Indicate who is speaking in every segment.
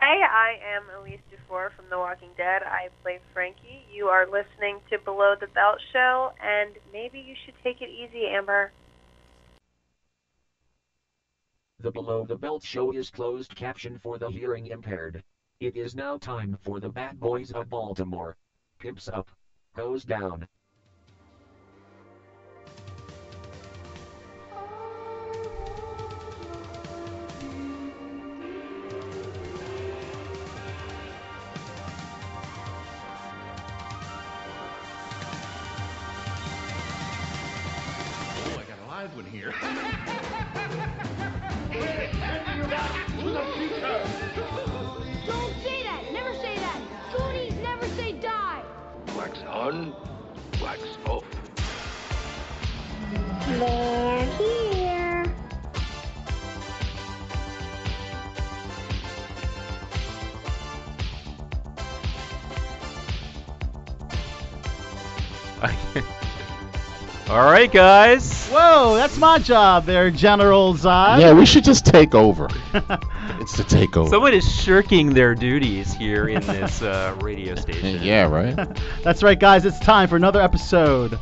Speaker 1: I am Elise Dufour from The Walking Dead. I play Frankie. You are listening to Below the Belt Show, and maybe you should take it easy, Amber.
Speaker 2: The Below the Belt show is closed caption for the hearing impaired. It is now time for the bad boys of Baltimore. Pimps up. Goes down.
Speaker 3: Oh, I got a live one here.
Speaker 4: Don't say that. Never say that. Goonies never say die.
Speaker 3: Wax on, wax off.
Speaker 4: They're here.
Speaker 5: All right, guys.
Speaker 6: Whoa, that's my job there, General Zod.
Speaker 7: Yeah, we should just take over. it's the takeover.
Speaker 5: Someone is shirking their duties here in this uh, radio station.
Speaker 7: yeah, right?
Speaker 6: That's right, guys. It's time for another episode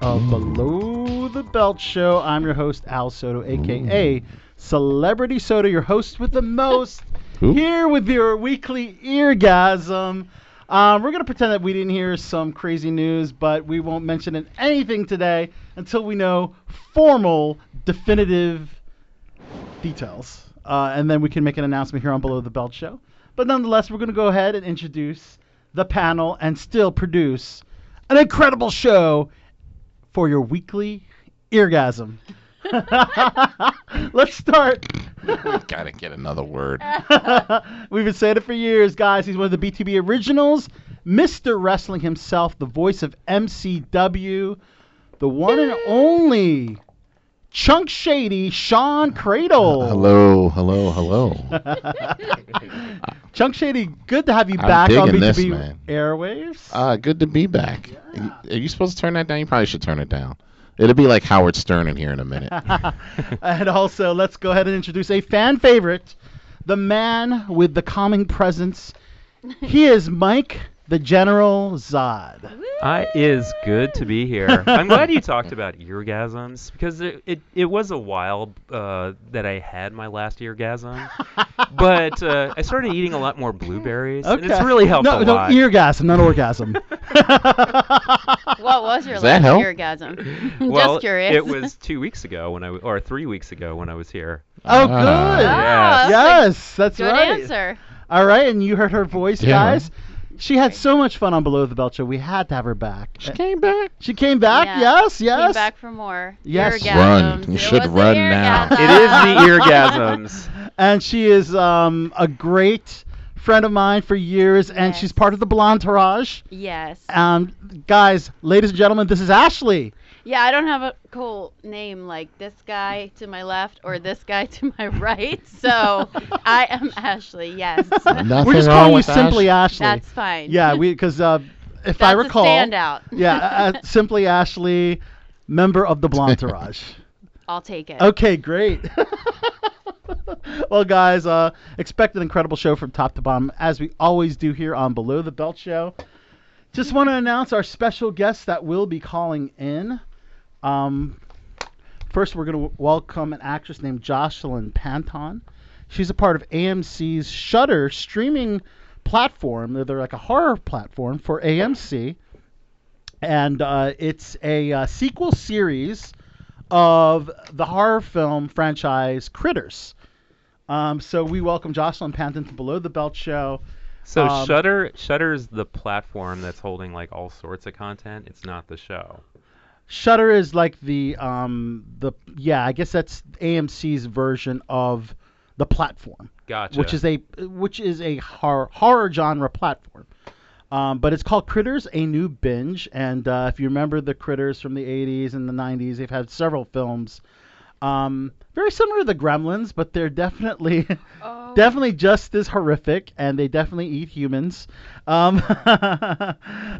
Speaker 6: of
Speaker 7: Mm.
Speaker 6: Below the Belt Show. I'm your host, Al Soto, aka Celebrity Soto, your host with the most.
Speaker 7: Who?
Speaker 6: Here with your weekly eargasm. Um, we're gonna pretend that we didn't hear some crazy news, but we won't mention it anything today until we know formal, definitive details, uh, and then we can make an announcement here on Below the Belt Show. But nonetheless, we're going to go ahead and introduce the panel and still produce an incredible show for your weekly eargasm. Let's start.
Speaker 7: Gotta get another word.
Speaker 6: We've been saying it for years, guys. He's one of the BTB originals, Mr. Wrestling himself, the voice of MCW, the one and only Chunk Shady, Sean Cradle.
Speaker 7: Hello, hello, hello.
Speaker 6: Chunk Shady, good to have you
Speaker 7: I'm
Speaker 6: back on
Speaker 7: digging
Speaker 6: B2B
Speaker 7: this, man.
Speaker 6: Airwaves.
Speaker 7: Uh, good to be back. Are you supposed to turn that down? You probably should turn it down. It'll be like Howard Stern in here in a minute.
Speaker 6: and also, let's go ahead and introduce a fan favorite, the man with the calming presence. He is Mike the General Zod.
Speaker 5: I is good to be here. I'm glad you talked about eargasms because it it, it was a while uh, that I had my last eargasm, but uh, I started eating a lot more blueberries, and it's really helped
Speaker 6: No,
Speaker 5: a
Speaker 6: no,
Speaker 5: lot.
Speaker 6: eargasm, not orgasm.
Speaker 8: What was your
Speaker 7: Does that
Speaker 8: last
Speaker 7: help?
Speaker 8: orgasm?
Speaker 5: well,
Speaker 8: Just curious.
Speaker 5: it was two weeks ago when I w- or three weeks ago when I was here.
Speaker 6: oh, good.
Speaker 7: Ah.
Speaker 8: Oh, that's
Speaker 6: yes, that's
Speaker 8: Good
Speaker 6: right.
Speaker 8: answer.
Speaker 6: All right, and you heard her voice,
Speaker 7: Yeah.
Speaker 6: guys. She had so much fun on Below the Belt Show. We had to have her back.
Speaker 7: She came back.
Speaker 6: She came back.
Speaker 8: Yeah.
Speaker 6: Yes, yes.
Speaker 8: Came back for more.
Speaker 6: Yes.
Speaker 7: Run.
Speaker 8: Eargasms.
Speaker 7: You
Speaker 8: It
Speaker 7: should
Speaker 8: was an
Speaker 7: run now.
Speaker 8: eargasm.
Speaker 5: It is the eargasms.
Speaker 6: and she is um, a great friend of mine for years, and
Speaker 8: Yes.
Speaker 6: she's part of the Blonderage.
Speaker 8: Yes.
Speaker 6: Um, guys, ladies and gentlemen, this is Ashley.
Speaker 8: Yeah, I don't have a cool name like this guy to my left or this guy to my right. So I am Ashley. Yes.
Speaker 7: Nothing
Speaker 6: We're just
Speaker 7: wrong
Speaker 6: calling you
Speaker 7: with
Speaker 6: simply
Speaker 7: Ash.
Speaker 6: Ashley.
Speaker 8: That's fine.
Speaker 6: yeah, we because uh, if
Speaker 8: That's
Speaker 6: I recall,
Speaker 8: A standout.
Speaker 6: yeah, uh, simply Ashley, member of the Blonderage.
Speaker 8: I'll take it.
Speaker 6: Okay, great. well, guys, uh, expect an incredible show from top to bottom, as we always do here on Below the Belt Show. Just want to announce our special guests that will be calling in. Um, first, we're going to welcome an actress named Jocelyn Panton. She's a part of AMC's Shudder streaming platform. They're- They're like a horror platform for AMC, and uh, it's a uh, sequel series of the horror film franchise Critters. Um, so we welcome Jocelyn Panton to Below the Belt Show.
Speaker 5: So
Speaker 6: Um,
Speaker 5: Shutter Shutter is the platform that's holding like all sorts of content. It's not the show.
Speaker 6: Shutter is like the um, the yeah, I guess that's AMC's version of the platform,
Speaker 5: Gotcha.
Speaker 6: which is a which is a horror, horror genre platform. Um, but it's called Critters: A New Binge, and uh, if you remember the Critters from the '80s and the '90s, they've had several films. Um, very similar to the Gremlins, but they're definitely
Speaker 8: Oh.
Speaker 6: definitely just as horrific, and they definitely eat humans. Um,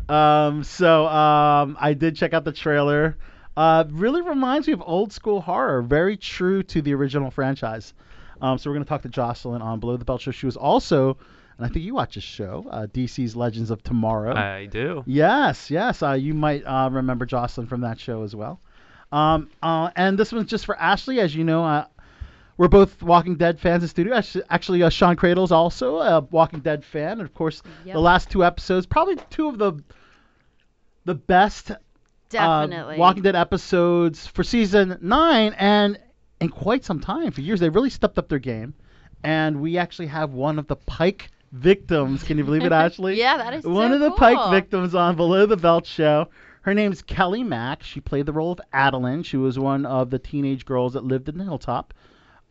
Speaker 6: um, so um, I did check out the trailer. Uh, really reminds me of old school horror, very true to the original franchise. Um, so we're going to talk to Jocelyn on Below the Belt Show. She was also, and I think you watch this show, uh, DC's Legends of Tomorrow.
Speaker 5: I do.
Speaker 6: Yes, yes. Uh, you might uh, remember Jocelyn from that show as well. Um, uh, and this one's just for Ashley. As you know, uh, we're both Walking Dead fans in studio. Actu- Actually, uh, Sean Cradle's also a Walking Dead fan. And of course,
Speaker 8: Yep.
Speaker 6: the last two episodes, probably two of the the best uh,
Speaker 8: Definitely.
Speaker 6: Walking Dead episodes for season nine and in quite some time. For years, they really stepped up their game. And we actually have one of the Pike victims. Can you believe it, Ashley?
Speaker 8: yeah, that is
Speaker 6: one
Speaker 8: so
Speaker 6: of the Pike
Speaker 8: cool.
Speaker 6: victims on Below the Belt show. Her name's Kelly Mack. She played the role of Adeline. She was one of the teenage girls that lived in the hilltop.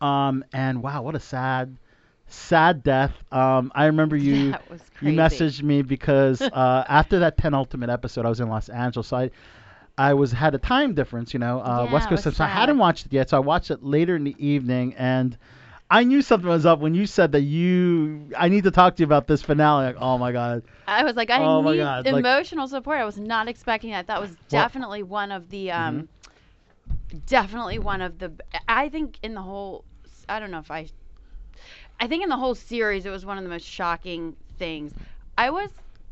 Speaker 6: Um, and wow, what a sad, sad death. Um, I remember you
Speaker 8: That was
Speaker 6: you
Speaker 8: crazy.
Speaker 6: messaged me because uh, after that penultimate episode, I was in Los Angeles. So I I was had a time difference, you know, uh,
Speaker 8: Yeah,
Speaker 6: West
Speaker 8: it
Speaker 6: Coast. time.
Speaker 8: was
Speaker 6: So I
Speaker 8: sad.
Speaker 6: hadn't watched it yet. So I watched it later in the evening and. I knew something was up when you said that you. I need to talk to you about this finale. Like, oh my god,
Speaker 8: I was like, I
Speaker 6: Oh my
Speaker 8: need
Speaker 6: God, like-
Speaker 8: emotional support. I was not expecting that. That was definitely one of the,
Speaker 6: Mm-hmm.
Speaker 8: um, definitely one of the. I think in the whole, I don't know if I, I think in the whole series, it was one of the most shocking things. I was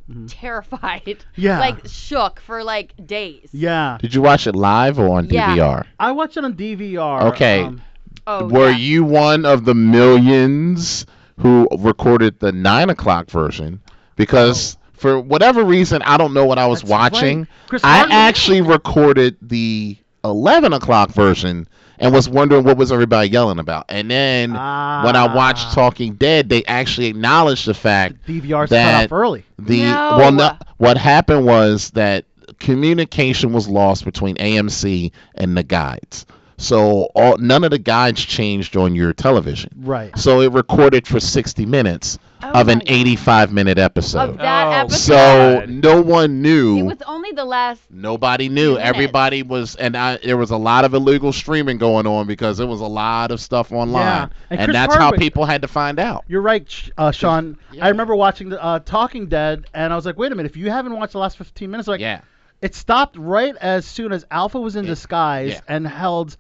Speaker 6: Mhm.
Speaker 8: terrified,
Speaker 6: Yeah.
Speaker 8: like shook for like days.
Speaker 6: yeah.
Speaker 7: Did you watch it live or on
Speaker 8: Yeah.
Speaker 7: DVR?
Speaker 6: I watched it on DVR.
Speaker 7: Okay.
Speaker 6: um,
Speaker 8: Oh,
Speaker 7: Were
Speaker 8: yeah.
Speaker 7: you one of the millions who recorded the nine o'clock version? Because for whatever reason, I don't know what I was
Speaker 6: Oh. That's
Speaker 7: watching.
Speaker 6: right. Chris
Speaker 7: I
Speaker 6: Hardwick-
Speaker 7: actually recorded the eleven o'clock version and was wondering what was everybody yelling about. And then when I
Speaker 6: Ah.
Speaker 7: watched Talking Dead, they actually acknowledged the fact
Speaker 6: DVR's cut
Speaker 7: that-
Speaker 6: off early.
Speaker 7: the
Speaker 8: No.
Speaker 7: well, no, what happened was that communication was lost between AMC and the guides. So all, none of the guides changed on your television.
Speaker 6: Right.
Speaker 7: So it recorded for 60 minutes
Speaker 8: Oh
Speaker 7: of an
Speaker 8: my God.
Speaker 7: 85 minute episode.
Speaker 8: Of that
Speaker 5: Oh,
Speaker 8: episode.
Speaker 7: So
Speaker 5: God.
Speaker 7: no one knew.
Speaker 8: it was only the last.
Speaker 7: Nobody knew.
Speaker 8: Minutes.
Speaker 7: Everybody was, and I, there was a lot of illegal streaming going on because there was a lot of stuff online,
Speaker 6: Yeah. And
Speaker 7: and,
Speaker 6: Chris
Speaker 7: that's
Speaker 6: Hardwick-
Speaker 7: how people had to find out.
Speaker 6: You're right, Sh- uh, Sean.
Speaker 7: Yeah.
Speaker 6: I remember watching the, uh, Talking Dead, and I was like, wait a minute, if you haven't watched the last 15 minutes, like,
Speaker 7: yeah,
Speaker 6: it stopped right as soon as Alpha was in
Speaker 7: It-
Speaker 6: disguise
Speaker 7: yeah.
Speaker 6: and held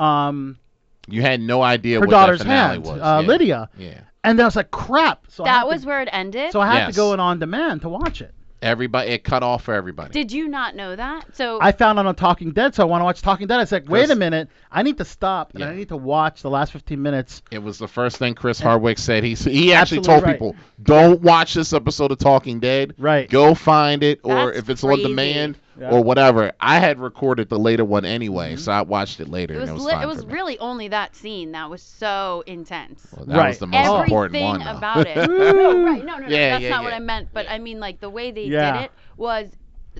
Speaker 6: um,
Speaker 7: you had no idea
Speaker 6: her
Speaker 7: what that
Speaker 6: daughter's
Speaker 7: finale
Speaker 6: hand,
Speaker 7: was.
Speaker 6: uh,
Speaker 7: yeah.
Speaker 6: Lydia.
Speaker 7: Yeah,
Speaker 6: And then I was like, crap. So I
Speaker 8: That
Speaker 6: had
Speaker 8: was
Speaker 6: to,
Speaker 8: where it ended.
Speaker 6: So I had to
Speaker 7: Yes.
Speaker 6: go in on demand to watch it.
Speaker 7: everybody. It cut off for everybody.
Speaker 8: Did you not know that? So
Speaker 6: I found it on Talking Dead, so I want to watch Talking Dead. I said, wait a
Speaker 7: Chris-
Speaker 6: minute, I need to stop and
Speaker 7: Yeah.
Speaker 6: I need to watch the last 15 minutes.
Speaker 7: It was the first thing Chris Hardwick said. He he actually
Speaker 6: Absolutely
Speaker 7: told
Speaker 6: right.
Speaker 7: people, "Don't watch this episode of Talking Dead.
Speaker 6: Right.
Speaker 7: Go find it, or
Speaker 8: That's
Speaker 7: if it's
Speaker 8: crazy.
Speaker 7: on demand
Speaker 6: Yeah.
Speaker 7: or whatever." I had recorded the later one anyway, so I watched it later.
Speaker 8: Mm-hmm. it was
Speaker 7: and it was
Speaker 8: li-
Speaker 7: fine
Speaker 8: it was
Speaker 7: for me.
Speaker 8: really only that scene that was so intense.
Speaker 7: Well, that
Speaker 6: Right.
Speaker 7: was the most
Speaker 8: Everything
Speaker 7: important one. though.
Speaker 8: about it. no, right? No, no, no.
Speaker 7: Yeah,
Speaker 8: that's
Speaker 7: yeah,
Speaker 8: not what
Speaker 7: yeah.
Speaker 8: I meant. But I mean, like the way they
Speaker 6: Yeah.
Speaker 8: did it was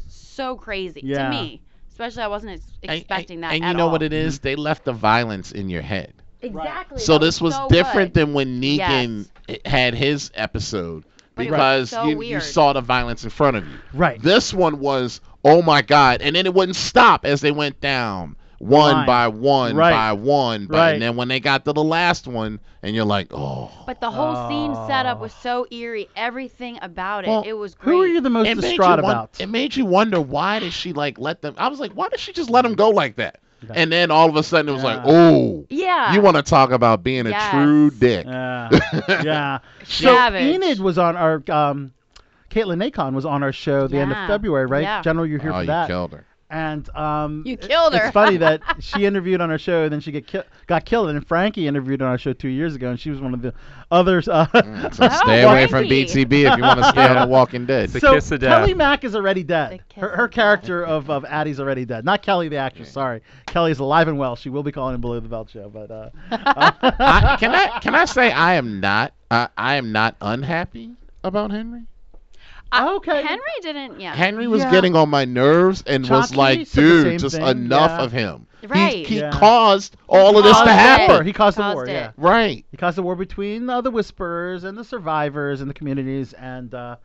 Speaker 8: so crazy
Speaker 6: Yeah.
Speaker 8: to me. Especially, I wasn't ex-
Speaker 7: And-
Speaker 8: expecting
Speaker 7: and,
Speaker 8: that.
Speaker 7: And
Speaker 8: at
Speaker 7: you know
Speaker 8: all.
Speaker 7: what it is? They left the violence in your head.
Speaker 8: Exactly.
Speaker 7: So
Speaker 8: that
Speaker 7: this was
Speaker 8: so
Speaker 7: different
Speaker 8: good.
Speaker 7: than when Negan had his episode
Speaker 8: But it was
Speaker 7: because
Speaker 8: so
Speaker 7: you, you
Speaker 8: weird.
Speaker 7: saw the violence in front of you.
Speaker 6: Right.
Speaker 7: This one was oh my god, and then it wouldn't stop as they went down one
Speaker 6: Line.
Speaker 7: by one
Speaker 6: Right.
Speaker 7: by one, by,
Speaker 6: Right.
Speaker 7: and then when they got to the last one, and you're like, oh.
Speaker 8: But the whole scene setup
Speaker 6: Oh.
Speaker 8: was so eerie. Everything about it.
Speaker 7: Well,
Speaker 8: it was great.
Speaker 6: Who are you the most
Speaker 7: It made, you
Speaker 6: distraught
Speaker 7: won-
Speaker 6: about?
Speaker 7: it made you wonder why did she like let them? I was like, why did she just let them go like that?
Speaker 6: Yeah.
Speaker 7: And then all of a sudden it was like,
Speaker 6: Yeah.
Speaker 7: oh,
Speaker 8: Yeah.
Speaker 7: you want to talk about being
Speaker 8: Yes.
Speaker 7: a true dick?
Speaker 6: Yeah. yeah. So
Speaker 8: Savage.
Speaker 6: Enid was on our um, Caitlin Nacon was on our show the end of
Speaker 8: Yeah.
Speaker 6: February, right?
Speaker 8: Yeah.
Speaker 6: General, you're here
Speaker 7: oh,
Speaker 6: for
Speaker 7: you
Speaker 6: that.
Speaker 7: killed her.
Speaker 6: and um,
Speaker 8: You
Speaker 6: it-
Speaker 8: killed her.
Speaker 6: It's funny that she interviewed on our show, and then she get ki- got killed. And then Frankie interviewed on our show two years ago, and she was one of the others. Uh,
Speaker 7: Mm, So
Speaker 8: Oh,
Speaker 7: stay away from
Speaker 8: Frankie.
Speaker 7: BTB if you want to stay on The Walking Dead.
Speaker 5: The
Speaker 6: so
Speaker 5: kiss of
Speaker 6: Kelly
Speaker 5: death.
Speaker 6: Mack is already dead.
Speaker 8: The kiss
Speaker 6: Her, her
Speaker 8: of death.
Speaker 6: character of, of Addie's already dead. Not Kelly, the actress. Sorry, Kelly is alive and well. She will be calling in below the belt show, but uh,
Speaker 7: I, can I can I say I am not I, I am not unhappy about Henry.
Speaker 8: I-
Speaker 6: okay.
Speaker 8: Henry didn't. Yeah.
Speaker 7: Henry was
Speaker 6: Yeah.
Speaker 7: getting on my nerves and was
Speaker 6: Chucky
Speaker 7: like,
Speaker 6: said the same
Speaker 7: dude, just
Speaker 6: thing,
Speaker 7: enough
Speaker 6: yeah.
Speaker 7: of him. He-
Speaker 8: Right.
Speaker 7: He,
Speaker 6: Yeah.
Speaker 7: caused all of this
Speaker 8: Caused
Speaker 7: to
Speaker 8: it.
Speaker 7: happen.
Speaker 6: He caused the
Speaker 8: Caused
Speaker 6: war.
Speaker 8: it.
Speaker 6: Yeah.
Speaker 7: Right.
Speaker 6: He caused a war between uh, the Whisperers and the survivors and the communities. And uh,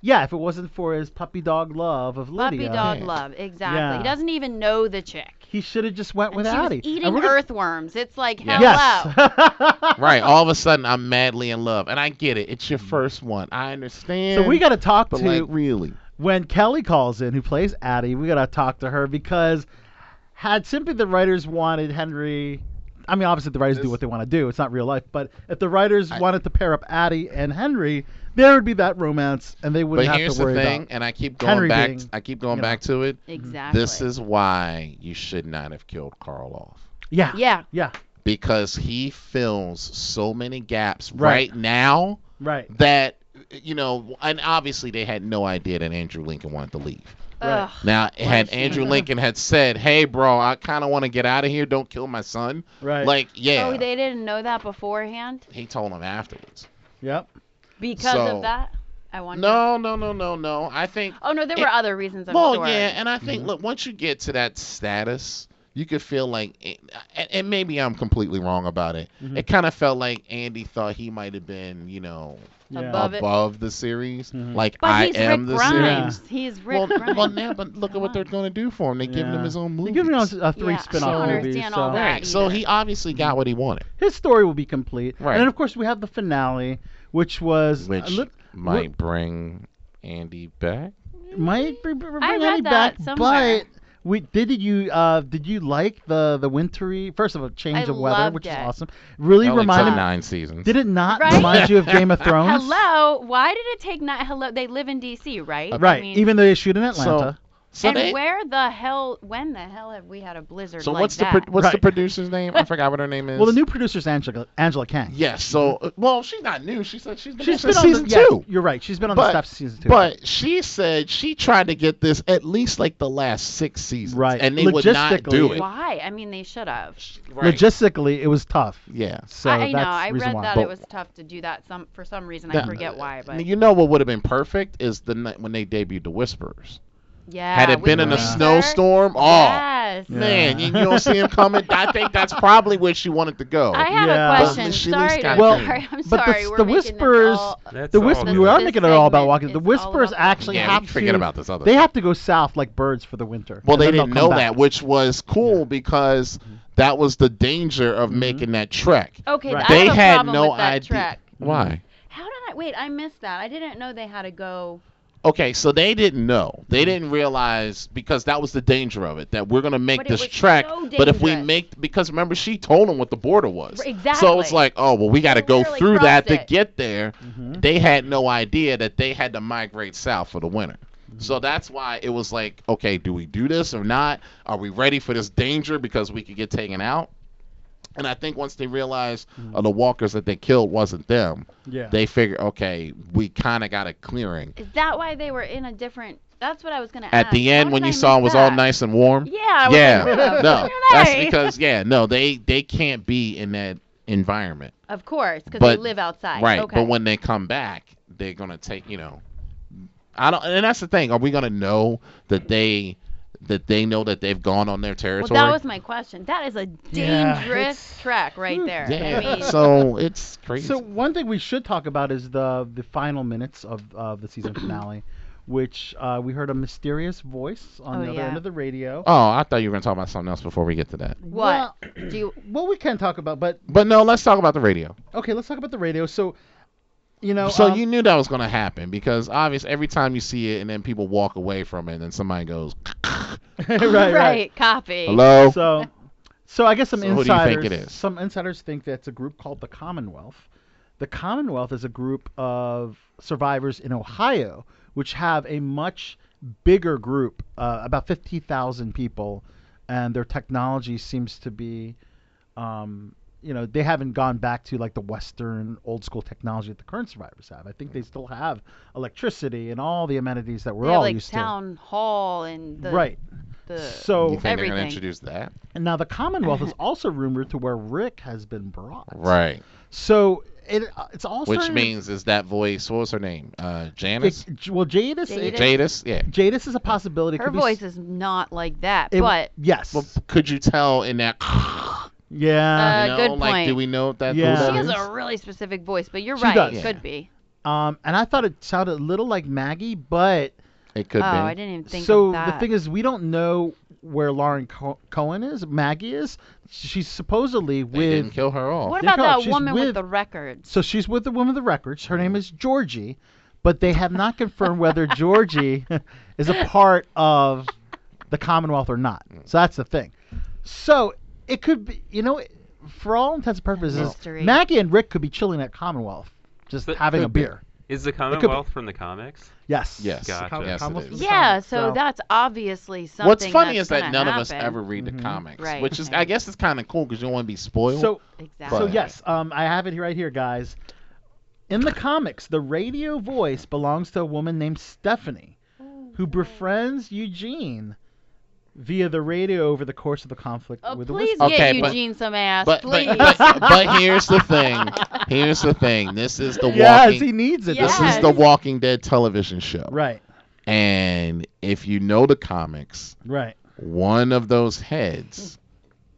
Speaker 6: yeah, if it wasn't for his puppy dog love of
Speaker 8: Puppy
Speaker 6: Lydia,
Speaker 8: dog
Speaker 7: Yeah.
Speaker 8: love. Exactly.
Speaker 6: Yeah.
Speaker 8: He doesn't even know the chick.
Speaker 6: he should have just went
Speaker 8: And
Speaker 6: with
Speaker 8: she
Speaker 6: Addie. And
Speaker 8: was eating
Speaker 6: we're gonna-
Speaker 8: earthworms. It's like hello.
Speaker 6: Yes.
Speaker 7: Right. All of a sudden I'm madly in love. And I get it. It's your first one. I understand.
Speaker 6: so we got to talk
Speaker 7: but
Speaker 6: to
Speaker 7: like really.
Speaker 6: when Kelly calls in, who plays Addie. We got to talk to her because had simply the writers wanted Henry. I mean, obviously the writers do what they want to do. It's not real life, but if the writers wanted to pair up Addie and Henry, there would be that romance, and they wouldn't
Speaker 7: but
Speaker 6: have
Speaker 7: here's
Speaker 6: to worry
Speaker 7: the thing,
Speaker 6: about.
Speaker 7: and I keep going
Speaker 6: Henry
Speaker 7: back.
Speaker 6: being,
Speaker 7: I keep going
Speaker 6: you know.
Speaker 7: back to it.
Speaker 8: Exactly.
Speaker 7: This is why you should not have killed Carl off
Speaker 6: Yeah,
Speaker 8: Yeah.
Speaker 6: yeah,
Speaker 7: because he fills so many gaps
Speaker 6: Right.
Speaker 7: right now
Speaker 6: right.
Speaker 7: that you know, and obviously they had no idea that Andrew Lincoln wanted to leave.
Speaker 6: Right.
Speaker 8: Ugh.
Speaker 7: Now, had
Speaker 8: shame.
Speaker 7: Andrew Lincoln had said, "Hey, bro, I kind of want to get out of here. Don't kill my son."
Speaker 6: Right.
Speaker 7: Like, yeah,
Speaker 8: Oh, they didn't know that beforehand
Speaker 7: he told him afterwards.
Speaker 6: Yep.
Speaker 8: because
Speaker 7: So-
Speaker 8: of that. I wonder.
Speaker 7: No, no, no, no, no. I think.
Speaker 8: Oh no, there
Speaker 7: It-
Speaker 8: were other reasons. I'm
Speaker 7: well,
Speaker 8: sure.
Speaker 7: yeah, and I
Speaker 6: Mm-hmm.
Speaker 7: think look, once you get to that status, you could feel like, eh, and, and maybe I'm completely wrong about it.
Speaker 6: Mhm.
Speaker 7: It kind of felt like Andy thought he might have been, you know,
Speaker 6: Yeah.
Speaker 8: Above it.
Speaker 7: above the series,
Speaker 6: Mhm.
Speaker 7: like
Speaker 8: But
Speaker 7: I
Speaker 8: he's
Speaker 7: am
Speaker 8: Rick
Speaker 7: the series.
Speaker 8: Grimes. He's Rick
Speaker 7: well,
Speaker 8: Grimes.
Speaker 7: well, now, but look at what they're
Speaker 8: Come
Speaker 7: going to do for him. They're giving him
Speaker 6: Yeah.
Speaker 7: his own
Speaker 6: They're
Speaker 7: movie.
Speaker 6: giving us uh, three
Speaker 8: Yeah, I
Speaker 6: spin-off
Speaker 8: don't
Speaker 6: movies.
Speaker 8: understand
Speaker 6: so.
Speaker 8: all that.
Speaker 7: Right. So
Speaker 8: either.
Speaker 7: he obviously got what he wanted.
Speaker 6: his story will be complete.
Speaker 7: Right.
Speaker 6: And then, of course, we have the finale, which was
Speaker 7: Which
Speaker 6: a lit-
Speaker 7: might bring Andy back.
Speaker 6: might br- br- bring
Speaker 8: I read
Speaker 6: Annie
Speaker 8: that
Speaker 6: back,
Speaker 8: somewhere.
Speaker 6: but we did you uh did you like the the wintry first of all change
Speaker 8: I
Speaker 6: of weather,
Speaker 8: loved
Speaker 6: which is
Speaker 8: it.
Speaker 6: awesome. Really
Speaker 7: Only took
Speaker 6: reminded
Speaker 7: nine seasons.
Speaker 6: did it not
Speaker 8: Right?
Speaker 6: remind you of Game of Thrones?
Speaker 8: Hello. Why did it take not hello? They live in D.C., right? I
Speaker 6: Uh, Right,
Speaker 8: mean,
Speaker 6: even though they shoot in Atlanta.
Speaker 7: so
Speaker 8: and
Speaker 7: they,
Speaker 8: where the hell? When the hell have we had a blizzard
Speaker 7: so
Speaker 8: like
Speaker 7: what's
Speaker 8: that?
Speaker 7: the pro- what's the
Speaker 6: Right.
Speaker 7: producer's name? I forgot what her name is.
Speaker 6: well, the new producer's Angela Angela Kang. Mm-hmm.
Speaker 7: Yes. So uh, well, she's not new. She said she's been
Speaker 6: she's
Speaker 7: there
Speaker 6: been
Speaker 7: since
Speaker 6: on
Speaker 7: season
Speaker 6: the, yeah,
Speaker 7: two.
Speaker 6: you're right. She's been on
Speaker 7: But-
Speaker 6: the staff since season two.
Speaker 7: But she said she tried to get this at least like the last six seasons,
Speaker 6: Right.
Speaker 7: And they would not do
Speaker 6: Logistically-
Speaker 7: it.
Speaker 8: Why? I mean, they should have.
Speaker 7: Right.
Speaker 6: logistically, it was tough.
Speaker 7: yeah.
Speaker 6: So
Speaker 8: I, I
Speaker 6: that's
Speaker 8: know. I
Speaker 6: the reason
Speaker 8: read
Speaker 6: why.
Speaker 8: that
Speaker 7: But-
Speaker 8: it was tough to do that. Some for some reason
Speaker 7: Yeah.
Speaker 8: I forget why, but
Speaker 7: You know what would have been perfect is the night when they debuted the Whisperers.
Speaker 8: yeah.
Speaker 7: Had it
Speaker 8: with
Speaker 7: been in a
Speaker 8: winter,
Speaker 7: snowstorm, oh
Speaker 8: Yes.
Speaker 6: Yeah.
Speaker 7: man, you, you don't see him coming. I think that's probably where she wanted to go.
Speaker 8: I had
Speaker 6: Yeah. But
Speaker 8: a question.
Speaker 7: she at least
Speaker 8: sorry,
Speaker 7: got
Speaker 8: well,
Speaker 7: paid.
Speaker 8: sorry, I'm
Speaker 6: But the-
Speaker 8: sorry.
Speaker 6: the
Speaker 8: We're making this
Speaker 6: Whispers-
Speaker 8: all-
Speaker 5: That's
Speaker 6: the
Speaker 5: all
Speaker 6: whisper.
Speaker 5: good.
Speaker 6: We are
Speaker 8: This
Speaker 6: making it all about
Speaker 8: segment
Speaker 6: walking.
Speaker 8: is
Speaker 6: The
Speaker 8: all about
Speaker 6: whispers
Speaker 8: walking.
Speaker 6: actually
Speaker 7: yeah,
Speaker 6: have
Speaker 7: we forget
Speaker 6: to.
Speaker 7: about this other.
Speaker 6: They
Speaker 7: stuff.
Speaker 6: have to go south like birds for the winter.
Speaker 7: Well,
Speaker 6: and
Speaker 7: they
Speaker 6: then they'll
Speaker 7: didn't
Speaker 6: come
Speaker 7: know
Speaker 6: back. Mm-hmm.
Speaker 7: that, which was cool because that was the danger of making that trek.
Speaker 8: Okay,
Speaker 6: Right.
Speaker 8: I
Speaker 7: They
Speaker 8: have a
Speaker 7: had
Speaker 8: problem
Speaker 7: no
Speaker 8: with that
Speaker 7: idea.
Speaker 8: track.
Speaker 7: Why?
Speaker 8: How did I? Wait, I missed that. I didn't know they had to go.
Speaker 7: Okay, so they didn't know.
Speaker 6: Mm-hmm.
Speaker 7: They didn't realize because that was the danger of it that we're gonna make
Speaker 8: But it
Speaker 7: this
Speaker 8: was
Speaker 7: trek.
Speaker 8: so
Speaker 7: but if we
Speaker 8: dangerous.
Speaker 7: make because remember she told them what the border was.
Speaker 8: R- exactly.
Speaker 7: So it's like, oh well, we got to
Speaker 8: They
Speaker 7: go
Speaker 8: literally
Speaker 7: through that
Speaker 8: crossed
Speaker 7: to
Speaker 8: it.
Speaker 7: get there.
Speaker 6: Mhm.
Speaker 7: They had no idea that they had to migrate south for the winter. So that's why it was like, okay, do we do this or not? Are we ready for this danger because we could get taken out? And I think once they realized
Speaker 6: Mm-hmm.
Speaker 7: uh, the walkers that they killed wasn't them,
Speaker 6: Yeah.
Speaker 7: they figured, okay, we kind of got a clearing.
Speaker 8: Is that why they were in a different? That's what I was gonna ask.
Speaker 7: At the
Speaker 8: How
Speaker 7: end,
Speaker 8: did
Speaker 7: when
Speaker 8: I
Speaker 7: you
Speaker 8: miss
Speaker 7: saw it was all
Speaker 8: that?
Speaker 7: nice and warm,
Speaker 8: Yeah. I was
Speaker 7: yeah,
Speaker 8: like,
Speaker 7: no,
Speaker 8: whoa, where are
Speaker 7: that's
Speaker 8: they?
Speaker 7: because yeah, no, they they can't be in that environment,
Speaker 8: Of course, because they
Speaker 7: But-
Speaker 8: live outside.
Speaker 7: right?
Speaker 8: Okay.
Speaker 7: But when they come back, they're gonna take you know, I don't, and that's the thing. Are we gonna know that they that they know that they've gone on their
Speaker 8: well,
Speaker 7: territory?
Speaker 8: that was my question. That is a
Speaker 6: Yeah,
Speaker 8: dangerous track right there.
Speaker 7: yeah,
Speaker 8: I mean,
Speaker 7: so it's crazy.
Speaker 6: So one thing we should talk about is the the final minutes of of the season finale, which uh, we heard a mysterious voice on
Speaker 8: Oh,
Speaker 6: the other
Speaker 8: yeah.
Speaker 6: end of the radio.
Speaker 7: oh, I thought you were gonna talk about something else before we get to that.
Speaker 8: what do you?
Speaker 6: Well, we can talk about, but
Speaker 7: But no, let's talk about the radio.
Speaker 6: okay, let's talk about the radio. So, you know,
Speaker 7: So
Speaker 6: um,
Speaker 7: you knew that was gonna happen because obvious every time you see it and then people walk away from it and then somebody goes,
Speaker 6: right, right.
Speaker 8: Copy.
Speaker 7: "Hello."
Speaker 6: So, so I guess some
Speaker 7: So who do you
Speaker 6: insiders
Speaker 7: think it is?
Speaker 6: some insiders think that's a group called the Commonwealth. The Commonwealth is a group of survivors in Ohio, which have a much bigger group, uh, about fifty thousand people, and their technology seems to be, um, you know, they haven't gone back to like the Western old school technology that the current survivors have. I think they still have electricity and all the amenities that we're
Speaker 8: They have,
Speaker 6: all
Speaker 8: like
Speaker 6: used
Speaker 8: town hall and
Speaker 6: to.
Speaker 8: the
Speaker 6: Right.
Speaker 8: The,
Speaker 7: You
Speaker 6: So
Speaker 7: think they're gonna
Speaker 8: Everything.
Speaker 7: introduce that?
Speaker 6: and now the Commonwealth is also rumored to where Rick has been brought.
Speaker 7: Right.
Speaker 6: So it uh, it's all
Speaker 7: Which
Speaker 6: starting to-
Speaker 7: means is that voice? What was her name? Uh, Janice.
Speaker 6: it, well Jadis
Speaker 8: Jadis.
Speaker 6: it-
Speaker 7: Jadis. Yeah.
Speaker 6: Jadis is a possibility. It
Speaker 8: her
Speaker 6: could be
Speaker 8: voice
Speaker 6: s-
Speaker 8: is not like that,
Speaker 6: it-
Speaker 8: but
Speaker 6: yes,
Speaker 7: Well, could you tell in that?
Speaker 6: yeah.
Speaker 8: Uh,
Speaker 7: you know,
Speaker 8: good
Speaker 7: like, Do
Speaker 8: point.
Speaker 7: we know that?
Speaker 6: Yeah.
Speaker 7: who
Speaker 8: she
Speaker 7: that
Speaker 8: has
Speaker 7: is?
Speaker 8: a really specific voice. But you're
Speaker 6: She
Speaker 8: right,
Speaker 6: does.
Speaker 8: it could be.
Speaker 6: um, and I thought it sounded a little like Maggie, but
Speaker 7: It could
Speaker 8: oh, I
Speaker 7: be.
Speaker 8: didn't even think
Speaker 6: so
Speaker 8: of that.
Speaker 6: the thing is, we don't know where Lauren Co- Cohen is. Maggie is. She's supposedly
Speaker 7: They didn't
Speaker 6: with.
Speaker 7: kill her off.
Speaker 8: what
Speaker 6: Think
Speaker 8: about
Speaker 6: about it,
Speaker 8: that
Speaker 6: she's
Speaker 8: woman with,
Speaker 6: with-
Speaker 8: the records?
Speaker 6: So she's with the woman of the records. Her name is Georgie, but they have not confirmed whether Georgie is a part of the Commonwealth or not. So that's the thing. So it could be, you know, for all intents and purposes,
Speaker 8: Mystery.
Speaker 6: Maggie and Rick could be chilling at Commonwealth, just
Speaker 5: But-
Speaker 6: having a
Speaker 7: Could be.
Speaker 6: beer.
Speaker 5: Is the Commonwealth from the comics?
Speaker 6: Yes.
Speaker 7: Yes.
Speaker 5: Gotcha.
Speaker 6: Com-
Speaker 7: Yes, it
Speaker 6: Commonwealth
Speaker 7: is.
Speaker 6: is a
Speaker 8: Yeah,
Speaker 6: comic,
Speaker 8: so, that's obviously something.
Speaker 7: What's funny
Speaker 8: that's
Speaker 7: is that
Speaker 8: gonna
Speaker 7: none of us
Speaker 8: happen.
Speaker 7: ever read
Speaker 6: Mhm.
Speaker 7: the comics,
Speaker 8: Right,
Speaker 7: which is,
Speaker 8: right.
Speaker 7: I guess, it's kind of cool because you don't want to be spoiled.
Speaker 6: So
Speaker 8: Exactly.
Speaker 6: So
Speaker 7: But-
Speaker 6: yes, um, I have it right here, guys. In the comics, the radio voice belongs to a woman named Stephanie, who befriends Eugene via the radio over the course of the conflict
Speaker 8: Oh,
Speaker 6: with the
Speaker 8: please
Speaker 6: Whispers.
Speaker 8: get
Speaker 7: Okay, but-
Speaker 8: Eugene some ass,
Speaker 7: but,
Speaker 8: please.
Speaker 7: but, but but here's the thing. Here's the thing. This is the
Speaker 6: Yes,
Speaker 7: walking.
Speaker 6: he needs it.
Speaker 7: This
Speaker 8: Yes.
Speaker 7: is the Walking Dead television show.
Speaker 6: Right,
Speaker 7: And if you know the comics,
Speaker 6: right,
Speaker 7: one of those heads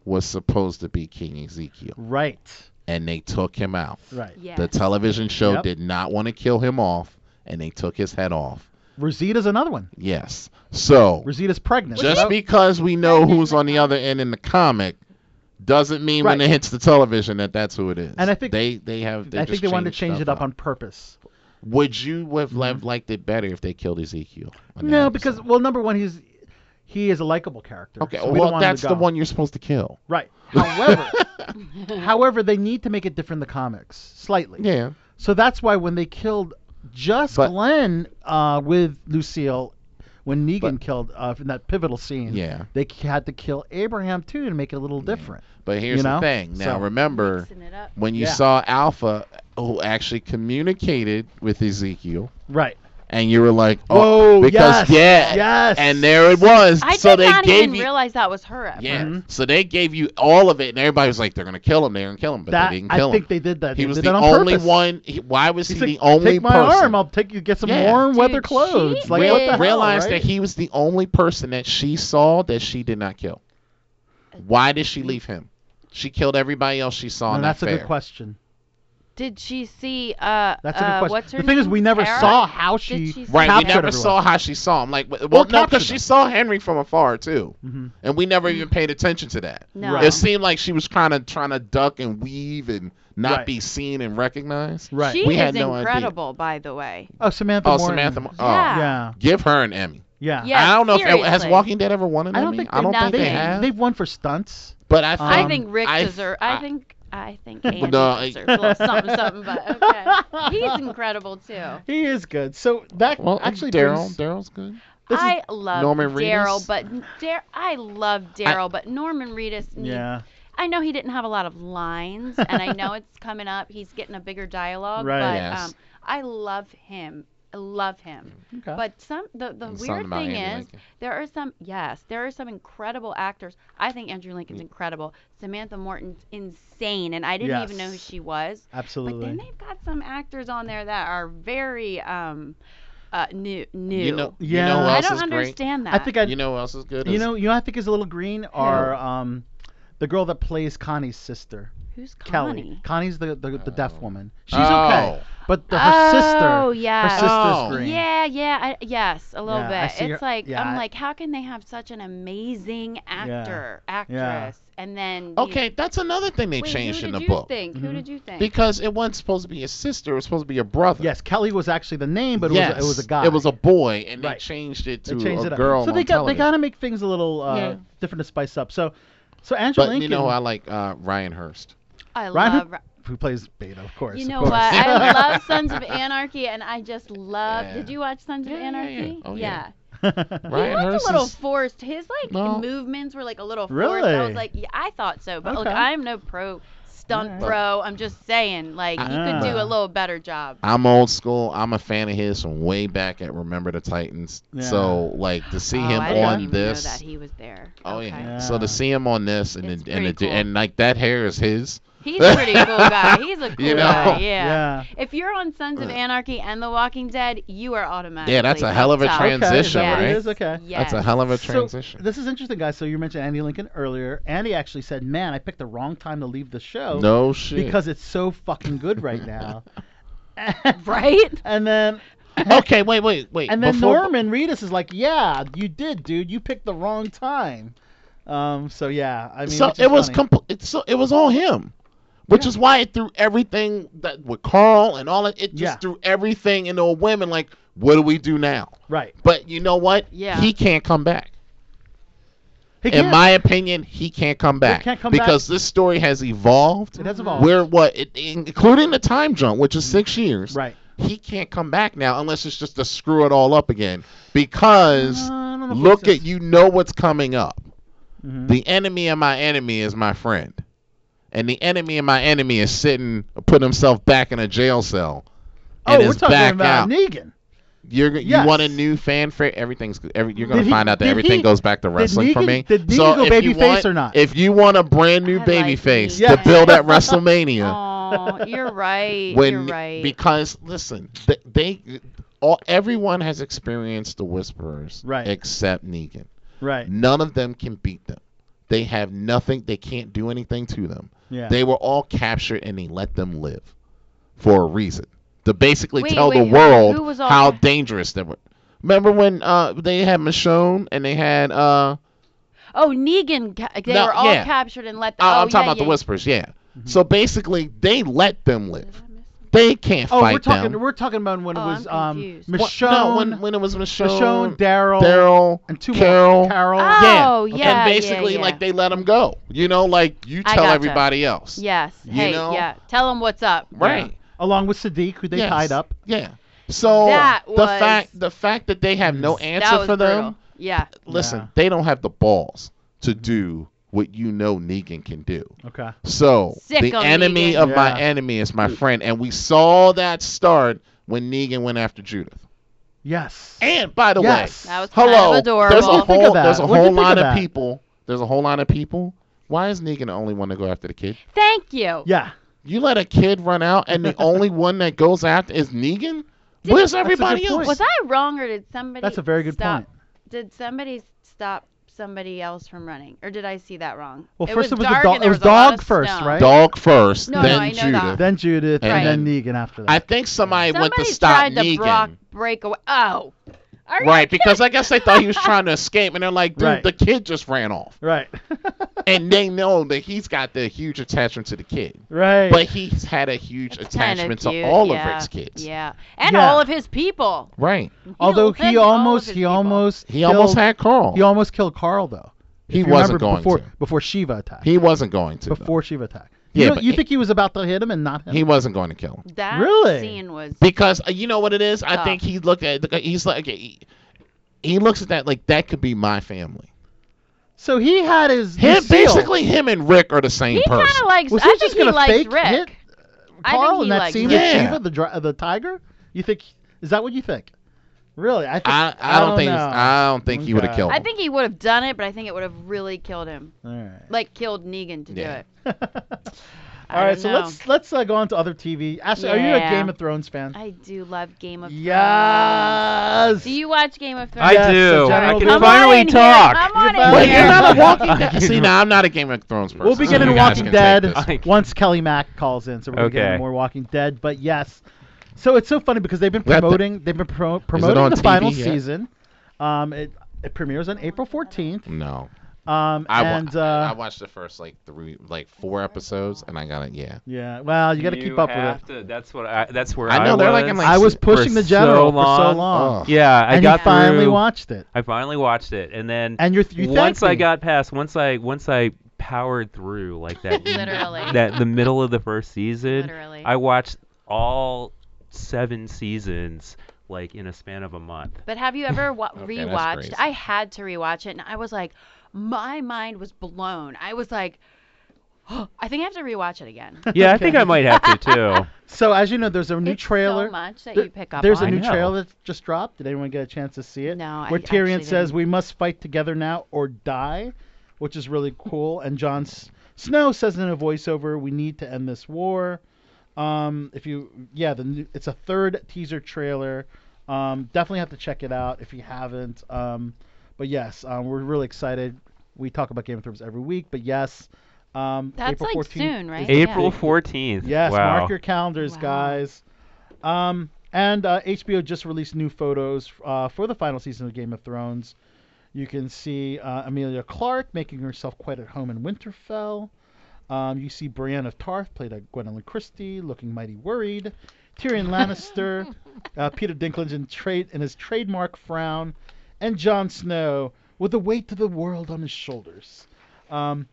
Speaker 7: was supposed to be King Ezekiel,
Speaker 6: right,
Speaker 7: and they took him out.
Speaker 6: right.
Speaker 8: yeah.
Speaker 7: The television show
Speaker 6: Yep.
Speaker 7: did not want to kill him off, and they took his head off.
Speaker 6: Rosita's another one.
Speaker 7: Yes. So
Speaker 6: Rosita's pregnant.
Speaker 7: just
Speaker 6: Oh,
Speaker 7: because we know who's on the other end in the comic doesn't mean when
Speaker 6: Right.
Speaker 7: it hits the television that that's who it is.
Speaker 6: And I think-
Speaker 7: they they have. They
Speaker 6: I
Speaker 7: just
Speaker 6: think they wanted to
Speaker 7: changed
Speaker 6: change
Speaker 7: stuff
Speaker 6: it up Mm-hmm.
Speaker 7: up
Speaker 6: on purpose.
Speaker 7: Would you have lev- liked it better if they killed Ezekiel? on that
Speaker 6: No,
Speaker 7: episode?
Speaker 6: because well, number one, he's he is a likable character.
Speaker 7: Okay,
Speaker 6: so we don't
Speaker 7: well
Speaker 6: want him to
Speaker 7: that's the
Speaker 6: go.
Speaker 7: one you're supposed to kill.
Speaker 6: Right. However, however, they need to make it different in the comics slightly.
Speaker 7: Yeah.
Speaker 6: So that's why when they killed just
Speaker 7: But-
Speaker 6: Glenn uh, with Lucille, when Negan
Speaker 7: But-
Speaker 6: killed uh, in that pivotal scene,
Speaker 7: Yeah.
Speaker 6: they c- had to kill Abraham too to make it a little different.
Speaker 7: But here's
Speaker 6: You know?
Speaker 7: the thing. Now
Speaker 6: So-
Speaker 7: remember
Speaker 8: Mixing it up.
Speaker 7: when you
Speaker 6: Yeah.
Speaker 7: saw Alpha who actually communicated with Ezekiel
Speaker 6: Right.
Speaker 7: and you were like,
Speaker 6: Whoa,
Speaker 7: "Oh,
Speaker 6: yes,
Speaker 7: because yeah."
Speaker 6: yes.
Speaker 7: And there it was.
Speaker 8: I
Speaker 7: so
Speaker 8: did
Speaker 7: they
Speaker 8: not
Speaker 7: gave
Speaker 8: even
Speaker 7: you
Speaker 8: realize that was her. at
Speaker 7: Yeah.
Speaker 6: Mm-hmm.
Speaker 8: first.
Speaker 7: So they gave you all of it and everybody was like they're going to kill him, they're going to kill him, but
Speaker 6: that
Speaker 7: they didn't
Speaker 6: I
Speaker 7: kill
Speaker 6: think
Speaker 7: him.
Speaker 6: they did that.
Speaker 7: he
Speaker 6: They
Speaker 7: was
Speaker 6: did
Speaker 7: the
Speaker 6: that on
Speaker 7: only
Speaker 6: purpose.
Speaker 7: one. He, why was
Speaker 6: He's
Speaker 7: he
Speaker 6: like,
Speaker 7: the only
Speaker 6: Take my
Speaker 7: person?
Speaker 6: arm. I'll take you. Get some
Speaker 7: Yeah.
Speaker 6: warm weather
Speaker 8: Dude,
Speaker 6: clothes.
Speaker 8: she
Speaker 6: Like
Speaker 8: Real-
Speaker 6: what the hell,
Speaker 7: realized
Speaker 6: right?
Speaker 7: that he was the only person that she saw that she did not kill. Why did she leave him? She killed everybody else she saw.
Speaker 6: No,
Speaker 7: in that
Speaker 6: that's a good
Speaker 7: fair.
Speaker 6: question.
Speaker 8: Did she see? Uh,
Speaker 6: That's a good
Speaker 8: uh,
Speaker 6: question.
Speaker 8: What's her
Speaker 6: the thing is,
Speaker 8: name?
Speaker 6: we never
Speaker 8: Tara?
Speaker 6: saw how she.
Speaker 8: she see
Speaker 7: Right, we
Speaker 8: Captured
Speaker 7: never
Speaker 6: everyone.
Speaker 7: saw how she saw him. Like, w- well, no,
Speaker 6: captured
Speaker 7: because she
Speaker 6: him.
Speaker 7: saw Henry from afar too,
Speaker 6: Mhm.
Speaker 7: and we never even paid attention to that.
Speaker 8: No.
Speaker 6: Right.
Speaker 7: It seemed like she was trying to trying to duck and weave and not
Speaker 6: Right.
Speaker 7: be seen and recognized.
Speaker 6: Right.
Speaker 8: She
Speaker 7: We
Speaker 8: is
Speaker 7: had no idea.
Speaker 8: incredible, by the way.
Speaker 6: oh, Samantha.
Speaker 7: Oh,
Speaker 6: Morton.
Speaker 7: Samantha. Mo- Oh,
Speaker 8: Yeah.
Speaker 6: Yeah.
Speaker 7: give her an Emmy.
Speaker 6: Yeah.
Speaker 8: Yeah,
Speaker 7: I don't know if has
Speaker 8: seriously.
Speaker 7: Walking Dead ever won an
Speaker 6: I don't
Speaker 7: Emmy.
Speaker 6: think
Speaker 7: I don't
Speaker 8: they-
Speaker 7: think they
Speaker 8: Nothing.
Speaker 7: have.
Speaker 6: They've won for stunts.
Speaker 7: but I think
Speaker 6: Um,
Speaker 8: I think Rick
Speaker 7: I-
Speaker 8: deserves. I, think. I think Andy
Speaker 7: no, I-
Speaker 8: deserves a little something, something. But okay, he's incredible too.
Speaker 6: He is good. So that
Speaker 7: well,
Speaker 6: actually
Speaker 7: actually, Daryl.
Speaker 6: brings-
Speaker 7: Daryl's good.
Speaker 6: This is-
Speaker 8: I love
Speaker 7: Norman
Speaker 8: Daryl,
Speaker 7: Reedus?
Speaker 8: but Dar- I love Daryl, but Norman Reedus. Needs,
Speaker 6: Yeah.
Speaker 8: I know he didn't have a lot of lines, and I know it's coming up. He's getting a bigger dialogue,
Speaker 6: Right.
Speaker 8: but
Speaker 7: Yes.
Speaker 8: um, I love him. I love him.
Speaker 6: Okay.
Speaker 8: But some the, the
Speaker 7: And
Speaker 8: weird
Speaker 7: something about
Speaker 8: thing is
Speaker 7: Andy Lincoln.
Speaker 8: there are some yes there are some incredible actors. I think Andrew Lincoln's
Speaker 7: Mm.
Speaker 8: incredible. Samantha Morton's insane, and I didn't even know who
Speaker 6: Yes.
Speaker 8: she was.
Speaker 6: Absolutely.
Speaker 8: But then they've got some actors on there that are very um uh new new.
Speaker 7: You know,
Speaker 6: Yeah.
Speaker 7: you know who
Speaker 8: I
Speaker 7: else
Speaker 8: don't
Speaker 7: is great?
Speaker 8: understand
Speaker 6: I
Speaker 8: that.
Speaker 6: think I.
Speaker 7: You know who else is good?
Speaker 6: You
Speaker 7: Is-
Speaker 6: know, you know, I think is a little green are um, the girl that plays Connie's sister,
Speaker 8: Who's Connie?
Speaker 6: Kelly. Connie's the the, the deaf
Speaker 7: Oh.
Speaker 6: woman. She's
Speaker 7: Oh.
Speaker 6: okay, but the, her
Speaker 8: Oh,
Speaker 6: sister, her
Speaker 8: yeah.
Speaker 6: sister's
Speaker 7: Oh.
Speaker 6: green.
Speaker 8: Yeah, yeah, I, yes, a little
Speaker 6: Yeah, I see
Speaker 8: bit.
Speaker 6: her-
Speaker 8: It's like
Speaker 6: yeah,
Speaker 8: I'm
Speaker 6: I-
Speaker 8: like, how can they have such an amazing actor, actress, and then be-
Speaker 7: Okay, that's another thing they
Speaker 8: Wait,
Speaker 7: changed
Speaker 8: who
Speaker 7: in
Speaker 8: did
Speaker 7: the
Speaker 8: you
Speaker 7: book
Speaker 8: Think?
Speaker 6: Mhm.
Speaker 8: Who did you think?
Speaker 7: because it wasn't supposed to be a sister; it was supposed to be a brother.
Speaker 6: Yes, Kelly was actually the name, but it
Speaker 7: yes.
Speaker 6: was it was a guy.
Speaker 7: It was a boy, and
Speaker 6: Right.
Speaker 7: they changed it
Speaker 6: They
Speaker 7: to
Speaker 6: changed
Speaker 7: a
Speaker 6: it up.
Speaker 7: girl.
Speaker 6: So they
Speaker 7: on
Speaker 6: got they
Speaker 7: television.
Speaker 6: got to make things a little uh,
Speaker 7: Yeah.
Speaker 6: different to spice up. So, so Andrew
Speaker 7: But
Speaker 6: Lincoln,
Speaker 7: you know, I like uh, Ryan Hurst.
Speaker 8: I
Speaker 6: Ryan-
Speaker 8: love.
Speaker 6: who plays Beta, of course.
Speaker 8: You
Speaker 6: of
Speaker 8: know
Speaker 6: course.
Speaker 8: what? I love Sons of Anarchy, and I just love.
Speaker 7: Yeah.
Speaker 8: Did you watch Sons of
Speaker 7: Yeah, yeah, yeah.
Speaker 8: Anarchy?
Speaker 7: Oh, yeah.
Speaker 8: He
Speaker 7: Ryan
Speaker 8: looked
Speaker 7: Hurst
Speaker 8: a little
Speaker 7: is-
Speaker 8: forced. His like
Speaker 7: No.
Speaker 8: movements were like a little forced. I
Speaker 6: Really?
Speaker 8: was like, yeah, I thought so, but look,
Speaker 6: Okay.
Speaker 8: I'm no pro stunt
Speaker 6: Alright.
Speaker 8: pro. I'm just saying, like, you could do
Speaker 6: Ah.
Speaker 8: a little better job.
Speaker 7: I'm old school. I'm a fan of his from way back at Remember the Titans.
Speaker 6: Yeah.
Speaker 7: So like to see
Speaker 8: Oh,
Speaker 7: him
Speaker 8: I didn't
Speaker 7: on
Speaker 8: even
Speaker 7: this.
Speaker 8: Know that he was there.
Speaker 7: Oh
Speaker 8: Okay.
Speaker 7: yeah.
Speaker 6: Yeah.
Speaker 7: So to see him on this and
Speaker 8: It's
Speaker 7: the, and, the,
Speaker 8: pretty cool.
Speaker 7: and like that hair is his.
Speaker 8: He's a pretty cool guy. He's a cool
Speaker 7: You know?
Speaker 8: guy. Yeah.
Speaker 6: yeah.
Speaker 8: If you're on Sons of
Speaker 7: Ugh.
Speaker 8: Anarchy and The Walking Dead, you are automatically.
Speaker 7: Yeah, that's a hell of a
Speaker 8: top.
Speaker 7: trans-
Speaker 6: Okay, is
Speaker 7: Transition,
Speaker 6: that what it
Speaker 8: right?
Speaker 6: is? Okay.
Speaker 8: Yes.
Speaker 7: That's a hell of a
Speaker 6: So,
Speaker 7: transition.
Speaker 6: this is interesting, guys. So you mentioned Andy Lincoln earlier. Andy actually said, "Man, I picked the wrong time to leave the show
Speaker 7: no shit.
Speaker 6: because it's so fucking good right now."
Speaker 8: right.
Speaker 6: And then,
Speaker 7: okay, wait, wait, wait.
Speaker 6: and then
Speaker 7: Before-
Speaker 6: Norman Reedus is like, "Yeah, you did, dude. You picked the wrong time." Um. So yeah, I mean,
Speaker 7: so
Speaker 6: which is
Speaker 7: it was
Speaker 6: funny.
Speaker 7: compl- it's so it was all him, which is why it threw everything that with Carl and all that. It just
Speaker 6: Yeah.
Speaker 7: threw everything into a women. Like, what do we do now?
Speaker 6: right.
Speaker 7: But you know what?
Speaker 8: Yeah.
Speaker 7: He can't come back.
Speaker 6: He
Speaker 7: in
Speaker 6: can't.
Speaker 7: my opinion, he can't come back
Speaker 6: can't come back.
Speaker 7: because this story has evolved.
Speaker 6: It has evolved.
Speaker 7: Where what, it, including the time jump, which is six years.
Speaker 6: Mm-hmm. Right.
Speaker 7: He can't come back now unless it's just to screw it all up again. Because
Speaker 6: Uh, I don't know if
Speaker 7: look
Speaker 6: it's-
Speaker 7: at you know what's coming up.
Speaker 6: Mhm.
Speaker 7: The enemy of my enemy is my friend, and the enemy of my enemy is sitting, putting himself back in a jail cell.
Speaker 6: Oh,
Speaker 7: and
Speaker 6: we're
Speaker 7: is
Speaker 6: talking
Speaker 7: back
Speaker 6: about
Speaker 7: out.
Speaker 6: Negan.
Speaker 7: You're g-
Speaker 6: Yes.
Speaker 7: you want a new fanfare? Everything's every, you're gonna
Speaker 6: Did he-
Speaker 7: find out that
Speaker 6: did
Speaker 7: everything
Speaker 6: he-
Speaker 7: goes back to
Speaker 6: did
Speaker 7: wrestling for
Speaker 6: Negan-
Speaker 7: me.
Speaker 6: did Negan
Speaker 7: so
Speaker 6: go
Speaker 7: if you
Speaker 6: babyface
Speaker 7: want-
Speaker 6: or not?
Speaker 7: If you want a brand new
Speaker 8: I like
Speaker 7: baby face
Speaker 6: Negan.
Speaker 7: to build at WrestleMania,
Speaker 8: Oh, you're right.
Speaker 7: when
Speaker 8: you're right.
Speaker 7: because listen, they, they all everyone has experienced the Whisperers,
Speaker 6: Right.
Speaker 7: Except Negan.
Speaker 6: Right.
Speaker 7: None of them can beat them. They have nothing. They can't do anything to them.
Speaker 6: Yeah.
Speaker 7: They were all captured and he let them live for a reason to basically
Speaker 8: Wait,
Speaker 7: tell
Speaker 8: wait,
Speaker 7: the
Speaker 8: who-
Speaker 7: world
Speaker 8: who was all
Speaker 7: how
Speaker 8: ca-
Speaker 7: dangerous they were. Remember when uh, they had Michonne and they had uh,
Speaker 8: oh, Negan. ca- They
Speaker 7: No,
Speaker 8: were all
Speaker 7: yeah.
Speaker 8: captured and let. The,
Speaker 7: I-
Speaker 8: oh,
Speaker 7: I'm talking about
Speaker 8: yeah, yeah, Mm-hmm.
Speaker 7: the Whispers, yeah. So basically, they let them live. They can't
Speaker 6: oh,
Speaker 7: fight
Speaker 6: we're talking.
Speaker 7: them.
Speaker 6: We're talking about when it
Speaker 8: Oh,
Speaker 6: was
Speaker 8: I'm
Speaker 6: um
Speaker 8: confused.
Speaker 7: Wha-
Speaker 6: Michonne,
Speaker 7: no, when, when it was
Speaker 6: Michonne,
Speaker 7: Michonne,
Speaker 6: Daryl,
Speaker 7: Daryl,
Speaker 6: and two
Speaker 7: Carol.
Speaker 6: more. Carol.
Speaker 8: Ah! Oh,
Speaker 7: yeah.
Speaker 8: yeah, yeah,
Speaker 7: And basically,
Speaker 8: yeah.
Speaker 7: like they let them go. You know, like you
Speaker 8: I
Speaker 7: tell
Speaker 8: gotcha.
Speaker 7: everybody else.
Speaker 8: Yes.
Speaker 7: You
Speaker 8: hey.
Speaker 7: know?
Speaker 8: Yeah. Tell them what's up.
Speaker 7: Right.
Speaker 6: Along with Sadiq, who they
Speaker 7: Yes.
Speaker 6: tied up.
Speaker 7: Yeah. So
Speaker 8: That
Speaker 7: the
Speaker 8: was-
Speaker 7: fact the fact that they have no
Speaker 8: That
Speaker 7: answer
Speaker 8: was
Speaker 7: for them.
Speaker 8: brutal. Yeah.
Speaker 7: Listen,
Speaker 6: Yeah.
Speaker 7: they don't have the balls to do what you know Negan can do.
Speaker 6: Okay.
Speaker 7: So
Speaker 8: Sick
Speaker 7: the
Speaker 8: on
Speaker 7: enemy
Speaker 8: Negan.
Speaker 7: of my
Speaker 6: Yeah.
Speaker 7: enemy is my friend, and we saw that start when Negan went after Judith.
Speaker 6: Yes.
Speaker 7: And by the
Speaker 6: Yes.
Speaker 7: way,
Speaker 8: That was kind
Speaker 7: hello,
Speaker 8: of adorable.
Speaker 7: there's a
Speaker 6: What'd you think
Speaker 7: whole
Speaker 6: of that?
Speaker 7: there's a
Speaker 6: What'd you
Speaker 7: whole
Speaker 6: think of
Speaker 7: line of
Speaker 6: that?
Speaker 7: people. There's a whole line of people. Why is Negan the only one to go after the kid?
Speaker 8: Thank you.
Speaker 6: yeah.
Speaker 7: You let a kid run out, and the only one that goes after is Negan. Where's everybody
Speaker 6: point.
Speaker 7: else?
Speaker 8: Was I wrong or did somebody?
Speaker 6: That's a very good
Speaker 8: stop-
Speaker 6: point.
Speaker 8: Did somebody stop somebody else from running, or did I see that wrong?
Speaker 6: Well, first it was a
Speaker 8: dark
Speaker 6: dog-
Speaker 8: and
Speaker 6: it
Speaker 8: there
Speaker 6: was
Speaker 8: a lot
Speaker 6: dog
Speaker 8: of
Speaker 6: first,
Speaker 8: snow.
Speaker 6: right?
Speaker 7: Dog first,
Speaker 8: No, no,
Speaker 7: then
Speaker 8: I know
Speaker 7: Judith.
Speaker 8: that.
Speaker 6: Then Judith,
Speaker 7: Right.
Speaker 6: and then Negan after that.
Speaker 7: I think somebody, went to
Speaker 8: Somebody
Speaker 7: stop
Speaker 8: tried to
Speaker 7: Negan.
Speaker 8: Brock break away. Oh. Are you
Speaker 7: Right, because I guess they thought he was trying to escape, and they're like, dude,
Speaker 6: Right.
Speaker 7: the kid just ran off.
Speaker 6: right.
Speaker 7: And they know that he's got the huge attachment to the kid.
Speaker 6: right.
Speaker 7: But he's had a huge
Speaker 8: That's kinda
Speaker 7: attachment to
Speaker 8: cute,
Speaker 7: all
Speaker 8: yeah,
Speaker 7: of Rick's kids.
Speaker 8: Yeah, and
Speaker 6: Yeah.
Speaker 8: all of his people.
Speaker 7: Right.
Speaker 6: Although
Speaker 8: offended
Speaker 6: he
Speaker 8: all of
Speaker 6: almost,
Speaker 8: his
Speaker 6: he
Speaker 8: people.
Speaker 6: almost,
Speaker 7: He almost
Speaker 6: killed-
Speaker 7: had Carl.
Speaker 6: he almost killed Carl though.
Speaker 7: He
Speaker 6: If you
Speaker 7: wasn't
Speaker 6: remember
Speaker 7: going
Speaker 6: before
Speaker 7: to.
Speaker 6: before Shiva attacked.
Speaker 7: He wasn't going to. though.
Speaker 6: before Shiva attacked.
Speaker 7: Yeah,
Speaker 6: You, know-
Speaker 7: but
Speaker 6: you
Speaker 7: he-
Speaker 6: think he was about to hit him and not him?
Speaker 7: He wasn't going to kill him.
Speaker 8: That
Speaker 6: Really?
Speaker 8: scene was.
Speaker 7: Because uh, you know what it is? I
Speaker 8: Oh.
Speaker 7: think he looked at he's like he, he looks at that like that could be my family.
Speaker 6: so he had his
Speaker 7: Him,
Speaker 6: Lucille.
Speaker 7: basically him and Rick are the same
Speaker 8: He kind
Speaker 7: person.
Speaker 8: of likes.
Speaker 6: Was
Speaker 8: I
Speaker 6: he
Speaker 8: think
Speaker 6: just
Speaker 8: he
Speaker 6: gonna
Speaker 8: likes
Speaker 6: fake
Speaker 8: Rick.
Speaker 6: hit
Speaker 8: I
Speaker 6: Carl
Speaker 8: think he
Speaker 6: in that
Speaker 8: liked
Speaker 6: scene
Speaker 8: Rick.
Speaker 6: with
Speaker 7: Yeah.
Speaker 6: Shiva, the dri- the tiger? You think is that what you think? Really? I think,
Speaker 7: I, I don't think
Speaker 6: know.
Speaker 7: I don't think he would have
Speaker 6: Okay.
Speaker 7: killed him.
Speaker 8: I think he would have done it, but I think it would have really killed him,
Speaker 6: All right.
Speaker 8: like killed Negan to
Speaker 7: Yeah.
Speaker 8: do it. I
Speaker 6: All right,
Speaker 8: don't
Speaker 6: so
Speaker 8: know.
Speaker 6: let's let's uh, go on to other TV. Ashley, are you a
Speaker 8: Yeah.
Speaker 6: Game of Thrones fan?
Speaker 8: I do love Game of Thrones.
Speaker 6: yes.
Speaker 8: Do you watch Game of Thrones?
Speaker 5: I
Speaker 6: Yes,
Speaker 5: do.
Speaker 6: the general
Speaker 5: I can
Speaker 6: will-
Speaker 8: Come on
Speaker 5: finally
Speaker 8: in
Speaker 5: talk.
Speaker 8: Here. Come on
Speaker 6: You're
Speaker 8: in
Speaker 7: Wait,
Speaker 6: Yeah.
Speaker 7: you're
Speaker 8: here.
Speaker 7: not a Walking
Speaker 5: I
Speaker 7: Dead.
Speaker 5: can-
Speaker 7: See, now I'm not a Game of Thrones person.
Speaker 6: We'll be
Speaker 7: so
Speaker 6: getting
Speaker 7: you
Speaker 6: to
Speaker 7: guys
Speaker 6: Walking
Speaker 7: can take
Speaker 6: Dead
Speaker 7: this.
Speaker 5: Like-
Speaker 6: once Kelly Mack calls in, so we're gonna get into
Speaker 5: Okay.
Speaker 6: more Walking Dead. But yes, so it's so funny because they've been
Speaker 7: We have to-
Speaker 6: promoting they've been pro- promoting
Speaker 7: on
Speaker 6: the
Speaker 7: TV
Speaker 6: final
Speaker 7: yet?
Speaker 6: season. Um, it it premieres on April 14th.
Speaker 7: No,
Speaker 6: Um,
Speaker 7: I, wa-
Speaker 6: and
Speaker 7: I
Speaker 6: uh,
Speaker 7: watched the first like three, like four episodes, and I got it. Yeah,
Speaker 6: yeah, well, you got to keep up with it.
Speaker 5: it. that's what I. That's where
Speaker 7: I know, they're like in, like,
Speaker 6: I was
Speaker 7: for Oh.
Speaker 6: pushing the
Speaker 5: so
Speaker 6: general for
Speaker 5: long.
Speaker 6: so long,
Speaker 7: Ugh.
Speaker 5: yeah, I
Speaker 6: and
Speaker 5: got
Speaker 6: you finally
Speaker 5: through-
Speaker 6: watched it.
Speaker 5: I finally watched it, and then
Speaker 6: And you're th- you thanked
Speaker 5: once I
Speaker 6: me.
Speaker 5: got past, once I once I powered through like that,
Speaker 8: Literally.
Speaker 5: that the middle of the first season,
Speaker 8: Literally.
Speaker 5: I watched all seven seasons like in a span of a month.
Speaker 8: But have you ever wa-
Speaker 7: that's
Speaker 8: rewatched?
Speaker 7: crazy.
Speaker 8: I had to rewatch it, and I was like, my mind was blown. I was like, oh, I think I have to rewatch it again.
Speaker 5: Yeah, I think I might have to too.
Speaker 6: So as you know, there's a new
Speaker 8: It's
Speaker 6: trailer.
Speaker 8: So much that
Speaker 6: There-
Speaker 8: you pick up.
Speaker 6: There's
Speaker 8: on.
Speaker 6: a new
Speaker 5: know.
Speaker 6: trailer that just dropped. Did anyone get a chance to see it?
Speaker 8: No, I
Speaker 6: Where
Speaker 8: actually
Speaker 6: Tyrion says
Speaker 8: didn't.
Speaker 6: we must fight together now or die, which is really cool. And Jon S- Snow says in a voiceover, "We need to end this war." Um, if you, yeah, the new, it's a third teaser trailer. Um, definitely have to check it out if you haven't. Um, but yes, um, we're really excited. We talk about Game of Thrones every week, but yes, um,
Speaker 8: That's
Speaker 6: April
Speaker 8: like
Speaker 6: 14th
Speaker 8: soon, right?
Speaker 6: is the
Speaker 5: April
Speaker 6: big-
Speaker 5: fourteenth.
Speaker 6: Yes,
Speaker 5: wow.
Speaker 6: mark your calendars,
Speaker 8: Wow.
Speaker 6: guys. Um, and uh, HBO just released new photos uh, for the final season of Game of Thrones. You can see uh, Amelia Clark making herself quite at home in Winterfell. Um, you see Brienne of Tarth, played by Gwendolyn Christie, looking mighty worried. Tyrion Lannister, uh, Peter Dinklage in, trade in his trademark frown, and Jon Snow with the weight of the world on his shoulders. Um,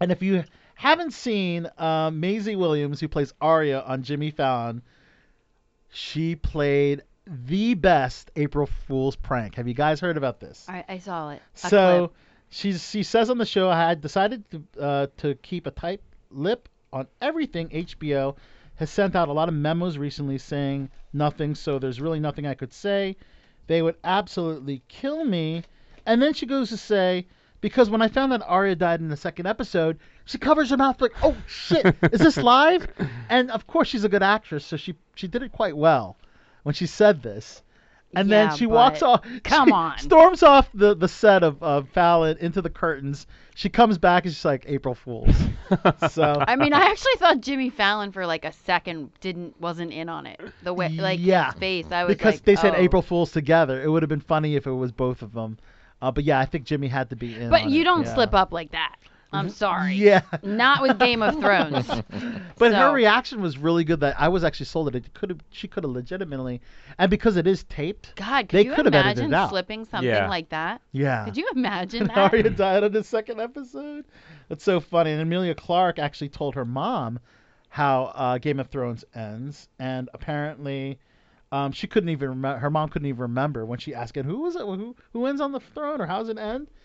Speaker 6: and if you haven't seen uh, Maisie Williams, who plays Arya on Jimmy Fallon, she played the best April Fool's prank. Have you guys heard about this?
Speaker 8: I, I saw it. A
Speaker 6: so she's she says on the show I had decided to uh, to keep a tight lip on everything HBO has sent out a lot of memos recently saying nothing so there's really nothing I could say they would absolutely kill me and then she goes to say because when I found that Arya died in the second episode she covers her mouth like oh shit is this live and of course she's a good actress so she she did it quite well when she said this and
Speaker 8: Yeah,
Speaker 6: then she walks
Speaker 8: but-
Speaker 6: off.
Speaker 8: come
Speaker 6: she
Speaker 8: on.
Speaker 6: Storms off the, the set of, of Fallon into the curtains. She comes back and she's like, April Fools. so,
Speaker 8: clip. I mean, I actually thought Jimmy Fallon for like a second didn't wasn't in on it. The way like
Speaker 6: Yeah.
Speaker 8: his face, I was
Speaker 6: because
Speaker 8: like,
Speaker 6: they said
Speaker 8: oh.
Speaker 6: April Fools together, it would have been funny if it was both of them. Uh, but yeah, I think Jimmy had to be in.
Speaker 8: But
Speaker 6: on
Speaker 8: you
Speaker 6: it,
Speaker 8: don't
Speaker 6: yeah. Mm-hmm.
Speaker 8: slip up like that. I'm sorry.
Speaker 6: Yeah.
Speaker 8: Not with Game of Thrones.
Speaker 6: But her
Speaker 8: So-
Speaker 6: reaction was really good. That I was actually sold that it could have. She could have legitimately, and because it is taped.
Speaker 8: God, could
Speaker 6: They
Speaker 8: you
Speaker 6: could have edited it
Speaker 8: imagine
Speaker 6: out.
Speaker 8: slipping something
Speaker 5: Yeah.
Speaker 8: like that?
Speaker 6: Yeah.
Speaker 8: Could you imagine
Speaker 6: and
Speaker 8: that?
Speaker 6: Arya died on the second episode. That's so funny. And Amelia Clark actually told her mom how uh, Game of Thrones ends, and apparently um, she couldn't even remember. Her mom couldn't even remember when she asked it, "Who was it? Who who ends on the throne, or how does it end?"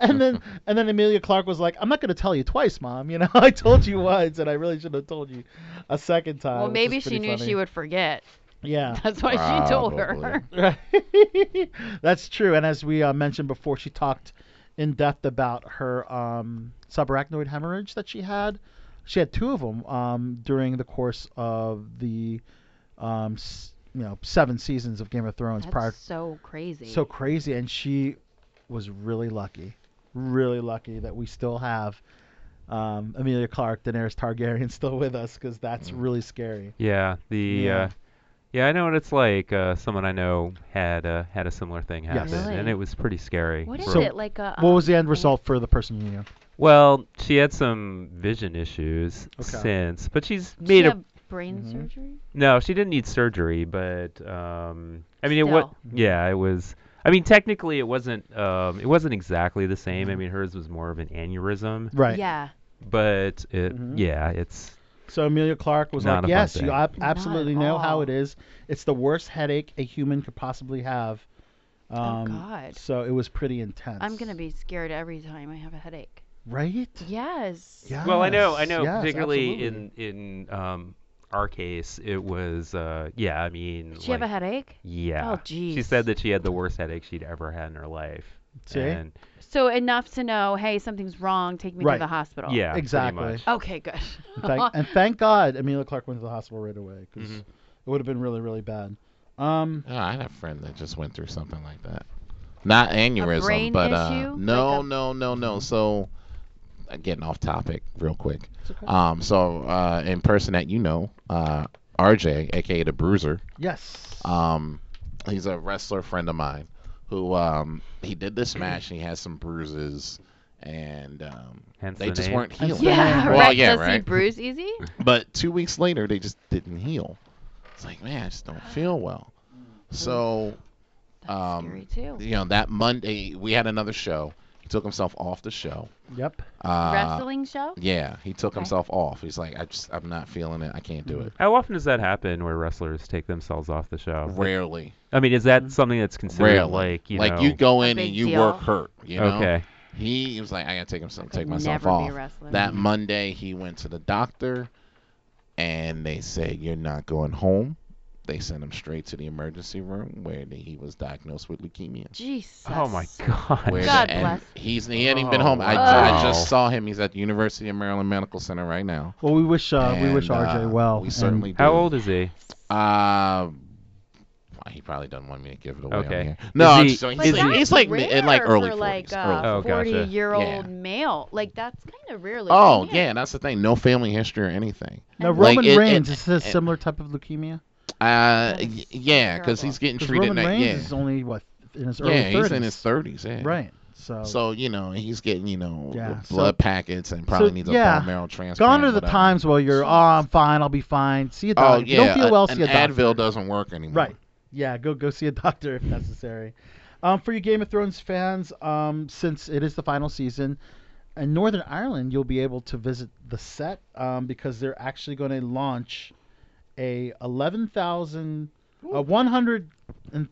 Speaker 6: And then and then Amelia Clark was like, "I'm not going to tell you twice, mom. You know, I told you once, and I really should have told you a second time."
Speaker 8: well,
Speaker 6: uh, which
Speaker 8: maybe
Speaker 6: is
Speaker 8: she
Speaker 6: pretty
Speaker 8: knew
Speaker 6: funny.
Speaker 8: she would forget.
Speaker 6: Yeah.
Speaker 8: That's why she told her.
Speaker 6: Right. That's true. And as we uh, mentioned before, she talked in depth about her um, subarachnoid hemorrhage that she had. She had two of them um, during the course of the, um, s- you know, seven seasons of Game of Thrones
Speaker 8: That's
Speaker 6: prior.
Speaker 8: so crazy.
Speaker 6: So crazy, and she was really lucky, really lucky that we still have um, Amelia Clark, Daenerys Targaryen, still with us because that's really scary.
Speaker 5: Yeah, the
Speaker 6: Yeah.
Speaker 5: Uh, yeah, I know what it's like. Uh, someone I know had uh, had a similar thing happen, and
Speaker 8: Really?
Speaker 5: it was pretty scary.
Speaker 8: what is
Speaker 5: for-
Speaker 8: it like a?
Speaker 6: What
Speaker 8: um,
Speaker 6: was the end
Speaker 8: I-
Speaker 6: result for the person you knew?
Speaker 5: Well, she had some vision issues
Speaker 6: Okay.
Speaker 5: since, but she's
Speaker 8: Did she
Speaker 5: made a
Speaker 8: have brain
Speaker 6: Mhm.
Speaker 8: surgery?
Speaker 5: no. She didn't need surgery, but um, I mean, it what?
Speaker 8: Still.
Speaker 5: Yeah, it was. I mean, technically, it wasn't. Um, it wasn't exactly the same. I mean, hers was more of an aneurysm,
Speaker 6: Right.
Speaker 8: Mm-hmm. Yeah.
Speaker 5: but it,
Speaker 6: Mhm.
Speaker 5: yeah, it's
Speaker 6: So Amelia Clark was
Speaker 5: Not a
Speaker 6: like,
Speaker 5: fun
Speaker 6: "Yes, you
Speaker 5: thing.
Speaker 6: ab-
Speaker 8: Not at
Speaker 6: absolutely know how
Speaker 8: all.
Speaker 6: it is. It's the worst headache a human could possibly have." Um,
Speaker 8: Oh, God.
Speaker 6: So it was pretty intense.
Speaker 8: I'm gonna be scared every time I have a headache.
Speaker 6: right.
Speaker 8: Yes.
Speaker 5: Well, I know, I
Speaker 6: Yes,
Speaker 5: know,
Speaker 6: yes,
Speaker 5: particularly
Speaker 6: absolutely.
Speaker 5: in in um, our case, it was uh, yeah. I mean,
Speaker 8: Did she have a
Speaker 5: like,
Speaker 8: headache?
Speaker 5: yeah.
Speaker 8: Oh,
Speaker 5: She said
Speaker 8: jeez.
Speaker 5: that she had the worst headache she'd ever had in her life.
Speaker 6: See?
Speaker 5: And,
Speaker 8: So enough to know, hey, something's wrong. Take me
Speaker 6: Right.
Speaker 8: to the hospital.
Speaker 5: yeah, pretty
Speaker 6: Exactly.
Speaker 5: much.
Speaker 8: Okay, good.
Speaker 6: Thank- and thank God Amelia Clark went to the hospital right away because
Speaker 5: Mhm.
Speaker 6: it would have been really, really bad. Um,
Speaker 7: Yeah, Oh, I had a friend that just went through something like that. Not aneurysm,
Speaker 8: brain
Speaker 7: but uh,
Speaker 8: issue?
Speaker 7: no,
Speaker 8: Like a- Mm-hmm.
Speaker 7: no, no, no. So, uh, getting off topic real quick.
Speaker 6: it's okay.
Speaker 7: Um, so uh, in person that you know, uh, RJ, aka the Bruiser,
Speaker 6: yes.
Speaker 7: um, he's a wrestler friend of mine who um, he did this match and he had some bruises and um,
Speaker 5: Hence
Speaker 7: they
Speaker 5: the
Speaker 7: just
Speaker 5: name.
Speaker 7: weren't
Speaker 6: Hence
Speaker 7: healing.
Speaker 6: the name.
Speaker 8: yeah.
Speaker 7: Well,
Speaker 8: right.
Speaker 7: yeah,
Speaker 8: Does he
Speaker 7: right.
Speaker 8: bruise easy?
Speaker 7: But two weeks later, they just didn't heal. It's like, man, I just don't feel well. So,
Speaker 8: That's scary
Speaker 7: um,
Speaker 8: too.
Speaker 7: you know, that Monday we had another show. He took himself off the show.
Speaker 6: yep.
Speaker 7: Uh,
Speaker 8: Wrestling show?
Speaker 7: Yeah, he took
Speaker 8: Okay.
Speaker 7: himself off. He's like, I just, I'm not feeling it. I can't do it.
Speaker 5: How often does that happen where wrestlers take themselves off the show?
Speaker 7: Rarely,
Speaker 5: I mean, is that something that's considered
Speaker 7: rarely.
Speaker 5: like you know?
Speaker 7: you go
Speaker 8: Mm-hmm. A
Speaker 7: in
Speaker 8: big
Speaker 7: and you
Speaker 8: deal.
Speaker 7: work hurt. You know.
Speaker 5: okay.
Speaker 7: He, he was like, I gotta take himself, take
Speaker 8: Could
Speaker 7: myself
Speaker 8: never
Speaker 7: off.
Speaker 8: Be a wrestler.
Speaker 7: That Monday, he went to the doctor, and they said, "You're not going home." They sent him straight to the emergency room where the, he was diagnosed with leukemia.
Speaker 8: Jesus.
Speaker 5: Oh my God.
Speaker 7: Where
Speaker 8: God
Speaker 7: the- and
Speaker 8: bless.
Speaker 7: He's he hadn't even been
Speaker 5: Oh,
Speaker 7: home. I,
Speaker 5: wow.
Speaker 7: I just saw him. He's at the University of Maryland Medical Center right now.
Speaker 6: Well, we wish uh, we wish
Speaker 7: And,
Speaker 6: RJ
Speaker 7: uh,
Speaker 6: well.
Speaker 7: We
Speaker 6: and-
Speaker 7: certainly do.
Speaker 5: How old is he?
Speaker 7: Uh, he probably doesn't want me to give it away.
Speaker 5: Okay.
Speaker 7: On here. No, I'm
Speaker 5: he-
Speaker 7: just saying,
Speaker 8: But
Speaker 7: he's,
Speaker 8: that's
Speaker 7: like, he's like mid-
Speaker 8: rare
Speaker 7: like early
Speaker 8: for
Speaker 7: 40s.
Speaker 8: like
Speaker 7: early 40s.
Speaker 5: Oh, gotcha.
Speaker 8: year
Speaker 7: Yeah.
Speaker 8: old male. Like that's kind of rare.
Speaker 7: Oh
Speaker 8: leukemia.
Speaker 7: yeah, that's the thing. No family history or anything.
Speaker 6: Now
Speaker 8: and-
Speaker 7: Like,
Speaker 6: Roman
Speaker 7: it- it-
Speaker 6: Reigns is this a
Speaker 7: it-
Speaker 6: similar type of leukemia?
Speaker 7: Uh,
Speaker 8: That
Speaker 7: y-
Speaker 8: is
Speaker 7: yeah, because
Speaker 8: terrible.
Speaker 7: he's getting
Speaker 6: 'Cause
Speaker 7: treated.
Speaker 6: Roman
Speaker 7: now-
Speaker 6: Reigns
Speaker 7: yeah,
Speaker 6: is only what in his early
Speaker 7: yeah,
Speaker 6: 30s.
Speaker 7: he's in his thirties. Yeah,
Speaker 6: Right. So.
Speaker 7: So you know he's getting you know
Speaker 6: Yeah, so-
Speaker 7: blood packets and probably needs a
Speaker 6: yeah,
Speaker 7: bone marrow transplant.
Speaker 6: Gone are the
Speaker 7: whatever.
Speaker 6: times where you're, oh, I'm fine, I'll be fine. See a
Speaker 7: Oh
Speaker 6: doctor. If
Speaker 7: yeah,
Speaker 6: you don't feel
Speaker 7: a-
Speaker 6: well,
Speaker 7: an
Speaker 6: see a doctor.
Speaker 7: Advil doesn't work anymore.
Speaker 6: Right. Yeah, go go see a doctor if necessary. Um, for you Game of Thrones fans, um, since it is the final season, in Northern Ireland, you'll be able to visit the set um, because they're actually going to launch a 11,000, a 100 and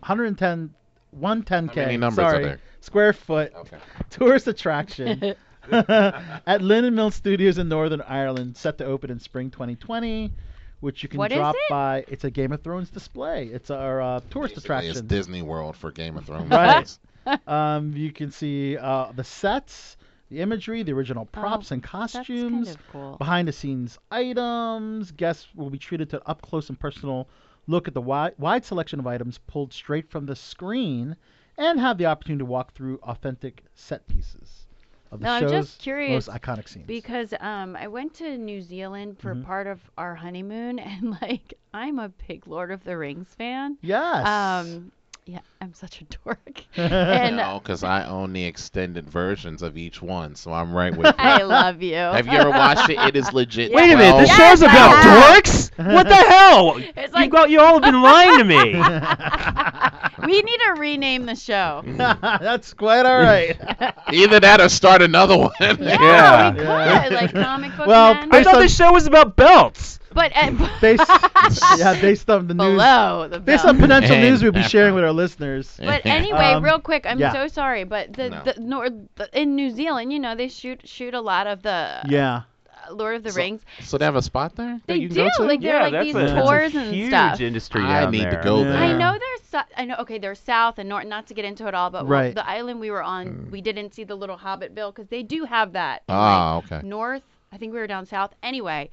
Speaker 6: 110, 110k,
Speaker 7: How many numbers are
Speaker 6: sorry,
Speaker 7: there?
Speaker 6: square foot
Speaker 7: Okay.
Speaker 6: tourist attraction at Linen Mill Studios in Northern Ireland, set to open in spring 2020. Which you can
Speaker 8: What is
Speaker 6: drop
Speaker 8: it?
Speaker 6: by. It's a Game of Thrones display. It's our uh, tourist
Speaker 7: Basically, It's
Speaker 6: attraction.
Speaker 7: Disney World for Game of Thrones.
Speaker 6: Right.
Speaker 7: fans.
Speaker 6: Um, you can see uh, the sets, the imagery, the original props and
Speaker 8: Oh, That's
Speaker 6: costumes,
Speaker 8: kind of cool.
Speaker 6: behind the scenes items. Guests will be treated to an up close and personal look at the wide, wide selection of items pulled straight from the screen and have the opportunity to walk through authentic set pieces of the
Speaker 8: Now, I'm
Speaker 6: show's
Speaker 8: just curious
Speaker 6: most iconic scenes.
Speaker 8: Because um, I went to New Zealand for
Speaker 6: Mhm.
Speaker 8: part of our honeymoon, and like I'm a big Lord of the Rings fan.
Speaker 6: yes.
Speaker 8: Um, yeah, I'm such a dork. and
Speaker 7: No, because I own the extended versions of each one, so I'm right with you.
Speaker 8: I love you.
Speaker 7: Have you ever watched it? It is legit.
Speaker 5: Wait a minute,
Speaker 7: 12
Speaker 5: the
Speaker 8: Yes,
Speaker 5: show's
Speaker 8: I
Speaker 5: about
Speaker 8: have.
Speaker 5: dorks? What the hell?
Speaker 8: It's
Speaker 5: you,
Speaker 8: like-
Speaker 5: got, you all have been lying to me.
Speaker 8: we need to rename the show.
Speaker 6: That's quite all right.
Speaker 7: Either that or start another one.
Speaker 8: Yeah,
Speaker 5: Yeah.
Speaker 8: we could
Speaker 6: Yeah.
Speaker 8: like comic book
Speaker 6: Well,
Speaker 5: I
Speaker 8: men.
Speaker 6: Based
Speaker 5: thought
Speaker 6: on-
Speaker 5: the show was about belts.
Speaker 8: but uh, at,
Speaker 6: based, yeah, based on the news.
Speaker 8: below the
Speaker 6: Based
Speaker 8: belt.
Speaker 6: on potential news we'll be
Speaker 7: And-
Speaker 6: sharing with our listeners.
Speaker 8: But anyway,
Speaker 6: Um,
Speaker 8: real quick, I'm
Speaker 6: yeah.
Speaker 8: so sorry, but the,
Speaker 7: No.
Speaker 8: the, nor, the in New Zealand, you know, they shoot shoot a lot of the
Speaker 6: Yeah.
Speaker 8: uh, Lord of the
Speaker 7: So-
Speaker 8: Rings.
Speaker 7: So they have a spot there? that
Speaker 8: They
Speaker 7: you can
Speaker 8: do,
Speaker 7: Go to?
Speaker 8: like they're
Speaker 5: yeah,
Speaker 8: like
Speaker 5: that's
Speaker 8: these
Speaker 5: a, that's a
Speaker 8: tours and
Speaker 5: huge
Speaker 8: stuff.
Speaker 5: industry
Speaker 7: I
Speaker 5: down
Speaker 7: need to
Speaker 5: there.
Speaker 7: go
Speaker 6: Yeah.
Speaker 7: there.
Speaker 8: I know there's so- I know okay, there's south and north. Not to get into it all, but
Speaker 6: Right.
Speaker 8: the island we were
Speaker 5: Hmm.
Speaker 8: on, we didn't see the little Hobbit bill because they do have that. in, like,
Speaker 7: Ah, okay.
Speaker 8: north. I think we were down south. Anyway,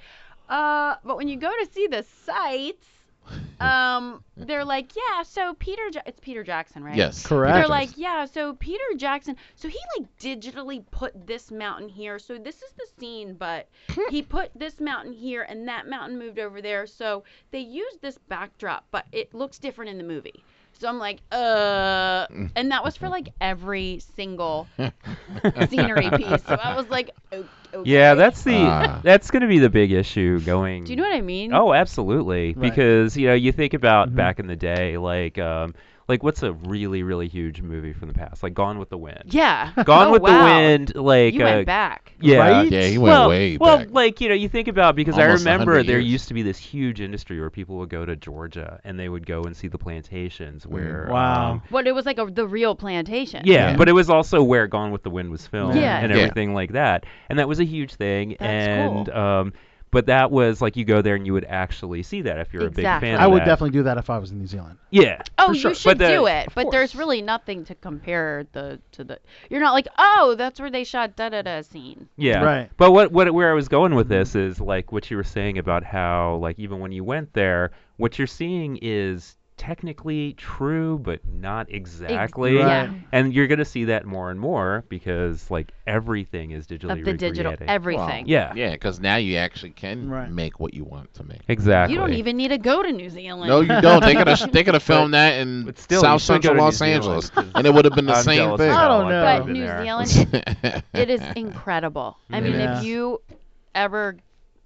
Speaker 8: uh, but when you go to see the sites, um, they're like, yeah, so Peter, ja- it's Peter Jackson, right?
Speaker 7: Yes.
Speaker 6: Correct.
Speaker 8: They're
Speaker 6: Jackson.
Speaker 8: like, yeah, so Peter Jackson, so he like digitally put this mountain here. So this is the scene, but he put this mountain here and that mountain moved over there. So they used this backdrop, but it looks different in the movie. So I'm like, uh, and that was for like every single scenery piece. So I was like, o- okay.
Speaker 5: Yeah, that's the
Speaker 7: Ah.
Speaker 5: that's going to be the big issue going.
Speaker 8: Do you know what I mean?
Speaker 5: Oh, absolutely.
Speaker 6: Right.
Speaker 5: Because you know, you think about
Speaker 6: Mhm.
Speaker 5: back in the day, like um, like what's a really really huge movie from the past, like Gone with the Wind.
Speaker 8: Yeah.
Speaker 5: Gone
Speaker 8: Oh,
Speaker 5: with
Speaker 8: wow.
Speaker 5: the Wind, like
Speaker 8: You
Speaker 5: uh,
Speaker 8: went back.
Speaker 5: yeah,
Speaker 6: Right?
Speaker 7: Yeah, he went
Speaker 5: well,
Speaker 7: way
Speaker 5: well,
Speaker 7: back.
Speaker 5: like you know, you think about because I
Speaker 7: Almost 100
Speaker 5: remember there
Speaker 7: years.
Speaker 5: used to be this huge industry where people would go to Georgia and they would go and see the plantations where
Speaker 6: Wow.
Speaker 5: um,
Speaker 8: But it was like a, the real plantation.
Speaker 5: yeah,
Speaker 7: Yeah.
Speaker 5: but it was also where Gone with the Wind was filmed
Speaker 8: Yeah.
Speaker 5: and
Speaker 7: Yeah.
Speaker 5: everything like that, and that was a huge thing.
Speaker 8: That's
Speaker 5: and
Speaker 8: cool.
Speaker 5: um, but that was like you go there and you would actually see that if you're
Speaker 8: Exactly.
Speaker 5: a big fan.
Speaker 6: I
Speaker 5: of
Speaker 6: would
Speaker 5: that.
Speaker 6: definitely do that if I was in New Zealand.
Speaker 5: Yeah.
Speaker 8: Oh,
Speaker 6: sure.
Speaker 8: you
Speaker 5: But
Speaker 8: should
Speaker 5: the-
Speaker 8: do it,
Speaker 6: Of
Speaker 8: but there's
Speaker 6: course.
Speaker 8: really nothing to compare the to the. You're not like, oh, that's where they shot da da da scene.
Speaker 5: Yeah.
Speaker 6: Right.
Speaker 5: But what what where I was going with this is like what you were saying about how like even when you went there, what you're seeing is technically true but not exactly.
Speaker 6: yeah.
Speaker 5: And you're gonna see that more and more because like everything is digitally
Speaker 8: Of the digital
Speaker 5: recreated.
Speaker 8: everything.
Speaker 5: yeah.
Speaker 7: Yeah, because now you actually can
Speaker 6: Right.
Speaker 7: make what you want to make.
Speaker 5: Exactly.
Speaker 8: You don't even need to go to New Zealand.
Speaker 7: No, you don't. They could have they could have filmed that in
Speaker 5: but still, you
Speaker 7: South
Speaker 5: should go
Speaker 7: Central
Speaker 5: to New
Speaker 7: Los
Speaker 5: Zealand,
Speaker 7: Angeles,
Speaker 5: 'cause
Speaker 7: and it would have been the
Speaker 5: I'm
Speaker 7: same
Speaker 5: jealous as
Speaker 7: thing.
Speaker 6: I
Speaker 5: hell,
Speaker 6: don't
Speaker 5: I've
Speaker 6: know.
Speaker 5: never
Speaker 8: But
Speaker 5: been
Speaker 8: New
Speaker 5: there.
Speaker 8: Zealand, it is incredible. I mean,
Speaker 6: Yeah.
Speaker 8: if you ever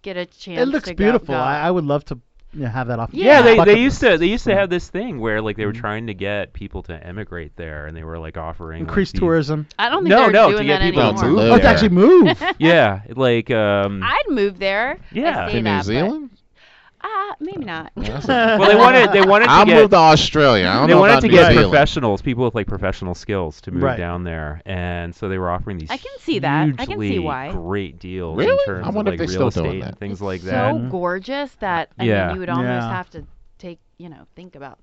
Speaker 8: get a chance,
Speaker 6: It looks
Speaker 8: to go-
Speaker 6: beautiful.
Speaker 8: go.
Speaker 6: I, I would love to you know, have that off.
Speaker 5: Yeah,
Speaker 8: Yeah. Mm-hmm.
Speaker 5: they,
Speaker 6: Bucket
Speaker 5: they used
Speaker 6: list.
Speaker 5: to they used to
Speaker 6: Yeah.
Speaker 5: have this thing where like they were
Speaker 6: Mhm.
Speaker 5: trying to get people to emigrate there, and they were like offering like,
Speaker 6: increase
Speaker 5: these-
Speaker 6: tourism.
Speaker 8: I don't think
Speaker 5: No,
Speaker 8: they're
Speaker 5: no, to
Speaker 8: doing
Speaker 5: get
Speaker 8: that
Speaker 5: people
Speaker 7: to
Speaker 8: anymore.
Speaker 7: move.
Speaker 6: Oh, to
Speaker 7: There.
Speaker 6: actually move.
Speaker 5: Yeah, like um,
Speaker 8: I'd move there.
Speaker 5: Yeah.
Speaker 8: I say
Speaker 7: in
Speaker 8: that,
Speaker 7: New
Speaker 8: but-
Speaker 7: Zealand.
Speaker 8: Ah, maybe not.
Speaker 7: That's a-
Speaker 5: well, they wanted they wanted to
Speaker 7: I'll
Speaker 5: get
Speaker 7: move to Australia. I don't
Speaker 5: they
Speaker 7: know
Speaker 5: wanted
Speaker 7: about
Speaker 5: to
Speaker 7: New
Speaker 5: get
Speaker 7: Zealand.
Speaker 5: professionals, people with like professional skills, to move
Speaker 6: Right.
Speaker 5: down there, and so they were offering these.
Speaker 8: I can see that. I can see
Speaker 5: hugely
Speaker 8: why.
Speaker 5: great deals
Speaker 7: Really?
Speaker 5: in terms
Speaker 7: I wonder
Speaker 5: of
Speaker 7: if
Speaker 5: like
Speaker 7: they're
Speaker 5: real
Speaker 7: still doing
Speaker 5: estate and
Speaker 7: that.
Speaker 5: things
Speaker 8: It's
Speaker 5: like
Speaker 8: so
Speaker 5: that.
Speaker 8: gorgeous that I
Speaker 5: Yeah.
Speaker 8: mean, you would almost
Speaker 6: Yeah.
Speaker 8: have to take, you know, think about.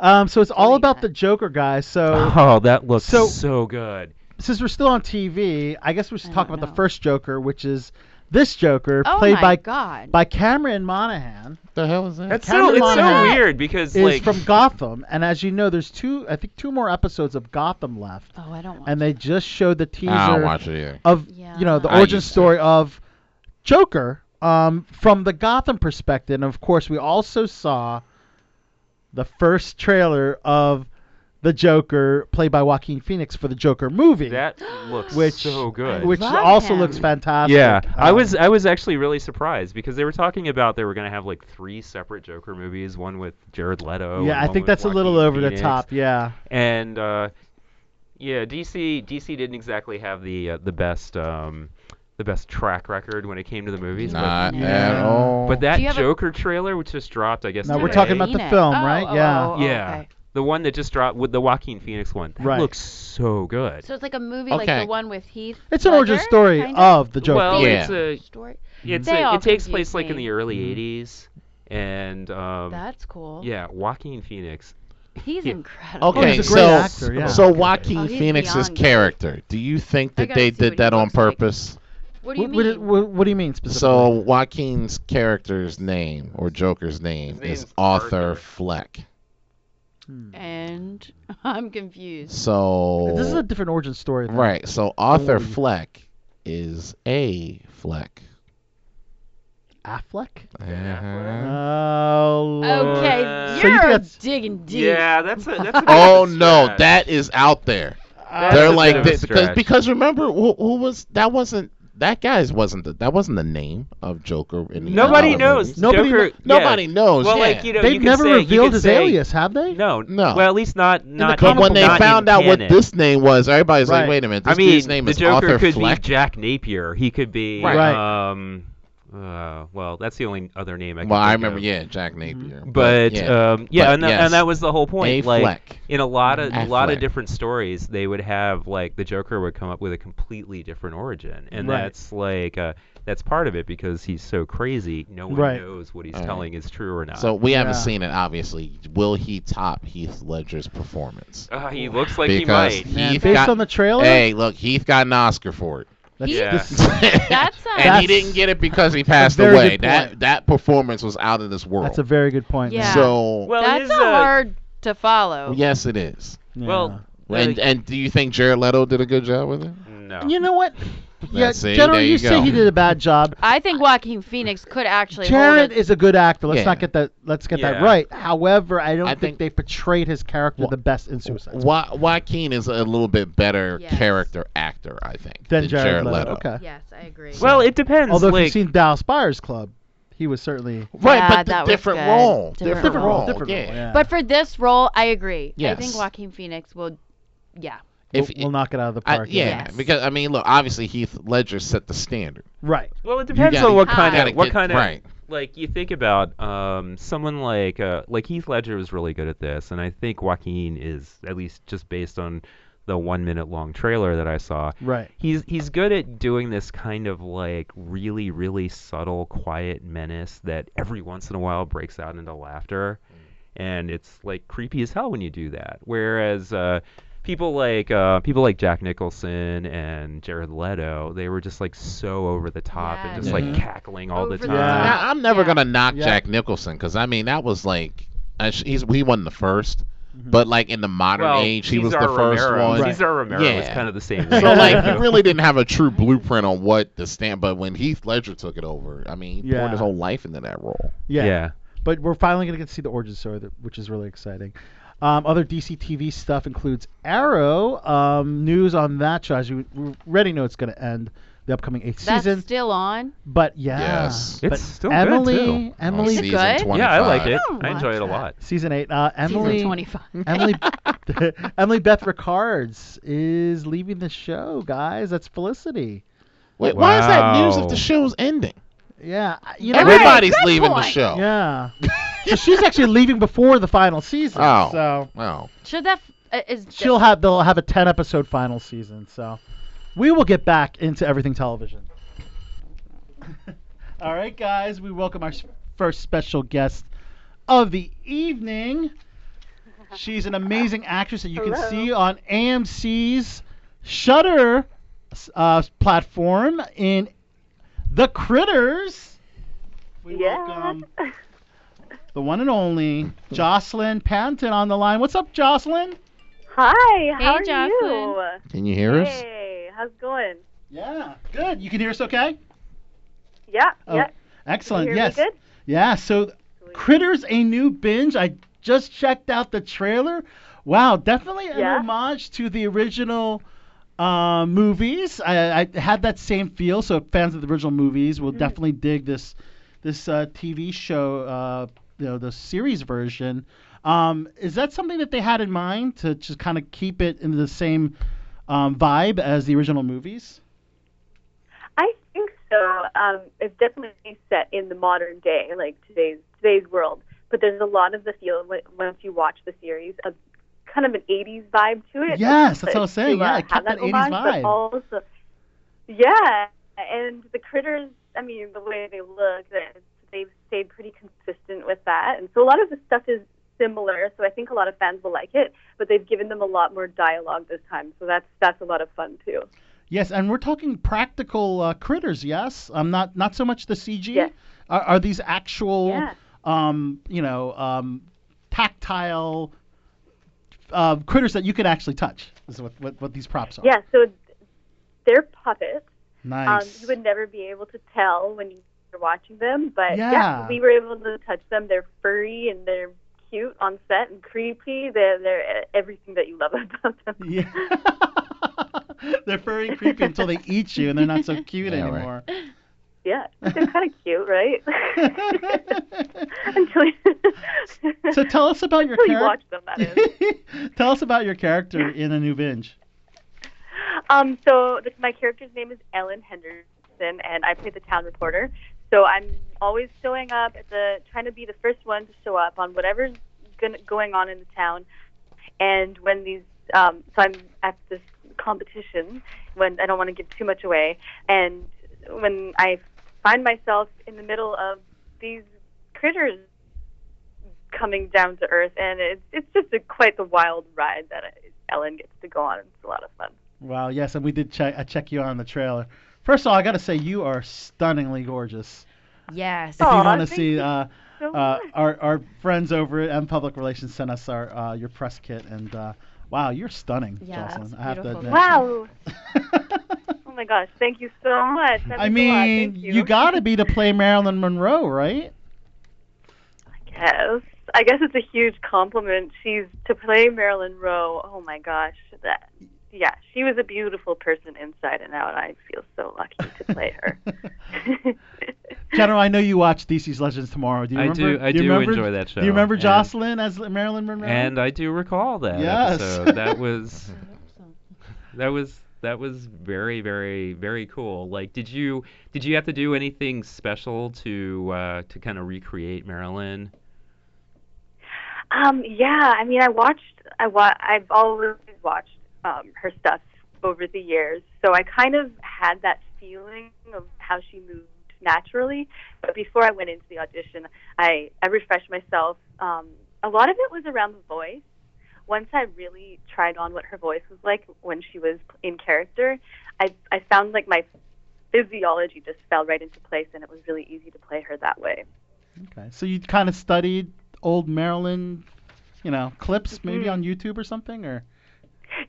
Speaker 6: Um, so it's all
Speaker 8: Really
Speaker 6: about
Speaker 8: not.
Speaker 6: the Joker, guys. So
Speaker 5: Oh, that looks
Speaker 6: So-
Speaker 5: so, good.
Speaker 6: since we're still on TV, I guess we should
Speaker 8: I
Speaker 6: talk
Speaker 8: don't
Speaker 6: about the
Speaker 8: know.
Speaker 6: first Joker, which is this Joker
Speaker 8: Oh
Speaker 6: played
Speaker 8: my
Speaker 6: by
Speaker 8: God.
Speaker 6: by Cameron Monaghan,
Speaker 7: the hell is that?
Speaker 5: That's so
Speaker 6: Cameron
Speaker 5: it's so
Speaker 6: Monaghan
Speaker 5: weird because
Speaker 6: is
Speaker 5: like
Speaker 6: from Gotham, and as you know, there's two I think two more episodes of Gotham left,
Speaker 8: oh, I don't want.
Speaker 6: and they just showed the teaser
Speaker 7: I don't watch it either.
Speaker 6: of
Speaker 8: Yeah,
Speaker 6: you know the
Speaker 7: I
Speaker 6: origin
Speaker 7: used to.
Speaker 6: story of Joker um, from the Gotham perspective. And of course, we also saw the first trailer of the Joker, played by Joaquin Phoenix for the Joker movie,
Speaker 5: That looks
Speaker 6: Which-
Speaker 5: so good.
Speaker 6: which
Speaker 8: Love
Speaker 6: also
Speaker 8: him.
Speaker 6: looks fantastic.
Speaker 5: yeah, I
Speaker 6: Um,
Speaker 5: was I was actually really surprised because they were talking about they were gonna have like three separate Joker movies, one with Jared Leto. and
Speaker 6: Yeah, I
Speaker 5: one
Speaker 6: think
Speaker 5: with
Speaker 6: that's a little
Speaker 5: Joaquin
Speaker 6: over the
Speaker 5: Phoenix.
Speaker 6: top. Yeah.
Speaker 5: And uh, yeah, DC DC didn't exactly have the uh, the best um, the best track record when it came to the movies. but-
Speaker 7: Not
Speaker 8: Yeah.
Speaker 7: at all.
Speaker 5: But that
Speaker 8: you have a-
Speaker 5: Joker trailer, which just dropped, I guess.
Speaker 6: No, we're
Speaker 5: today,
Speaker 6: talking about the
Speaker 8: Phoenix.
Speaker 6: film,
Speaker 8: Oh,
Speaker 6: right?
Speaker 8: oh,
Speaker 6: Yeah.
Speaker 8: oh, oh,
Speaker 5: Yeah.
Speaker 8: okay.
Speaker 5: the one that just dropped with the Joaquin Phoenix one. That
Speaker 6: Right.
Speaker 5: looks so good.
Speaker 8: So it's like a movie like
Speaker 7: Okay.
Speaker 8: the one with Heath.
Speaker 6: It's an origin
Speaker 8: Ledger,
Speaker 6: story
Speaker 8: kind
Speaker 6: of the Joker.
Speaker 5: Well,
Speaker 7: Yeah.
Speaker 5: it's a
Speaker 8: Story.
Speaker 5: it's
Speaker 8: They
Speaker 5: a,
Speaker 8: all
Speaker 5: it takes
Speaker 8: confuse
Speaker 5: place like in
Speaker 8: me.
Speaker 5: the early '80s, and um,
Speaker 8: That's cool.
Speaker 5: yeah, Joaquin Phoenix.
Speaker 8: He's
Speaker 5: Yeah.
Speaker 8: incredible.
Speaker 6: Oh,
Speaker 7: okay,
Speaker 6: he's a great
Speaker 7: so
Speaker 6: actor, yeah.
Speaker 7: so
Speaker 8: Oh,
Speaker 7: Joaquin
Speaker 8: he's
Speaker 7: Phoenix's
Speaker 8: beyond good.
Speaker 7: character. Do you think
Speaker 8: I
Speaker 7: that
Speaker 8: gotta
Speaker 7: they
Speaker 8: see
Speaker 7: did
Speaker 8: what he
Speaker 7: that on
Speaker 8: looks like.
Speaker 7: purpose?
Speaker 8: What do you
Speaker 6: what,
Speaker 8: mean?
Speaker 6: What, what do you mean specifically?
Speaker 7: So Joaquin's character's name or Joker's name
Speaker 5: name's
Speaker 7: is Arthur
Speaker 5: Arthur.
Speaker 7: Fleck.
Speaker 6: Hmm.
Speaker 8: and I'm confused.
Speaker 7: So
Speaker 6: this is a different origin story. though.
Speaker 7: right. So Arthur
Speaker 6: Oh.
Speaker 7: Fleck is a Fleck.
Speaker 6: Affleck.
Speaker 5: Yeah.
Speaker 6: Oh. Lord.
Speaker 8: Okay,
Speaker 5: Uh,
Speaker 6: Uh-huh. So you
Speaker 8: you're
Speaker 6: think that's-
Speaker 8: digging deep.
Speaker 5: Yeah, that's a that's a.
Speaker 7: Oh no, that is out there.
Speaker 6: Uh,
Speaker 5: That's
Speaker 7: They're
Speaker 5: a bit
Speaker 7: like
Speaker 5: of a
Speaker 7: they- because
Speaker 5: stretch.
Speaker 7: because remember who, who was that wasn't that guy's wasn't the, that wasn't the name of Joker in the
Speaker 5: nobody
Speaker 7: other
Speaker 5: knows.
Speaker 7: movies.
Speaker 6: Nobody
Speaker 5: Joker,
Speaker 6: kn-
Speaker 5: yeah.
Speaker 7: Nobody knows.
Speaker 5: Well,
Speaker 7: yeah.
Speaker 5: like you know,
Speaker 6: They've
Speaker 5: you could
Speaker 6: never
Speaker 5: say, you
Speaker 6: revealed
Speaker 5: could
Speaker 6: his
Speaker 5: say-
Speaker 6: alias, have they?
Speaker 5: No,
Speaker 7: No.
Speaker 5: Well, at least not not.
Speaker 6: comic
Speaker 7: But when
Speaker 6: book
Speaker 7: they
Speaker 6: not
Speaker 7: found out what
Speaker 5: this.
Speaker 7: this name was, everybody's
Speaker 6: Right.
Speaker 7: like, "Wait a minute!
Speaker 5: I
Speaker 7: This
Speaker 5: mean,
Speaker 7: dude's name
Speaker 5: the
Speaker 7: is
Speaker 5: Joker
Speaker 7: Arthur
Speaker 5: could
Speaker 7: Fleck."
Speaker 5: be Jack Napier. He could be.
Speaker 7: Right.
Speaker 6: Right.
Speaker 5: Um, uh, well, that's the only other name I. Can
Speaker 7: well, I
Speaker 5: think
Speaker 7: remember,
Speaker 5: of.
Speaker 7: yeah, Jack
Speaker 6: Mm-hmm.
Speaker 7: Napier.
Speaker 5: But yeah, um, yeah
Speaker 7: But
Speaker 5: and, tha-
Speaker 7: yes.
Speaker 5: and that was the whole point.
Speaker 7: A
Speaker 5: like
Speaker 7: Fleck.
Speaker 5: in a lot of a lot of
Speaker 7: Affleck.
Speaker 5: different stories, they would have like the Joker would come up with a completely different origin, and
Speaker 6: Right.
Speaker 5: that's like uh, that's part of it because he's so crazy. No one
Speaker 6: Right.
Speaker 5: knows what he's
Speaker 7: All right.
Speaker 5: telling is true or not.
Speaker 7: so we haven't
Speaker 6: Yeah.
Speaker 7: seen it. Obviously, will he top Heath Ledger's performance?
Speaker 5: uh, he looks like
Speaker 7: because
Speaker 5: he might.
Speaker 6: Man,
Speaker 7: Heath
Speaker 6: based
Speaker 7: got,
Speaker 6: on the trailer,
Speaker 7: hey, look, Heath got an Oscar for it.
Speaker 6: that's,
Speaker 5: Yeah.
Speaker 6: this-
Speaker 7: and
Speaker 8: That's a
Speaker 6: That's-
Speaker 7: he didn't get it because he passed
Speaker 6: very
Speaker 7: away.
Speaker 6: good point.
Speaker 7: That that performance was out of this world.
Speaker 6: that's a very good point. man.
Speaker 8: Yeah.
Speaker 7: So
Speaker 5: Well,
Speaker 8: that's
Speaker 5: his,
Speaker 8: a
Speaker 5: uh,
Speaker 8: hard to follow.
Speaker 7: yes, it is.
Speaker 6: Yeah.
Speaker 5: Well, uh,
Speaker 7: And and do you think Jared Leto did a good job with it?
Speaker 5: no.
Speaker 6: you know what? Yeah,
Speaker 7: see,
Speaker 6: General,
Speaker 7: there
Speaker 6: you,
Speaker 7: you
Speaker 6: say
Speaker 7: go.
Speaker 6: he did a bad job.
Speaker 8: I think Joaquin Phoenix could actually
Speaker 6: Jared
Speaker 8: hold it.
Speaker 6: is a good actor. Let's
Speaker 7: Yeah.
Speaker 6: not get that. Let's get that
Speaker 5: Yeah.
Speaker 6: right. However, I don't
Speaker 7: I
Speaker 6: think,
Speaker 7: think-
Speaker 6: they portrayed his character
Speaker 7: Wha-
Speaker 6: the best in Suicide Squad
Speaker 7: Wa- Joaquin is a little bit better
Speaker 8: Yes.
Speaker 7: character actor, I think,
Speaker 6: than Jared, Leto. Okay.
Speaker 8: Yes, I agree.
Speaker 5: Well, it depends.
Speaker 6: Although if
Speaker 5: like,
Speaker 6: you've seen Dallas Buyers Club, he was certainly
Speaker 7: Right,
Speaker 8: Yeah,
Speaker 7: but
Speaker 8: that
Speaker 7: the
Speaker 8: was
Speaker 7: different
Speaker 8: good.
Speaker 7: role.
Speaker 8: Different
Speaker 7: Different
Speaker 8: role.
Speaker 7: role.
Speaker 6: different.
Speaker 7: yeah.
Speaker 6: role, yeah.
Speaker 8: but for this role, I agree. I
Speaker 7: Yes.
Speaker 8: think Joaquin Phoenix will. Yeah.
Speaker 6: we'll,
Speaker 7: If
Speaker 6: we'll knock it out of the
Speaker 7: I-
Speaker 6: park.
Speaker 7: yeah,
Speaker 8: Yes.
Speaker 7: because I mean, look, obviously Heath Ledger set the standard.
Speaker 6: Right.
Speaker 5: well, it depends
Speaker 7: gotta-
Speaker 5: on what
Speaker 8: you
Speaker 5: kind
Speaker 7: gotta
Speaker 5: of what
Speaker 7: get-
Speaker 5: kind of
Speaker 7: right.
Speaker 5: like you think about um, someone like uh, like Heath Ledger was really good at this, and I think Joaquin is at least just based on the one minute long trailer that I saw.
Speaker 6: Right.
Speaker 5: He's he's good at doing this kind of like really really subtle quiet menace that every once in a while breaks out into laughter,
Speaker 7: Mm.
Speaker 5: and it's like creepy as hell when you do that. Whereas uh, people like uh, people like Jack Nicholson and Jared Leto, they were just like so over the top and
Speaker 8: Yes.
Speaker 5: just
Speaker 6: Mhm.
Speaker 5: like cackling all
Speaker 8: Over
Speaker 5: the
Speaker 8: the
Speaker 5: time.
Speaker 6: Uh, top.
Speaker 7: now, I'm never
Speaker 8: yeah.
Speaker 7: gonna knock
Speaker 6: Yeah.
Speaker 7: Jack Nicholson because I mean that was like, I sh- he's he wasn't the 1st but like in the modern age, he was the
Speaker 5: Cesar
Speaker 7: first
Speaker 5: Romero.
Speaker 7: one.
Speaker 6: Mm-hmm. Right.
Speaker 5: Cesar Romero was
Speaker 7: Yeah.
Speaker 5: kind of the same. way.
Speaker 7: So like, he really didn't have a true blueprint on what to stand. But when Heath Ledger took it over, I mean, he
Speaker 6: Yeah.
Speaker 7: poured his whole life into that role.
Speaker 6: Yeah. But we're finally going to get to see the origin story, that- which is really exciting. Um, other DC TV stuff includes Arrow. Um, news on that, Josh. You we already know it's going to end the upcoming eighth
Speaker 8: That's
Speaker 6: season.
Speaker 8: still on.
Speaker 6: But yeah,
Speaker 7: Yes.
Speaker 5: It's
Speaker 6: but
Speaker 5: still good,
Speaker 6: Emily,
Speaker 5: too.
Speaker 6: Emily,
Speaker 8: Is it good?
Speaker 5: yeah, I like it.
Speaker 8: don't
Speaker 5: I enjoy
Speaker 8: watch
Speaker 5: it a
Speaker 8: that.
Speaker 5: lot.
Speaker 6: season eight. Uh, Emily,
Speaker 8: Season 25.
Speaker 6: Emily, Emily Beth Ricards is leaving the show, guys. That's Felicity.
Speaker 7: Wait, why is that news
Speaker 5: Wow.
Speaker 7: if the show's ending?
Speaker 6: Yeah, I- you know.
Speaker 7: Everybody's
Speaker 8: good
Speaker 7: leaving
Speaker 8: point.
Speaker 7: the show.
Speaker 6: Yeah. so she's actually leaving before the final season.
Speaker 7: Oh.
Speaker 6: So
Speaker 7: Wow.
Speaker 8: Should that uh, is
Speaker 6: she'll have they'll have a 10 episode final season. So we will get back into everything television. All right, guys, we welcome our s- first special guest of the evening. She's an amazing actress that you can
Speaker 1: Hello.
Speaker 6: see on AMC's Shutter uh, platform in The Critters. We welcome
Speaker 1: Yeah.
Speaker 6: the one and only Jocelyn Panton on the line. What's up, Jocelyn?
Speaker 1: Hi.
Speaker 8: Hey,
Speaker 1: how are
Speaker 8: Jocelyn.
Speaker 7: Can you hear
Speaker 1: you?
Speaker 7: us?
Speaker 1: Hey, how's it going?
Speaker 6: Yeah, good. You can hear us okay?
Speaker 1: Yeah.
Speaker 6: Oh,
Speaker 1: yeah. Can
Speaker 6: Excellent.
Speaker 1: you hear
Speaker 6: yes.
Speaker 1: Me good?
Speaker 6: Yeah, so
Speaker 1: Sweet.
Speaker 6: Critters a new binge. I just checked out the trailer. Wow, definitely an
Speaker 1: Yeah.
Speaker 6: homage to the original uh, movies. I, I had that same feel, so fans of the original movies
Speaker 1: Mm-hmm.
Speaker 6: will definitely dig this this uh, TV show, uh, you know, the series version. Um, is that something that they had in mind to just kind of keep it in the same um, vibe as the original movies?
Speaker 9: I think so. Um, it's definitely set in the modern day, like today's today's world. But there's a lot of the feel when- once you watch the series of kind of an 80s vibe to it.
Speaker 6: Yes, that's what I was
Speaker 9: To,
Speaker 6: saying. Yeah,
Speaker 9: uh,
Speaker 6: it kept
Speaker 9: have
Speaker 6: that 80s
Speaker 9: homage, but
Speaker 6: vibe.
Speaker 9: also- yeah, and the critters. I mean, the way they look, that they've stayed pretty consistent with that. And so a lot of the stuff is similar. So I think a lot of fans will like it. But they've given them a lot more dialogue this time. So that's that's a lot of fun too.
Speaker 6: Yes, and we're talking practical uh, critters. Yes, um, not not so much the CG.
Speaker 9: Yes.
Speaker 6: Are, are these actual,
Speaker 9: Yeah.
Speaker 6: um, you know, um, tactile uh, critters that you can actually touch? Is what what, what these props are.
Speaker 9: Yeah, so th- they're puppets.
Speaker 6: Nice.
Speaker 9: Um, you would never be able to tell when you're watching them, but yeah.
Speaker 6: Yeah.
Speaker 9: we were able to touch them. They're furry and they're cute on set and creepy. They're they're everything that you love about them.
Speaker 6: Yeah. they're
Speaker 9: Um,
Speaker 6: furry and creepy until they eat you, and they're not so cute
Speaker 7: Yeah, right.
Speaker 6: anymore.
Speaker 9: Yeah, they're kind of cute, right? Until you,
Speaker 6: so tell us about your
Speaker 9: until you watch
Speaker 6: character.
Speaker 9: them, that is.
Speaker 6: tell us about your character in a new binge.
Speaker 9: Um, so th- my character's name is Ellen Henderson, and I play the town reporter. So I'm always showing up at the, trying to be the first one to show up on whatever's going going on in the town. And when these, um, so I'm at this competition when I don't want to give too much away, and when I find myself in the middle of these critters coming down to earth, and it's it's just a, quite the wild ride that I, Ellen gets to go on. It's a lot of fun.
Speaker 6: Wow, yes, and we did check. I check you on the trailer. First of all, I gotta say you are stunningly gorgeous.
Speaker 8: Yes.
Speaker 6: If you
Speaker 9: Aw,
Speaker 6: want to
Speaker 9: thank
Speaker 6: see,
Speaker 9: you
Speaker 6: uh,
Speaker 9: so
Speaker 6: uh,
Speaker 9: much.
Speaker 6: our our friends over at M Public Relations sent us our uh, your press kit, and uh, wow, you're stunning,
Speaker 8: Yeah,
Speaker 6: Jocelyn.
Speaker 8: that's
Speaker 6: I have to
Speaker 8: beautiful.
Speaker 6: admit.
Speaker 9: Wow. Oh my gosh. Thank you so much. That
Speaker 6: I
Speaker 9: means a lot.
Speaker 6: mean,
Speaker 9: Thank
Speaker 6: you.
Speaker 9: you.
Speaker 6: gotta be to play Marilyn Monroe, right?
Speaker 9: Yes. I guess it's a huge compliment. She's to play Marilyn Rowe. Oh my gosh. That. Yeah, she was a beautiful person inside and out. I feel so lucky to play her.
Speaker 6: General, I know you watch DC's Legends tomorrow. Do you
Speaker 5: I
Speaker 6: remember?
Speaker 5: do- I
Speaker 6: you
Speaker 5: do
Speaker 6: remember-
Speaker 5: enjoy that
Speaker 6: Do you
Speaker 5: show,
Speaker 6: remember
Speaker 5: and-
Speaker 6: Jocelyn as Marilyn Monroe?
Speaker 5: And I do recall that
Speaker 6: Yes.
Speaker 5: episode. That was that was that was very very very cool. Like did you did you have to do anything special to uh, to kind of recreate Marilyn?
Speaker 9: Um, yeah, I mean, I watched, I wa- I've always watched um, her stuff over the years, so I kind of had that feeling of how she moved naturally. But before I went into the audition, I, I refreshed myself. Um, a lot of it was around the voice. Once I really tried on what her voice was like when she was in character, I, I found like my physiology just fell right into place, and it was really easy to play her that way.
Speaker 6: okay, so you kind of studied old Marilyn, you know, clips maybe
Speaker 9: Mhm.
Speaker 6: on YouTube or something, or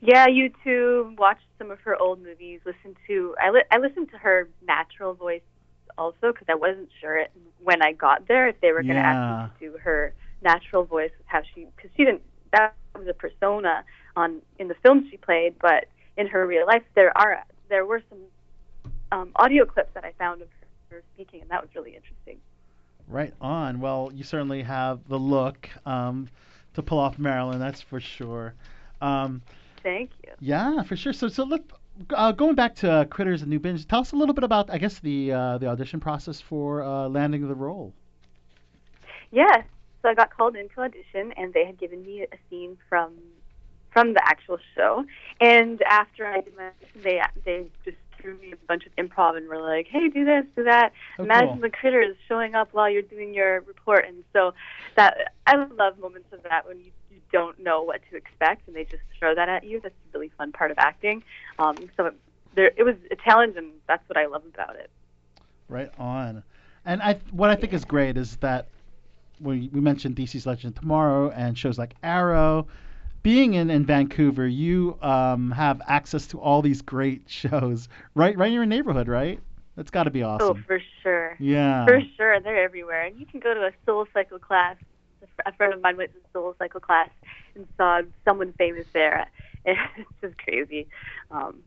Speaker 9: Yeah, YouTube. Watched some of her old movies. Listened to I li- I listened to her natural voice also because I wasn't sure it, when I got there if they were going to
Speaker 6: Yeah.
Speaker 9: actually do her natural voice with how she because she didn't that was a persona on in the film she played, but in her real life there are there were some um, audio clips that I found of her speaking, and that was really interesting.
Speaker 6: Right on. Well, you certainly have the look um, to pull off Marilyn, that's for sure. Um,
Speaker 9: Thank you.
Speaker 6: yeah, for sure. So, so let, uh, going back to uh, Critters and New Binge, tell us a little bit about, I guess, the uh, the audition process for uh, landing the role.
Speaker 9: Yeah. So I got called into audition, and they had given me a scene from from the actual show. And after I did my audition, they they just threw me a bunch of improv and were like, "Hey, do this, do that."
Speaker 6: Oh,
Speaker 9: Imagine
Speaker 6: cool.
Speaker 9: the critters showing up while you're doing your report. And so that I love moments of that when you, you don't know what to expect, and they just throw that at you. That's a really fun part of acting. Um, so it, there, it was a challenge, and that's what I love about it.
Speaker 6: Right on. And I, what I think is great is that we, we mentioned DC's Legend Tomorrow and shows like Arrow. Being in, in Vancouver, you um, have access to all these great shows right right in your neighborhood, right? That's got to be awesome.
Speaker 9: Oh, for sure.
Speaker 6: yeah.
Speaker 9: For sure, they're everywhere, and you can go to a soul cycle class a fr- a friend of mine went to the soul cycle class and saw someone famous there. It's just crazy, um,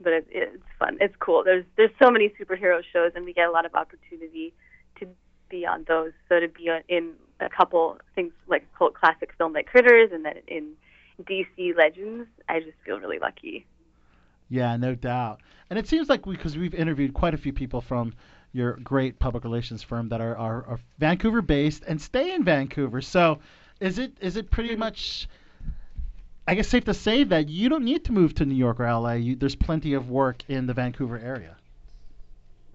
Speaker 9: but it, it's fun. It's cool. There's there's so many superhero shows, and we get a lot of opportunity to be on those. So to be on, in a couple things like cult classic film like Critters, and then in DC Legends, I just feel really lucky.
Speaker 6: Yeah, no doubt. And it seems like because we, have interviewed quite a few people from your great public relations firm that are, are, are Vancouver based and stay in Vancouver. So is it is it pretty much I guess safe to say that you don't need to move to New York or LA. You, there's plenty of work in the Vancouver area.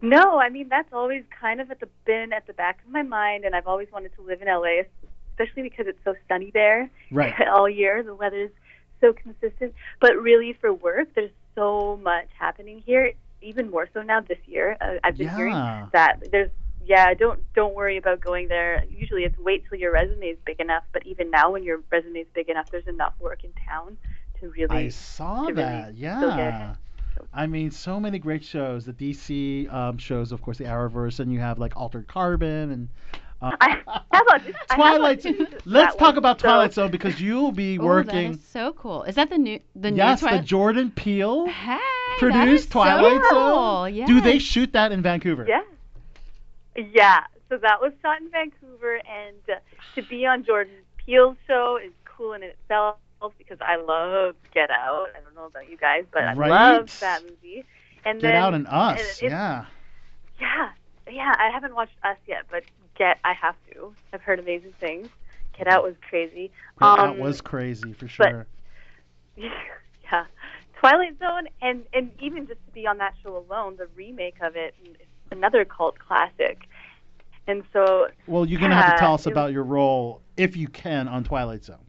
Speaker 9: No, I mean that's always kind of at the been at the back of my mind, and I've always wanted to live in LA, especially because it's so sunny there
Speaker 6: Right.
Speaker 9: all year. The weather's so consistent, but really for work, there's so much happening here, even more so now this year. Uh, I've been
Speaker 6: Yeah.
Speaker 9: hearing that there's yeah, don't don't worry about going there. Usually it's wait till your resume is big enough, but even now when your resume is big enough, there's enough work in town to really
Speaker 6: I saw
Speaker 9: to really
Speaker 6: that.
Speaker 9: go get
Speaker 6: yeah. I mean, so many great shows. The DC um, shows, of course, the Arrowverse, and you have like Altered Carbon and uh,
Speaker 9: I have audi- I have
Speaker 6: Twilight.
Speaker 9: auditions for
Speaker 6: Let's
Speaker 9: that
Speaker 6: talk
Speaker 9: one,
Speaker 6: about
Speaker 9: so- Oh,
Speaker 6: Twilight Zone because you'll be
Speaker 8: Ooh, that
Speaker 6: working.
Speaker 8: Oh, is so cool. Is that the new the
Speaker 6: yes,
Speaker 8: new
Speaker 6: the
Speaker 8: Twilight?
Speaker 6: Jordan Peele
Speaker 8: hey, that is
Speaker 6: produced Twilight
Speaker 8: so
Speaker 6: Zone.
Speaker 8: Cool. Yes.
Speaker 6: Do they shoot that in Vancouver?
Speaker 9: Yeah. Yeah. So that was shot in Vancouver, and uh, to be on Jordan Peele's show is cool in itself because I love Get Out. I don't know about you guys, but I
Speaker 6: Right?
Speaker 9: love that movie. And
Speaker 6: Get
Speaker 9: then,
Speaker 6: Out and Us.
Speaker 9: it's-
Speaker 6: yeah.
Speaker 9: Yeah. Yeah. I haven't watched Us yet, but Get, I have to. I've heard amazing things. Get Out was crazy.
Speaker 6: Yeah, that
Speaker 9: um,
Speaker 6: was crazy for sure.
Speaker 9: yeah. Twilight Zone, and and even just to be on that show alone, the remake of it, is another cult classic. And so
Speaker 6: Well, you're gonna have to
Speaker 9: yeah,
Speaker 6: tell us
Speaker 9: it-
Speaker 6: about your role if you can on Twilight Zone.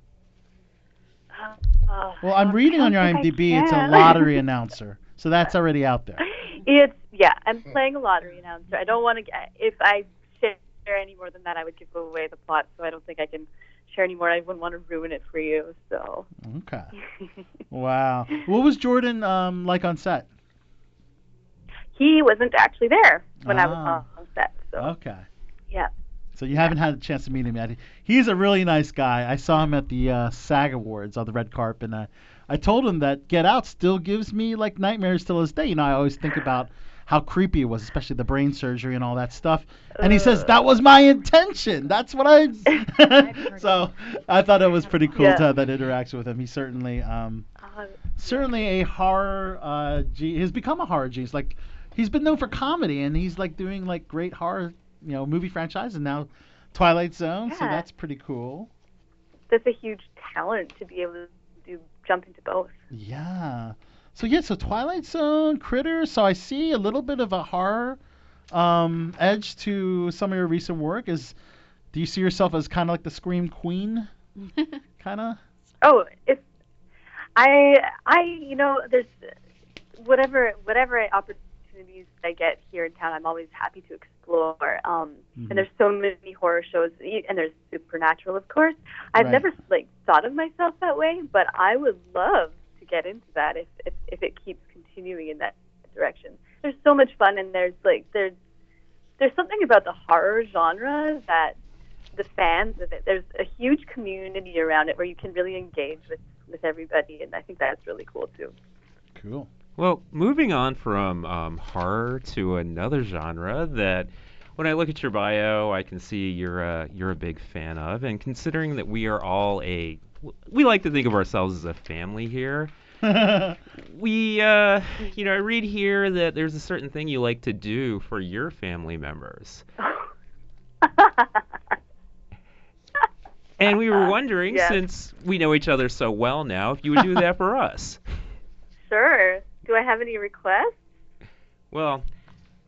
Speaker 9: Uh, uh,
Speaker 6: Well,
Speaker 9: I
Speaker 6: I'm
Speaker 9: don't-
Speaker 6: reading
Speaker 9: I
Speaker 6: on your
Speaker 9: don't think I
Speaker 6: IMDb. It's a
Speaker 9: can.
Speaker 6: lottery announcer, so that's already out there.
Speaker 9: It's yeah. I'm playing a lottery announcer. I don't want to. If I share any more than that, I would give away the plot. So I don't think I can share any more. I wouldn't want to ruin it for you. So
Speaker 6: Okay. Wow. What was Jordan um, like on set?
Speaker 9: he wasn't actually there when I was
Speaker 6: Ah.
Speaker 9: on on set. So
Speaker 6: Okay.
Speaker 9: Yeah.
Speaker 6: So you haven't had a chance to meet him yet. He's a really nice guy. I saw him at the uh, SAG Awards on the red carpet, and I, I told him that Get Out still gives me like nightmares till this day. You know, I always think about how creepy it was, especially the brain surgery and all that stuff. And he says that was my intention. That's what I. so I thought it was pretty cool
Speaker 9: Yeah.
Speaker 6: to have that interaction with him. He certainly. Um,
Speaker 9: uh,
Speaker 6: certainly a horror uh G he's become a horror genius. Like he's been known for comedy and he's like doing like great horror, you know, movie franchise and now Twilight Zone, so
Speaker 9: Yeah.
Speaker 6: that's pretty cool.
Speaker 9: that's a huge talent to be able to do, jump into both.
Speaker 6: Yeah. So yeah, so Twilight Zone, Critters, so I see a little bit of a horror um edge to some of your recent work is do you see yourself as kind of like the scream queen? kind of?
Speaker 9: Oh, it's I I you know there's whatever whatever opportunities I get here in town, I'm always happy to explore. Um,
Speaker 6: Mhm.
Speaker 9: And there's so many horror shows, e- and there's supernatural, of course. I've
Speaker 6: Right.
Speaker 9: never like thought of myself that way, but I would love to get into that if if, if it keeps continuing in that direction. There's so much fun, and there's like there's there's something about the horror genre that the fans of it. There's a huge community around it where you can really engage with with everybody, and I think that's really cool too.
Speaker 6: Cool.
Speaker 5: Well, moving on from um, horror to another genre that, when I look at your bio, I can see you're a you're a big fan of. And considering that we are all a we like to think of ourselves as a family here. We, uh, you know, I read here that there's a certain thing you like to do for your family members, and we were wondering,
Speaker 9: Yes.
Speaker 5: since we know each other so well now, if you would do that for us.
Speaker 9: sure. Do I have any requests?
Speaker 5: Well,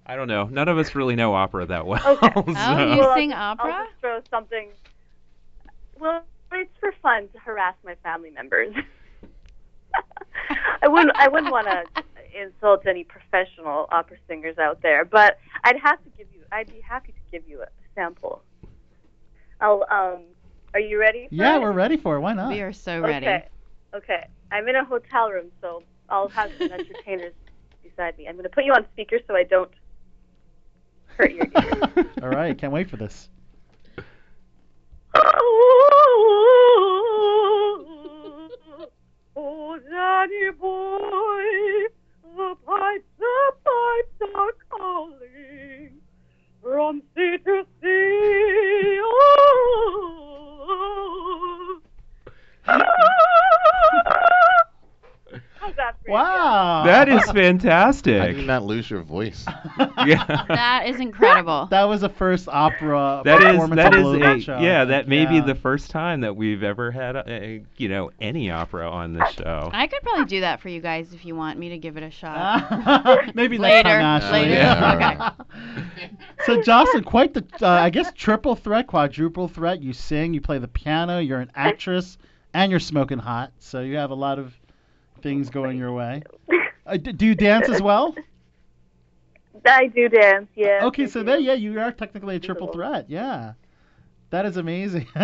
Speaker 5: I don't know. None of us really know opera that well.
Speaker 9: Okay.
Speaker 8: Oh, you
Speaker 5: so-
Speaker 9: Well,
Speaker 8: sing
Speaker 9: I'll just-
Speaker 8: opera?
Speaker 9: I'll just throw something. Well, it's for fun to harass my family members. I wouldn't. I wouldn't want to insult any professional opera singers out there, but I'd have to give you. I'd be happy to give you a sample. I'll. Um. Are you ready? for
Speaker 6: Yeah,
Speaker 9: it?
Speaker 6: we're ready for it. Why not?
Speaker 8: We are so ready.
Speaker 9: Okay. Okay. I'm in a hotel room, so I'll have some entertainers beside me. I'm going to put you on speaker so I don't hurt your ears.
Speaker 6: All right, can't wait for this.
Speaker 9: Oh,
Speaker 1: Oh, Danny boy, the pipes, the pipes are calling from sea to sea. Oh. How's that for you?
Speaker 6: Wow.
Speaker 10: That is
Speaker 7: How do you
Speaker 10: fantastic.
Speaker 7: not lose your voice?
Speaker 10: yeah.
Speaker 8: That is incredible.
Speaker 6: That was the first opera
Speaker 10: That is
Speaker 6: performance
Speaker 10: that
Speaker 6: of
Speaker 10: is
Speaker 6: Blue
Speaker 10: a,
Speaker 6: Show, I
Speaker 10: yeah
Speaker 6: think.
Speaker 10: that may be
Speaker 6: Yeah.
Speaker 10: the first time that we've ever had uh you know any opera on this
Speaker 5: Oh.
Speaker 10: show.
Speaker 8: I could probably do that for you guys if you want me to give it a shot.
Speaker 6: Ah. Maybe
Speaker 8: Later.
Speaker 6: next time, Ashley.
Speaker 8: Later.
Speaker 7: Yeah,
Speaker 6: so, Jocelyn, quite the, uh, I guess, triple threat, quadruple threat. You sing, you play the piano, you're an actress, and you're smoking hot. So you have a lot of things going your way. Uh, d- do you dance as well?
Speaker 9: I do dance, yeah.
Speaker 6: Okay, so there, yeah, you are technically a triple threat. Yeah. That is amazing.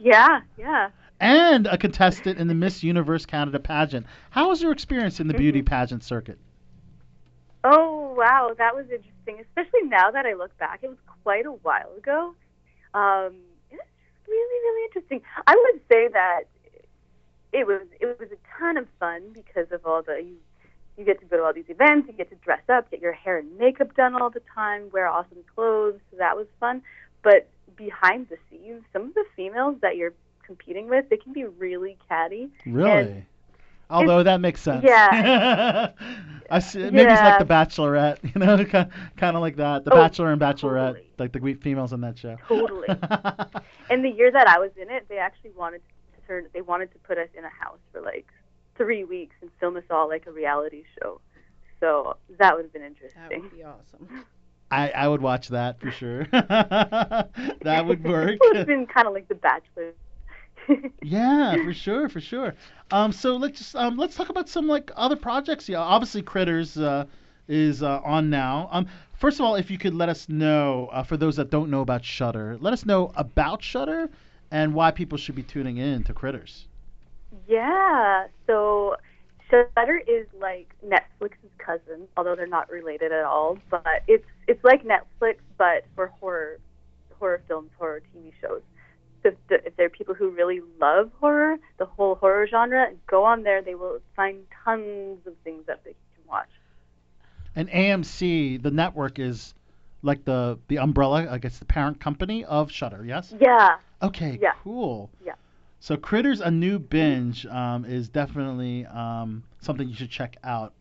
Speaker 9: yeah, yeah.
Speaker 6: and a contestant in the Miss Universe Canada pageant. How was your experience
Speaker 9: Mm-hmm.
Speaker 6: in the beauty pageant circuit?
Speaker 9: Oh wow, that was interesting. Especially now that I look back, it was quite a while ago. Um, it was really, really interesting. I would say that it was it was a ton of fun because of all the you, you get to go to all these events, you get to dress up, get your hair and makeup done all the time, wear awesome clothes. So that was fun. But behind the scenes, some of the females that you're competing with, they can be really catty.
Speaker 6: Really? Although that makes sense.
Speaker 9: Yeah.
Speaker 6: I see, maybe it's like
Speaker 9: Yeah.
Speaker 6: The Bachelorette, you know, kind of like that. The
Speaker 9: Oh,
Speaker 6: Bachelor and Bachelorette,
Speaker 9: totally.
Speaker 6: like the great females on that show.
Speaker 9: Totally. And the year that I was in it, they actually wanted to turn. They wanted to put us in a house for like three weeks and film us all like a reality show. So that would have been
Speaker 8: That
Speaker 9: interesting.
Speaker 8: would be awesome.
Speaker 6: I, I would watch that for sure. that would work.
Speaker 9: it would have been kind of like The Bachelor.
Speaker 6: yeah, for sure, for sure. Um, so let's just, um, let's talk about some like other projects. Yeah, obviously Critters uh, is uh, on now. Um, first of all, if you could let us know uh, for those that don't know about Shutter, let us know about Shutter and why people should be tuning in to Critters.
Speaker 9: yeah. So Shutter is like Netflix's cousin, although they're not related at all. But it's it's like Netflix, but for horror horror films, horror TV shows. So if, the, if there are people who really love horror, the whole horror genre, go on there. They will find tons of things that they can watch.
Speaker 6: And AMC, the network is like the the umbrella, I guess, the parent company of Shutter. Yes.
Speaker 9: Yeah,
Speaker 6: Okay.
Speaker 9: Yeah.
Speaker 6: Cool.
Speaker 9: Yeah.
Speaker 6: So Critters: A New Binge um, is definitely um, something you should check out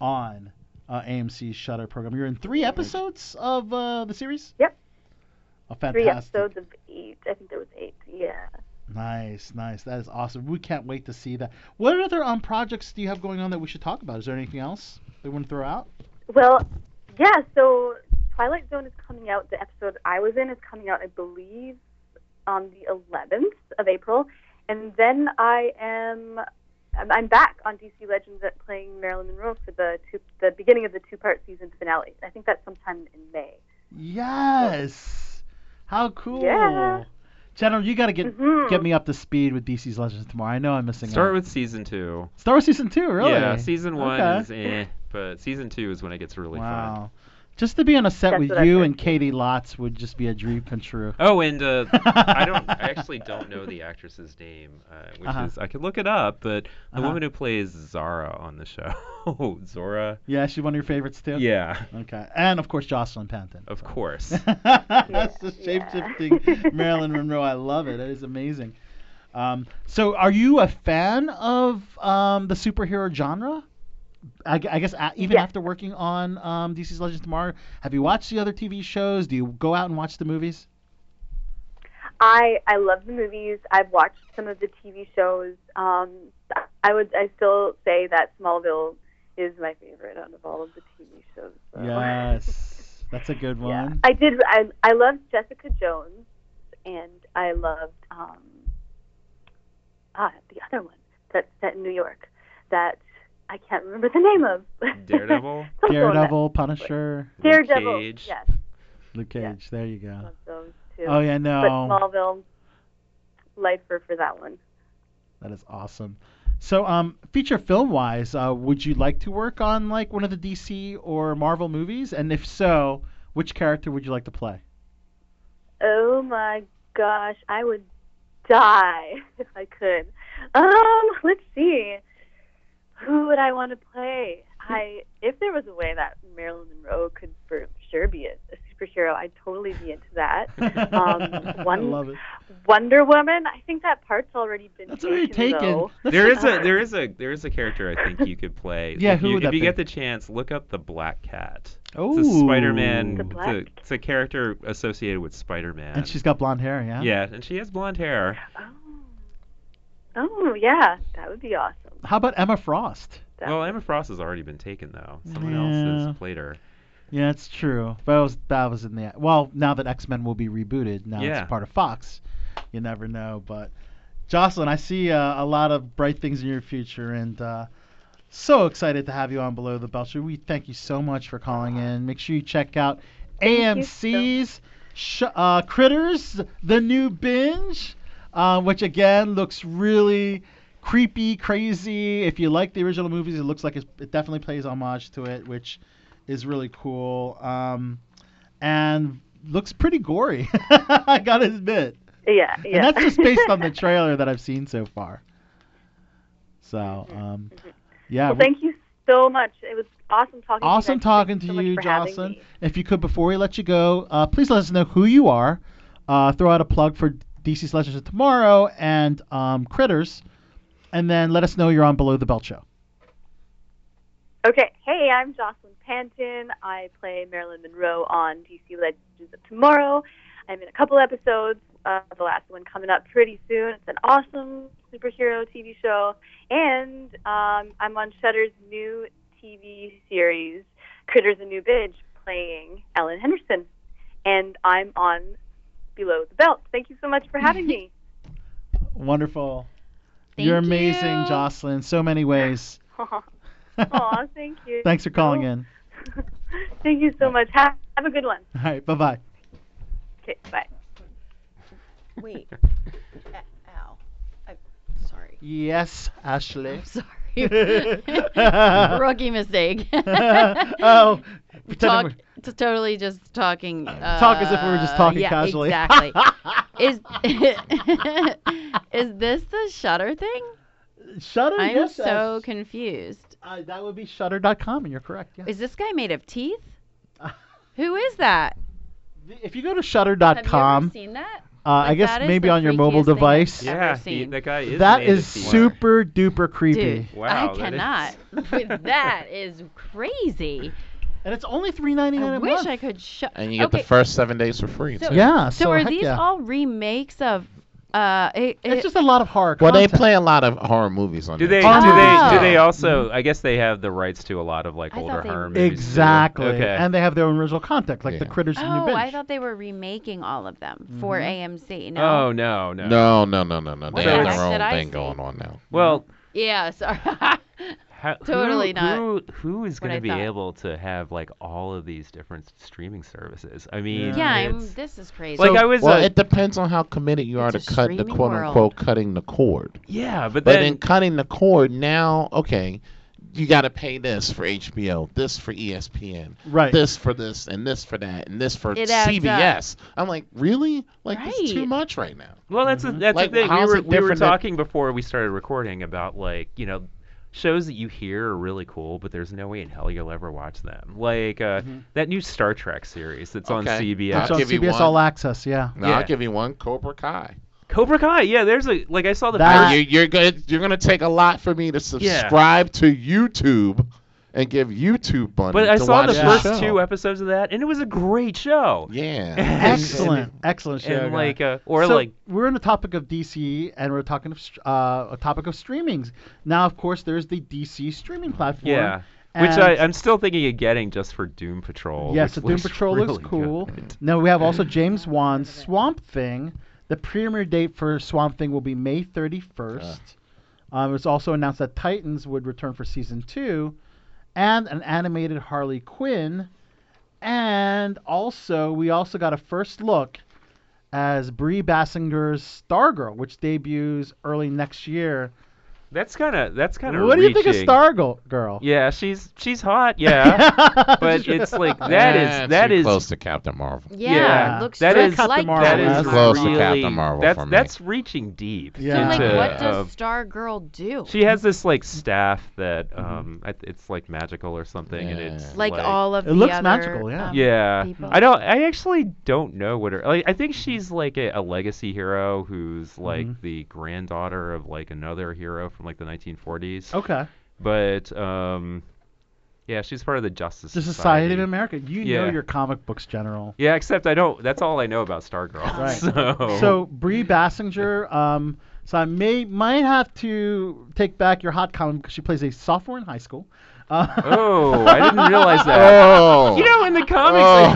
Speaker 6: on uh, AMC's Shutter program. You're in three episodes of uh, the series.
Speaker 9: Mm-hmm. Yep.
Speaker 6: Oh,
Speaker 9: three
Speaker 6: fantastic!
Speaker 9: episodes of eight. I think there was eight. Yeah.
Speaker 6: Nice, nice. That is awesome. We can't wait to see that. What other um, projects do you have going on that we should talk about? Is there anything else we want to throw out?
Speaker 9: Well, yeah. So Twilight Zone is coming out. The episode I was in is coming out, I believe, on the 11th of April, and then I am I'm- I'm back on DC Legends at playing Marilyn Monroe for the two, the beginning of the two part season finale. I think that's sometime in May.
Speaker 6: Yes. How cool.
Speaker 9: Yeah.
Speaker 6: General, you got to get
Speaker 9: Mhm.
Speaker 6: get me up to speed with DC's Legends tomorrow. I know I'm missing
Speaker 10: Start
Speaker 6: out.
Speaker 10: with season two.
Speaker 6: Star Wars season two, Oh, really?
Speaker 10: Yeah, season one
Speaker 6: Okay.
Speaker 10: is eh, but season two is when it gets really fun.
Speaker 6: wow. Just to be on a set
Speaker 9: That's
Speaker 6: with
Speaker 9: what I
Speaker 6: you
Speaker 9: heard.
Speaker 6: and Katie Lotz would just be a dream come true.
Speaker 10: Oh, and uh, I don't. I actually don't know the actress's name, uh, which
Speaker 6: Uh-huh.
Speaker 10: is I could look it up. But the
Speaker 6: Uh-huh.
Speaker 10: woman who plays Zara on the show, Zora.
Speaker 6: Yeah, she's one of your favorites too.
Speaker 10: Oh, Yeah,
Speaker 6: Okay, and of course Jocelyn Panton.
Speaker 10: of course.
Speaker 6: That's the
Speaker 9: Yeah.
Speaker 6: shape-shifting Marilyn Monroe. I love it. That is amazing. Um, so, are you a fan of um, the superhero genre? I, gu- I guess a even
Speaker 9: Yes.
Speaker 6: after working on um, DC's Legends Tomorrow, have you watched the other TV shows? Do you go out and watch the movies?
Speaker 9: I I love the movies. I've watched some of the TV shows. Um, I would I still say that Smallville is my favorite out of all of the TV shows. so.
Speaker 6: Yes, that's a good
Speaker 9: Yeah.
Speaker 6: one.
Speaker 9: I did. I I loved Jessica Jones, and I loved um, ah the other one that's set in New York that I can't remember the name of.
Speaker 10: Daredevil.
Speaker 9: It's also on
Speaker 6: Daredevil, Punisher,
Speaker 9: Netflix. Daredevil.
Speaker 10: Cage.
Speaker 9: Yes,
Speaker 6: Luke Cage.
Speaker 9: Yeah.
Speaker 6: There you go.
Speaker 9: love those too.
Speaker 6: Oh yeah,
Speaker 9: But
Speaker 6: no.
Speaker 9: Smallville, lifer for that one.
Speaker 6: That is awesome. So, um, feature film wise, uh, would you like to work on like one of the DC or Marvel movies? And if so, which character would you like to play?
Speaker 9: Oh my gosh, I would die if I could. Um, let's see. Who would I want to play?
Speaker 6: Hmm.
Speaker 9: I if there was a way that Marilyn Monroe could for sure be a, a superhero, I'd totally be into that. Um,
Speaker 6: I
Speaker 9: one
Speaker 6: love it.
Speaker 9: Wonder Woman. I think that part's already been That's taken. though.
Speaker 5: There is a there is a there is a character I think you could play.
Speaker 6: Yeah,
Speaker 5: if
Speaker 6: who
Speaker 5: you,
Speaker 6: would
Speaker 5: if
Speaker 6: that
Speaker 5: you
Speaker 6: be?
Speaker 5: get the chance, look up the Black Cat.
Speaker 6: Oh,
Speaker 5: It's a Spider-Man. it's
Speaker 9: The
Speaker 5: a-
Speaker 9: Black
Speaker 5: It's, a, character associated with Spider-Man.
Speaker 6: And she's got blonde hair, yeah.
Speaker 5: yeah, and she has blonde hair.
Speaker 9: Oh. Oh yeah, that would be awesome.
Speaker 6: How about Emma Frost?
Speaker 9: That
Speaker 5: Well, Emma Frost has already been taken though. Someone else
Speaker 6: Yeah.
Speaker 5: has played her.
Speaker 6: Yeah, it's true. But it was, that was in the well. Now that X Men will be rebooted, now
Speaker 5: Yeah.
Speaker 6: it's part of Fox. You never know. But Jocelyn, I see uh, a lot of bright things in your future, and uh, so excited to have you on Below the Belt. Show. We thank you so much for calling in. Make sure you check out
Speaker 9: Thank you so
Speaker 6: AMC's sh- uh, Critters: The New Binge, uh, which again looks really creepy, crazy. If you like the original movies, it looks like it's, it definitely plays homage to it, which is really cool. Um, and looks pretty gory. I gotta admit,
Speaker 9: Yeah, yeah.
Speaker 6: and that's just based on the trailer that I've seen so far. So, um, yeah.
Speaker 9: Mm-hmm. Well, thank you so much. It was awesome talking. to you
Speaker 6: Awesome
Speaker 9: guys.
Speaker 6: talking
Speaker 9: Thank
Speaker 6: to
Speaker 9: so much
Speaker 6: you,
Speaker 9: for having
Speaker 6: Jocelyn.
Speaker 9: me.
Speaker 6: If you could, before we let you go, uh, please let us know who you are. Uh, throw out a plug for DC's Legends of Tomorrow and um, Critters, and then let us know you're on Below the Belt Show.
Speaker 9: Okay. Hey, I'm Jocelyn Panton. I play Marilyn Monroe on DC Legends of Tomorrow. I'm in a couple episodes. Uh, the last one coming up pretty soon. It's an awesome superhero TV show, and um, I'm on Shutter's new TV series, Critters: A New Binge, playing Ellen Henderson, and I'm on Below the Belt. Thank you so much for having me.
Speaker 6: Wonderful.
Speaker 8: Thank
Speaker 6: you're amazing,
Speaker 8: you.
Speaker 6: Jocelyn. So many ways.
Speaker 9: Aw, thank you.
Speaker 6: Thanks for calling in.
Speaker 9: Thank you so much. Have, have a good one.
Speaker 6: All right, bye bye.
Speaker 9: Okay, bye.
Speaker 8: Wait. Ow. I'm sorry.
Speaker 6: Yes, Ashley.
Speaker 8: I'm sorry. Rookie mistake.
Speaker 6: oh, pretending
Speaker 8: Talk,
Speaker 6: we're-
Speaker 8: t- totally just talking. Uh,
Speaker 6: Talk as if we were just talking
Speaker 8: yeah,
Speaker 6: casually.
Speaker 8: Exactly. is is this the Shutter thing?
Speaker 6: Shutter.
Speaker 8: I'm
Speaker 6: yes,
Speaker 8: so
Speaker 6: Ash.
Speaker 8: confused.
Speaker 6: Uh, that would be shutter.com, and you're correct. Yeah.
Speaker 8: Is this guy made of teeth? Who is that?
Speaker 6: If you go to
Speaker 8: Have you ever
Speaker 6: shutter.com,
Speaker 8: seen that?
Speaker 6: uh, I
Speaker 8: Like,
Speaker 6: guess
Speaker 8: that is
Speaker 6: maybe
Speaker 8: the
Speaker 6: on your
Speaker 8: freakiest
Speaker 6: mobile
Speaker 8: thing I've
Speaker 6: device,
Speaker 8: ever
Speaker 5: Yeah, he,
Speaker 8: seen.
Speaker 5: that guy is.
Speaker 6: that
Speaker 5: made of
Speaker 6: is
Speaker 5: teeth.
Speaker 6: super duper creepy.
Speaker 8: Dude,
Speaker 5: Wow,
Speaker 8: I
Speaker 5: that is-
Speaker 8: cannot. With that is crazy.
Speaker 6: And it's only three ninety nine
Speaker 8: I
Speaker 6: a
Speaker 8: wish
Speaker 6: month.
Speaker 8: I could shut.
Speaker 7: And you get
Speaker 8: okay,
Speaker 7: the first seven days for free.
Speaker 8: So-
Speaker 7: too.
Speaker 6: Yeah.
Speaker 8: So, are
Speaker 6: heck
Speaker 8: these
Speaker 6: yeah.
Speaker 8: all remakes of? Uh, it,
Speaker 6: It's
Speaker 8: it-
Speaker 6: just a lot of horror.
Speaker 7: Well, they
Speaker 6: content.
Speaker 7: play a lot of horror movies on
Speaker 5: Do
Speaker 7: there,
Speaker 5: they?
Speaker 7: too.
Speaker 6: Oh.
Speaker 5: Do they? Do they
Speaker 8: Ah.
Speaker 5: also? I guess they have the rights to a lot of like
Speaker 8: I
Speaker 5: older
Speaker 8: thought they-
Speaker 5: horror movies. too.
Speaker 6: Exactly.
Speaker 5: Okay.
Speaker 6: And they have their own original content, like the
Speaker 7: Yeah.
Speaker 6: critters in
Speaker 8: oh,
Speaker 6: your
Speaker 8: I thought they were remaking all of them for
Speaker 6: Mm-hmm.
Speaker 8: AMC. No.
Speaker 5: oh no, no.
Speaker 7: No, no, no, no, no. They
Speaker 5: What
Speaker 7: have
Speaker 5: the
Speaker 7: their
Speaker 8: heck did
Speaker 7: own
Speaker 8: I
Speaker 7: thing
Speaker 8: see?
Speaker 7: going on now.
Speaker 5: Well,
Speaker 8: Yeah. Sorry.
Speaker 5: ha- who-
Speaker 8: Totally not
Speaker 5: Who, who is
Speaker 8: what
Speaker 5: going
Speaker 8: I
Speaker 5: to be
Speaker 8: thought.
Speaker 5: able to have like all of these different streaming services? I mean,
Speaker 8: yeah. I'm,
Speaker 5: it's-
Speaker 8: this is crazy.
Speaker 5: like I was.
Speaker 7: Well,
Speaker 5: uh,
Speaker 7: it depends on how committed you are to
Speaker 8: It's a
Speaker 7: cut the
Speaker 8: streaming
Speaker 7: quote unquote cutting the cord.
Speaker 5: yeah, but
Speaker 7: But
Speaker 5: then
Speaker 7: in cutting the cord, now, okay, you got to pay this for HBO, this for E ESPN,
Speaker 6: Right.
Speaker 7: this for this, and this for that, and this for
Speaker 8: It adds up.
Speaker 7: CBS. I'm like, really? Like, this is too
Speaker 8: Right.
Speaker 7: much right now.
Speaker 5: Well, that's
Speaker 6: Mm-hmm.
Speaker 5: the- that's
Speaker 7: Like,
Speaker 5: the thing. We
Speaker 7: how's
Speaker 5: were
Speaker 7: it
Speaker 5: we were
Speaker 7: different than-
Speaker 5: talking before we started recording about like you know shows that you hear are really cool, but there's no way in hell you'll ever watch them. Like uh, that new Star Trek series that's on
Speaker 7: Okay.
Speaker 5: CBS.
Speaker 6: It's
Speaker 7: I'll
Speaker 6: Mm-hmm. on
Speaker 7: give you
Speaker 6: CBS
Speaker 7: one.
Speaker 6: All Access, yeah.
Speaker 7: Now,
Speaker 5: Yeah.
Speaker 7: I'll give you one Cobra Kai.
Speaker 5: Cobra Kai. Yeah, there's a like I saw the.
Speaker 6: That-
Speaker 5: first-
Speaker 7: I- you're, you're gonna you're gonna take a lot for me to subscribe to YouTube and give YouTube money.
Speaker 5: But I
Speaker 7: to
Speaker 5: saw the
Speaker 7: watch your
Speaker 5: first
Speaker 7: show.
Speaker 5: two episodes of that, and it was a great show.
Speaker 7: Yeah.
Speaker 6: Excellent, excellent show.
Speaker 5: And
Speaker 6: guy.
Speaker 5: like, uh, or
Speaker 6: so
Speaker 5: like,
Speaker 6: we're on the topic of DC, and we're talking of str- uh, a topic of streamings. Now, of course, there's the DC streaming platform.
Speaker 5: yeah. Which I,
Speaker 6: and-
Speaker 5: I'm still thinking of getting just for Doom Patrol.
Speaker 6: yes, the
Speaker 5: which
Speaker 6: Doom
Speaker 5: looks
Speaker 6: Patrol
Speaker 5: really
Speaker 6: looks cool.
Speaker 5: good.
Speaker 6: Now we have also James Wan's Swamp Thing. The premiere date for Swamp Thing will be May 31st.
Speaker 5: Uh.
Speaker 6: Um, it was also announced that Titans would return for season two, and an animated Harley Quinn, and also we also got a first look as Brie Bassinger's Stargirl, which debuts early next year.
Speaker 5: That's kind of that's kind of.
Speaker 6: What do you think of Stargirl? Girl.
Speaker 5: Yeah, she's she's hot. Yeah, but it's like that is
Speaker 7: Eh,
Speaker 5: that
Speaker 7: too
Speaker 5: is
Speaker 7: close to Captain Marvel.
Speaker 8: Yeah,
Speaker 5: yeah,
Speaker 8: it looks
Speaker 5: that
Speaker 8: just
Speaker 5: is
Speaker 8: like
Speaker 5: that
Speaker 8: Captain
Speaker 5: is
Speaker 8: Marvel.
Speaker 7: Close to
Speaker 5: really,
Speaker 7: Captain Marvel
Speaker 5: That's
Speaker 7: for me.
Speaker 5: that's reaching deep.
Speaker 6: Yeah.
Speaker 8: So, like,
Speaker 5: into,
Speaker 8: what
Speaker 5: uh,
Speaker 8: does Stargirl do?
Speaker 5: she has this like staff that
Speaker 6: Mm-hmm.
Speaker 5: um I th- it's like magical or something and it's
Speaker 8: like, all of
Speaker 6: It
Speaker 8: the
Speaker 6: looks
Speaker 8: other,
Speaker 6: magical, yeah.
Speaker 8: um,
Speaker 5: yeah
Speaker 8: people.
Speaker 5: i don't i actually don't know what her like, i think she's like a, a legacy hero
Speaker 6: Mm-hmm.
Speaker 5: who's like the granddaughter of like another hero from like the 1940s
Speaker 6: Okay.
Speaker 5: but um yeah she's part of the justice
Speaker 6: The
Speaker 5: society,
Speaker 6: Society of America. You know
Speaker 5: Yeah.
Speaker 6: your comic books, general.
Speaker 5: yeah except i don't that's all i know about stargirl
Speaker 6: Right.
Speaker 5: so
Speaker 6: So Brie Bassinger. Um, so I may might have to take back your hot comment because she plays a sophomore in high school. Uh,
Speaker 5: oh i didn't realize that
Speaker 7: Oh.
Speaker 5: You know, in the comics, I
Speaker 7: Oh.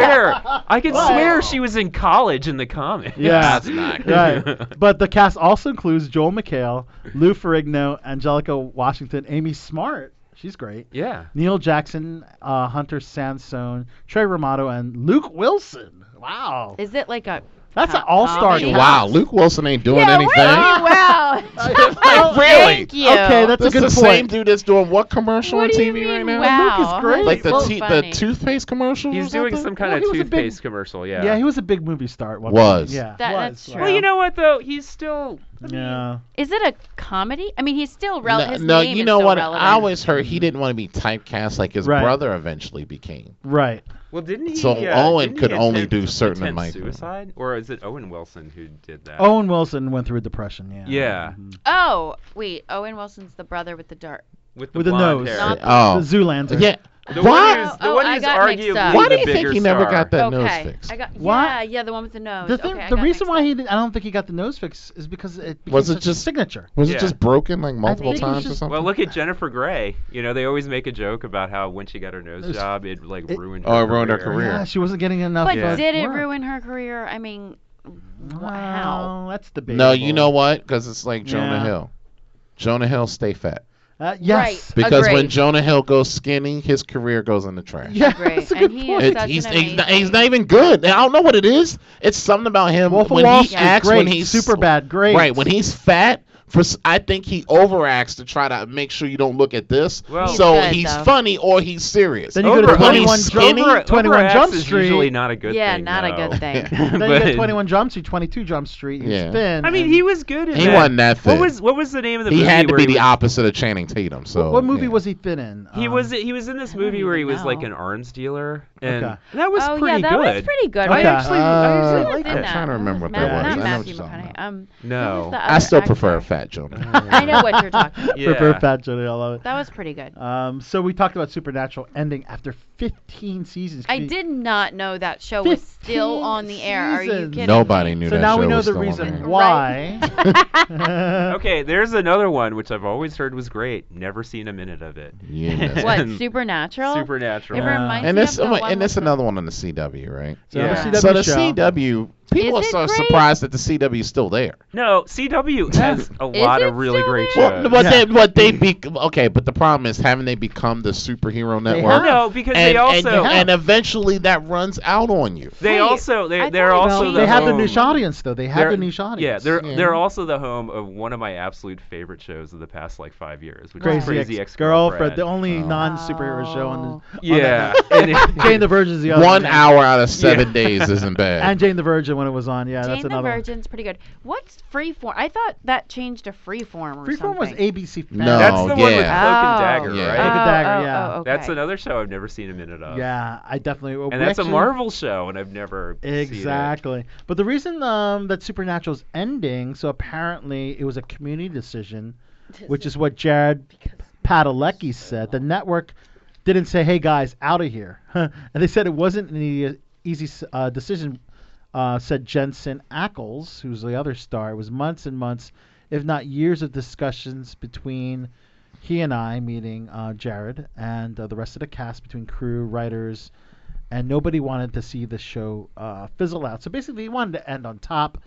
Speaker 5: can swear, I can
Speaker 6: Wow.
Speaker 5: swear she was in college in the comics.
Speaker 6: Yeah.
Speaker 7: That's not good.
Speaker 6: right. But the cast also includes Joel McHale, Lou Ferrigno, Angelica Washington, Amy Smart. She's great.
Speaker 5: Yeah.
Speaker 6: Neil Jackson, uh, Hunter Sansone, Trey Romano, and Luke Wilson. Wow.
Speaker 8: Is it like a?
Speaker 6: That's an
Speaker 8: com-
Speaker 6: all-star
Speaker 8: comedy?
Speaker 6: cast.
Speaker 7: Wow, Luke Wilson ain't doing
Speaker 8: Yeah,
Speaker 7: anything.
Speaker 8: wow, wow.
Speaker 7: Really?
Speaker 8: Thank you.
Speaker 6: Okay, that's
Speaker 7: This
Speaker 6: a good
Speaker 7: is the
Speaker 6: point.
Speaker 7: same dude that's doing what commercial on
Speaker 8: What do
Speaker 7: TV
Speaker 8: you mean,
Speaker 7: right now?
Speaker 8: Wow.
Speaker 6: Luke is great.
Speaker 7: Like the
Speaker 8: That's
Speaker 7: te- the
Speaker 8: funny.
Speaker 7: toothpaste commercial. or
Speaker 5: He's doing some
Speaker 7: something?
Speaker 5: kind
Speaker 6: Well, he
Speaker 5: of
Speaker 6: was a big-
Speaker 5: toothpaste commercial, yeah.
Speaker 6: yeah. he was a big movie star. At one
Speaker 7: Was.
Speaker 6: Point. Yeah.
Speaker 8: That-
Speaker 6: was.
Speaker 8: that's
Speaker 6: Wow.
Speaker 8: true.
Speaker 5: Well, you know what though? He's still
Speaker 6: Yeah.
Speaker 8: Is it a comedy? I mean, he's still relevant.
Speaker 7: No, no,
Speaker 8: name
Speaker 7: you
Speaker 8: is
Speaker 7: know
Speaker 8: still
Speaker 7: what?
Speaker 8: Relevant.
Speaker 7: I always heard he didn't want to be typecast like his
Speaker 6: Right.
Speaker 7: brother eventually became.
Speaker 6: Right.
Speaker 5: well, didn't he?
Speaker 7: So
Speaker 5: uh,
Speaker 7: Owen
Speaker 5: didn't he
Speaker 7: could only
Speaker 5: attempt-
Speaker 7: do certain
Speaker 5: attempt
Speaker 7: amount of-
Speaker 5: suicide, or is it Owen Wilson who did that?
Speaker 6: Owen Wilson went through a depression. Yeah.
Speaker 5: Yeah.
Speaker 6: Mhm.
Speaker 8: Oh, wait. Owen Wilson's the brother with the dart.
Speaker 5: with the,
Speaker 6: With the
Speaker 5: blonde
Speaker 6: nose.
Speaker 5: hair.
Speaker 8: Not-
Speaker 6: The
Speaker 7: Oh,
Speaker 6: Zoolander.
Speaker 7: yeah.
Speaker 5: The
Speaker 7: Why?
Speaker 5: one who's, the
Speaker 8: Oh,
Speaker 5: one
Speaker 8: I
Speaker 5: who's
Speaker 8: got mixed
Speaker 5: arguably
Speaker 8: up.
Speaker 7: Why
Speaker 5: the
Speaker 7: do you think
Speaker 5: bigger
Speaker 7: he never
Speaker 5: star.
Speaker 7: got that
Speaker 8: okay.
Speaker 7: nose fixed?
Speaker 8: I got
Speaker 6: Why-
Speaker 8: yeah, yeah, the one with the nose.
Speaker 6: The, thing,
Speaker 8: okay, I
Speaker 6: the
Speaker 8: got
Speaker 6: reason
Speaker 8: mixed
Speaker 6: why
Speaker 8: up.
Speaker 6: he didn't, I don't think he got the nose fix is because it became
Speaker 7: Was it
Speaker 6: such a
Speaker 7: just-
Speaker 6: signature.
Speaker 7: Was
Speaker 5: Yeah.
Speaker 7: it just broken like multiple
Speaker 6: think it was
Speaker 7: times or
Speaker 6: just-
Speaker 7: something?
Speaker 5: Well, look at Jennifer Grey. You know, they always make a joke about how when she got her nose
Speaker 6: It's-
Speaker 5: job, it like
Speaker 6: it-
Speaker 5: ruined.
Speaker 7: Oh,
Speaker 5: her
Speaker 7: it ruined her career.
Speaker 6: Yeah, she wasn't getting enough.
Speaker 8: But
Speaker 5: Yeah.
Speaker 6: uh,
Speaker 8: did it
Speaker 6: work.
Speaker 8: ruin her career? I mean, wow.
Speaker 6: Well, that's debatable.
Speaker 7: no, you know what? Because it's like Jonah
Speaker 6: Yeah.
Speaker 7: Hill. Jonah Hill stay fat
Speaker 6: Uh, yes.
Speaker 8: Right.
Speaker 7: because when
Speaker 8: Agreed.
Speaker 7: Jonah Hill goes skinny, his career goes in the trash.
Speaker 6: Yeah,
Speaker 8: Agree.
Speaker 6: that's a
Speaker 8: And
Speaker 6: good
Speaker 8: he
Speaker 6: point.
Speaker 8: is
Speaker 7: It-
Speaker 8: such
Speaker 7: he's,
Speaker 8: an
Speaker 7: he's, not, he's
Speaker 8: amazing-
Speaker 7: not even good. And I don't know what it is. It's something about him
Speaker 6: Wolf of
Speaker 7: when
Speaker 6: Wall
Speaker 7: he
Speaker 6: Street,
Speaker 7: acts
Speaker 6: great.
Speaker 7: when he's
Speaker 6: super bad, great.
Speaker 7: Right when he's fat. For s- I think he overacts to try to make sure you don't look at this.
Speaker 5: Well- He's
Speaker 7: so
Speaker 8: good,
Speaker 7: he's
Speaker 8: though.
Speaker 7: funny or he's serious.
Speaker 6: Then you go to
Speaker 5: Over-
Speaker 6: 21
Speaker 7: he's
Speaker 6: Jump,
Speaker 7: skinny,
Speaker 6: 21 Jump
Speaker 5: Overacts is
Speaker 6: Street.
Speaker 5: usually not a good
Speaker 8: yeah,
Speaker 5: thing.
Speaker 8: not a
Speaker 5: though.
Speaker 8: good thing.
Speaker 6: then you
Speaker 5: But-
Speaker 6: get 21 Jump Street, 22 Jump Street. He's
Speaker 7: Yeah.
Speaker 6: thin.
Speaker 5: I mean,
Speaker 6: and-
Speaker 5: he was good in
Speaker 7: he
Speaker 5: that.
Speaker 7: wasn't that
Speaker 5: What
Speaker 7: thin.
Speaker 5: was what was the name of the
Speaker 7: he
Speaker 5: movie?
Speaker 7: had to
Speaker 5: where
Speaker 7: be
Speaker 5: he
Speaker 7: the
Speaker 5: was-
Speaker 7: opposite of Channing Tatum. So
Speaker 6: what movie
Speaker 7: yeah.
Speaker 6: was he thin in?
Speaker 5: He
Speaker 6: Um,
Speaker 5: was he was in this
Speaker 8: I don't
Speaker 5: movie where he
Speaker 8: even
Speaker 5: was like
Speaker 8: know.
Speaker 5: an arms dealer, and
Speaker 6: Okay.
Speaker 5: that was
Speaker 8: oh
Speaker 5: pretty
Speaker 8: yeah, that
Speaker 5: good.
Speaker 8: was pretty good.
Speaker 5: I
Speaker 8: Right?
Speaker 6: Okay.
Speaker 5: actually, I
Speaker 7: Uh,
Speaker 5: actually like
Speaker 7: I'm
Speaker 8: Did
Speaker 5: that.
Speaker 7: trying to remember what
Speaker 8: Ma-
Speaker 7: that
Speaker 6: was. I
Speaker 8: Not
Speaker 6: know
Speaker 7: what
Speaker 8: Matthew
Speaker 7: you're talking
Speaker 8: McConaughey.
Speaker 7: about.
Speaker 8: Um, who was
Speaker 5: No.
Speaker 8: the
Speaker 7: I
Speaker 8: other
Speaker 7: still
Speaker 8: actor?
Speaker 7: prefer fat Jonah.
Speaker 8: I know what you're talking. about.
Speaker 5: Yeah.
Speaker 6: Prefer Fat Johnny. I love it.
Speaker 8: That was pretty good.
Speaker 6: Um, so we talked about Supernatural ending after 15 seasons.
Speaker 8: I
Speaker 6: Can you-
Speaker 8: did not know that show was still
Speaker 6: 15
Speaker 8: on the air. Are you
Speaker 6: seasons.
Speaker 8: kidding?
Speaker 7: Nobody knew
Speaker 6: So
Speaker 7: that
Speaker 6: now we
Speaker 7: show
Speaker 6: know
Speaker 7: was
Speaker 6: the
Speaker 7: still on
Speaker 6: reason
Speaker 7: air.
Speaker 6: why. Uh,
Speaker 5: Okay, there's another one which I've always heard was great. Never seen a minute of it.
Speaker 7: You missed it.
Speaker 8: What
Speaker 5: And
Speaker 8: supernatural?
Speaker 5: Supernatural.
Speaker 8: It
Speaker 6: Yeah.
Speaker 8: reminds
Speaker 7: And
Speaker 8: me
Speaker 7: this
Speaker 8: of the one
Speaker 7: and this
Speaker 8: with the-
Speaker 7: another one on the CW, right?
Speaker 6: So the
Speaker 5: Yeah.
Speaker 6: CW
Speaker 7: so the
Speaker 6: show.
Speaker 7: CW people
Speaker 8: Is
Speaker 7: are so
Speaker 8: it great?
Speaker 7: surprised that the CW is still there.
Speaker 5: No, CW has a lot
Speaker 8: it
Speaker 5: of really
Speaker 8: still
Speaker 5: great
Speaker 8: there?
Speaker 5: shows.
Speaker 7: Well, but
Speaker 6: Yeah.
Speaker 7: they but they be okay. But the problem is, haven't they become the superhero network?
Speaker 6: have.
Speaker 5: no, because
Speaker 7: And,
Speaker 5: they
Speaker 7: and,
Speaker 5: also
Speaker 7: you- and eventually that runs out on you.
Speaker 5: they
Speaker 8: Wait,
Speaker 5: also
Speaker 8: I
Speaker 5: they they're
Speaker 8: thought
Speaker 5: also
Speaker 8: about-
Speaker 5: the
Speaker 6: They have the
Speaker 5: home-
Speaker 6: niche audience, though. They have
Speaker 5: they're-
Speaker 6: the niche
Speaker 5: Yeah,
Speaker 6: audience.
Speaker 5: they're
Speaker 7: Yeah.
Speaker 5: they're also the home of one of my absolute favorite shows of the past like five years, which
Speaker 6: Crazy,
Speaker 5: is Crazy
Speaker 6: Ex-Girlfriend,
Speaker 5: Ex-Girlfriend.
Speaker 6: the only
Speaker 7: Oh.
Speaker 6: non-superhero show
Speaker 8: Oh.
Speaker 6: on the on
Speaker 5: yeah,
Speaker 6: that-
Speaker 5: and it-
Speaker 6: Jane the Virgin's the other
Speaker 7: One
Speaker 6: one.
Speaker 7: hour out of seven
Speaker 5: Yeah.
Speaker 7: days isn't
Speaker 6: And
Speaker 7: bad.
Speaker 6: Jane the Virgin when it was on. Yeah,
Speaker 8: Jane
Speaker 6: that's
Speaker 8: the
Speaker 6: another.
Speaker 8: Virgin's pretty good. What's Freeform? I thought that changed to Freeform or
Speaker 6: one. Freeform was
Speaker 8: something.
Speaker 6: ABC.
Speaker 7: No,
Speaker 5: that's the
Speaker 6: Family.
Speaker 5: one with Cloak
Speaker 7: yeah.
Speaker 5: and Dagger,
Speaker 7: Yeah.
Speaker 5: right?
Speaker 6: Cloak and
Speaker 8: Oh,
Speaker 6: Dagger,
Speaker 8: oh,
Speaker 6: yeah.
Speaker 8: oh, okay.
Speaker 5: That's another show I've never seen a minute of.
Speaker 6: Yeah, I definitely. well,
Speaker 5: And
Speaker 6: we
Speaker 5: that's a
Speaker 6: actually-
Speaker 5: Marvel show, and I've never seen it.
Speaker 6: Exactly. But the reason um, that Supernatural's ending, so apparently it was a community decision, which is what Jared Padalecki said. The network didn't say, "Hey guys, out of here," and they said it wasn't an e- easy s- uh, decision. Uh, said Jensen Ackles, who's the other star. It was months and months, if not years, of discussions between he and I, meaning uh, Jared and uh, the rest of the cast, between crew, writers, and nobody wanted to see the show uh, fizzle out. So basically, he wanted to end on top,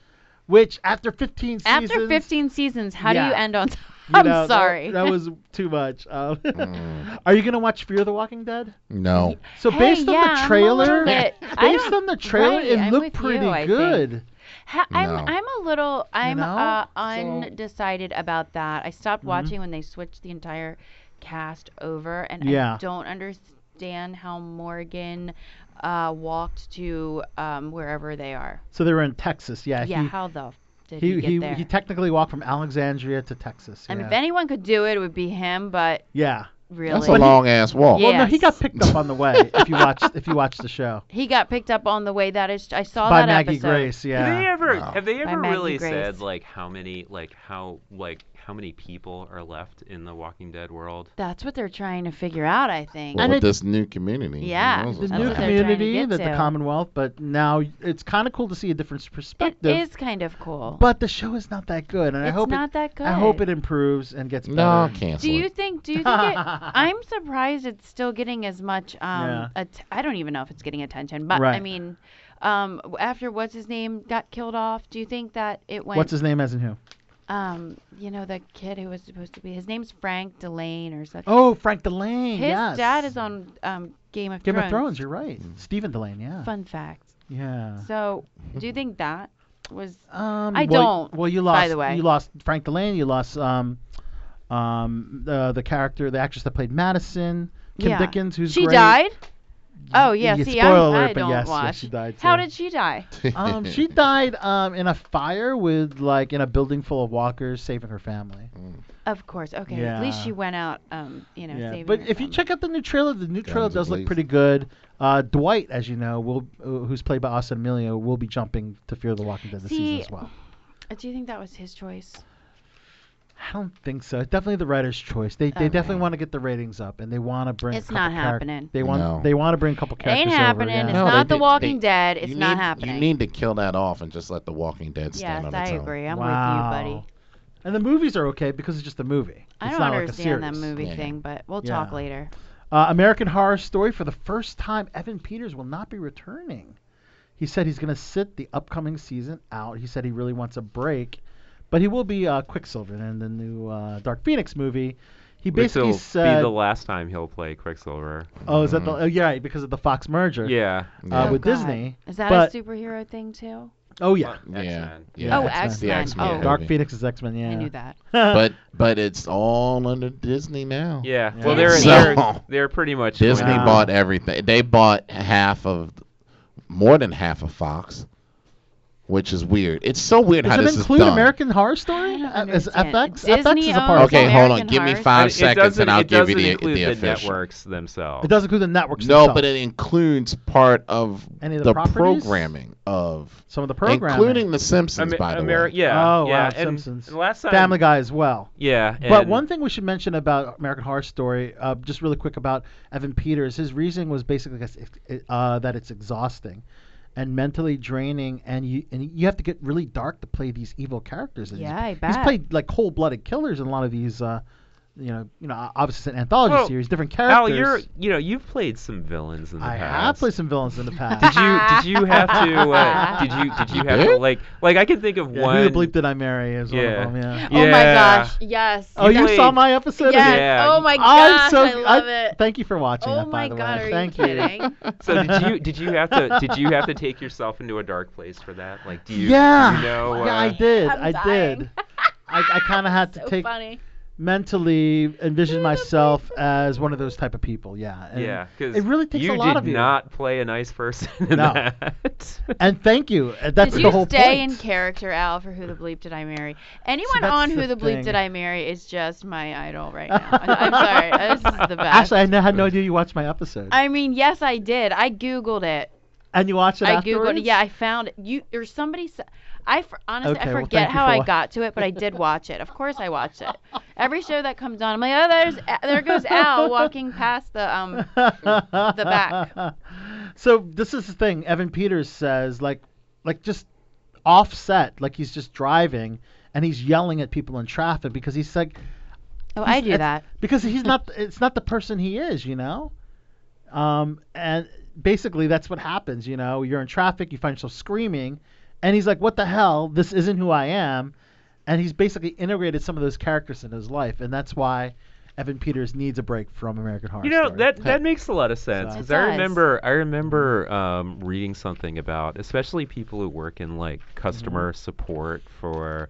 Speaker 6: which after 15 seasons,
Speaker 8: After 15 seasons, how do you
Speaker 6: Yeah.
Speaker 8: end on? top?
Speaker 6: you
Speaker 8: I'm
Speaker 6: know, that-
Speaker 8: sorry.
Speaker 6: that, was too much. Um,
Speaker 7: Mm.
Speaker 6: Are you gonna watch Fear the Walking Dead?
Speaker 7: No.
Speaker 6: So
Speaker 8: Hey,
Speaker 6: based on
Speaker 8: yeah, I'm
Speaker 6: the
Speaker 8: a
Speaker 6: trailer,
Speaker 8: little bit- I
Speaker 6: based
Speaker 8: don't-
Speaker 6: on the trailer,
Speaker 8: right,
Speaker 6: it
Speaker 8: I'm
Speaker 6: looked
Speaker 8: with you,
Speaker 6: pretty
Speaker 8: I think.
Speaker 6: good.
Speaker 8: Ha- I'm
Speaker 7: No.
Speaker 8: I'm a little I'm
Speaker 6: know?
Speaker 8: uh,
Speaker 6: So- Mm-hmm.
Speaker 8: undecided about that. I stopped watching when they switched the entire cast over, and
Speaker 6: Yeah.
Speaker 8: I don't understand how Morgan uh, walked to um, wherever they are.
Speaker 6: So they were in Texas. Yeah.
Speaker 8: yeah,
Speaker 6: he,
Speaker 8: how the f- did he,
Speaker 6: he,
Speaker 8: get
Speaker 6: he,
Speaker 8: there?
Speaker 6: he technically walked from Alexandria to Texas.
Speaker 8: I
Speaker 6: yeah.
Speaker 8: mean, if anyone could do it, it would be him. But
Speaker 6: yeah.
Speaker 8: really,
Speaker 7: That's a long ass walk.
Speaker 6: Well, no, he
Speaker 8: Yes.
Speaker 6: got picked up on the way. if you watched, if you watched the show,
Speaker 8: he got picked up on the way. That is, I saw
Speaker 6: by
Speaker 8: that
Speaker 6: Maggie
Speaker 8: episode.
Speaker 6: Grace.
Speaker 5: Have they
Speaker 6: Yeah.
Speaker 5: ever
Speaker 7: Wow.
Speaker 5: have they
Speaker 8: By
Speaker 5: ever
Speaker 8: Maggie
Speaker 5: really
Speaker 8: Grace.
Speaker 5: said like how many like how like how many people are left in the Walking Dead world?
Speaker 8: That's what they're trying to figure out, I think.
Speaker 7: Well,
Speaker 6: And
Speaker 7: with
Speaker 6: it-
Speaker 7: this new community. who
Speaker 8: Yeah,
Speaker 7: knows
Speaker 6: The
Speaker 7: what's
Speaker 8: That's
Speaker 6: new
Speaker 8: what
Speaker 7: gonna
Speaker 8: they're trying to
Speaker 6: community,
Speaker 8: get
Speaker 6: that the
Speaker 8: to.
Speaker 6: Commonwealth, but now it's kind of cool to see a different
Speaker 8: it
Speaker 6: perspective.
Speaker 8: is kind of cool.
Speaker 6: But the show is not that good, and I
Speaker 8: it's
Speaker 6: hope
Speaker 8: not
Speaker 6: it,
Speaker 8: that good.
Speaker 6: I hope it improves and gets
Speaker 7: happen.
Speaker 6: better.
Speaker 7: No, cancel.
Speaker 8: Do you
Speaker 7: it.
Speaker 8: think? Do you think? It, I'm surprised it's still getting as much. Um,
Speaker 6: Yeah.
Speaker 8: att- I don't even know if it's getting attention, but I
Speaker 6: Right.
Speaker 8: mean, um, after what's his name got killed off, do you think that it went?
Speaker 6: What's his name as in who?
Speaker 8: Um, you know, the kid who was supposed to be his name's Frank Delane or something.
Speaker 6: Oh, Frank Delane.
Speaker 8: his
Speaker 6: yes.
Speaker 8: dad is on um Game of
Speaker 6: Game
Speaker 8: Thrones.
Speaker 6: of Thrones. You're right.
Speaker 7: Mm.
Speaker 6: Stephen Delane. Yeah.
Speaker 8: Fun fact.
Speaker 6: Yeah.
Speaker 8: So, do you think that was?
Speaker 6: Um,
Speaker 8: I
Speaker 6: well,
Speaker 8: don't,
Speaker 6: Well, you lost.
Speaker 8: by the way.
Speaker 6: you lost Frank Delane. You lost um, um, the the character, the actress that played Madison, Kim
Speaker 8: Yeah.
Speaker 6: Dickens, who's
Speaker 8: she
Speaker 6: great.
Speaker 8: died. Oh yeah,
Speaker 6: yeah,
Speaker 8: see,
Speaker 6: spoiler
Speaker 8: I,
Speaker 6: alert,
Speaker 8: I
Speaker 6: but
Speaker 8: don't
Speaker 6: yes, yes,
Speaker 8: watch.
Speaker 6: she died
Speaker 8: How
Speaker 6: too.
Speaker 8: did she die?
Speaker 6: Um, she died um in a fire with like in a building full of walkers, saving her family.
Speaker 7: Mm.
Speaker 8: Of course. Okay. At least
Speaker 6: Yeah.
Speaker 8: she went out, um, you know,
Speaker 6: yeah,
Speaker 8: saving.
Speaker 6: but
Speaker 8: her
Speaker 6: if you
Speaker 8: family.
Speaker 6: check out the new trailer, the new trailer
Speaker 7: Guns
Speaker 6: does look
Speaker 7: ablazing.
Speaker 6: pretty good. Uh, Dwight, as you know, will uh, who's played by Austin Emilio, will be jumping to Fear the Walking Dead this season
Speaker 8: See,
Speaker 6: as well.
Speaker 8: Uh, Do you think that was his choice?
Speaker 6: I don't think so. It's definitely the writer's choice. They they
Speaker 8: Okay.
Speaker 6: definitely want to get the ratings up, and they want to bring. a
Speaker 8: It's
Speaker 6: couple
Speaker 8: not
Speaker 6: charac-
Speaker 8: happening.
Speaker 6: They want
Speaker 7: No.
Speaker 6: they want to bring a couple
Speaker 8: It ain't
Speaker 6: characters
Speaker 8: happening.
Speaker 6: over.
Speaker 8: It's
Speaker 6: Yeah.
Speaker 7: No, they
Speaker 8: not The
Speaker 7: did-
Speaker 8: Walking
Speaker 7: they-
Speaker 8: Dead. It's
Speaker 7: you
Speaker 8: not
Speaker 7: need-
Speaker 8: happening.
Speaker 7: You need to kill that off and just let The Walking Dead stand
Speaker 8: Yes,
Speaker 7: on
Speaker 8: I
Speaker 7: its own.
Speaker 8: agree. I'm with you,
Speaker 6: Wow.
Speaker 8: buddy.
Speaker 6: And the movies are okay because it's just a movie.
Speaker 8: I
Speaker 6: It's
Speaker 8: don't
Speaker 6: not like a
Speaker 8: understand that
Speaker 6: series.
Speaker 8: movie
Speaker 7: Yeah.
Speaker 8: thing, but we'll
Speaker 6: Yeah.
Speaker 8: talk later.
Speaker 6: Uh, American Horror Story for the first time, Evan Peters will not be returning. He said he's going to sit the upcoming season out. He said he really wants a break, but he will be uh, Quicksilver in the new uh, Dark Phoenix movie. He basically
Speaker 5: This'll be
Speaker 6: said,
Speaker 5: the last time he'll play Quicksilver.
Speaker 6: "Oh, is that
Speaker 8: Mm-hmm.
Speaker 6: the? Oh, yeah, right, because of the Fox merger
Speaker 5: Mm-hmm. Yeah.
Speaker 7: Yeah.
Speaker 6: uh, with
Speaker 8: Oh, God.
Speaker 6: Disney."
Speaker 8: Is that
Speaker 6: but-
Speaker 8: a superhero thing too?
Speaker 6: Oh yeah,
Speaker 7: Yeah.
Speaker 5: X-Men.
Speaker 7: Yeah,
Speaker 8: Oh,
Speaker 7: it's the
Speaker 8: X-Men.
Speaker 7: X-Men
Speaker 8: Oh.
Speaker 7: movie.
Speaker 6: Dark Phoenix is X Men. Yeah,
Speaker 8: I knew that.
Speaker 7: But but it's all under Disney now.
Speaker 5: Yeah.
Speaker 6: Yeah.
Speaker 5: Well, they're
Speaker 7: So-
Speaker 5: they're, they're pretty much going
Speaker 7: Disney
Speaker 6: Wow.
Speaker 7: bought everything. They bought half of, more than half of Fox, which is weird. It's so weird
Speaker 6: Does
Speaker 7: how
Speaker 6: it
Speaker 7: this
Speaker 6: include
Speaker 7: is done.
Speaker 6: American Horror Story?
Speaker 8: I don't
Speaker 6: Uh, Is
Speaker 8: understand.
Speaker 6: FX? FX
Speaker 8: Disney
Speaker 6: is a part
Speaker 8: owns
Speaker 6: of it.
Speaker 7: Okay, hold on.
Speaker 8: American
Speaker 7: Give me
Speaker 8: Horror
Speaker 7: five
Speaker 5: It- it
Speaker 7: seconds,
Speaker 5: doesn't-
Speaker 7: and I'll
Speaker 5: it
Speaker 7: give you
Speaker 5: doesn't
Speaker 7: the,
Speaker 5: include
Speaker 7: the
Speaker 5: the
Speaker 7: official.
Speaker 5: networks themselves.
Speaker 6: It does include the networks.
Speaker 7: No,
Speaker 6: themselves.
Speaker 7: but it includes part of
Speaker 6: Any of
Speaker 7: the,
Speaker 6: the properties?
Speaker 7: programming of,
Speaker 6: some of the programming,
Speaker 7: including The Simpsons,
Speaker 5: Amer-
Speaker 7: by the
Speaker 5: Ameri-
Speaker 7: way.
Speaker 5: yeah.
Speaker 6: Oh, wow,
Speaker 5: yeah. and,
Speaker 6: Simpsons.
Speaker 5: and last time,
Speaker 6: Family Guy as well.
Speaker 5: Yeah.
Speaker 6: But
Speaker 5: and-
Speaker 6: one thing we should mention about American Horror Story, uh, just really quick about Evan Peters, his reasoning was basically uh, that it's exhausting and mentally draining, and you and you have to get really dark to play these evil characters. And he's-
Speaker 8: Yeah, I
Speaker 6: He's
Speaker 8: bet.
Speaker 6: played like cold-blooded killers in a lot of these. Uh, you know, you know. Obviously, it's an anthology
Speaker 5: Well,
Speaker 6: series, different
Speaker 5: Al,
Speaker 6: characters.
Speaker 5: you're you know you've played some villains in the
Speaker 6: I
Speaker 5: past.
Speaker 6: have played some villains in the past.
Speaker 5: Did you did you have to uh, did you did you have to
Speaker 7: did?
Speaker 5: like like I can think of
Speaker 6: Yeah,
Speaker 5: one.
Speaker 6: Who the bleep did I marry? Is
Speaker 5: Yeah.
Speaker 6: one of them. Yeah.
Speaker 8: Oh my
Speaker 5: Yeah.
Speaker 8: gosh! Yes.
Speaker 6: Oh, you
Speaker 5: played-
Speaker 6: saw my episode.
Speaker 8: yes.
Speaker 6: of it?
Speaker 5: Yeah.
Speaker 8: Oh my
Speaker 6: I'm
Speaker 8: gosh!
Speaker 6: so
Speaker 8: I love it.
Speaker 6: Thank you for watching.
Speaker 8: Oh
Speaker 6: that, by
Speaker 8: my
Speaker 6: the
Speaker 8: god!
Speaker 6: way.
Speaker 8: Are you
Speaker 6: Thank
Speaker 8: kidding?
Speaker 5: So did you did you have to did you have to take yourself into a dark place for that? Like do you
Speaker 6: yeah.
Speaker 5: do you know
Speaker 6: yeah, I
Speaker 5: uh,
Speaker 6: did.
Speaker 8: I'm
Speaker 6: I
Speaker 8: dying.
Speaker 6: did. I, I kind of had to
Speaker 8: So
Speaker 6: take
Speaker 8: funny.
Speaker 6: mentally envision myself as one of those type of people. Yeah. And,
Speaker 5: yeah, because
Speaker 6: it really takes
Speaker 5: you
Speaker 6: a lot
Speaker 5: did
Speaker 6: of you.
Speaker 5: not play a nice person in
Speaker 6: No.
Speaker 5: that.
Speaker 6: And thank you. Uh, That's
Speaker 8: did
Speaker 6: the
Speaker 8: you
Speaker 6: whole
Speaker 8: stay
Speaker 6: point.
Speaker 8: in character, Al, for Who the Bleep Did I Marry? Anyone
Speaker 6: that's
Speaker 8: on
Speaker 6: the
Speaker 8: Who the Bleep
Speaker 6: thing.
Speaker 8: Did I Marry is just my idol right now. I- I'm sorry. This is the best.
Speaker 6: Actually, I n- had no idea you watched my episode.
Speaker 8: I mean, yes, I did. I Googled it.
Speaker 6: and you watched it
Speaker 8: I
Speaker 6: afterwards?
Speaker 8: Googled it. Yeah, I found it. You, or somebody. s- I f- honestly,
Speaker 6: Okay,
Speaker 8: I
Speaker 6: well,
Speaker 8: forget
Speaker 6: thank you
Speaker 8: how
Speaker 6: for
Speaker 8: I
Speaker 6: wa-
Speaker 8: got to it, but I did watch it. Of course, I watched it. Every show that comes on, I'm like, oh, there's, A- there goes Al walking past the um.
Speaker 6: the
Speaker 8: back.
Speaker 6: So this is the thing. Evan Peters says, like, like just offset, like he's just driving and he's yelling at people in traffic because he's like,
Speaker 8: Oh, I
Speaker 6: He's-
Speaker 8: do
Speaker 6: it's-
Speaker 8: that.
Speaker 6: because he's not, it's not the person he is, you know. Um, and basically that's what happens, you know. You're in traffic, you find yourself screaming, and he's like, "What the hell? This isn't who I am." And he's basically integrated some of those characters in his life, and that's why Evan Peters needs a break from American Horror
Speaker 5: You know
Speaker 6: Story.
Speaker 5: that that makes a lot of sense
Speaker 6: So-
Speaker 5: because
Speaker 8: It
Speaker 5: I
Speaker 8: does.
Speaker 5: remember I remember um, reading something about especially people who work in like customer
Speaker 6: Mm-hmm.
Speaker 5: support for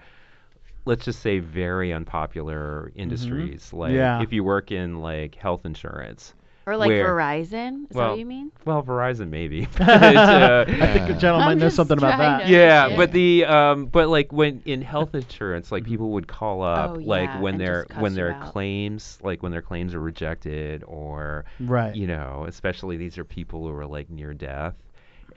Speaker 5: let's just say very unpopular industries like
Speaker 6: Mm-hmm. Yeah.
Speaker 5: if you work in like health insurance
Speaker 8: Or like
Speaker 5: Where?
Speaker 8: Verizon? Is that
Speaker 5: Well,
Speaker 8: what you mean?
Speaker 5: well Verizon maybe but, uh,
Speaker 6: I think the gentleman
Speaker 8: I'm
Speaker 6: knows
Speaker 8: just
Speaker 6: something about
Speaker 8: trying
Speaker 6: that.
Speaker 8: to-
Speaker 5: yeah,
Speaker 8: Yeah.
Speaker 5: but the um, but like when in health insurance, like people would call up,
Speaker 8: Oh,
Speaker 5: like
Speaker 8: yeah,
Speaker 5: when
Speaker 8: and
Speaker 5: their
Speaker 8: just cuss
Speaker 5: when
Speaker 8: you
Speaker 5: their
Speaker 8: out.
Speaker 5: claims, like when their claims are rejected, or
Speaker 6: Right.
Speaker 5: you know, especially these are people who are like near death,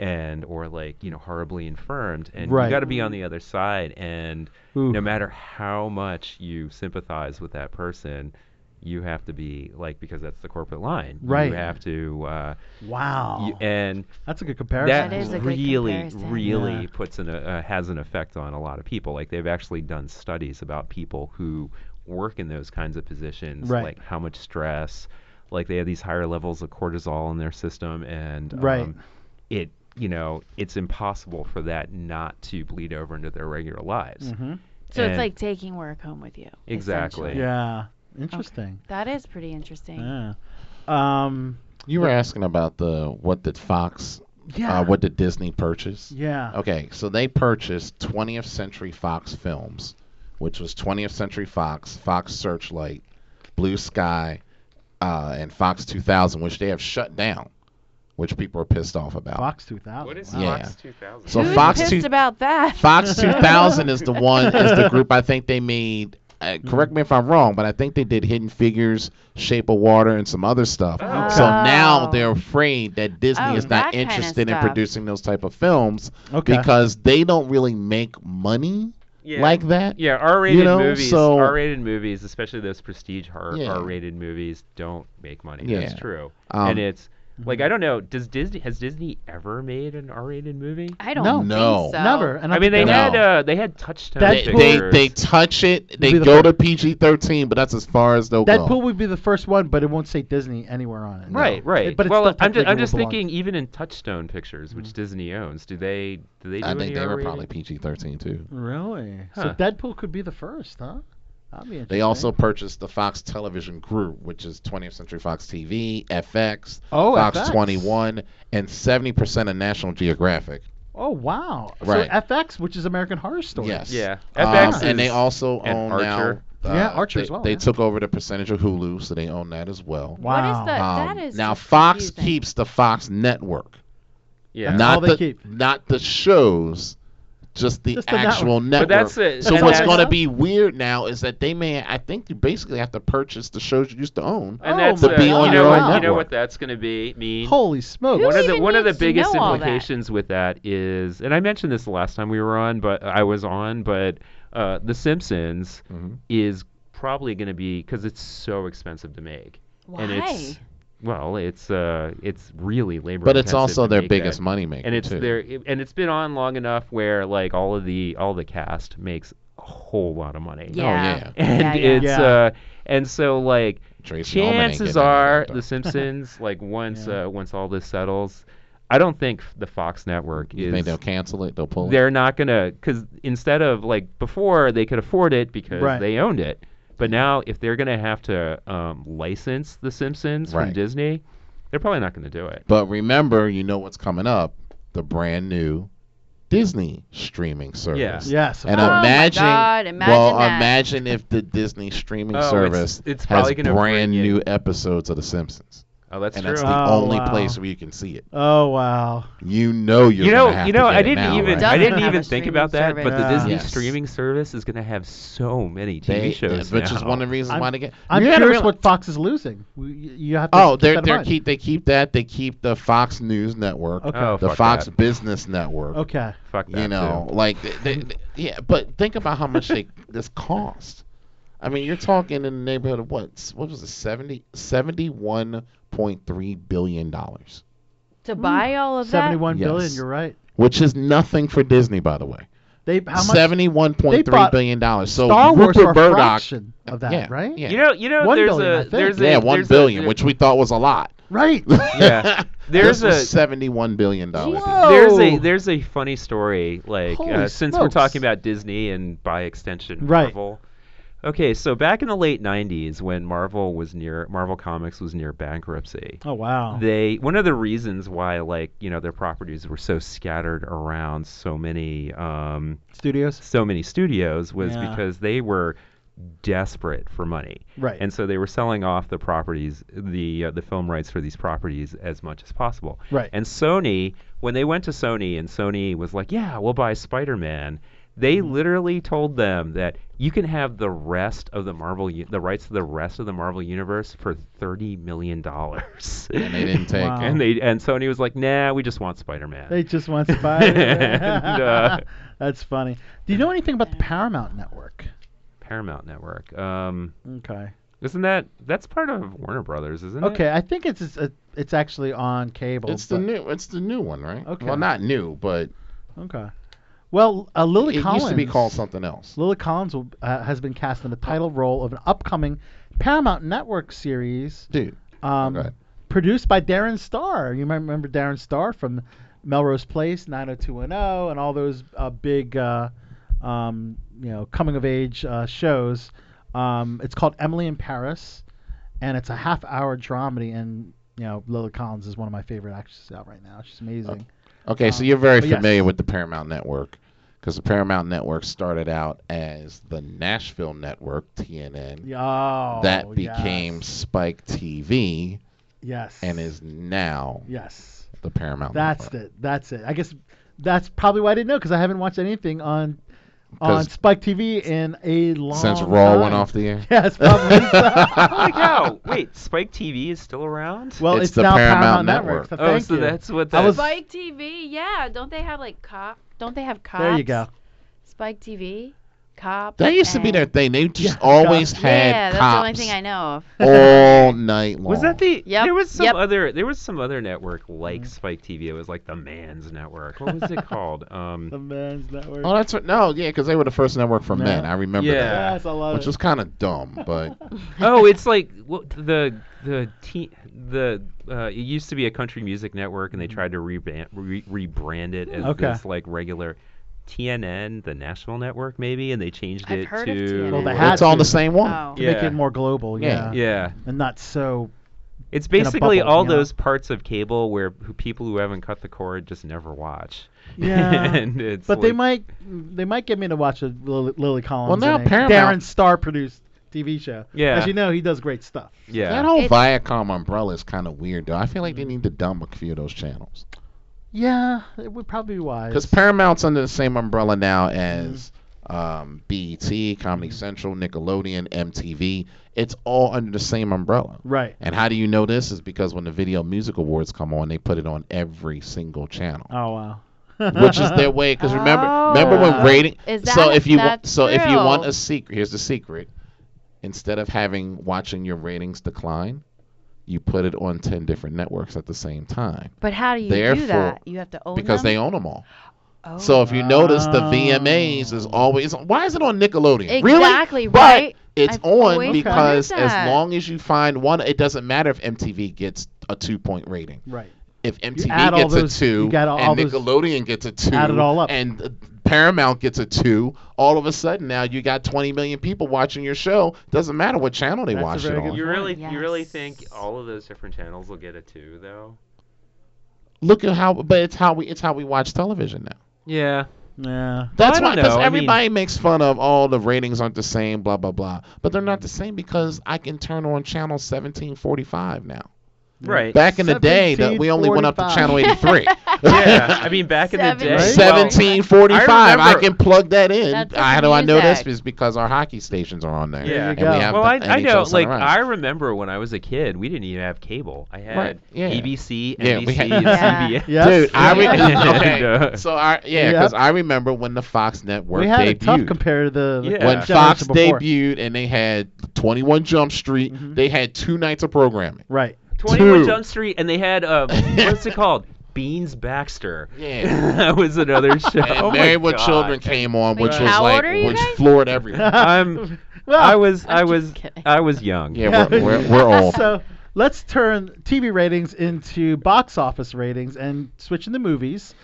Speaker 5: and or like you know horribly infirmed, and
Speaker 6: Right.
Speaker 5: you got to be on the other side, and
Speaker 6: Ooh.
Speaker 5: no matter how much you sympathize with that person. You have to be like because that's the corporate line.
Speaker 6: Right.
Speaker 5: You have to, uh,
Speaker 6: Wow.
Speaker 5: you, and
Speaker 6: That's a good comparison.
Speaker 5: that
Speaker 8: That is a good
Speaker 5: really,
Speaker 8: comparison.
Speaker 5: really
Speaker 6: Yeah.
Speaker 5: puts an, uh, has an effect on a lot of people. Like they've actually done studies about people who work in those kinds of positions,
Speaker 6: Right.
Speaker 5: like how much stress, like they have these higher levels of cortisol in their system, and
Speaker 6: Right.
Speaker 5: um, it, you know, it's impossible for that not to bleed over into their regular lives.
Speaker 6: Mhm.
Speaker 8: So
Speaker 5: And-
Speaker 8: it's like taking work home with you.
Speaker 5: Exactly.
Speaker 8: essentially.
Speaker 6: Yeah. Interesting.
Speaker 8: That is pretty interesting.
Speaker 6: Yeah. Um.
Speaker 7: You were asking about the what did Fox,
Speaker 6: Yeah.
Speaker 7: uh, what did Disney purchase?
Speaker 6: Yeah.
Speaker 7: Okay, so they purchased 20th Century Fox Films, which was 20th Century Fox, Fox Searchlight, Blue Sky, uh, and Fox 2000, which they have shut down, which people are pissed off about.
Speaker 6: Fox 2000.
Speaker 10: What is
Speaker 6: wow.
Speaker 7: Yeah.
Speaker 10: Fox 2000?
Speaker 7: So
Speaker 8: Who's
Speaker 7: Fox
Speaker 8: pissed
Speaker 7: two-
Speaker 8: about that?
Speaker 7: Fox 2000 is the one is the group I think they made. Uh, correct me if I'm wrong, but I think they did Hidden Figures, Shape of Water, and some other stuff.
Speaker 10: Oh.
Speaker 7: So now
Speaker 8: Oh.
Speaker 7: they're afraid that Disney
Speaker 8: Oh,
Speaker 7: is not
Speaker 8: that kinda
Speaker 7: interested in
Speaker 8: stuff.
Speaker 7: producing those type of films
Speaker 6: Okay.
Speaker 7: because they don't really make money
Speaker 10: yeah.
Speaker 7: like that.
Speaker 5: Yeah, R-rated
Speaker 7: know,
Speaker 5: movies,
Speaker 7: so-
Speaker 5: R-rated movies, especially those prestige R-
Speaker 7: Yeah.
Speaker 5: rated movies, don't make money.
Speaker 7: Yeah.
Speaker 5: That's true.
Speaker 7: Um,
Speaker 5: and it's like I
Speaker 8: Mm-hmm.
Speaker 5: don't know, does Disney has Disney ever made an R-rated movie?
Speaker 8: I don't
Speaker 6: No.
Speaker 8: think
Speaker 7: No.
Speaker 8: so.
Speaker 6: Never. And
Speaker 5: I mean, they
Speaker 7: No.
Speaker 5: had uh, they had touchstone
Speaker 7: They,
Speaker 6: Deadpool-
Speaker 7: they
Speaker 5: pictures.
Speaker 7: they touch it, they
Speaker 6: Be the
Speaker 7: go
Speaker 6: first-
Speaker 7: to PG thirteen, but that's as far as they'll
Speaker 6: Deadpool
Speaker 7: go.
Speaker 6: would be the first one, but it won't say Disney anywhere on it.
Speaker 5: right, right.
Speaker 6: But it's
Speaker 5: well,
Speaker 6: still
Speaker 5: I'm just,
Speaker 6: technically
Speaker 5: I'm just
Speaker 6: belong-
Speaker 5: thinking, even in touchstone pictures, which Disney owns, do they do they do
Speaker 7: Mm. I
Speaker 5: any
Speaker 7: think they were
Speaker 5: R-rated?
Speaker 7: probably PG thirteen too.
Speaker 6: Really? So
Speaker 5: Huh.
Speaker 6: Deadpool could be the first, huh? That'd be interesting.
Speaker 7: They also purchased the Fox Television Group, which is 20th Century Fox TV, FX,
Speaker 6: Oh,
Speaker 7: Fox
Speaker 6: FX.
Speaker 7: 21, and 70% of National Geographic.
Speaker 6: Oh wow.
Speaker 7: Right.
Speaker 6: So FX, which is American Horror Story.
Speaker 7: Yes.
Speaker 5: Yeah.
Speaker 7: Um,
Speaker 5: FX
Speaker 7: and they
Speaker 5: is-
Speaker 7: also
Speaker 5: and
Speaker 7: own
Speaker 5: Archer.
Speaker 7: now. uh,
Speaker 6: Yeah, Archer
Speaker 7: they,
Speaker 6: as well,
Speaker 7: They
Speaker 6: yeah.
Speaker 7: took over the percentage of Hulu, so they own that as well.
Speaker 8: What
Speaker 6: Wow.
Speaker 8: is the,
Speaker 7: Um,
Speaker 8: that is
Speaker 7: now
Speaker 8: just
Speaker 7: Fox
Speaker 8: confusing.
Speaker 7: keeps the Fox network,
Speaker 5: Yeah.
Speaker 7: not
Speaker 6: all they
Speaker 7: the
Speaker 6: keep.
Speaker 7: not the shows, just the
Speaker 6: Just the network.
Speaker 7: actual
Speaker 5: But
Speaker 7: network.
Speaker 5: that's it.
Speaker 7: so
Speaker 5: and
Speaker 7: what's
Speaker 5: that's-
Speaker 7: going to be weird now is that they may, I think, you basically have to purchase the shows you used to own.
Speaker 5: And
Speaker 6: Oh
Speaker 5: that's
Speaker 6: my
Speaker 5: uh,
Speaker 6: To be
Speaker 5: you,
Speaker 6: on
Speaker 5: know
Speaker 6: your
Speaker 5: what,
Speaker 6: own
Speaker 5: you know
Speaker 7: network.
Speaker 5: what that's going to be mean.
Speaker 6: Holy smokes.
Speaker 8: Who
Speaker 5: one of the
Speaker 8: even
Speaker 5: one of the
Speaker 8: needs to
Speaker 5: biggest
Speaker 8: know all that?
Speaker 5: implications with that is, and I mentioned this the last time we were on, but I was on, but uh, The Simpsons
Speaker 7: Mhm.
Speaker 5: is probably going to be because it's so expensive to make,
Speaker 8: Why?
Speaker 5: and it's well, it's uh, it's really labor.
Speaker 7: But it's also their
Speaker 5: biggest.
Speaker 7: biggest moneymaker.
Speaker 5: and it's
Speaker 7: too.
Speaker 5: there and it's been on long enough where like all of the all the cast makes a whole lot of money
Speaker 8: yeah.
Speaker 7: Oh, yeah.
Speaker 5: and
Speaker 8: Yeah, yeah.
Speaker 5: it's
Speaker 6: Yeah.
Speaker 5: uh and so like
Speaker 7: Tracy Ullman ain't
Speaker 5: chances
Speaker 7: getting any
Speaker 5: are
Speaker 7: of that,
Speaker 5: the simpsons like once
Speaker 6: Yeah.
Speaker 5: uh, once all this settles i don't think the fox network
Speaker 7: though. You think
Speaker 5: is
Speaker 7: they'll cancel it? They'll pull it.
Speaker 5: they're not gonna because instead of like before they could afford it because
Speaker 6: Right.
Speaker 5: they owned it but now if they're gonna have to um, license the simpsons
Speaker 7: Right.
Speaker 5: from disney they're probably not gonna do it
Speaker 7: But remember, you know what's coming up: the brand new Disney streaming service.
Speaker 5: Yeah.
Speaker 6: Yes. of
Speaker 7: And
Speaker 8: Oh
Speaker 6: course.
Speaker 8: my
Speaker 7: imagine,
Speaker 8: God, imagine
Speaker 7: well,
Speaker 8: that.
Speaker 7: imagine if the Disney streaming
Speaker 5: Oh, it's-
Speaker 7: service
Speaker 5: it's
Speaker 7: has
Speaker 5: probably gonna
Speaker 7: brand
Speaker 5: bring in-
Speaker 7: new episodes of The Simpsons,
Speaker 5: oh that's
Speaker 7: and
Speaker 5: true
Speaker 7: that's the
Speaker 6: Oh,
Speaker 7: only
Speaker 6: wow.
Speaker 7: place where you can see it.
Speaker 6: oh wow.
Speaker 7: You know you're
Speaker 5: you
Speaker 7: gonna
Speaker 5: know,
Speaker 7: have
Speaker 5: you
Speaker 7: to
Speaker 5: know,
Speaker 7: get
Speaker 5: I
Speaker 7: it
Speaker 5: didn't
Speaker 7: now,
Speaker 5: even,
Speaker 7: right?
Speaker 5: I
Speaker 8: Doesn't
Speaker 5: didn't
Speaker 8: have a
Speaker 5: even think
Speaker 8: streaming
Speaker 5: about that. But
Speaker 6: service.
Speaker 5: the Disney
Speaker 7: Yes.
Speaker 5: streaming service is going to have so many TV
Speaker 7: They-
Speaker 5: shows,
Speaker 7: which is
Speaker 5: now.
Speaker 7: one of the reasons
Speaker 6: I'm-
Speaker 7: why they get.
Speaker 6: I'm
Speaker 7: You gotta
Speaker 6: curious
Speaker 7: realize-
Speaker 6: what Fox is losing. We, you you have to.
Speaker 7: Oh,
Speaker 6: keep
Speaker 7: they're
Speaker 6: that in
Speaker 7: they
Speaker 6: mind.
Speaker 7: keep they keep that they keep the Fox News Network,
Speaker 6: Okay.
Speaker 5: Oh,
Speaker 7: the
Speaker 5: fuck
Speaker 7: Fox
Speaker 5: that.
Speaker 7: Business Network.
Speaker 6: Okay.
Speaker 5: Fuck that
Speaker 7: You know,
Speaker 5: too.
Speaker 7: like they, they, they- yeah, but think about how much they this cost. I mean, you're talking in the neighborhood of what? s- What was it? 70 $71.3 billion dollars,
Speaker 8: to buy
Speaker 6: mm,
Speaker 8: all of that.
Speaker 6: Seventy-one
Speaker 7: Yes.
Speaker 6: billion. You're right.
Speaker 7: which is nothing for Disney, by the way.
Speaker 6: They how much?
Speaker 7: Seventy-one point
Speaker 6: They
Speaker 7: three
Speaker 6: bought
Speaker 7: billion dollars. So
Speaker 6: Star Wars
Speaker 7: Rupert
Speaker 6: are a
Speaker 7: Murdoch,
Speaker 6: fraction of that,
Speaker 7: yeah,
Speaker 6: right?
Speaker 7: Yeah,
Speaker 5: You know, you know,
Speaker 6: One
Speaker 5: there's
Speaker 6: billion, I
Speaker 5: a,
Speaker 6: think.
Speaker 5: there's a,
Speaker 7: yeah, one
Speaker 5: there's a-
Speaker 7: billion,
Speaker 5: there-
Speaker 7: which we thought was a lot.
Speaker 6: Right.
Speaker 5: yeah, there's
Speaker 7: this was
Speaker 5: a.
Speaker 7: seventy-one billion dollars.
Speaker 6: Whoa.
Speaker 5: There's a
Speaker 6: Whoa.
Speaker 5: there's a funny story like
Speaker 6: Holy
Speaker 5: uh, since we're
Speaker 6: smokes.
Speaker 5: talking about Disney and by extension
Speaker 6: Right.
Speaker 5: Marvel, Okay, so back in the late '90s, when Marvel was near Marvel Comics was near bankruptcy,
Speaker 6: Oh wow.
Speaker 5: they one of the reasons why like you know their properties were so scattered around so many um,
Speaker 6: Studios.
Speaker 5: so many studios was
Speaker 6: Yeah.
Speaker 5: because they were desperate for money.
Speaker 6: Right.
Speaker 5: And so they were selling off the properties, the uh, the film rights for these properties as much as possible.
Speaker 6: Right.
Speaker 5: And Sony, when they went to Sony and Sony was like, "Yeah, we'll buy Spider-Man." They
Speaker 7: Mm-hmm.
Speaker 5: literally told them that you can have the rest of the Marvel u- the rights to the rest of the Marvel universe for 30 million dollars.
Speaker 7: And they didn't take
Speaker 6: Wow.
Speaker 7: it.
Speaker 5: and they and Sony was like, "Nah, we just want Spider-Man."
Speaker 6: They just want Spider.
Speaker 5: And, uh,
Speaker 6: That's funny. Do you know anything about the Paramount Network?
Speaker 5: Paramount Network. Um
Speaker 6: Okay.
Speaker 5: Isn't that that's part of Warner Brothers, isn't it?
Speaker 6: Okay, I think it's it's, a, it's actually on cable.
Speaker 7: It's the
Speaker 6: but-
Speaker 7: new. It's the new one, right?
Speaker 6: Okay.
Speaker 7: Well, not new, but
Speaker 6: Okay. Well, uh, Lily
Speaker 7: it
Speaker 6: Collins
Speaker 7: used to be called something else.
Speaker 6: Lily Collins will, uh, has been cast in the title role of an upcoming Paramount Network series
Speaker 7: Dude,
Speaker 6: um,
Speaker 7: Okay.
Speaker 6: produced by Darren Star. You might remember Darren Star from Melrose Place, 90210, and all those uh, big, uh, um, you know, coming of age uh, shows. Um, it's called Emily in Paris, and it's a half hour dramedy. And you know, Lily Collins is one of my favorite actresses out right now. She's amazing.
Speaker 7: Okay,
Speaker 6: Uh,
Speaker 7: so you're very
Speaker 6: but yes.
Speaker 7: familiar with the Paramount Network because the Paramount Network started out as the Nashville Network, TNN.
Speaker 6: Oh, Yeah.
Speaker 7: that became Spike TV
Speaker 6: yes,
Speaker 7: and is now
Speaker 6: yes.
Speaker 7: the Paramount
Speaker 6: That's
Speaker 7: Network.
Speaker 6: it. That's it. I guess that's probably why I didn't know because I haven't watched anything on on
Speaker 7: 'Cause-
Speaker 6: Spike TV in a long
Speaker 7: Since Raw
Speaker 6: time.
Speaker 7: went off the air.
Speaker 6: Yes, probably. so.
Speaker 5: Holy cow! Wait, Spike TV is still around?
Speaker 6: Well, it's,
Speaker 7: It's the
Speaker 6: now Paramount,
Speaker 7: Paramount
Speaker 6: Network.
Speaker 7: Network.
Speaker 6: so
Speaker 5: oh,
Speaker 6: thank
Speaker 5: so
Speaker 6: you.
Speaker 5: that's what
Speaker 6: I
Speaker 5: that
Speaker 6: was-
Speaker 8: Spike TV, yeah. Don't they have like cop? Don't they have cops?
Speaker 6: there you go.
Speaker 8: Spike TV, cops.
Speaker 7: That used to be
Speaker 8: and-
Speaker 7: their thing. They just
Speaker 6: Yeah.
Speaker 7: always had
Speaker 8: Yeah, that's the only
Speaker 7: cops
Speaker 8: thing I know of.
Speaker 7: all night long.
Speaker 5: Was that the
Speaker 8: Yep,
Speaker 5: there was some
Speaker 8: yep.
Speaker 5: other there was some other network
Speaker 6: Mm.
Speaker 5: like Spike TV. It was like the man's network. What was it called?
Speaker 6: The
Speaker 5: Um
Speaker 6: Men's Network.
Speaker 7: Oh, that's what, no, yeah, because they were the first network for
Speaker 6: Yeah.
Speaker 7: men. I remember
Speaker 5: Yeah.
Speaker 6: yes, I
Speaker 7: that,
Speaker 6: love
Speaker 7: which
Speaker 6: it.
Speaker 7: was kind of dumb, but
Speaker 5: Oh, it's like what the the te- the uh, it used to be a country music network and they tried to rebrand re- rebrand it as
Speaker 6: Mm. Okay.
Speaker 5: this like regular TNN, the National Network maybe, and they changed
Speaker 8: I've
Speaker 5: it
Speaker 8: heard of
Speaker 5: to
Speaker 8: TNN. Well,
Speaker 6: they had-
Speaker 7: it's all
Speaker 6: to.
Speaker 7: the same one.
Speaker 8: Oh.
Speaker 6: Oh, to make
Speaker 5: Yeah.
Speaker 6: it more global. Yeah.
Speaker 7: Yeah.
Speaker 5: yeah.
Speaker 6: And not so.
Speaker 5: It's
Speaker 6: in a
Speaker 5: basically
Speaker 6: bubble,
Speaker 5: all
Speaker 6: you know?
Speaker 5: those parts of cable where who, people who haven't cut the cord just never watch.
Speaker 6: Yeah.
Speaker 5: and it's
Speaker 6: But they
Speaker 5: like-
Speaker 6: might they might get me to watch a Lily, Lily Collins.
Speaker 7: Well, now
Speaker 6: and a
Speaker 7: Paramount-
Speaker 6: Darren Star produced TV show.
Speaker 5: Yeah.
Speaker 6: As you know, he does great stuff.
Speaker 5: Yeah.
Speaker 7: That whole
Speaker 8: It's-
Speaker 7: Viacom umbrella is kind of weird, though. I feel
Speaker 6: Mm.
Speaker 7: like they need to dumb a few of those channels.
Speaker 6: Yeah, it would probably be wise.
Speaker 7: Because Paramount's under the same umbrella now as um, BET, Comedy
Speaker 8: Mm-hmm.
Speaker 7: Central, Nickelodeon, MTV. It's all under the same umbrella.
Speaker 6: right.
Speaker 7: And how do you know this? Is because when the Video Music Awards come on, they put it on every single channel,
Speaker 6: Oh wow.
Speaker 7: which is their way. Because remember, remember
Speaker 8: Oh.
Speaker 7: when rating.
Speaker 8: Is
Speaker 7: so
Speaker 8: that-
Speaker 7: if you wa-
Speaker 8: that's
Speaker 7: so if you want
Speaker 8: true.
Speaker 7: a secret, here's the secret. Instead of having watching your ratings decline, you put it on ten different networks at the same time
Speaker 8: But how do you do
Speaker 7: Therefore-
Speaker 8: that? You have to own
Speaker 7: because they
Speaker 8: them?
Speaker 7: own them all.
Speaker 8: Oh.
Speaker 7: So if you notice, the VMAs is
Speaker 6: Oh.
Speaker 7: always. Why is it on Nickelodeon?
Speaker 8: Exactly,
Speaker 7: really? But
Speaker 8: right?
Speaker 7: it's
Speaker 8: I've
Speaker 7: on
Speaker 8: always
Speaker 7: because
Speaker 8: wondered
Speaker 7: as
Speaker 8: that.
Speaker 7: long as you find one, it doesn't matter if MTV gets a two-point rating.
Speaker 6: Right.
Speaker 7: If
Speaker 6: add
Speaker 7: MTV
Speaker 6: all
Speaker 7: gets
Speaker 6: those-
Speaker 7: a
Speaker 6: you
Speaker 7: two,
Speaker 6: got all- all
Speaker 7: and
Speaker 6: those-
Speaker 7: Nickelodeon gets a two,
Speaker 6: Add it all up.
Speaker 7: and uh, Paramount gets a two, all of a sudden now you got 20 million people watching your show. Doesn't matter what channel they
Speaker 6: That's a
Speaker 7: watch it
Speaker 6: very good
Speaker 7: on.
Speaker 5: You really, you really
Speaker 8: Yes.
Speaker 5: think all of those different channels will get a two though?
Speaker 7: Look at how, but it's how we, it's how we watch television now.
Speaker 5: Yeah.
Speaker 6: Yeah.
Speaker 7: That's
Speaker 5: I don't
Speaker 7: why because
Speaker 5: know, I mean-
Speaker 7: everybody makes fun of all the ratings aren't the same, blah blah blah. But they're not the same because I can turn on channel seventeen forty five now.
Speaker 5: Right.
Speaker 7: Back in the day, the, we only went up to
Speaker 6: 1745.
Speaker 7: channel eighty three.
Speaker 5: yeah. I mean, back in the day.
Speaker 8: Right?
Speaker 5: well,
Speaker 7: Seventeen forty
Speaker 5: I
Speaker 7: five. I
Speaker 5: remember-
Speaker 7: can plug that in.
Speaker 8: That's
Speaker 7: I, how do I know this?
Speaker 8: music.
Speaker 7: It's because our hockey stations are on there.
Speaker 5: Yeah. There you
Speaker 7: and
Speaker 6: go.
Speaker 7: We have
Speaker 5: well,
Speaker 7: the
Speaker 5: I, I
Speaker 7: NHL
Speaker 5: know. Like,
Speaker 7: Sunrise.
Speaker 5: I remember when I was a kid, we didn't even have cable. I had
Speaker 7: Right, yeah.
Speaker 5: ABC,
Speaker 7: Yeah, we
Speaker 5: NBC,
Speaker 7: had-
Speaker 5: and
Speaker 8: Yeah.
Speaker 5: CBS.
Speaker 6: Yes.
Speaker 7: Dude, I
Speaker 5: And,
Speaker 7: re- okay.
Speaker 5: uh,
Speaker 7: So I yeah,
Speaker 6: Yep.
Speaker 7: because I remember when the Fox Network
Speaker 6: we had it tough
Speaker 7: debuted.
Speaker 6: compared to the
Speaker 5: Yeah.
Speaker 7: when
Speaker 6: the
Speaker 7: Fox
Speaker 6: generation before.
Speaker 7: debuted and they had 21 Jump Street,
Speaker 6: Mhm.
Speaker 7: they had two nights of programming.
Speaker 6: Right.
Speaker 5: 21
Speaker 7: Two.
Speaker 5: Jump Street, and they had uh, what's it called? Beans Baxter.
Speaker 7: Yeah.
Speaker 5: that was another show.
Speaker 7: And
Speaker 5: oh my
Speaker 7: Married with
Speaker 5: God.
Speaker 7: Children came on,
Speaker 8: Wait,
Speaker 7: which was
Speaker 8: how
Speaker 7: like
Speaker 8: old are you
Speaker 7: which
Speaker 8: guys?
Speaker 7: floored everyone.
Speaker 5: I'm.
Speaker 6: Well,
Speaker 5: I was. I
Speaker 8: just
Speaker 5: was.
Speaker 8: kidding.
Speaker 5: I was young.
Speaker 7: Yeah, we're, we're, we're old.
Speaker 6: so let's turn TV ratings into box office ratings and switch into movies.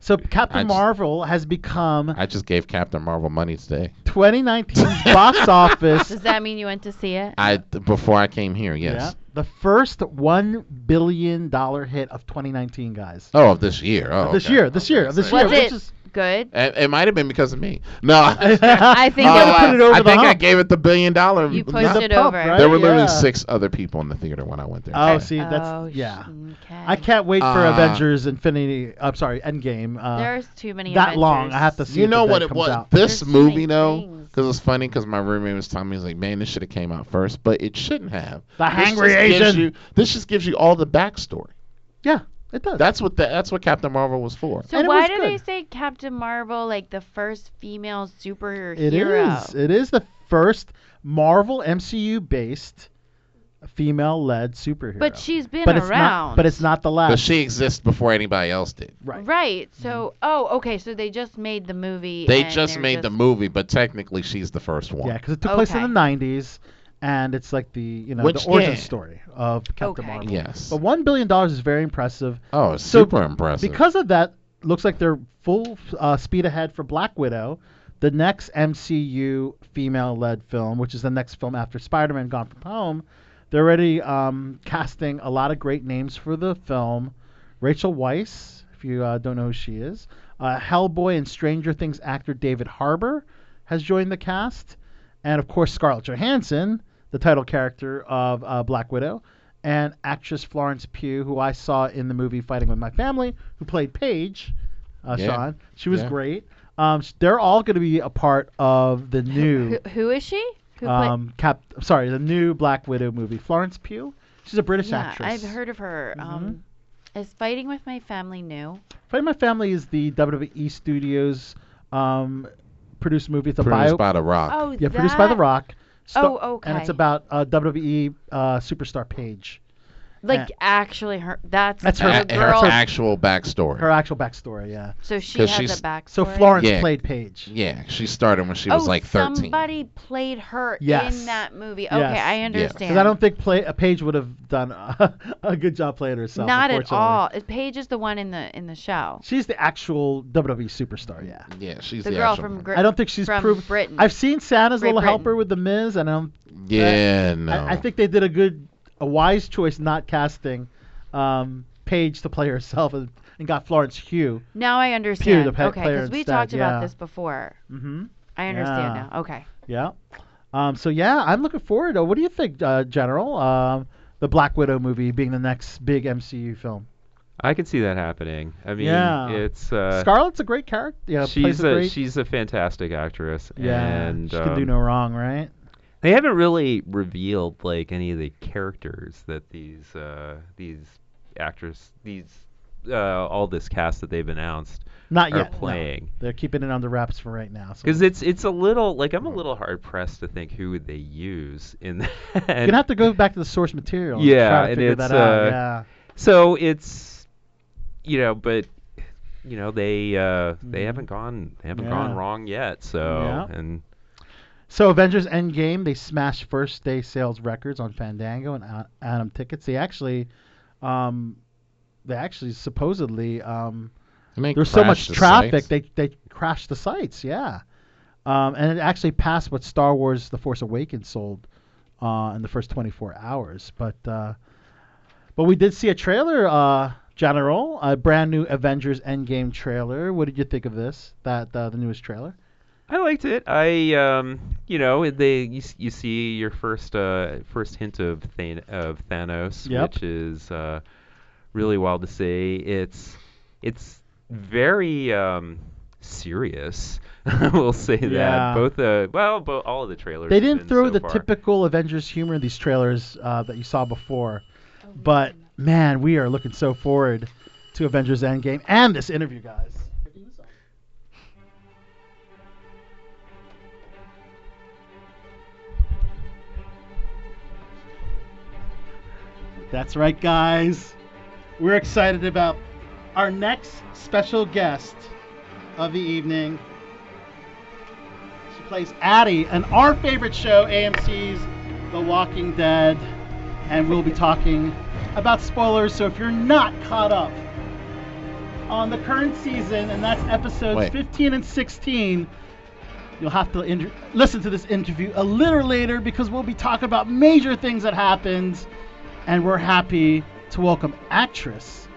Speaker 6: So Captain
Speaker 7: I just-
Speaker 6: Marvel has become
Speaker 7: I just gave Captain Marvel money today.
Speaker 6: 2019's box office.
Speaker 8: Does that mean you went to see it?
Speaker 7: I before I came here,
Speaker 6: Yeah,
Speaker 7: yes.
Speaker 6: the first one billion dollar hit of 2019, guys.
Speaker 7: Oh, of this year. Oh,
Speaker 6: this
Speaker 7: okay.
Speaker 6: year, this year, this year.
Speaker 8: Was
Speaker 6: which
Speaker 8: it
Speaker 6: is-
Speaker 8: good?
Speaker 7: It, it might have been because of me. No, I
Speaker 8: I think
Speaker 6: Oh,
Speaker 8: it
Speaker 6: I-
Speaker 8: was.
Speaker 6: put it over
Speaker 7: I
Speaker 6: the
Speaker 7: think I
Speaker 6: hump.
Speaker 7: gave it the billion dollar.
Speaker 8: You
Speaker 7: no,
Speaker 8: pushed it
Speaker 6: pump,
Speaker 8: over.
Speaker 6: right?
Speaker 7: There were literally
Speaker 6: Yeah.
Speaker 7: six other people in the theater when I went there.
Speaker 6: Oh, see, that's
Speaker 8: oh, sh-
Speaker 6: yeah.
Speaker 8: Okay.
Speaker 6: I can't wait for
Speaker 7: Uh,
Speaker 6: Avengers Infinity. I'm sorry, Endgame. Uh,
Speaker 8: There's too many.
Speaker 6: that long.
Speaker 8: Avengers.
Speaker 6: I have to see.
Speaker 7: you
Speaker 6: it
Speaker 7: know
Speaker 6: the day
Speaker 7: what it
Speaker 6: comes
Speaker 7: was?
Speaker 6: out.
Speaker 7: This
Speaker 8: There's so many
Speaker 7: movie, though,
Speaker 8: things.
Speaker 7: because it's funny, because my roommate was telling me, he's like, man, this should have came out first, but it shouldn't have.
Speaker 6: The
Speaker 7: This
Speaker 6: Hangry
Speaker 7: just gives
Speaker 6: Asian.
Speaker 7: you- this just gives you all the backstory.
Speaker 6: Yeah, it does.
Speaker 7: That's what the, that's what Captain Marvel was for.
Speaker 8: So
Speaker 6: And it
Speaker 8: why
Speaker 6: was
Speaker 8: do
Speaker 6: good.
Speaker 8: they say Captain Marvel like the first female superhero?
Speaker 6: It is. It is the first Marvel MCU based female led superhero.
Speaker 8: But she's been
Speaker 6: But
Speaker 8: around.
Speaker 6: it's not. But it's not the last.
Speaker 7: Because she exists before anybody else did.
Speaker 6: right.
Speaker 8: right. So oh okay. So they just made the movie.
Speaker 7: They
Speaker 8: and
Speaker 7: just
Speaker 8: they're
Speaker 7: made the
Speaker 8: just-
Speaker 7: movie, but technically she's the first one.
Speaker 6: Yeah, because it took place in
Speaker 8: Okay.
Speaker 6: the '90s, and it's like the you know
Speaker 7: Which-
Speaker 6: the origin
Speaker 7: yeah.
Speaker 6: story of Captain
Speaker 8: Okay.
Speaker 6: Marvel.
Speaker 7: Yes.
Speaker 6: But one billion dollars is very impressive.
Speaker 7: Oh, it's
Speaker 6: So,
Speaker 7: super impressive.
Speaker 6: Because of that, looks like they're full uh, speed ahead for Black Widow, the next MCU female-led film, which is the next film after Spider-Man: Gone from Home. They're already um, casting a lot of great names for the film. Rachel Weisz, if you uh, don't know who she is, uh, Hellboy and Stranger Things actor David Harbour has joined the cast, and of course Scarlett Johansson, the title character of uh, Black Widow, and actress Florence Pugh, who I saw in the movie Fighting with My Family, who played Paige, uh,
Speaker 7: Yeah.
Speaker 6: Sean. She was
Speaker 7: Yeah.
Speaker 6: great. Um, s- they're all going to be a part of the new
Speaker 8: Who, who is she? Who played-
Speaker 6: um, Cap. Sorry, the new Black Widow movie. Florence Pugh. She's a British
Speaker 8: yeah,
Speaker 6: actress. Mm-hmm.
Speaker 8: I've heard of her. Um, is fighting with my family new?
Speaker 6: Fighting My Family is the WWE Studios um, produced movie. It's a bio.
Speaker 7: produced by The Rock.
Speaker 8: Oh,
Speaker 6: yeah, produced by The
Speaker 8: that-
Speaker 6: Rock.
Speaker 8: Oh,
Speaker 6: And it's
Speaker 8: okay.
Speaker 6: about uh, WWE uh, superstar Paige.
Speaker 8: Like actually, her. That's
Speaker 6: That's
Speaker 8: the
Speaker 6: her-
Speaker 7: A- her
Speaker 8: girl.
Speaker 7: actual backstory.
Speaker 6: Her actual backstory, yeah.
Speaker 8: so she
Speaker 7: 'cause
Speaker 8: has
Speaker 7: she's-
Speaker 8: a backstory.
Speaker 6: So Florence
Speaker 7: Yeah.
Speaker 6: played Paige.
Speaker 7: yeah, she started when she was
Speaker 8: oh,
Speaker 7: like 13.
Speaker 8: somebody played her
Speaker 6: Yes.
Speaker 8: in that movie. Okay,
Speaker 6: Yes.
Speaker 8: I
Speaker 6: Yeah.
Speaker 8: understand.
Speaker 6: Because I don't think play, uh, Paige would have done a, a good job playing herself.
Speaker 8: Not at
Speaker 6: unfortunately.
Speaker 8: all. It- Paige is the one in the in the show.
Speaker 6: She's the actual WWE superstar, yeah.
Speaker 7: Yeah, she's
Speaker 8: The
Speaker 7: the,
Speaker 8: girl
Speaker 7: actual
Speaker 8: from
Speaker 7: one.
Speaker 8: Gr-
Speaker 6: I don't think she's
Speaker 8: from
Speaker 6: proven.
Speaker 8: Britain.
Speaker 6: I've seen Santa's
Speaker 8: Great
Speaker 6: Little
Speaker 8: Britain.
Speaker 6: Helper with The Miz, and I, don't,
Speaker 7: Yeah, no.
Speaker 6: I, I think they did a good, a wise choice not casting um, Paige to play herself and, and got Florence Hugh.
Speaker 8: Now I understand.
Speaker 6: pa-
Speaker 8: okay,
Speaker 6: player
Speaker 8: because we
Speaker 6: instead,
Speaker 8: talked
Speaker 6: yeah.
Speaker 8: about this before.
Speaker 6: Mm-hmm.
Speaker 8: I understand
Speaker 6: Yeah.
Speaker 8: now. Okay.
Speaker 6: Yeah. Um, so yeah, I'm looking forward. to What do you think, uh, General? Um, the Black Widow movie being the next big MCU film.
Speaker 5: I could see that happening. I mean,
Speaker 6: Yeah.
Speaker 5: it's uh,
Speaker 6: Scarlett's a great character. Yeah, plays
Speaker 5: she's
Speaker 6: a
Speaker 5: a
Speaker 6: great.
Speaker 5: she's a fantastic actress.
Speaker 6: yeah,
Speaker 5: and,
Speaker 6: she can do
Speaker 5: um,
Speaker 6: no wrong, right?
Speaker 5: They haven't really revealed like any of the characters that these uh, these actors these uh, all this cast that they've announced
Speaker 6: Not
Speaker 5: are
Speaker 6: yet. no.
Speaker 5: playing.
Speaker 6: They're keeping it under wraps for right now. So
Speaker 5: Because it's it's a little like
Speaker 6: Mm.
Speaker 5: I'm a little hard pressed to think who would they use in that.
Speaker 6: you're gonna have to go back to the source material. and
Speaker 5: Yeah,
Speaker 6: try to
Speaker 5: and
Speaker 6: figure
Speaker 5: it's,
Speaker 6: that out.
Speaker 5: uh,
Speaker 6: yeah.
Speaker 5: So it's you know, but you know they uh, they haven't gone they haven't
Speaker 6: Mm-hmm.
Speaker 5: gone
Speaker 6: Yeah.
Speaker 5: wrong yet. So
Speaker 6: Yeah.
Speaker 5: and
Speaker 6: So Avengers Endgame, they smashed first day sales records on Fandango and Ad- Adam tickets. They actually, um, they actually supposedly um,
Speaker 7: And they
Speaker 6: there's so
Speaker 7: crashed
Speaker 6: much
Speaker 7: the
Speaker 6: traffic
Speaker 7: sites.
Speaker 6: they they crashed the sites yeah um, and it actually passed what star wars the force awakens sold uh, in the first 24 hours but uh, but we did see a trailer uh, general a brand new avengers endgame trailer what did you think of this that uh, the newest trailer
Speaker 5: I liked it. I um you know they you, s- you see your first uh first hint of Than- of Thanos,
Speaker 6: Yep.
Speaker 5: which is uh really wild to see. It's it's very um serious. we'll say
Speaker 6: Yeah.
Speaker 5: that both uh well bo- all of the trailers
Speaker 6: they
Speaker 5: have
Speaker 6: didn't
Speaker 5: been
Speaker 6: throw
Speaker 5: so
Speaker 6: the
Speaker 5: far.
Speaker 6: typical avengers humor in these trailers uh, that you saw before but man we are looking so forward to avengers endgame and this interview guys That's right, guys. We're excited about our next special guest of the evening. She plays Addie in our favorite show, AMC's The Walking Dead. And we'll be talking about spoilers, so if you're not caught up on the current season, and that's episodes
Speaker 7: Wait.
Speaker 6: 15 and 16. You'll have to inter- listen to this interview a little later because we'll be talking about major things that happened, and we're happy to welcome actress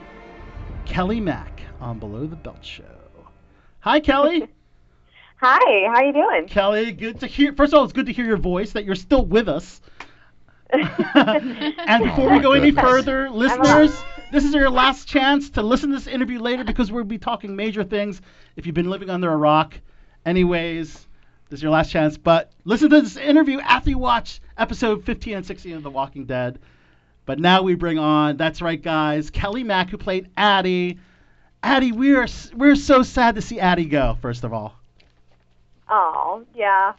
Speaker 6: Kelly Mack on Below the Belt Show. Hi, Kelly.
Speaker 11: Hi, how you doing?
Speaker 6: Kelly, good to hear. First of all, it's good to hear your voice. That you're still with us. and before we
Speaker 11: my
Speaker 6: go any
Speaker 11: goodness.
Speaker 6: further,
Speaker 11: I'm
Speaker 6: listeners, this is your last chance to listen to this interview later because we'll be talking major things. If you've been living under a rock, anyways, this is your last chance. But listen to this interview after you watch episode 15 and 16 of The Walking Dead. But now we bring on, that's right, guys, Kelly Mack, who played Addie. Addie, we are s- we're so sad to see Addie go. First of all,
Speaker 11: Oh, yeah.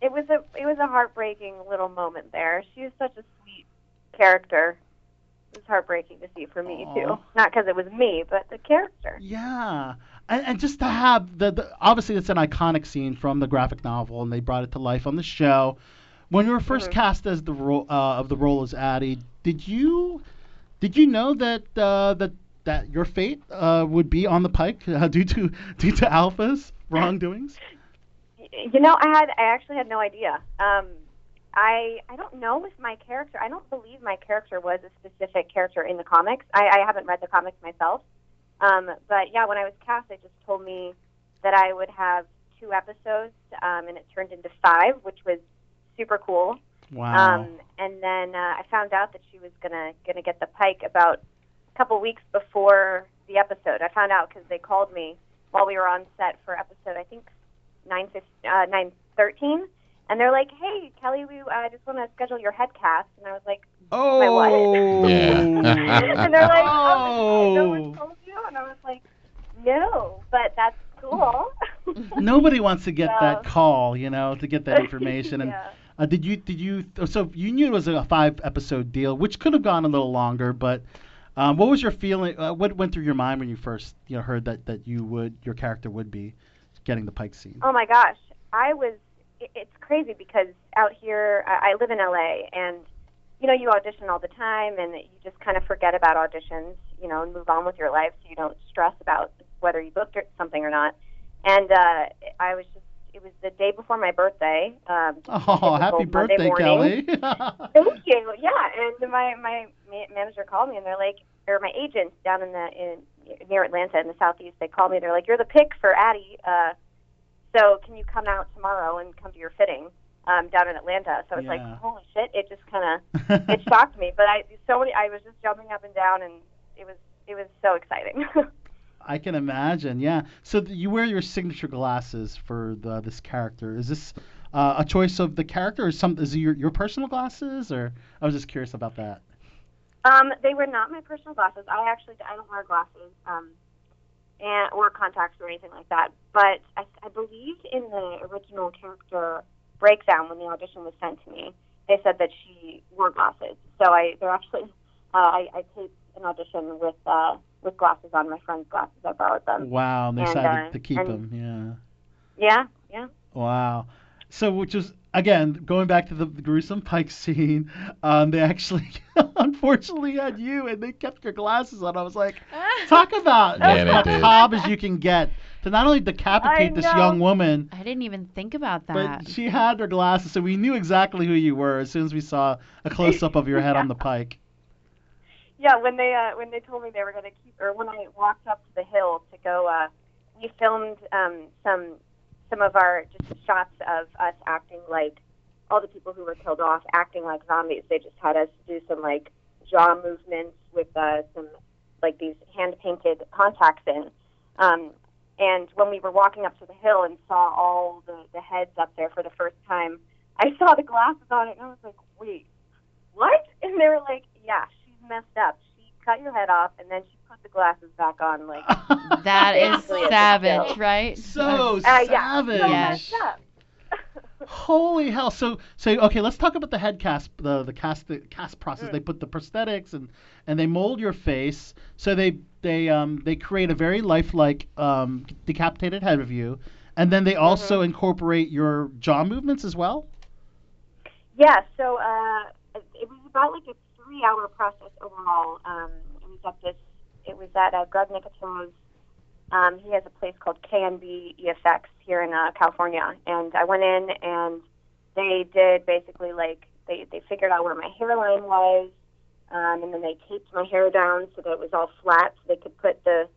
Speaker 11: It was a it was a heartbreaking little moment there. She was such a sweet character. It was heartbreaking to see for me
Speaker 6: Aw.
Speaker 11: too. Not because it was me, but the character.
Speaker 6: yeah, and, and just to have the, the obviously it's an iconic scene from the graphic novel, and they brougot it to life on the show. When you were 1st cast as the role uh, of the role as Addie, did you did you know that uh, that that your fate uh, would be on the pike uh, due to due to Alpha's wrongdoings?
Speaker 11: Y- You know, I had I actually had no idea. Um, I I don't know if my character. I don't believe my character was a specific character in the comics. I, I haven't read the comics myself. Um, but yeah, when I was cast, they just told me that I would have two episodes, um, and it turned into five, which was super cool.
Speaker 6: Wow.
Speaker 11: Um, and then uh, I found out that she was gonna gonna get the Pike about a couple weeks before the episode. I found out because they called me while we were on set for episode I think nine fif- uh, nine thirteen, and they're like, "Hey, Kelly, we uh, just want to schedule your head cast." And I was like, "My what?" and they're like, "Oh, no one told you," and I was like, "No, but that's cool."
Speaker 6: Nobody wants to get that
Speaker 11: So-
Speaker 6: call, you know, to get that information. And
Speaker 11: Yeah.
Speaker 6: uh, did you did you so you knew it was a five episode deal, which could have gone a little longer, but um, what was your feeling? Uh, what went through your mind when you first you know heard that that you would your character would be getting the Pike scene?
Speaker 11: Oh my gosh, I was. it- It's crazy because out here, I I live in LA, and you know you audition all the time, and you just kind of forget about auditions, you know, and move on with your life, so you don't stress about whether you booked it- something or not. And uh, I was just. It was the day before my birthday. Um, just
Speaker 6: Oh,
Speaker 11: typical
Speaker 6: happy
Speaker 11: Monday
Speaker 6: birthday,
Speaker 11: morning.
Speaker 6: Kelly!
Speaker 11: Thank you. Yeah, and my my ma- manager called me, and they're like, or my agent down in the in near Atlanta in the southeast, they called me. They're like, "You're the pick for Addie. Uh, so can you come out tomorrow and come to your fitting um, down in Atlanta?" So I was
Speaker 6: Yeah.
Speaker 11: like, "Holy shit!" It just kind of it shocked me, but I so many I was just jumping up and down, and it was it was so exciting.
Speaker 6: I can imagine, yeah. So th- you wear your signature glasses for the, this character. Is this uh, a choice of the character, or some is it your your personal glasses, or I was just curious about that.
Speaker 11: Um, they were not my personal glasses. I actually I don't wear glasses, um, and or contacts or anything like that. But I, I believe in the original character breakdown when the audition was sent to me, they said that she wore glasses. So I they're actually uh, I, I taped an audition with uh, with glasses on. My friend's glasses. I borrowed them.
Speaker 6: Wow, and they
Speaker 11: Um, And,
Speaker 6: decided
Speaker 11: uh,
Speaker 6: to keep
Speaker 11: and-
Speaker 6: him. Yeah.
Speaker 11: Yeah, yeah.
Speaker 6: Wow. So, which is again going back to the gruesome Pike scene, um, they actually unfortunately had you, and they kept your glasses on. I was like, talk about
Speaker 7: Yeah,
Speaker 6: as
Speaker 7: they did.
Speaker 6: macabre as you can get to not only decapitate this
Speaker 8: know.
Speaker 6: young woman,
Speaker 8: I didn't even think about that.
Speaker 6: but she had her glasses, so we knew exactly who you were as soon as we saw a close up of your head on the pike.
Speaker 11: Uh, Yeah, when they uh, when they told me they were going to keep, or when I walked up to the hill to go, uh, we filmed um, some some of our just shots of us acting like all the people who were killed off acting like zombies. They just had us do some like jaw movements with uh, some like these hand painted contacts in. Um, and when we were walking up to the hill and saw all the, the heads up there for the first time, I saw the glasses on it and I was like, wait, what? And they were like, yeah, she's messed up. She cut your head off and then she put the glasses back on. Like,
Speaker 8: that is
Speaker 11: Basically, it's a
Speaker 8: savage,
Speaker 11: joke.
Speaker 8: right?
Speaker 6: So
Speaker 11: uh, yeah,
Speaker 6: savage.
Speaker 11: so messed up.
Speaker 6: Holy hell! So, so okay, let's talk about the head cast, the the cast, the cast process.
Speaker 11: Hmm.
Speaker 6: They put the prosthetics and and they mold your face. So they they um they create a very lifelike um decapitated head of you, and then they also
Speaker 11: Mm-hmm.
Speaker 6: incorporate your jaw movements as well.
Speaker 11: Yeah, so uh, it it was about like a three-hour process overall. Um, it was at this, it was at uh, Greg Nicotero's Um, he has a place called K&B EFX E here in uh, California, and I went in and they did basically like they they figured out where my hairline was, um, and then they taped my hair down so that it was all flat, so they could put the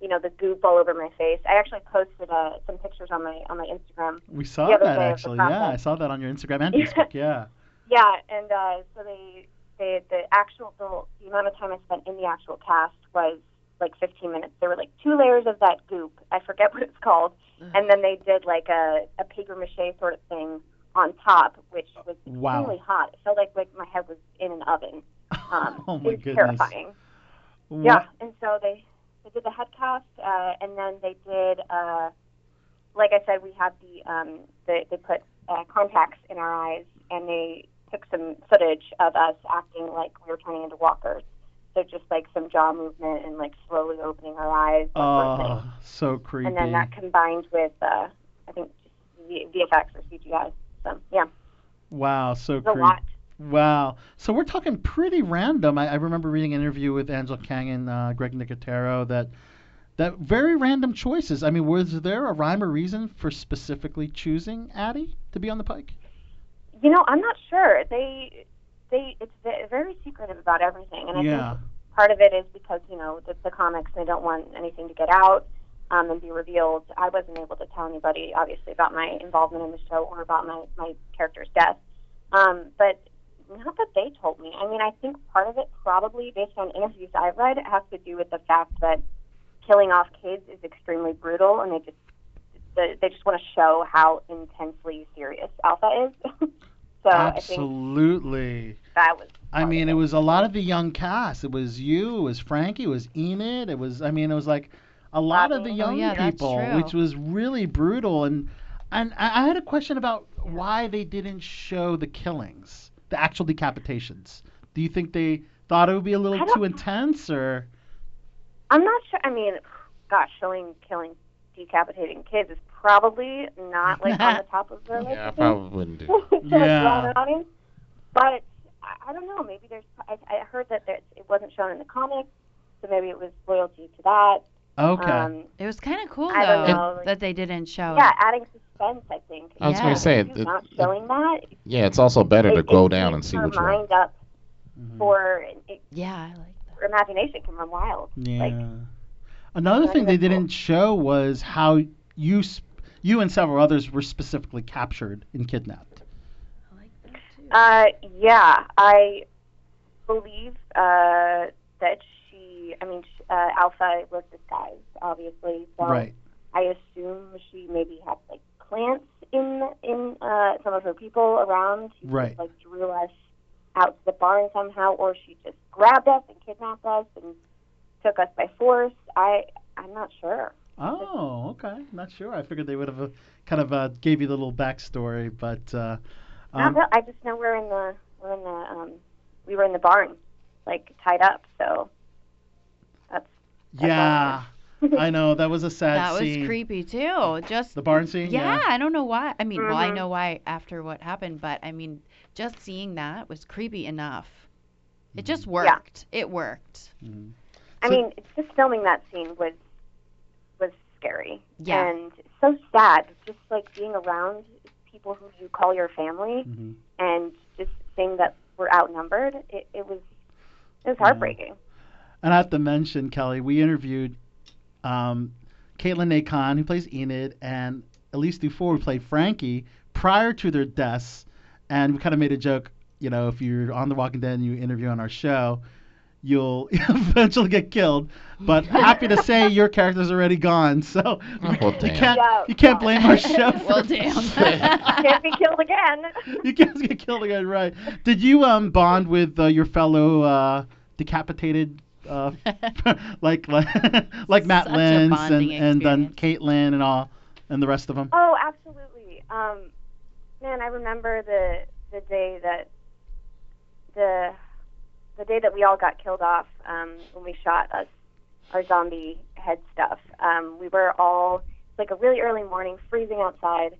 Speaker 11: you know the goop all over my face. I actually posted uh, some pictures on my on my Instagram.
Speaker 6: We saw
Speaker 11: the other
Speaker 6: that
Speaker 11: day of the
Speaker 6: actually. Yeah, I
Speaker 11: process.
Speaker 6: saw that on your Instagram and
Speaker 11: Yeah.
Speaker 6: Facebook. Yeah.
Speaker 11: Yeah, and uh, so they, they the actual the, the amount of time I spent in the actual cast was like 15 minutes. There were like two layers of that goop. I forget what it's called, and then they did like a a paper mache sort of thing on top, which was
Speaker 6: Wow.
Speaker 11: extremely hot. It felt like like my head was in an oven. Um,
Speaker 6: Oh
Speaker 11: it
Speaker 6: my
Speaker 11: was
Speaker 6: goodness.
Speaker 11: terrifying.
Speaker 6: Wha-
Speaker 11: Yeah, and so they they did the head cast, uh, and then they did, uh, like I said, we had the um, the they put uh, contacts in our eyes, and they took some footage of us acting like we were turning into walkers. So just like some jaw movement and like slowly opening our eyes,
Speaker 6: Oh, so creepy.
Speaker 11: and then that combined with uh, I think V- VFX or CGI. So yeah,
Speaker 6: Wow, so
Speaker 11: It's a
Speaker 6: creepy.
Speaker 11: lot.
Speaker 6: Wow. So we're talking pretty random. I, I remember reading an interview with Angela Kang and uh, Greg Nicotero that that very random choices. I mean, was there a rhyme or reason for specifically choosing Addie to be on the Pike?
Speaker 11: you know I'm not sure they they it's ve- very secretive about everything, and I think
Speaker 6: yeah.
Speaker 11: part of it is because you know the, the comics they don't want anything to get out um, and be revealed. I wasn't able to tell anybody obviously about my involvement in the show or about my my character's death, um, but not that they told me. I mean, I think part of it probably based on interviews I've read has to do with the fact that killing off kids is extremely brutal, and they just they they just want to show how intensely serious Alpha is. so I think
Speaker 6: Absolutely.
Speaker 11: that was
Speaker 6: I mean, it was a lot of the young cast. It was you, it was Frankie, it was Enid. It was, I mean, it was like a lot of the
Speaker 8: Oh,
Speaker 6: young
Speaker 8: yeah, that's
Speaker 6: people,
Speaker 8: true.
Speaker 6: which was really brutal. And and I I had a question about why they didn't show the killings, the actual decapitations. Do you think they thought it would be a little too intense, or
Speaker 11: I'm not sure. I mean, gosh, showing killing, decapitating kids is probably not like on the top of the list.
Speaker 7: Yeah, I probably wouldn't do.
Speaker 11: to a
Speaker 7: Yeah.
Speaker 11: broader audience. But I- I don't know. Maybe there's. I, I heard that there's, it wasn't shown in the comics, so maybe it was loyalty to that.
Speaker 6: Okay.
Speaker 11: Um,
Speaker 8: it was kind of cool
Speaker 11: I don't
Speaker 8: though
Speaker 11: know, like-
Speaker 8: that they didn't show.
Speaker 11: yeah,
Speaker 8: it.
Speaker 11: adding suspense. I think.
Speaker 7: I was gonna
Speaker 8: Yeah.
Speaker 7: say, it,
Speaker 11: You're not showing that. it
Speaker 7: yeah, it's also better to go down and
Speaker 11: keeps
Speaker 7: see
Speaker 11: her
Speaker 7: what you're.
Speaker 11: mind up for. It,
Speaker 8: yeah, I like
Speaker 11: that. Imagination can run wild.
Speaker 6: yeah. Another thing they didn't show was how you s- you and several others were specifically captured and kidnapped.
Speaker 11: Uh, yeah, I believe uh, that she. I mean, sh uh, Alpha was disguised, obviously. So
Speaker 6: Right.
Speaker 11: I assume she maybe had like plants in in uh, some of her people around. She just,
Speaker 6: Right.
Speaker 11: like drew us out to the barn somehow, or she just grabbed us and kidnapped us and took us by force. I I'm not sure.
Speaker 6: Oh, okay. Not sure. I figured they would have uh, kind of uh, gave you the little backstory, but uh,
Speaker 11: I don't
Speaker 6: um,
Speaker 11: know. I just know we're in the we're in the um, we were in the barn, like tied up. So
Speaker 6: yeah, I know that was a sad
Speaker 8: that
Speaker 6: scene.
Speaker 8: was creepy too. Just
Speaker 6: The barn scene.
Speaker 8: yeah, I don't know why. I mean, well, I
Speaker 11: Mhm.
Speaker 8: know why after what happened, but I mean, just seeing that was creepy enough. It just worked. It worked.
Speaker 11: I mean, just filming that scene was was scary.
Speaker 8: Yeah.
Speaker 11: And so sad, just like being around people who you call your family
Speaker 6: mm-hmm.
Speaker 11: and just seeing that we're outnumbered. It, it was it was heartbreaking.
Speaker 6: And I have to mention, Kelly, we interviewed um, Caitlin Akon, who plays Enid, and Elise Dufour, who played Frankie, prior to their deaths. And we kind of made a joke, you know, if you're on The Walking Dead and you interview on our show, you'll eventually get killed. But happy to say your character's already gone, so we-
Speaker 7: well,
Speaker 6: you
Speaker 7: damn.
Speaker 6: can't
Speaker 11: Yeah.
Speaker 6: you can't blame our show. For,
Speaker 8: Well, damn.
Speaker 11: Can't be killed again.
Speaker 6: you guys get killed again, right? Did you um bond with uh, your fellow uh, decapitated? Uh, like like like Matt
Speaker 8: Such a
Speaker 6: Lenz and
Speaker 8: bonding
Speaker 6: and um, Caitlin and all and the rest of them.
Speaker 11: Oh, absolutely. Um, man, I remember the the day that the the day that we all got killed off um, when we shot us our zombie head stuff. Um, we were all it's like a really early morning, freezing outside,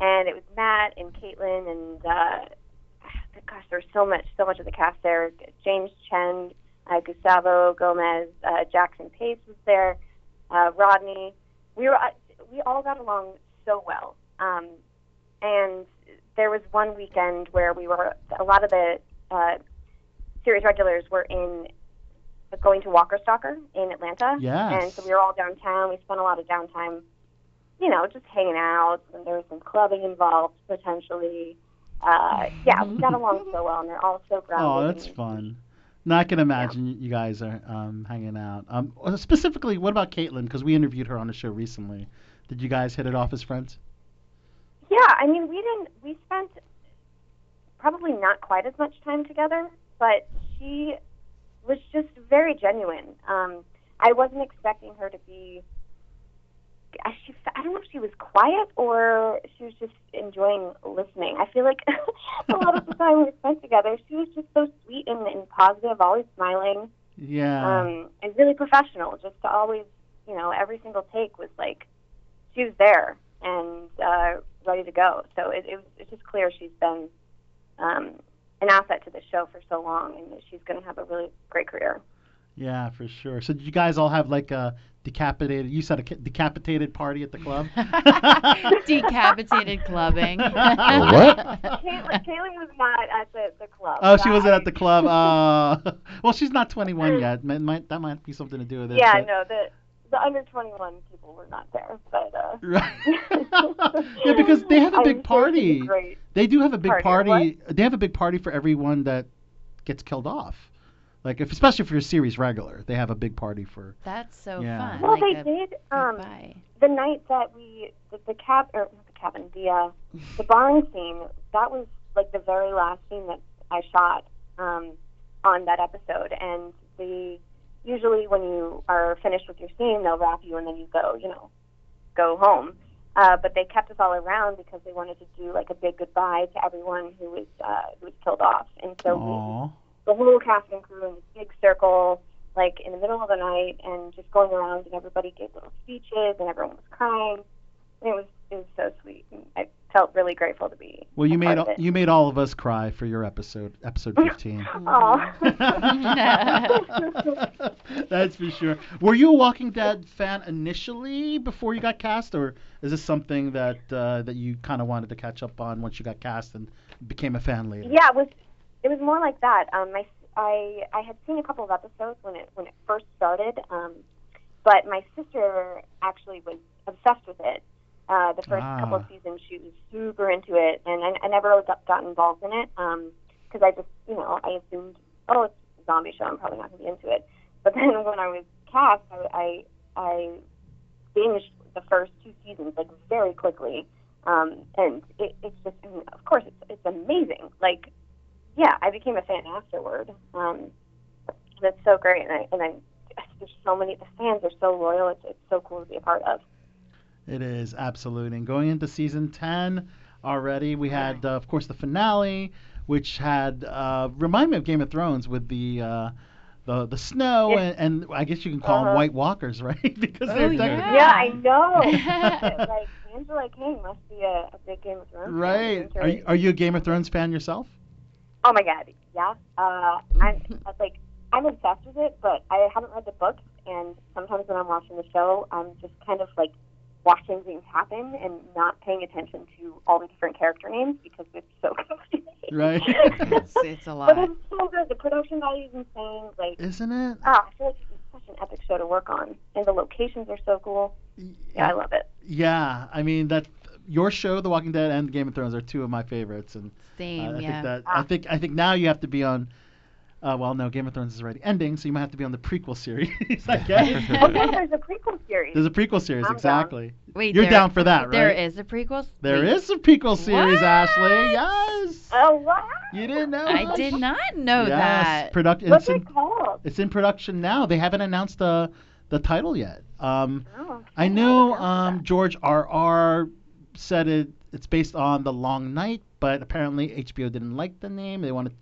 Speaker 11: and it was Matt and Caitlin and uh, gosh, there was so much so much of the cast there. James Chen, uh, Gustavo Gomez, uh, Jackson Pace was there. uh, Rodney. We were we all got along so well. Um, and there was one weekend where we were a lot of the uh, series regulars were in going to Walker Stalker in Atlanta.
Speaker 4: Yes.
Speaker 11: And so we were all downtown. We spent a lot of downtime, you know, just hanging out. And there was some clubbing involved potentially. Uh, yeah, we got along so well, and they're all so grounded.
Speaker 6: Oh,
Speaker 11: and
Speaker 6: that's fun. Now I can imagine you guys are um, hanging out. Um, specifically, what about Caitlin? Because we interviewed her on the show recently. Did you guys hit it off as friends?
Speaker 11: Yeah, I mean, we didn't. We spent probably not quite as much time together, but she was just very genuine. Um, I wasn't expecting her to be. I- She, I don't know if she was quiet or she was just enjoying listening. I feel like a lot of the time we spent together, she was just so sweet and, and positive, always smiling,
Speaker 6: Yeah.
Speaker 11: um, and really professional. Just to always, you know, every single take was like she was there and uh, ready to go. So it, it was, it's just clear she's been um, an asset to the show for so long, and that she's going to have a really great career.
Speaker 6: yeah, for sure. So did you guys all have like a decapitated? You said a ca- decapitated party at the club.
Speaker 8: Decapitated clubbing.
Speaker 6: What?
Speaker 11: Caitlin, Caitlin was not at the, the club.
Speaker 6: Oh, she wasn't at the club. Uh, well, she's not 21 yet. Might, might, that might be something to do with it.
Speaker 11: Yeah,
Speaker 6: but-
Speaker 11: no, the the under twenty one people were not there, but uh,
Speaker 6: Yeah, because they have a
Speaker 11: I'm
Speaker 6: big
Speaker 11: sure it'd
Speaker 6: party.
Speaker 11: be great.
Speaker 6: They do have a big
Speaker 11: Party,
Speaker 6: party.
Speaker 11: what?
Speaker 6: They have a big party for everyone that gets killed off. Like if, especially if you're a series regular, they have a big party for.
Speaker 8: That's so
Speaker 6: Yeah.
Speaker 8: fun.
Speaker 11: Well,
Speaker 8: like
Speaker 11: they
Speaker 8: a-
Speaker 11: did. Um, the night that we the, the cab or not the cabin the uh, the barn scene that was like the very last scene that I shot um, on that episode, and the usually when you are finished with your scene, they'll wrap you and then you go, you know, go home. Uh, but they kept us all around because they wanted to do like a big goodbye to everyone who was uh, who was killed off, and so we
Speaker 6: Aw.
Speaker 11: the whole cast and crew in this big circle, like in the middle of the night, and just going around, and everybody gave little speeches, and everyone was crying. And it was it was so sweet, and I felt really grateful to be.
Speaker 6: Well, you
Speaker 11: a
Speaker 6: made
Speaker 11: part of it.
Speaker 6: you made all of us cry for your episode, episode 15.
Speaker 11: Aw.
Speaker 6: That's for sure. Were you a Walking Dead fan initially before you got cast, or is this something that uh, that you kind of wanted to catch up on once you got cast and became a fan later?
Speaker 11: Yeah, it was. It was more like that. Um, my, I I had seen a couple of episodes when it when it first started. Um, but my sister actually was obsessed with it. Uh, the first
Speaker 4: Ah.
Speaker 11: couple of seasons, she was super into it, and I, I never really got, got involved in it because I just, you know, I assumed, oh, it's a zombie show, I'm probably not going to be into it. But then when I was cast, I I, I binged the first two seasons like very quickly, um, and it, it's just, I mean, of course, it's it's amazing. Like, yeah, I became a fan afterward. Um, that's so great, and I and I there's so many the fans are so loyal. It's it's so cool to be a part of.
Speaker 6: It is absolutely. And going into season 10 already, we had, uh, of course, the finale, which had uh, remind me of Game of Thrones with the. Uh, the, the snow
Speaker 11: Yeah.
Speaker 6: and, and I guess you can call them
Speaker 11: Uh-huh.
Speaker 6: White Walkers, right? because they're
Speaker 11: yeah.
Speaker 6: technically-
Speaker 11: I know. like Angela King must be a, a big Game of Thrones. fan.
Speaker 6: right.
Speaker 11: I'm
Speaker 6: Are you,
Speaker 11: curious.
Speaker 6: are you a Game of Thrones fan yourself?
Speaker 11: Oh my God, yeah. Uh, I'm that's like I'm obsessed with it, but I haven't read the books, and sometimes when I'm watching the show, I'm just kind of like watching things happen and not paying attention to all the different character names because it's so confusing.
Speaker 6: Right.
Speaker 8: it's, it's a
Speaker 11: But
Speaker 8: lot.
Speaker 11: it's so good. The production value is insane. Like,
Speaker 6: isn't it?
Speaker 11: Ah, I feel like it's such an epic show to work on, and the locations are so cool. Yeah, I love it.
Speaker 6: Yeah, I mean that your show, The Walking Dead, and Game of Thrones are two of my favorites, and
Speaker 8: Same,
Speaker 6: I
Speaker 8: yeah.
Speaker 6: think that I think I think now you have to be on. Uh, well, no, Game of Thrones is already ending, so you might have to be on the prequel series. I
Speaker 11: Oh, yeah,
Speaker 6: guess.
Speaker 11: there's a prequel series.
Speaker 6: There's a prequel series,
Speaker 11: I'm down.
Speaker 6: exactly.
Speaker 8: Wait,
Speaker 6: you're
Speaker 8: there-
Speaker 6: down for that, right?
Speaker 8: There is a prequel.
Speaker 6: There
Speaker 8: Wait.
Speaker 6: is a prequel series, Ashley. Yes.
Speaker 11: Oh wow.
Speaker 6: You didn't know?
Speaker 8: I did not know
Speaker 6: yes.
Speaker 8: that.
Speaker 6: Product-
Speaker 8: What's
Speaker 6: it's in,
Speaker 8: it called?
Speaker 6: It's in production now. They haven't announced the the title yet. Um, I know um, George R. R. said it. It's based on The Long Night, but apparently HBO didn't like the name. They want to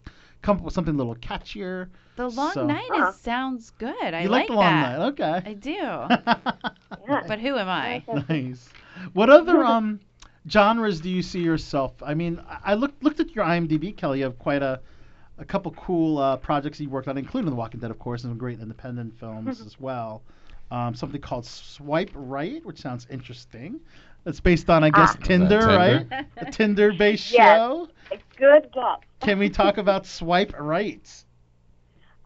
Speaker 6: come up with something a little catchier.
Speaker 8: The long
Speaker 6: So-
Speaker 8: night is, sounds good. I
Speaker 6: You like
Speaker 8: like
Speaker 6: The Long
Speaker 8: that.
Speaker 6: Night, okay.
Speaker 8: I do. But who am I?
Speaker 6: nice. What other um genres do you see yourself? I mean, I I looked looked at your IMDb, Kelly. You have quite a a couple cool uh, projects you worked on, including The Walking Dead, of course, and some great independent films as well. um, something called Swipe Right, which sounds interesting. It's based on, I guess, Tinder,
Speaker 7: Tinder?
Speaker 6: right? A Tinder-based
Speaker 11: Yes.
Speaker 6: show.
Speaker 11: Good guess.
Speaker 6: Can we talk about Swipe Right?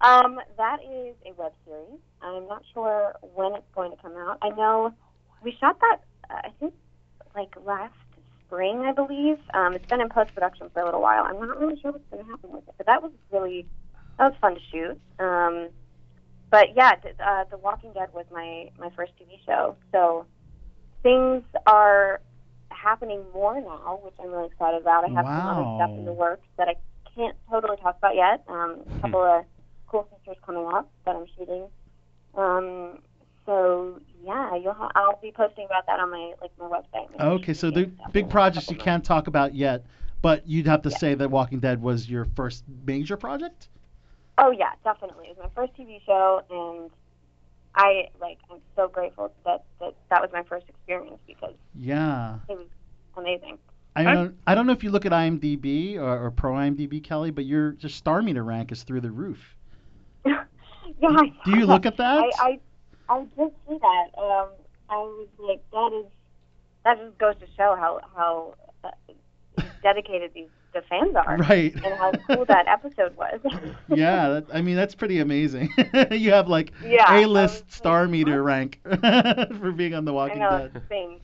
Speaker 11: Um, that is a web series. I'm not sure when it's going to come out. I know we shot that, uh, I think, like last spring, I believe. Um, it's been in post production for a little while. I'm not really sure what's going to happen with it, but that was really that was fun to shoot. Um, but yeah, th- uh, The Walking Dead was my my first TV show, so things are happening more now, which I'm really excited about. I have some other stuff in the
Speaker 6: Wow.
Speaker 11: works that I can't totally talk about yet. Um, a couple of cool features coming up that I'm shooting. Um, so yeah, you'll ha- I'll be posting about that on my like my website.
Speaker 6: Okay, so the big projects you can't talk about yet, but you'd have to say that Walking Dead was your first major project.
Speaker 11: Oh yeah, definitely. It was my first TV show, and I like I'm so grateful that that, that was my first experience because
Speaker 6: Yeah.
Speaker 11: it was amazing.
Speaker 6: I don't, I don't know if you look at IMDb or, or Pro IMDb, Kelly, but your just star meter rank is through the roof.
Speaker 11: Yeah. I
Speaker 6: Do you
Speaker 11: saw
Speaker 6: look at that?
Speaker 11: I I, I did see that. Um, I was like, that is that just goes to show how how uh, dedicated these the fans are,
Speaker 6: Right.
Speaker 11: And how cool that episode was.
Speaker 6: yeah, that, I mean that's pretty amazing. you have like
Speaker 11: Yeah, I
Speaker 6: A-list star meter rank for being on The
Speaker 11: I
Speaker 6: Walking
Speaker 11: know
Speaker 6: Dead.
Speaker 11: it's a thing.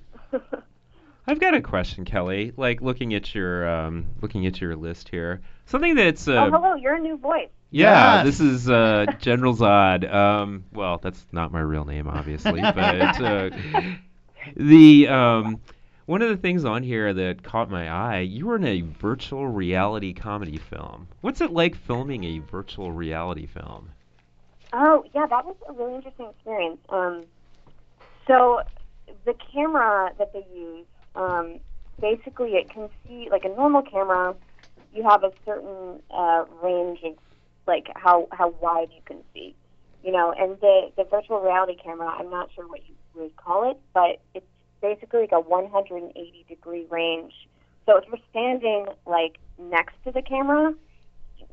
Speaker 10: I've got a question, Kelly. Like looking at your um, looking at your list here, something that's uh,
Speaker 11: oh, hello, you're a new voice.
Speaker 10: yeah, this is uh, General Zod. Um, well, that's not my real name, obviously, but uh,
Speaker 7: um,
Speaker 10: the um, one of the things on here that caught my eye, you were in a virtual reality comedy film. What's it like filming a virtual reality film?
Speaker 11: Oh, yeah, that was a really interesting experience. Um, so the camera that they use, um, basically, it can see like a normal camera. You have a certain uh, range of like how how wide you can see, you know. And the the virtual reality camera, I'm not sure what you would call it, but it's basically like a 180 degree range. So if you're standing like next to the camera,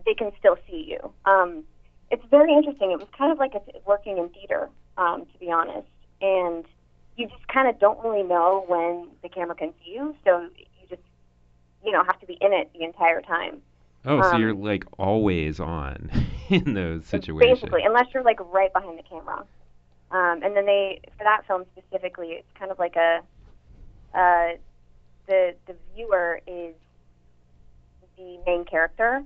Speaker 11: they can still see you. Um, it's very interesting. It was kind of like it's working in theater, um, to be honest. And you just kind of don't really know when the camera can see you, so you just you know have to be in it the entire time.
Speaker 10: Oh, so
Speaker 11: Um,
Speaker 10: you're like always on in those situations.
Speaker 11: Basically, unless you're like right behind the camera. Um, and then they, for that film specifically, it's kind of like a, uh, the the viewer is the main character,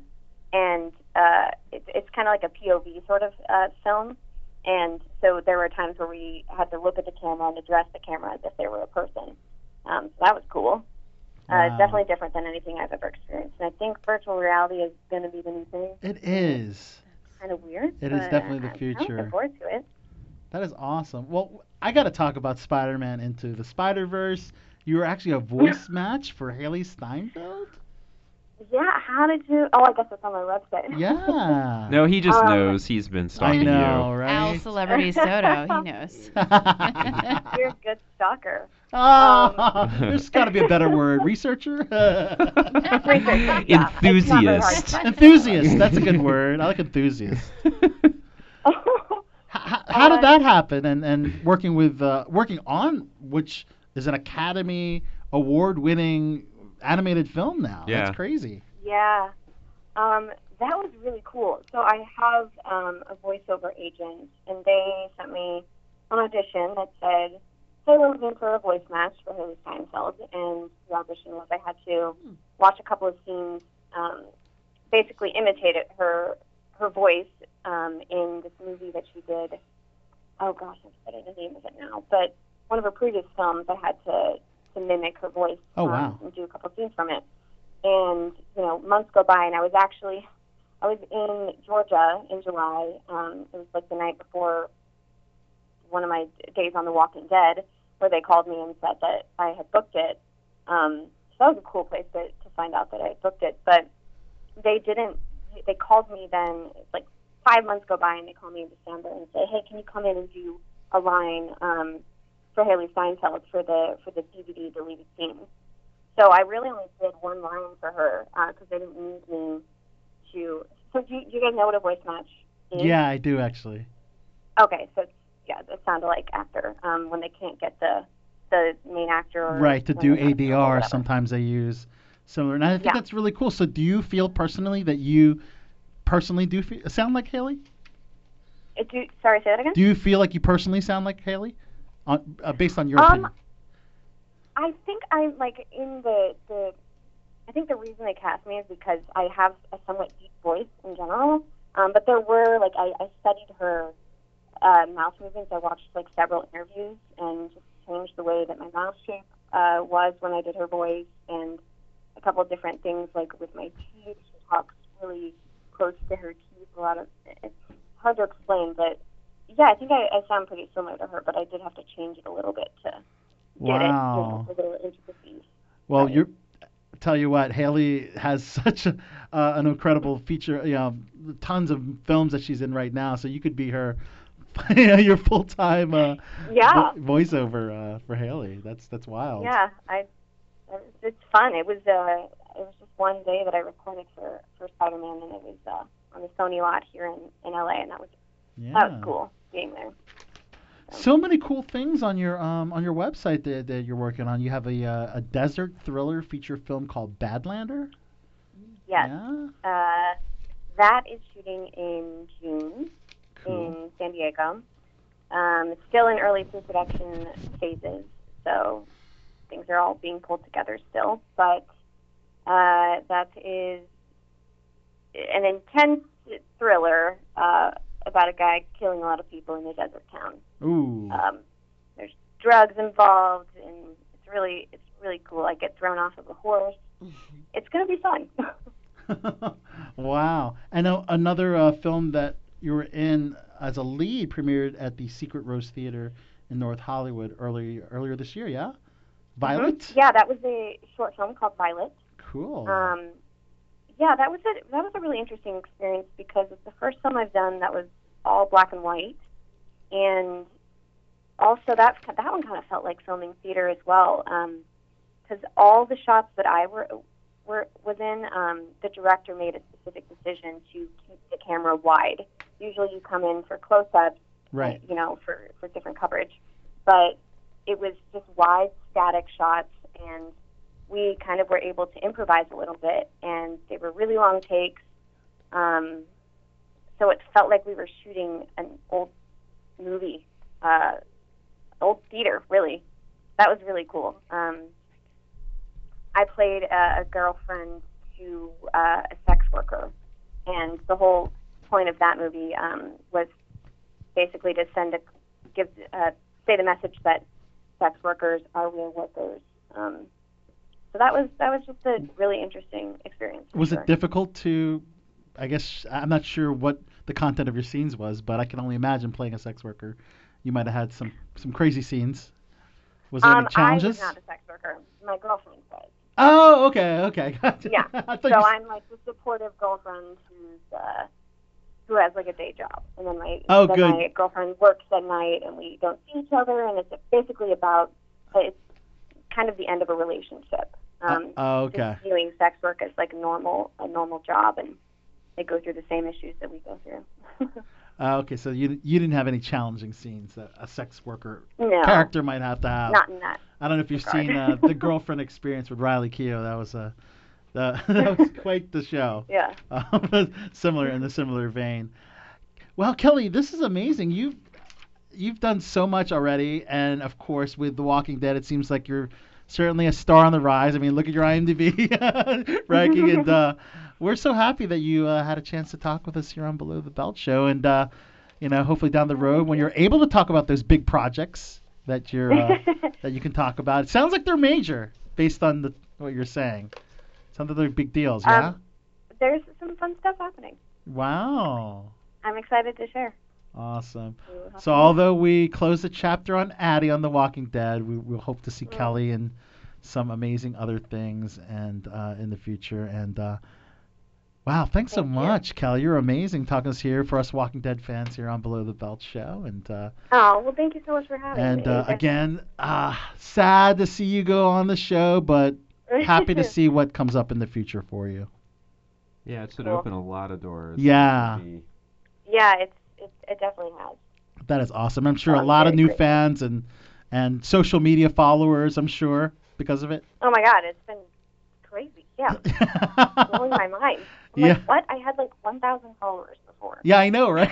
Speaker 11: and uh, it, it's kind of like a POV sort of uh, film. And so there were times where we had to look at the camera and address the camera as if they were a person. Um, so that was cool. Uh,
Speaker 6: Wow.
Speaker 11: it's definitely different than anything I've ever experienced. And I think virtual reality is going to be the new thing.
Speaker 6: It is.
Speaker 11: Kind of weird.
Speaker 6: It is
Speaker 11: but
Speaker 6: definitely the
Speaker 11: I'm
Speaker 6: future.
Speaker 11: looking forward to it.
Speaker 6: That is awesome. Well, I got to talk about Spider-Man into the Spider-Verse. You were actually a voice match for Haley Steinfeld.
Speaker 11: Yeah, how did you? Oh, I guess it's on my website.
Speaker 6: Yeah.
Speaker 10: No, he just
Speaker 11: Um,
Speaker 10: knows he's been
Speaker 6: I
Speaker 10: stalking
Speaker 6: know,
Speaker 10: you.
Speaker 8: Al
Speaker 6: right?
Speaker 8: Celebrity Soto, he knows.
Speaker 11: You're a good stalker. Um,
Speaker 6: Ah, there's got to be a better word. Researcher?
Speaker 11: Research, yeah. It's not very hard.
Speaker 10: Enthusiast.
Speaker 6: enthusiast. That's a good word. I like enthusiast. How, how did
Speaker 11: Uh,
Speaker 6: that happen? And and working with uh, working on which is an Academy Award-winning animated film now.
Speaker 10: Yeah.
Speaker 6: That's crazy.
Speaker 11: Yeah. Um, that was really cool. So I have um, a voiceover agent, and they sent me an audition that said, "Hey, we're looking for a voice match for Haley Steinfeld." And the audition was I had to watch a couple of scenes, um, basically imitate it, her her voice um, in this movie that she did. Oh gosh, I'm forgetting the name of it now, but one of her previous films, I had to to mimic her voice
Speaker 6: Oh,
Speaker 11: um,
Speaker 6: wow.
Speaker 11: and do a couple of scenes from it and you know months go by and i was actually i was in georgia in july um it was like the night before one of my days on the walking dead where they called me and said that i had booked it um so that was a cool place to, to find out that i had booked it but they didn't they called me then it's like five months go by and they call me in december and say hey can you come in and do a line um for haley steinfeld for the for the dvd deleted scene so I really only did one line for her because they didn't need me to. So do you, do you guys know what a voice match is?
Speaker 6: Yeah, I do actually.
Speaker 11: Okay, so it's yeah, the sound alike actor um, when they can't get the the main actor. Or
Speaker 6: Right, to do
Speaker 11: when they're not-
Speaker 6: ADR, sometimes they use similar. And I think
Speaker 11: Yeah.
Speaker 6: that's really cool. So, do you feel personally that you personally do fe- sound like Haley?
Speaker 11: Uh, Do, sorry, say that again.
Speaker 6: Do you feel like you personally sound like Haley? On, uh, based on your
Speaker 11: Um,
Speaker 6: opinion.
Speaker 11: I think I'm like in the the. I think the reason they cast me is because I have a somewhat deep voice in general. Um, but there were like I, I studied her uh, mouth movements. I watched like several interviews and just changed the way that my mouth shape uh, was when I did her voice and a couple of different things like with my teeth. She talks really close to her teeth. A lot of it's hard to explain, but yeah, I think I, I sound pretty similar to her, but I did have to change it a little bit to get it. you know,
Speaker 6: Wow.
Speaker 11: the little intricacies.
Speaker 6: Well, you tell you what, Haley has such a, uh, an incredible feature. You know, tons of films that she's in right now. So you could be her, your full time uh,
Speaker 11: Yeah.
Speaker 6: vo- voiceover uh, for Haley. That's that's wild.
Speaker 11: Yeah, I. it's- It's fun. It was uh, it was just one day that I recorded for for Spider Man, and it was uh, on the Sony lot here in in LA, and that was that
Speaker 6: Yeah.
Speaker 11: was cool being there.
Speaker 6: So many cool things on your um, on your website that, that you're working on. You have a uh, a desert thriller feature film called Badlander.
Speaker 11: Yes.
Speaker 6: Yeah.
Speaker 11: Uh, that is shooting in June in
Speaker 6: Cool.
Speaker 11: San Diego. Um, it's still in early pre-production phases, so things are all being pulled together still. But uh, that is an intense thriller uh, about a guy killing a lot of people in a desert town.
Speaker 6: Ooh.
Speaker 11: Um, there's drugs involved, and it's really it's really cool. I get thrown off of a horse. It's gonna be fun.
Speaker 6: Wow. And uh, another uh, film that you were in as a lead premiered at the Secret Rose Theater in North Hollywood early earlier this year. Yeah.
Speaker 11: Mm-hmm.
Speaker 6: Violet.
Speaker 11: Yeah, that was a short film called Violet.
Speaker 6: Cool.
Speaker 11: Um, yeah, that was a that was a really interesting experience because it's the first film I've done that was all black and white, and also that that one kind of felt like filming theater as well, because all the shots that I were were was in, um, the director made a specific decision to keep the camera wide. Usually, you come in for close-ups
Speaker 6: right.
Speaker 11: you know, for, for different coverage. But it was just wide static shots, and we kind of were able to improvise a little bit, and they were really long takes. Um, so it felt like we were shooting an old movie, uh, old theater, really. That was really cool. Um, I played a, a girlfriend to uh, a sex worker, and the whole point of that movie um, was basically to send a give uh, say the message that sex workers are real workers. Um, so that was that was just a really interesting experience. for
Speaker 6: Was
Speaker 11: sure.
Speaker 6: it difficult to? I guess I'm not sure what the content of your scenes was, but I can only imagine playing a sex worker. You might have had some some crazy scenes. Was there
Speaker 11: um,
Speaker 6: any challenges?
Speaker 11: I was not a sex worker. My girlfriend was.
Speaker 6: Oh, okay, okay. Gotcha.
Speaker 11: Yeah.
Speaker 6: I thought
Speaker 11: so
Speaker 6: you s-
Speaker 11: I'm like the supportive girlfriend who's uh, who has like a day job, and then my
Speaker 6: Oh,
Speaker 11: then
Speaker 6: good.
Speaker 11: my girlfriend works at night, and we don't see each other, and it's basically about it's kind of the end of a relationship. Um,
Speaker 6: oh,
Speaker 11: just
Speaker 6: okay.
Speaker 11: viewing sex work as like normal a normal job, and they go through the same issues that we go through.
Speaker 6: Uh, okay, so you you didn't have any challenging scenes that a sex worker
Speaker 11: No.
Speaker 6: character might have to have.
Speaker 11: Not in that.
Speaker 6: I don't know if you've
Speaker 11: regard.
Speaker 6: seen uh, the girlfriend experience with Riley Keough. That was a the, that was quite the show.
Speaker 11: Yeah.
Speaker 6: Um, similar in the similar vein. Well, Kelly, this is amazing. You've you've done so much already, and of course with The Walking Dead, it seems like you're certainly a star on the rise. I mean, look at your IMDb ranking, and uh, we're so happy that you uh, had a chance to talk with us here on Below the Belt Show, and uh, you know, hopefully down the road when you're able to talk about those big projects that you're uh, that you can talk about. It sounds like they're major based on the, what you're saying. Sounds like they're big deals, yeah?
Speaker 11: Um, There's some fun stuff happening.
Speaker 6: wow.
Speaker 11: I'm excited to share.
Speaker 6: Awesome.
Speaker 11: We will have
Speaker 6: So,
Speaker 11: to-
Speaker 6: although we close the chapter on Addie on The Walking Dead, we will hope to see Kelly and some amazing other things and uh, in the future. And uh, wow, thanks so much, Kelly. You're amazing talking to us here for us Walking Dead fans here on Below the Belt show. And uh,
Speaker 11: Oh well, thank you so much for having me.
Speaker 6: and
Speaker 11: It
Speaker 6: uh,
Speaker 11: was
Speaker 6: again, uh, sad to see you go on the show, but happy to see what comes up in the future for you.
Speaker 10: Yeah, it should
Speaker 11: Cool.
Speaker 10: open a lot of doors.
Speaker 6: Yeah.
Speaker 10: Be-
Speaker 11: Yeah, it's it, it definitely has.
Speaker 6: That is awesome. I'm
Speaker 11: Oh,
Speaker 6: sure a lot of new fans and and social media followers. I'm sure because of it.
Speaker 11: Oh my God, it's been crazy. Yeah, blowing my mind. I'm
Speaker 6: Yeah.
Speaker 11: Like, what? I had like 1,000 followers before.
Speaker 6: Yeah, I know, right?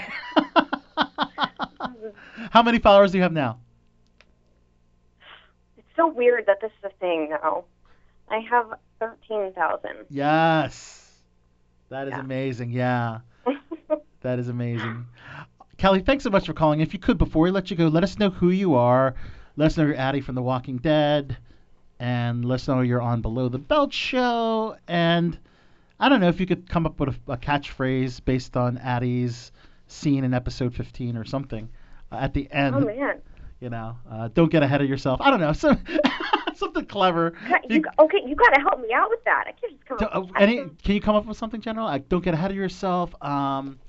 Speaker 6: How many followers do you have now?
Speaker 11: It's so weird that this is a thing now. I have 13,000.
Speaker 6: Yes. That is amazing. Yeah. that is amazing. Kelly, thanks so much for calling. If you could, before we let you go, let us know who you are. Let us know you're Addie from The Walking Dead. And let us know you're on Below the Belt Show. And I don't know if you could come up with a, a catchphrase based on Addie's scene in episode 15 or something uh, at the end.
Speaker 11: Oh man.
Speaker 6: You know, uh, don't get ahead of yourself. I don't know. So, something clever.
Speaker 11: God, You, okay, you got to help me out with that. I can't just come
Speaker 6: Do-
Speaker 11: up
Speaker 6: uh, any, can you come up with something general? Like, don't get ahead of yourself. Um,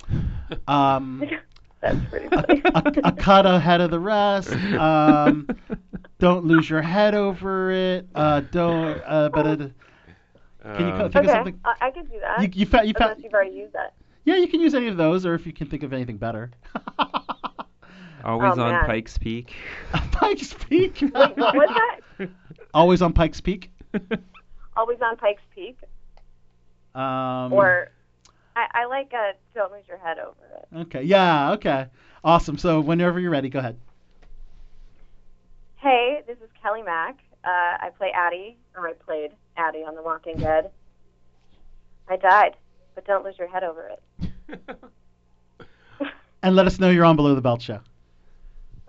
Speaker 6: um,
Speaker 11: That's pretty funny.
Speaker 6: a, a cut ahead of the rest. Um, don't lose your head over it. Uh, don't. Uh, but it, can you co- think
Speaker 11: okay,
Speaker 6: of something?
Speaker 11: I, I could do that.
Speaker 6: You- you fa- you fa-
Speaker 11: unless you've already used that.
Speaker 6: Yeah, you can use any of those, or if you can think of anything better.
Speaker 5: Always
Speaker 11: Oh,
Speaker 5: on
Speaker 11: man.
Speaker 5: Pike's Peak.
Speaker 6: Pike's Peak.
Speaker 11: Wait, what was that?
Speaker 6: Always on Pike's Peak.
Speaker 11: Always on Pike's Peak,
Speaker 6: Um,
Speaker 11: or I, I like uh, don't lose your head over it.
Speaker 6: Okay. Yeah. Okay. Awesome. So whenever you're ready, go ahead.
Speaker 11: Hey, this is Kelly Mack. Uh, I play Addie, or I played Addie on The Walking Dead. I died, but don't lose your head over it.
Speaker 6: And let us know you're on Below the Belt Show.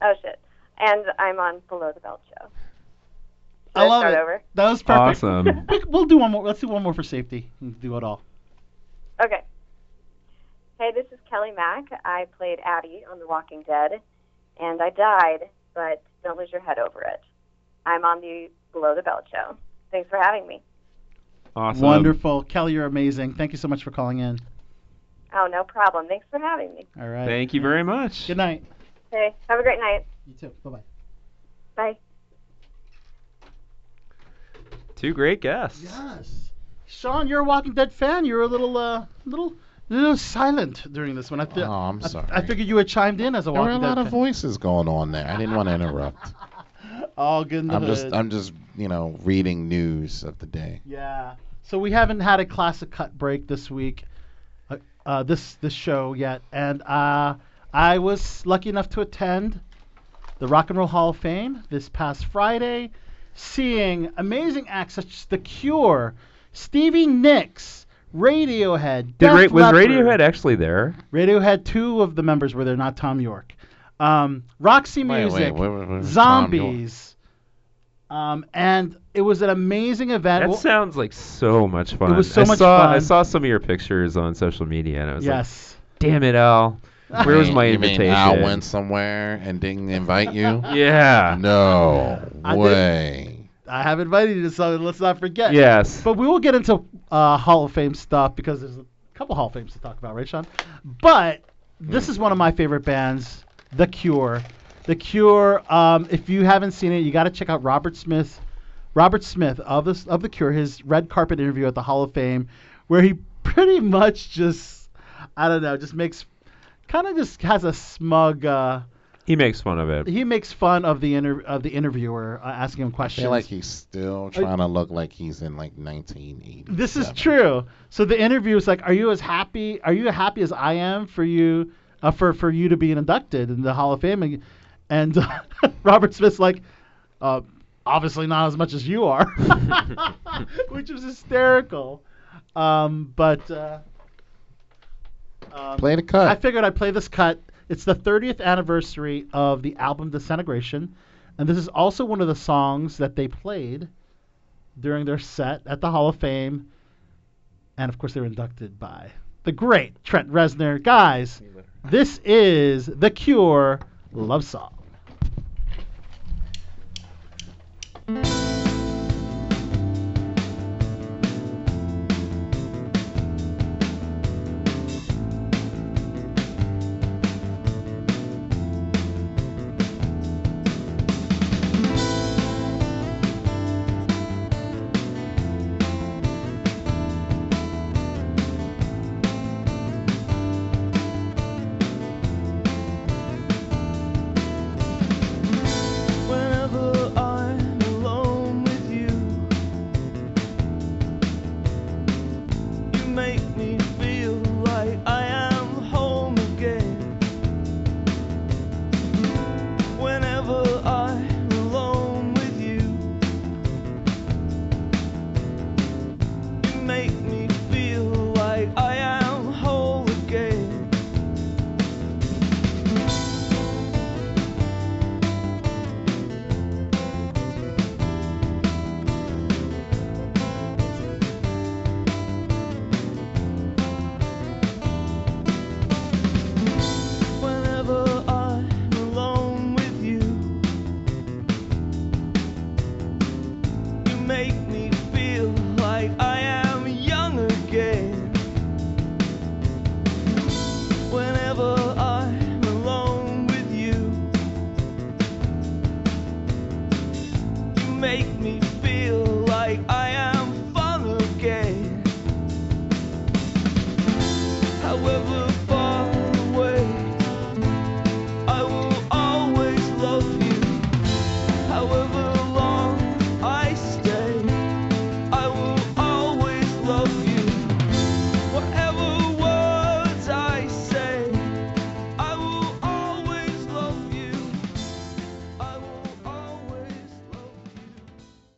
Speaker 11: Oh shit! And I'm on Below the Belt show. Should
Speaker 6: I love
Speaker 11: start
Speaker 6: it.
Speaker 11: over?
Speaker 6: That was perfect.
Speaker 5: Awesome.
Speaker 6: We- we'll do one more. Let's do one more for safety. and Do it all.
Speaker 11: Okay. Hey, this is Kelly Mack. I played Addie on The Walking Dead, and I died, but don't lose your head over it. I'm on the Below the Belt show. Thanks for having me.
Speaker 5: Awesome.
Speaker 6: Wonderful. Kelly, you're amazing. Thank you so much for calling in.
Speaker 11: Oh, no problem. Thanks for having me.
Speaker 6: All right.
Speaker 5: Thank you very much.
Speaker 6: Good night.
Speaker 11: Hey, have a great night.
Speaker 6: You too. Bye bye.
Speaker 11: Bye.
Speaker 5: Two great guests.
Speaker 6: Yes. Sean, you're a Walking Dead fan. You're a little, uh, little, little silent during this one. I, th-
Speaker 7: Oh, I'm
Speaker 6: I-
Speaker 7: sorry.
Speaker 6: I, figured you had chimed in as a
Speaker 7: There were a
Speaker 6: Walking
Speaker 7: lot
Speaker 6: Dead
Speaker 7: of
Speaker 6: fan.
Speaker 7: voices going on there. I didn't want to interrupt.
Speaker 6: All good. uh, In the
Speaker 7: I'm just,
Speaker 6: hood.
Speaker 7: I'm just, you know, reading news of the day.
Speaker 6: Yeah. So we haven't had a classic cut break this week, uh, uh, this this show yet, and uh, I was lucky enough to attend the Rock and Roll Hall of Fame this past Friday, seeing amazing acts such as The Cure, Stevie Nicks, Radiohead.
Speaker 5: Did
Speaker 6: Def
Speaker 5: Ra- was
Speaker 6: Leppard.
Speaker 5: Radiohead actually there?
Speaker 6: Radiohead? Two of the members were there, not Tom York. Um, Roxy
Speaker 7: Wait, wait,
Speaker 6: Music,
Speaker 7: where- where- where was Tom York?
Speaker 6: Zombies, um, and it was an amazing event.
Speaker 5: That
Speaker 6: Well-
Speaker 5: sounds like so much fun.
Speaker 6: was so
Speaker 5: I
Speaker 6: much
Speaker 5: saw, I
Speaker 6: fun.
Speaker 5: saw some of your pictures on social media, and I was
Speaker 6: yes.
Speaker 5: like, "Damn it, Al! Where was
Speaker 7: You
Speaker 5: my
Speaker 7: mean-
Speaker 5: invitation?"
Speaker 7: You mean Al went somewhere and didn't invite you?
Speaker 5: yeah.
Speaker 7: no
Speaker 6: I did-
Speaker 7: way.
Speaker 6: I have invited you to something. Let's not forget.
Speaker 5: Yes.
Speaker 6: But we will get into uh, Hall of Fame stuff because there's a couple Hall of Fames to talk about, right, Sean? But this is one of my favorite bands, The Cure. The Cure. Um, if you haven't seen it, you got to check out Robert Smith. Robert Smith of this of The Cure, his red carpet interview at the Hall of Fame, where he pretty much just, I don't know, just makes, kind of just has a smug. Uh,
Speaker 5: He makes fun of it.
Speaker 6: he makes fun of the inter- of the interviewer uh, asking him
Speaker 7: I
Speaker 6: questions.
Speaker 7: feel like he's still trying to look like he's in like 1980.
Speaker 6: This is true. So the interview is like, "Are you as happy? Are you happy as I am for you, uh, for for you to be inducted in the Hall of Fame?" And, and Robert Smith's like, uh, "Obviously not as much as you are," which was hysterical. Um, but uh, um,
Speaker 7: Play the cut.
Speaker 6: I figured I'd play this cut. It's the 30th anniversary of the album Disintegration, and this is also one of the songs that they played during their set at the Hall of Fame. And of course, they were inducted by the great Trent Reznor. Guys, this is The Cure Love Song.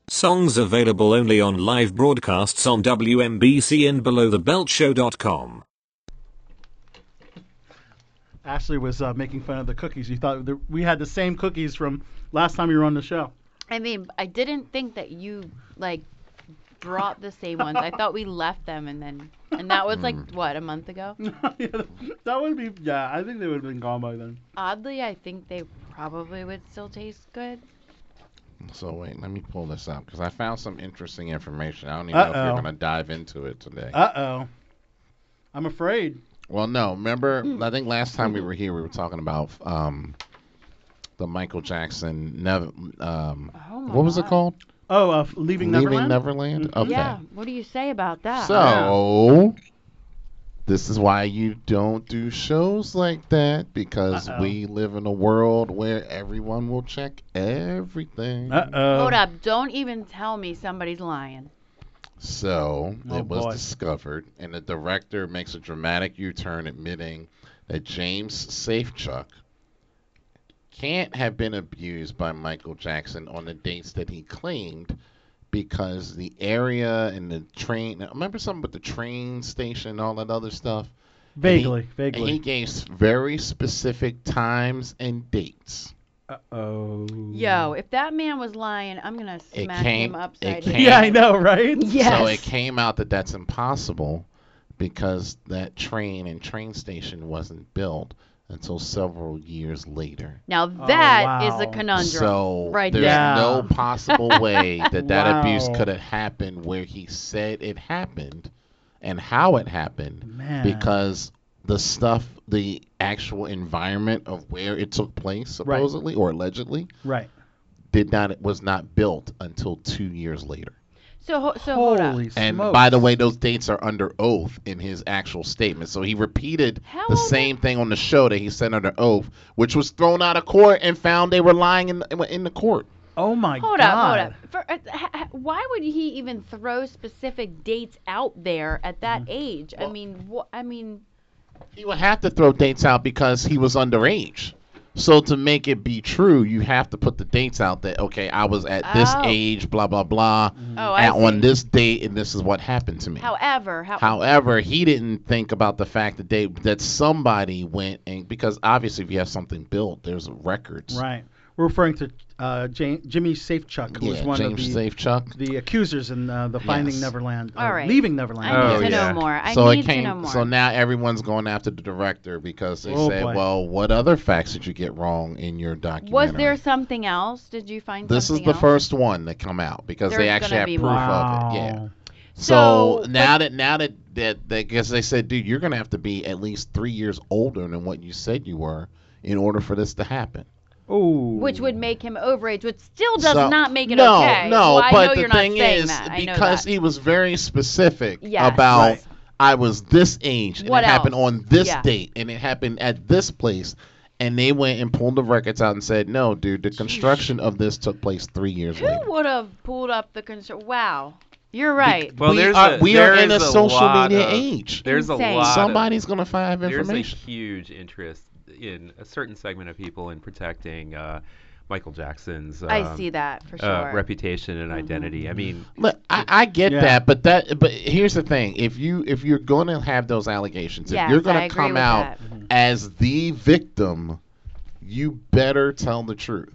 Speaker 12: Songs available only on live broadcasts on WMBC and BelowTheBeltShow.com.
Speaker 6: Ashley was uh, making fun of the cookies. You thought that we had the same cookies from last time you were on the show.
Speaker 8: I mean, I didn't think that you like brought the same ones. I thought we left them and then and that was like
Speaker 7: Hmm.
Speaker 8: what a month ago.
Speaker 6: That would be yeah. I think they would have been gone by then.
Speaker 8: Oddly, I think they probably would still taste good.
Speaker 7: So wait, let me pull this up because I found some interesting information. I don't even know if
Speaker 6: Uh-oh.
Speaker 7: you're gonna dive into it today.
Speaker 6: Uh oh. I'm afraid.
Speaker 7: Well, no. Remember,
Speaker 6: Hmm.
Speaker 7: I think last time we were here, we were talking about um, the Michael Jackson. Nev- um, what was it called?
Speaker 6: Oh, uh, leaving
Speaker 7: Leaving
Speaker 6: Neverland? Mm-hmm.
Speaker 7: Neverland. Okay.
Speaker 8: Yeah. What do you say about that?
Speaker 7: So this is why you don't do shows like that because
Speaker 8: Uh-oh.
Speaker 7: we live in a world where everyone will check everything.
Speaker 6: Uh
Speaker 8: Hold up! Don't even tell me somebody's lying.
Speaker 7: So
Speaker 8: Oh,
Speaker 7: it was
Speaker 8: boy.
Speaker 7: discovered, and the director makes a dramatic U-turn, admitting that James Safechuck can't have been abused by Michael Jackson on the dates that he claimed, because the area and the train. Remember something with the train station and all that other stuff. And he-
Speaker 6: Vaguely,
Speaker 7: and
Speaker 6: vaguely.
Speaker 7: he gave s- very specific times and dates.
Speaker 6: Uh oh.
Speaker 8: Yo, if that man was lying, I'm gonna
Speaker 7: Hmm. It
Speaker 8: smack
Speaker 7: came.
Speaker 8: him upside
Speaker 7: it
Speaker 8: his
Speaker 7: came,
Speaker 8: head.
Speaker 6: right?
Speaker 8: Yes.
Speaker 7: So it came out that that's impossible because that train and train station wasn't built until several years later.
Speaker 8: Now that is a
Speaker 7: wow.
Speaker 8: conundrum,
Speaker 7: So
Speaker 8: right
Speaker 7: there's
Speaker 8: there.
Speaker 7: no possible way that that abuse
Speaker 8: Wow.
Speaker 7: could have happened where he said it happened and how it happened
Speaker 6: Man.
Speaker 7: because the stuff, the actual environment of where it took place, supposedly or allegedly,
Speaker 6: right,
Speaker 7: did not was not built until two years later.
Speaker 8: So ho- so hold up.
Speaker 7: And by the way, those dates are under oath in his actual statement. So he repeated the same thing on the show that he said under oath, which was thrown out of court and found they were lying in the, in the court.
Speaker 6: Oh my
Speaker 8: Hold up, hold up. For, uh, ha- ha- why would he even throw specific dates out there at that age? I mean, wha- I mean,
Speaker 7: He would have to throw dates out because he was underage. So to make it be true, you have to put the dates out that okay, I was at this
Speaker 8: Oh.
Speaker 7: age, blah blah blah,
Speaker 8: Oh, I
Speaker 7: at,
Speaker 8: see.
Speaker 7: on this date, and this is what happened to me.
Speaker 8: however, how,
Speaker 7: However, he didn't think about the fact that they that somebody went and because obviously if you have something built, there's records.
Speaker 6: Right. We're referring to uh, Jam Jimmy Safechuck, who was
Speaker 7: Yeah,
Speaker 6: one
Speaker 7: James
Speaker 6: of the
Speaker 7: Safechuck.
Speaker 6: the accusers in uh, the Finding
Speaker 7: Yes.
Speaker 6: Neverland, uh,
Speaker 8: All right.
Speaker 6: Leaving Neverland.
Speaker 8: I need to know more. I
Speaker 7: so
Speaker 8: need
Speaker 7: it came.
Speaker 8: to know more.
Speaker 7: So now everyone's going after the director because they
Speaker 6: Oh,
Speaker 7: said,
Speaker 6: boy.
Speaker 7: "Well, what other facts did you get wrong in your documentary?"
Speaker 8: was there something else? Did you find
Speaker 7: This is
Speaker 8: something
Speaker 7: the
Speaker 8: else?
Speaker 7: first one that come out because
Speaker 8: There's
Speaker 7: they actually
Speaker 8: gonna
Speaker 7: have
Speaker 8: be
Speaker 7: proof
Speaker 8: more.
Speaker 7: of it. Yeah.
Speaker 6: Wow.
Speaker 7: So,
Speaker 8: So,
Speaker 7: now that now that that because they said, dude, you're gonna have to be at least three years older than what you said you were in order for this to happen.
Speaker 6: Oh.
Speaker 8: Which would make him overage, which still does
Speaker 7: So-
Speaker 8: not make it
Speaker 7: no,
Speaker 8: okay.
Speaker 7: No,
Speaker 8: well, I
Speaker 7: but
Speaker 8: know
Speaker 7: the
Speaker 8: you're
Speaker 7: thing
Speaker 8: not saying
Speaker 7: is,
Speaker 8: that. I know
Speaker 7: because
Speaker 8: that.
Speaker 7: he was very specific
Speaker 8: Yes.
Speaker 7: about
Speaker 8: Right.
Speaker 7: I was this age and
Speaker 8: What
Speaker 7: it happened
Speaker 8: else?
Speaker 7: on this
Speaker 8: Yeah.
Speaker 7: date and it happened at this place. And they went and pulled the records out and said, "No, dude, the construction of this took place three years later."
Speaker 8: Who would have pulled up the concern? Wow, you're right.
Speaker 7: Well, We there's are- a- we are in a social media age.
Speaker 5: There's
Speaker 8: Insane.
Speaker 5: a lot.
Speaker 7: Somebody's
Speaker 5: of,
Speaker 7: gonna find
Speaker 5: There's
Speaker 7: information.
Speaker 5: a huge interest in a certain segment of people in protecting uh, Michael Jackson's. Um,
Speaker 8: I see that, for
Speaker 5: Uh,
Speaker 8: sure.
Speaker 5: reputation
Speaker 6: Mm-hmm.
Speaker 5: and identity. I mean,
Speaker 7: Look, I, I get
Speaker 5: Yeah.
Speaker 7: that, but that but here's the thing: if you if you're going to have those allegations,
Speaker 8: Yes,
Speaker 7: if you're
Speaker 8: I
Speaker 7: going to
Speaker 8: agree
Speaker 7: come
Speaker 8: with
Speaker 7: out
Speaker 8: that.
Speaker 7: as the victim, you better tell the truth,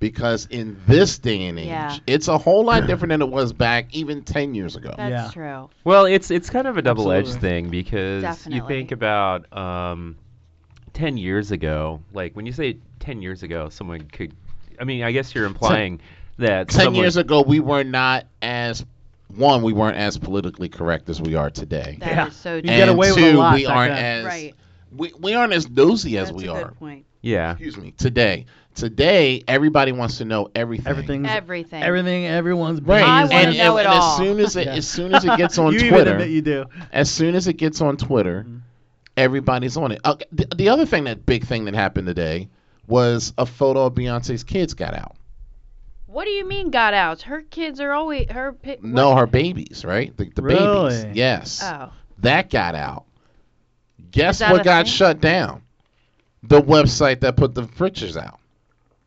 Speaker 7: because in this day and age,
Speaker 8: Yeah.
Speaker 7: it's a whole lot different than it was back even ten years ago.
Speaker 8: That's true.
Speaker 5: Well, it's it's kind of a double-edged
Speaker 7: Absolutely.
Speaker 5: thing because you
Speaker 8: Definitely.
Speaker 5: think about um, ten years ago. Like when you say ten years ago, someone could. I mean, I guess you're implying that
Speaker 7: Ten
Speaker 5: someone,
Speaker 7: years ago, we were not as one, we weren't as politically correct as we are today.
Speaker 8: That Yeah. is so You
Speaker 7: and
Speaker 8: true. get away
Speaker 7: two,
Speaker 8: with a lot
Speaker 7: we
Speaker 8: back
Speaker 7: aren't
Speaker 8: then.
Speaker 7: as
Speaker 8: Right.
Speaker 7: we, we aren't as nosy as
Speaker 8: That's
Speaker 7: we
Speaker 8: a
Speaker 7: are.
Speaker 8: good point.
Speaker 5: Yeah.
Speaker 7: Excuse me. Today, today, everybody wants to know everything.
Speaker 6: Everything's-
Speaker 8: Everything.
Speaker 6: Everything. Everyone's
Speaker 7: Right.
Speaker 6: brain
Speaker 7: I
Speaker 6: is
Speaker 7: wanna
Speaker 6: like-
Speaker 7: know it And as all. soon as it- as soon as it gets on
Speaker 6: you
Speaker 7: Twitter-
Speaker 6: even admit you do. Mm-hmm.
Speaker 7: As soon as it gets on Twitter, everybody's on it. Uh, the, the other thing, that big thing that happened today, was a photo of Beyonce's kids got out.
Speaker 8: What do you mean got out? Her kids are always her. Pi-
Speaker 7: No, her babies, right? The, the
Speaker 6: Really?
Speaker 7: babies. Yes.
Speaker 8: Oh.
Speaker 7: That got out. Guess
Speaker 8: that
Speaker 7: what
Speaker 8: a
Speaker 7: got
Speaker 8: thing?
Speaker 7: shut down? The website that put the pictures out.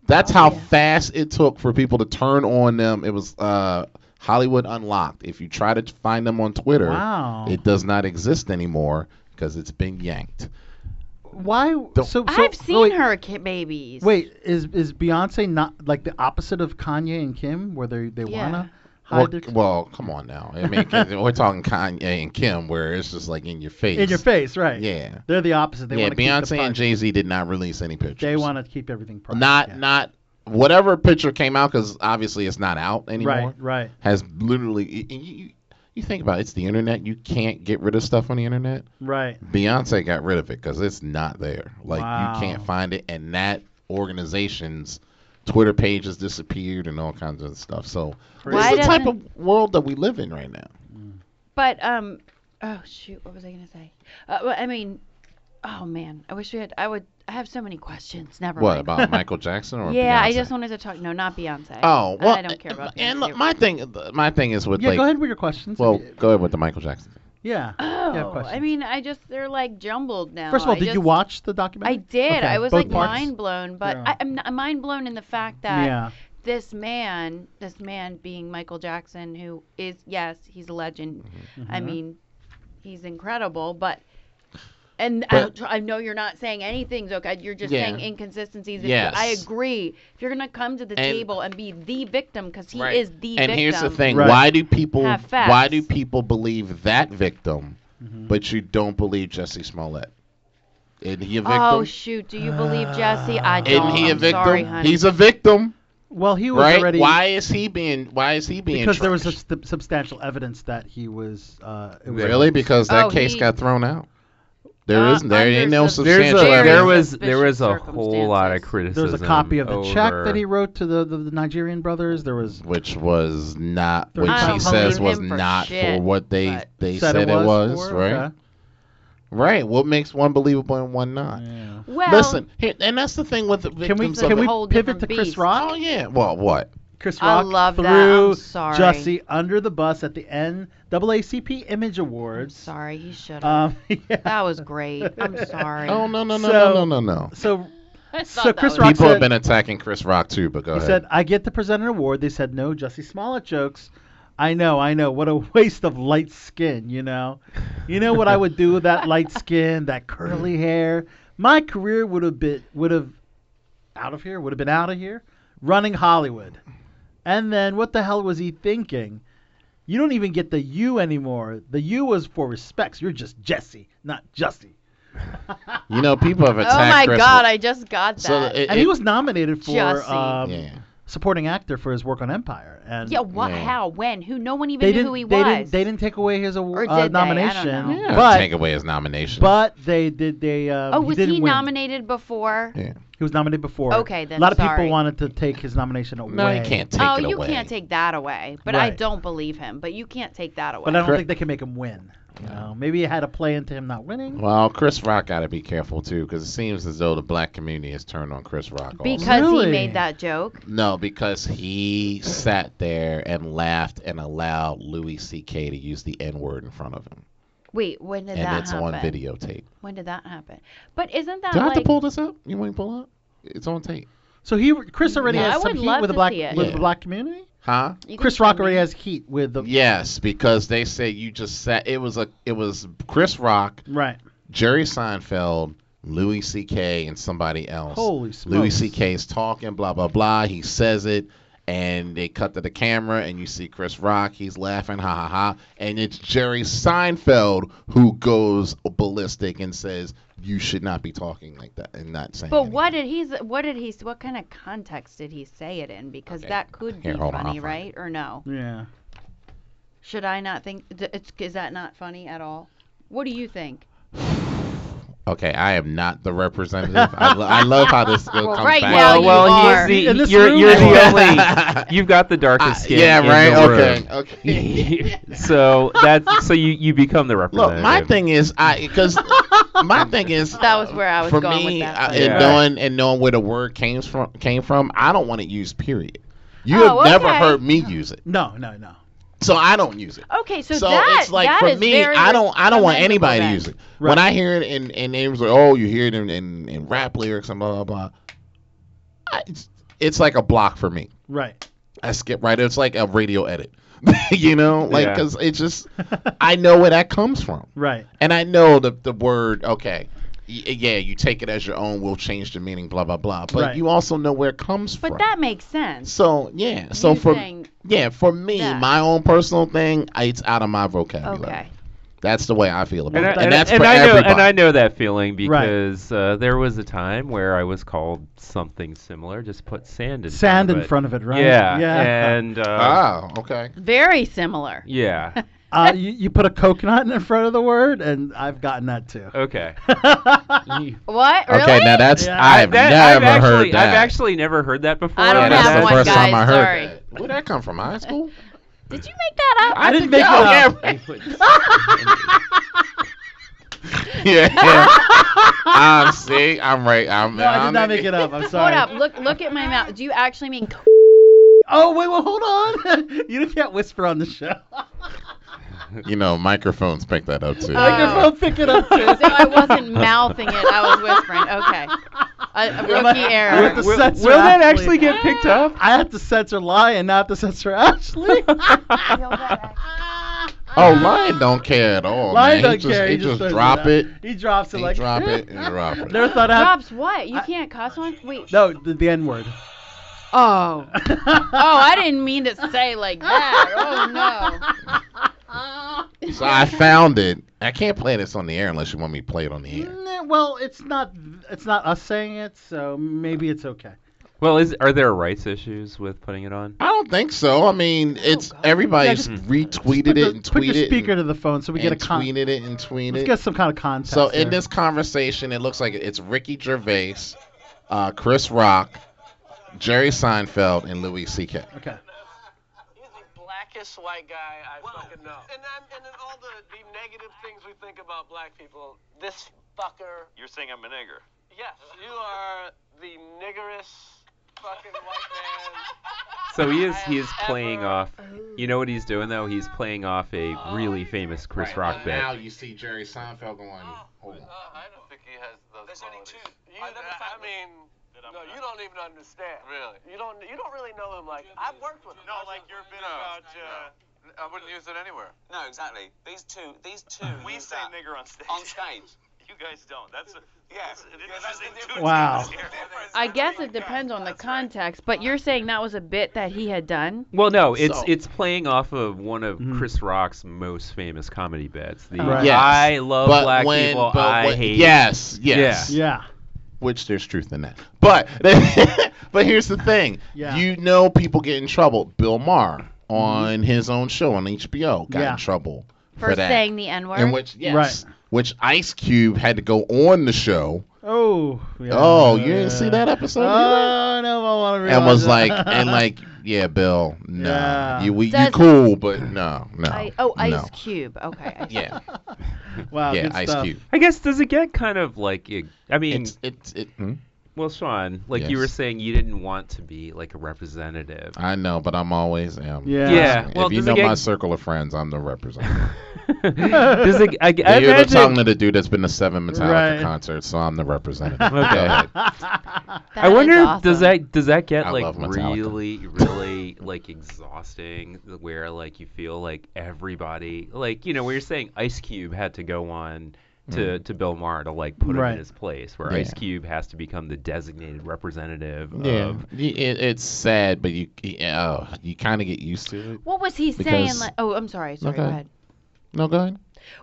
Speaker 7: That's
Speaker 6: Oh,
Speaker 7: how fast it took for people to turn on them. It was uh, Hollywood Unlocked. If you try to find them on Twitter,
Speaker 6: Wow.
Speaker 7: it does not exist anymore because it's been yanked.
Speaker 6: Why? So, so
Speaker 8: I've seen
Speaker 6: wait,
Speaker 8: her ki- babies.
Speaker 6: Wait, is is Beyonce not like the opposite of Kanye and Kim, where they they wanna hide
Speaker 7: Well,
Speaker 6: their
Speaker 7: well, come on now. I mean, 'cause we're talking Kanye and Kim, where it's just like in your face.
Speaker 6: in your face, right?
Speaker 7: Yeah.
Speaker 6: they're the opposite. They
Speaker 7: yeah,
Speaker 6: want to keep the
Speaker 7: Beyonce
Speaker 6: pri-
Speaker 7: and Jay Z did not release any pictures.
Speaker 6: they want to keep everything private.
Speaker 7: not not whatever picture came out because obviously it's not out anymore.
Speaker 6: Right, right.
Speaker 7: Has literally and you, you you think about it, it's the internet. You can't get rid of stuff on the internet.
Speaker 6: Right.
Speaker 7: Beyonce got rid of it because it's not there. Like
Speaker 6: Wow.
Speaker 7: you can't find it, and that organization's Twitter page has disappeared and all kinds of stuff. So this
Speaker 8: Why
Speaker 7: is the type
Speaker 8: doesn't-
Speaker 7: of world that we live in right now.
Speaker 8: But um, oh shoot, what was I gonna say? Uh, well, I mean, oh man, I wish we had. I would. I have so many questions. Never.
Speaker 7: What
Speaker 8: mind.
Speaker 7: about Michael Jackson or
Speaker 8: yeah,
Speaker 7: Beyonce?
Speaker 8: I just wanted to talk. No, not Beyonce.
Speaker 7: Oh,
Speaker 8: I
Speaker 7: well,
Speaker 8: don't care about.
Speaker 7: and
Speaker 8: Beyonce.
Speaker 7: look, my thing, my thing is with
Speaker 6: Yeah,
Speaker 7: like.
Speaker 6: go ahead with your questions.
Speaker 7: Well, go ahead with the Michael Jackson.
Speaker 6: Yeah. yeah,
Speaker 8: Oh,
Speaker 6: questions.
Speaker 8: I mean, I just they're like jumbled now.
Speaker 6: First of all,
Speaker 8: I
Speaker 6: did you
Speaker 8: just-
Speaker 6: watch the documentary?
Speaker 8: I did.
Speaker 6: Okay,
Speaker 8: I was
Speaker 6: both
Speaker 8: like
Speaker 6: parts.
Speaker 8: mind blown, but I, I'm, not, I'm mind blown in the fact that
Speaker 6: Yeah.
Speaker 8: this man, this man being Michael Jackson, who is yes, he's a legend. I
Speaker 6: Mm-hmm.
Speaker 7: Mhm.
Speaker 8: mean, he's incredible, but. And I,
Speaker 7: But-
Speaker 8: don't tr- I know you're not saying anything's okay. You're just
Speaker 7: Yeah.
Speaker 8: saying inconsistencies. If you-
Speaker 7: Yes.
Speaker 8: I agree. If you're gonna come to the
Speaker 7: And-
Speaker 8: table and be the victim, because he
Speaker 7: Right.
Speaker 8: is the victim.
Speaker 7: and here's the thing
Speaker 6: Right.
Speaker 7: why do people
Speaker 8: Have
Speaker 7: why
Speaker 8: facts.
Speaker 7: do people believe that victim
Speaker 6: Mm-hmm.
Speaker 7: but you don't believe jesse smollett isn't he a victim
Speaker 8: Oh shoot! Do you believe Jesse? I don't.
Speaker 7: isn't he a
Speaker 8: I'm
Speaker 7: victim
Speaker 8: Sorry, honey.
Speaker 7: he's a victim
Speaker 6: Well, he was
Speaker 7: right
Speaker 6: already.
Speaker 7: why is he being why is he being
Speaker 6: Because there was
Speaker 7: trashed?
Speaker 6: sub- substantial evidence that he was. Uh, it was
Speaker 7: really because that
Speaker 6: Oh,
Speaker 7: case
Speaker 6: he- Uh,
Speaker 7: got thrown out there isn't there ain't no
Speaker 5: There's
Speaker 7: substantial
Speaker 5: a, there
Speaker 7: evidence.
Speaker 5: was there was a whole lot of criticism.
Speaker 6: There was a copy of the check
Speaker 5: over-
Speaker 6: that he wrote to the, the, the Nigerian brothers. There was
Speaker 7: which was not
Speaker 6: There
Speaker 7: which
Speaker 6: was some
Speaker 7: he says
Speaker 6: believe
Speaker 7: was
Speaker 6: him for
Speaker 7: not
Speaker 6: shit,
Speaker 7: for what they
Speaker 6: but-
Speaker 7: they
Speaker 6: Said
Speaker 7: said,
Speaker 6: it
Speaker 7: it
Speaker 6: was
Speaker 7: was,
Speaker 6: for,
Speaker 7: right
Speaker 6: okay.
Speaker 7: right what makes one believable and one not
Speaker 8: Well-
Speaker 7: listen here, and that's the thing with the
Speaker 6: uh, Can we
Speaker 7: victims of
Speaker 6: can
Speaker 7: it-
Speaker 6: we pivot to Chris Rock?
Speaker 7: Oh yeah. Well, what?
Speaker 6: Chris
Speaker 7: I
Speaker 6: Rock
Speaker 7: love
Speaker 6: threw
Speaker 7: that. I'm sorry.
Speaker 6: Jussie under the bus at the NAACP Image Awards.
Speaker 8: sorry, he should have.
Speaker 6: Um,
Speaker 8: That was great. I'm sorry.
Speaker 7: Oh no no no
Speaker 6: So-
Speaker 7: no no no no.
Speaker 6: So,
Speaker 8: I thought
Speaker 6: so
Speaker 8: that
Speaker 6: Chris
Speaker 8: was-
Speaker 6: Rock
Speaker 7: People
Speaker 6: said,
Speaker 7: have been attacking Chris Rock too, but go
Speaker 6: He
Speaker 7: ahead.
Speaker 6: said, "I get to present an award." They said, "No, Jussie Smollett jokes." I know, I know. What a waste of light skin, you know. You know what I would do with that light skin, that curly hair. My career would have been would have out of here, would have been out of here, running Hollywood. And then what the hell was he thinking? You don't even get the U anymore. The U was for respects. You're just Jesse, not Jussie.
Speaker 7: you know, people have
Speaker 8: Oh
Speaker 7: attacked
Speaker 8: my
Speaker 7: Chris
Speaker 8: God!
Speaker 7: Rock.
Speaker 8: I just got that.
Speaker 6: and he was nominated for
Speaker 8: Jussie.
Speaker 6: um,
Speaker 7: Yeah.
Speaker 6: supporting actor for his work on Empire. And
Speaker 8: yeah. What? How? When? Who? No one even
Speaker 6: They
Speaker 8: knew
Speaker 6: didn't,
Speaker 8: who he
Speaker 6: they
Speaker 8: was.
Speaker 6: didn't. They didn't take away his award
Speaker 8: Or
Speaker 6: uh,
Speaker 8: did they? I don't
Speaker 6: nomination.
Speaker 8: know.
Speaker 7: Yeah,
Speaker 6: But
Speaker 7: take away his nomination.
Speaker 6: but they did. They. Um,
Speaker 8: oh, was
Speaker 6: he,
Speaker 8: he,
Speaker 6: didn't win.
Speaker 8: nominated before?
Speaker 6: He was nominated before.
Speaker 8: Okay, then,
Speaker 6: A lot of
Speaker 8: sorry.
Speaker 6: people wanted to take his nomination away.
Speaker 7: No, you can't take
Speaker 8: oh,
Speaker 7: it
Speaker 8: you
Speaker 7: away.
Speaker 8: can't take that away. But I
Speaker 6: Right.
Speaker 8: don't believe him. But you can't take that away.
Speaker 6: But I don't think they can make him win. You know? Maybe it had a play into him not winning.
Speaker 7: Well, Chris Rock got to be careful too, because it seems as though the black community has turned on Chris Rock. also.
Speaker 8: because he made that joke.
Speaker 7: No, because he sat there and laughed and allowed Louis C.K. to use the N word in front of him,
Speaker 8: Wait, when did
Speaker 7: and
Speaker 8: that
Speaker 7: it's
Speaker 8: happen?
Speaker 7: on videotape.
Speaker 8: When did that happen? But isn't that
Speaker 7: Do I have
Speaker 8: like
Speaker 7: to pull this up? You want me to pull it up? It's on tape.
Speaker 6: So he, Chris already
Speaker 7: No, I
Speaker 6: has
Speaker 7: would
Speaker 6: some heat
Speaker 7: love
Speaker 6: with the
Speaker 7: to
Speaker 6: black
Speaker 7: see it.
Speaker 6: with
Speaker 7: Yeah.
Speaker 6: the black community.
Speaker 7: Huh?
Speaker 6: Chris Rock already has heat with the
Speaker 7: Yes, because they said you just sat. It was a. It was Chris Rock,
Speaker 6: right?
Speaker 7: Jerry Seinfeld, Louis C.K. and somebody else.
Speaker 6: Holy
Speaker 7: Louis
Speaker 6: smokes.
Speaker 7: C.K. is talking, blah blah blah. He says it, and they cut to the camera, and you see Chris Rock. He's laughing, ha ha ha. And it's Jerry Seinfeld who goes ballistic and says you should not be talking like that and not saying.
Speaker 8: But
Speaker 7: it."
Speaker 8: what did he? s- What did he? s- What kind of context did he say it in? Because that could
Speaker 7: Here,
Speaker 8: be
Speaker 7: hold on, I'll
Speaker 8: funny,
Speaker 7: find
Speaker 8: right? Or no?
Speaker 6: Yeah.
Speaker 8: Should I not think? th- It's, is that not funny at all? What do you think?
Speaker 7: Okay, I am not the representative. I, lo- I love how this goes
Speaker 8: Well,
Speaker 7: comes
Speaker 8: right
Speaker 7: back.
Speaker 8: now
Speaker 5: Well, well, he's the, you're, you're the only. You've got the darkest skin.
Speaker 7: yeah,
Speaker 5: in
Speaker 7: right,
Speaker 5: the room. so that's so you you become the representative.
Speaker 7: Look, my thing is, I because my thing is that
Speaker 8: was where I was
Speaker 7: for me
Speaker 8: going with that.
Speaker 7: I-
Speaker 8: but-
Speaker 7: and
Speaker 5: Yeah.
Speaker 7: knowing and knowing where the word came from came from. I don't want to use period. You
Speaker 8: Oh,
Speaker 7: have never
Speaker 8: okay.
Speaker 7: heard me use it,
Speaker 6: No, no, no.
Speaker 7: so I don't use it.
Speaker 8: Okay, so,
Speaker 7: So
Speaker 8: that
Speaker 7: it's like
Speaker 8: that
Speaker 7: for
Speaker 8: is
Speaker 7: me,
Speaker 8: very
Speaker 7: I don't I don't want anybody to
Speaker 8: then.
Speaker 7: use it. When I hear it and and they was like, oh, you hear it in, in, in rap lyrics and blah blah blah. I, it's- it's like a block for me.
Speaker 6: Right.
Speaker 7: I skip right. It's like a radio edit. you know, like
Speaker 6: Yeah.
Speaker 7: because it's just I know where that comes from,
Speaker 6: Right.
Speaker 7: and I know the the word. Okay, y- yeah, you take it as your own. We'll change the meaning. Blah blah blah. But
Speaker 8: Right.
Speaker 7: you also know where it comes
Speaker 8: But
Speaker 7: from.
Speaker 8: that makes sense.
Speaker 7: So yeah, so
Speaker 8: You
Speaker 7: for
Speaker 8: saying
Speaker 7: yeah, for me,
Speaker 8: that.
Speaker 7: my own personal thing, I- it's out of my vocabulary.
Speaker 8: Okay.
Speaker 7: That's the way I feel about
Speaker 5: And, I,
Speaker 7: it, and that's
Speaker 5: and
Speaker 7: for
Speaker 5: I know,
Speaker 7: everybody.
Speaker 5: And I know that feeling
Speaker 7: Right.
Speaker 5: because uh, there was a time where I was called something similar. Just put sand in
Speaker 6: Sand
Speaker 5: front of
Speaker 6: in
Speaker 5: it.
Speaker 6: front of it, right?
Speaker 5: Yeah.
Speaker 6: Yeah.
Speaker 5: And uh,
Speaker 6: Ah,
Speaker 7: okay.
Speaker 8: Very similar.
Speaker 5: Yeah.
Speaker 6: Uh, you, you put a coconut in front of the word, and I've gotten that too.
Speaker 5: Okay.
Speaker 8: What? Really?
Speaker 7: Okay, now that's I've
Speaker 5: That-
Speaker 7: never
Speaker 5: I've
Speaker 7: heard
Speaker 5: actually,
Speaker 7: that.
Speaker 5: I've actually never heard that before.
Speaker 7: don't
Speaker 5: and
Speaker 7: have
Speaker 5: that's the
Speaker 7: one,
Speaker 5: first time
Speaker 7: guys,
Speaker 5: I heard
Speaker 7: sorry.
Speaker 5: that.
Speaker 7: Where'd that come from? High school?
Speaker 8: Did you make that up?
Speaker 7: I didn't make that up.
Speaker 6: uh,
Speaker 7: yeah. I'm see, I'm right. I'm,
Speaker 6: No, I
Speaker 7: I'm
Speaker 6: did not make it up. I'm
Speaker 8: Hold
Speaker 6: sorry.
Speaker 8: up. Look look at my mouth. Do you actually mean
Speaker 6: Oh wait, well hold on. you can't whisper on the show.
Speaker 7: You know, microphones pick that up too.
Speaker 8: Uh,
Speaker 6: Microphone pick it up. Too.
Speaker 8: So Oh. I wasn't mouthing it. I was whispering. Okay. A, a
Speaker 6: Am I-
Speaker 8: rookie error.
Speaker 6: With the censor Ashley.
Speaker 5: picked up?
Speaker 6: I have to censor lie and not to censor Ashley.
Speaker 7: Oh,
Speaker 8: uh,
Speaker 7: Lion don't care at all.
Speaker 6: Lion
Speaker 7: Oh, man.
Speaker 6: don't
Speaker 7: he just,
Speaker 6: care,
Speaker 7: He,
Speaker 6: he just
Speaker 7: just,
Speaker 6: throws it
Speaker 7: drop
Speaker 6: out.
Speaker 7: it.
Speaker 6: He drops it
Speaker 7: he
Speaker 6: like-
Speaker 7: drop it and drop it.
Speaker 6: Never thought I
Speaker 8: Drops what? You can't cuss on? Wait.
Speaker 6: No, the, the N word. Eh,
Speaker 8: Oh. Oh, I didn't mean to say like that. Oh no.
Speaker 7: So I found it. I can't play this on the air unless you want me to play it on the air.
Speaker 6: Nah, Well, it's not it's not us saying it, so maybe it's okay.
Speaker 5: Well, is are there rights issues with putting it on? Hmm.
Speaker 7: I don't think so. I
Speaker 6: Oh,
Speaker 7: mean, it's everybody's
Speaker 5: Yeah, just-
Speaker 7: retweeted
Speaker 6: Put the-
Speaker 7: it and tweeted
Speaker 6: put your
Speaker 7: it.
Speaker 6: speaker to the phone so we get a
Speaker 7: and
Speaker 6: con-
Speaker 7: tweeted it and tweeted.
Speaker 6: Let's get some kind of context.
Speaker 7: So
Speaker 6: there.
Speaker 7: in this conversation, it looks like it's Ricky Gervais, uh, Chris Rock, Jerry Seinfeld, and Louis C.K.
Speaker 6: Okay.
Speaker 1: blackest white guy I fucking know. And, I'm, and then all the, the negative things we think about black people, this fucker.
Speaker 13: You're saying I'm a nigger.
Speaker 1: Yes, you are the niggerest fucking white man.
Speaker 5: So he is he is playing
Speaker 7: uh,
Speaker 5: off.
Speaker 7: oh.
Speaker 5: You know what he's doing though? He's playing off a really famous Chris Rock bit.
Speaker 7: Now you see Jerry Seinfeld going. Hold on.
Speaker 1: I don't think he has those There's
Speaker 13: Oh,
Speaker 1: only two. You, I, I mean, no, you don't even understand. Really? You don't. You don't really know him. Like I've worked with him. No, like you're bit about. Uh,
Speaker 13: I wouldn't use it anywhere. No, exactly. These two, these two. we say nigger on stage. On stage. you guys don't. That's a, yeah. That's an interesting difference.
Speaker 6: Wow.
Speaker 8: I guess it depends on the context, but you're saying that was a bit that he had done?
Speaker 5: Well, no, it's
Speaker 8: So-
Speaker 5: it's playing off of one of Chris Rock's most famous comedy bits. The
Speaker 7: Right. Yes.
Speaker 5: I love
Speaker 7: But
Speaker 5: black
Speaker 7: when-
Speaker 5: people.
Speaker 7: but
Speaker 5: I
Speaker 7: when-
Speaker 5: hate.
Speaker 7: yes, yes.
Speaker 5: Yeah.
Speaker 6: Yeah.
Speaker 7: Which there's truth in that. But but here's the thing.
Speaker 6: Yeah.
Speaker 7: You know people get in trouble. Bill Maher on his own show on HBO got
Speaker 8: Yeah.
Speaker 7: in trouble
Speaker 8: For,
Speaker 7: that.
Speaker 8: saying the N word?
Speaker 7: In which yes,
Speaker 8: Right.
Speaker 7: which Ice Cube had to go on the show.
Speaker 6: Oh. yeah.
Speaker 7: Oh, you didn't see that episode?
Speaker 6: Oh no, I want to.
Speaker 7: and was like and like yeah bill no
Speaker 6: Yeah.
Speaker 7: you we, you
Speaker 8: Does-
Speaker 7: cool but no no
Speaker 8: I, oh, Ice
Speaker 7: no.
Speaker 8: Cube. Okay. I see.
Speaker 7: yeah
Speaker 6: wow
Speaker 7: yeah ice cube
Speaker 5: I guess does it get kind of like it- I mean
Speaker 7: it's it's it, hmm?
Speaker 5: well Sean like you
Speaker 7: Yes.
Speaker 5: were saying you didn't want to be like a representative.
Speaker 7: i know but i'm always am
Speaker 5: Yeah. Yeah, well,
Speaker 7: if you
Speaker 5: does it
Speaker 7: know
Speaker 5: get-
Speaker 7: my circle of friends i'm the representative
Speaker 5: Does it- I- I
Speaker 7: Yeah, you're
Speaker 5: imagine-
Speaker 7: the tongue of the dude that's been to seven metallica
Speaker 5: Right.
Speaker 7: concerts so i'm the representative
Speaker 5: Okay.
Speaker 7: Go ahead.
Speaker 5: I wonder if- does that does that get
Speaker 7: I
Speaker 5: like
Speaker 7: love Metallica.
Speaker 5: really really like exhausting where like you feel like everybody like you know where you're saying Ice Cube had to go on to to Bill Maher to like put him
Speaker 7: Right.
Speaker 5: in his place where Ice
Speaker 7: Mm. Yeah.
Speaker 5: Cube has to become the designated representative
Speaker 7: Uh, yeah
Speaker 5: of
Speaker 7: Y- it, it's sad but you yeah, oh, you kind of get used to it
Speaker 8: What was he saying?
Speaker 7: Because-
Speaker 8: Like, oh, I'm sorry. Sorry. Go
Speaker 7: Okay.
Speaker 8: ahead.
Speaker 7: no go ahead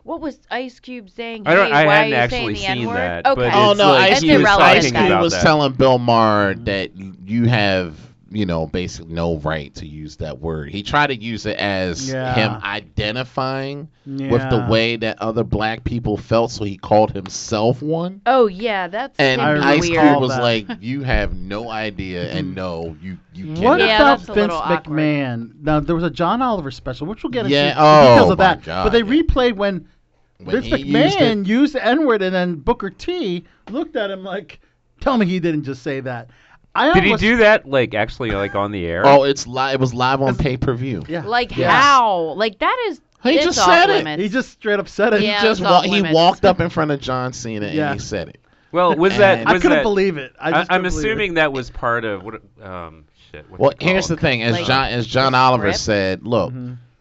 Speaker 8: What was Ice Cube saying?
Speaker 5: I don't-
Speaker 8: Hey,
Speaker 5: I
Speaker 8: why are
Speaker 5: hadn't
Speaker 8: you
Speaker 5: actually
Speaker 8: saying the
Speaker 5: seen
Speaker 8: N-word?
Speaker 5: that,
Speaker 8: Okay.
Speaker 5: but Oh, it's no, like- Ice
Speaker 8: That's
Speaker 5: Cube was
Speaker 8: irrelevant
Speaker 5: talking
Speaker 8: then.
Speaker 5: about
Speaker 7: he was
Speaker 5: that.
Speaker 7: telling Bill Maher that you have, you know, basically no right to use that word. He tried to use it as
Speaker 6: Yeah.
Speaker 7: him identifying with the
Speaker 6: Yeah.
Speaker 7: way that other black people felt, so he called himself one.
Speaker 8: Oh yeah, that's
Speaker 7: And
Speaker 8: gonna be
Speaker 7: Ice
Speaker 8: weird.
Speaker 7: Cube was like, "You have no idea, and no, you you
Speaker 6: What
Speaker 7: can't."
Speaker 6: about Vince McMahon? Now there was a John Oliver special, which we'll get
Speaker 7: Yeah,
Speaker 6: into the details
Speaker 7: oh
Speaker 6: of
Speaker 7: my
Speaker 6: that.
Speaker 7: God,
Speaker 6: but they replayed when,
Speaker 7: When
Speaker 6: Vince
Speaker 7: he used
Speaker 6: McMahon used, the N word, and then Booker T looked at him like, "Tell me he didn't just say that." I
Speaker 5: Did he
Speaker 6: almost-
Speaker 5: do that like actually like on the air?
Speaker 7: Oh, it's live. It was live on pay per view.
Speaker 6: Yeah.
Speaker 8: Like
Speaker 7: Yeah.
Speaker 8: how? Like that is.
Speaker 7: He
Speaker 8: it's
Speaker 7: just
Speaker 8: off
Speaker 7: said it.
Speaker 8: limits.
Speaker 6: He just straight up said it.
Speaker 8: Yeah,
Speaker 7: he just
Speaker 8: it's off
Speaker 7: wa- he
Speaker 8: limits.
Speaker 7: walked up in front of John Cena
Speaker 6: Yeah.
Speaker 7: and he said it.
Speaker 5: Well, was that?
Speaker 7: And-
Speaker 5: Was
Speaker 7: I couldn't
Speaker 5: that-
Speaker 7: believe it. I just
Speaker 5: am
Speaker 7: couldn't believe
Speaker 5: assuming Oh, that was part of what? Um, shit. What's
Speaker 7: Well,
Speaker 5: it
Speaker 7: here's the
Speaker 5: called?
Speaker 7: thing: as John as John Oliver said, look,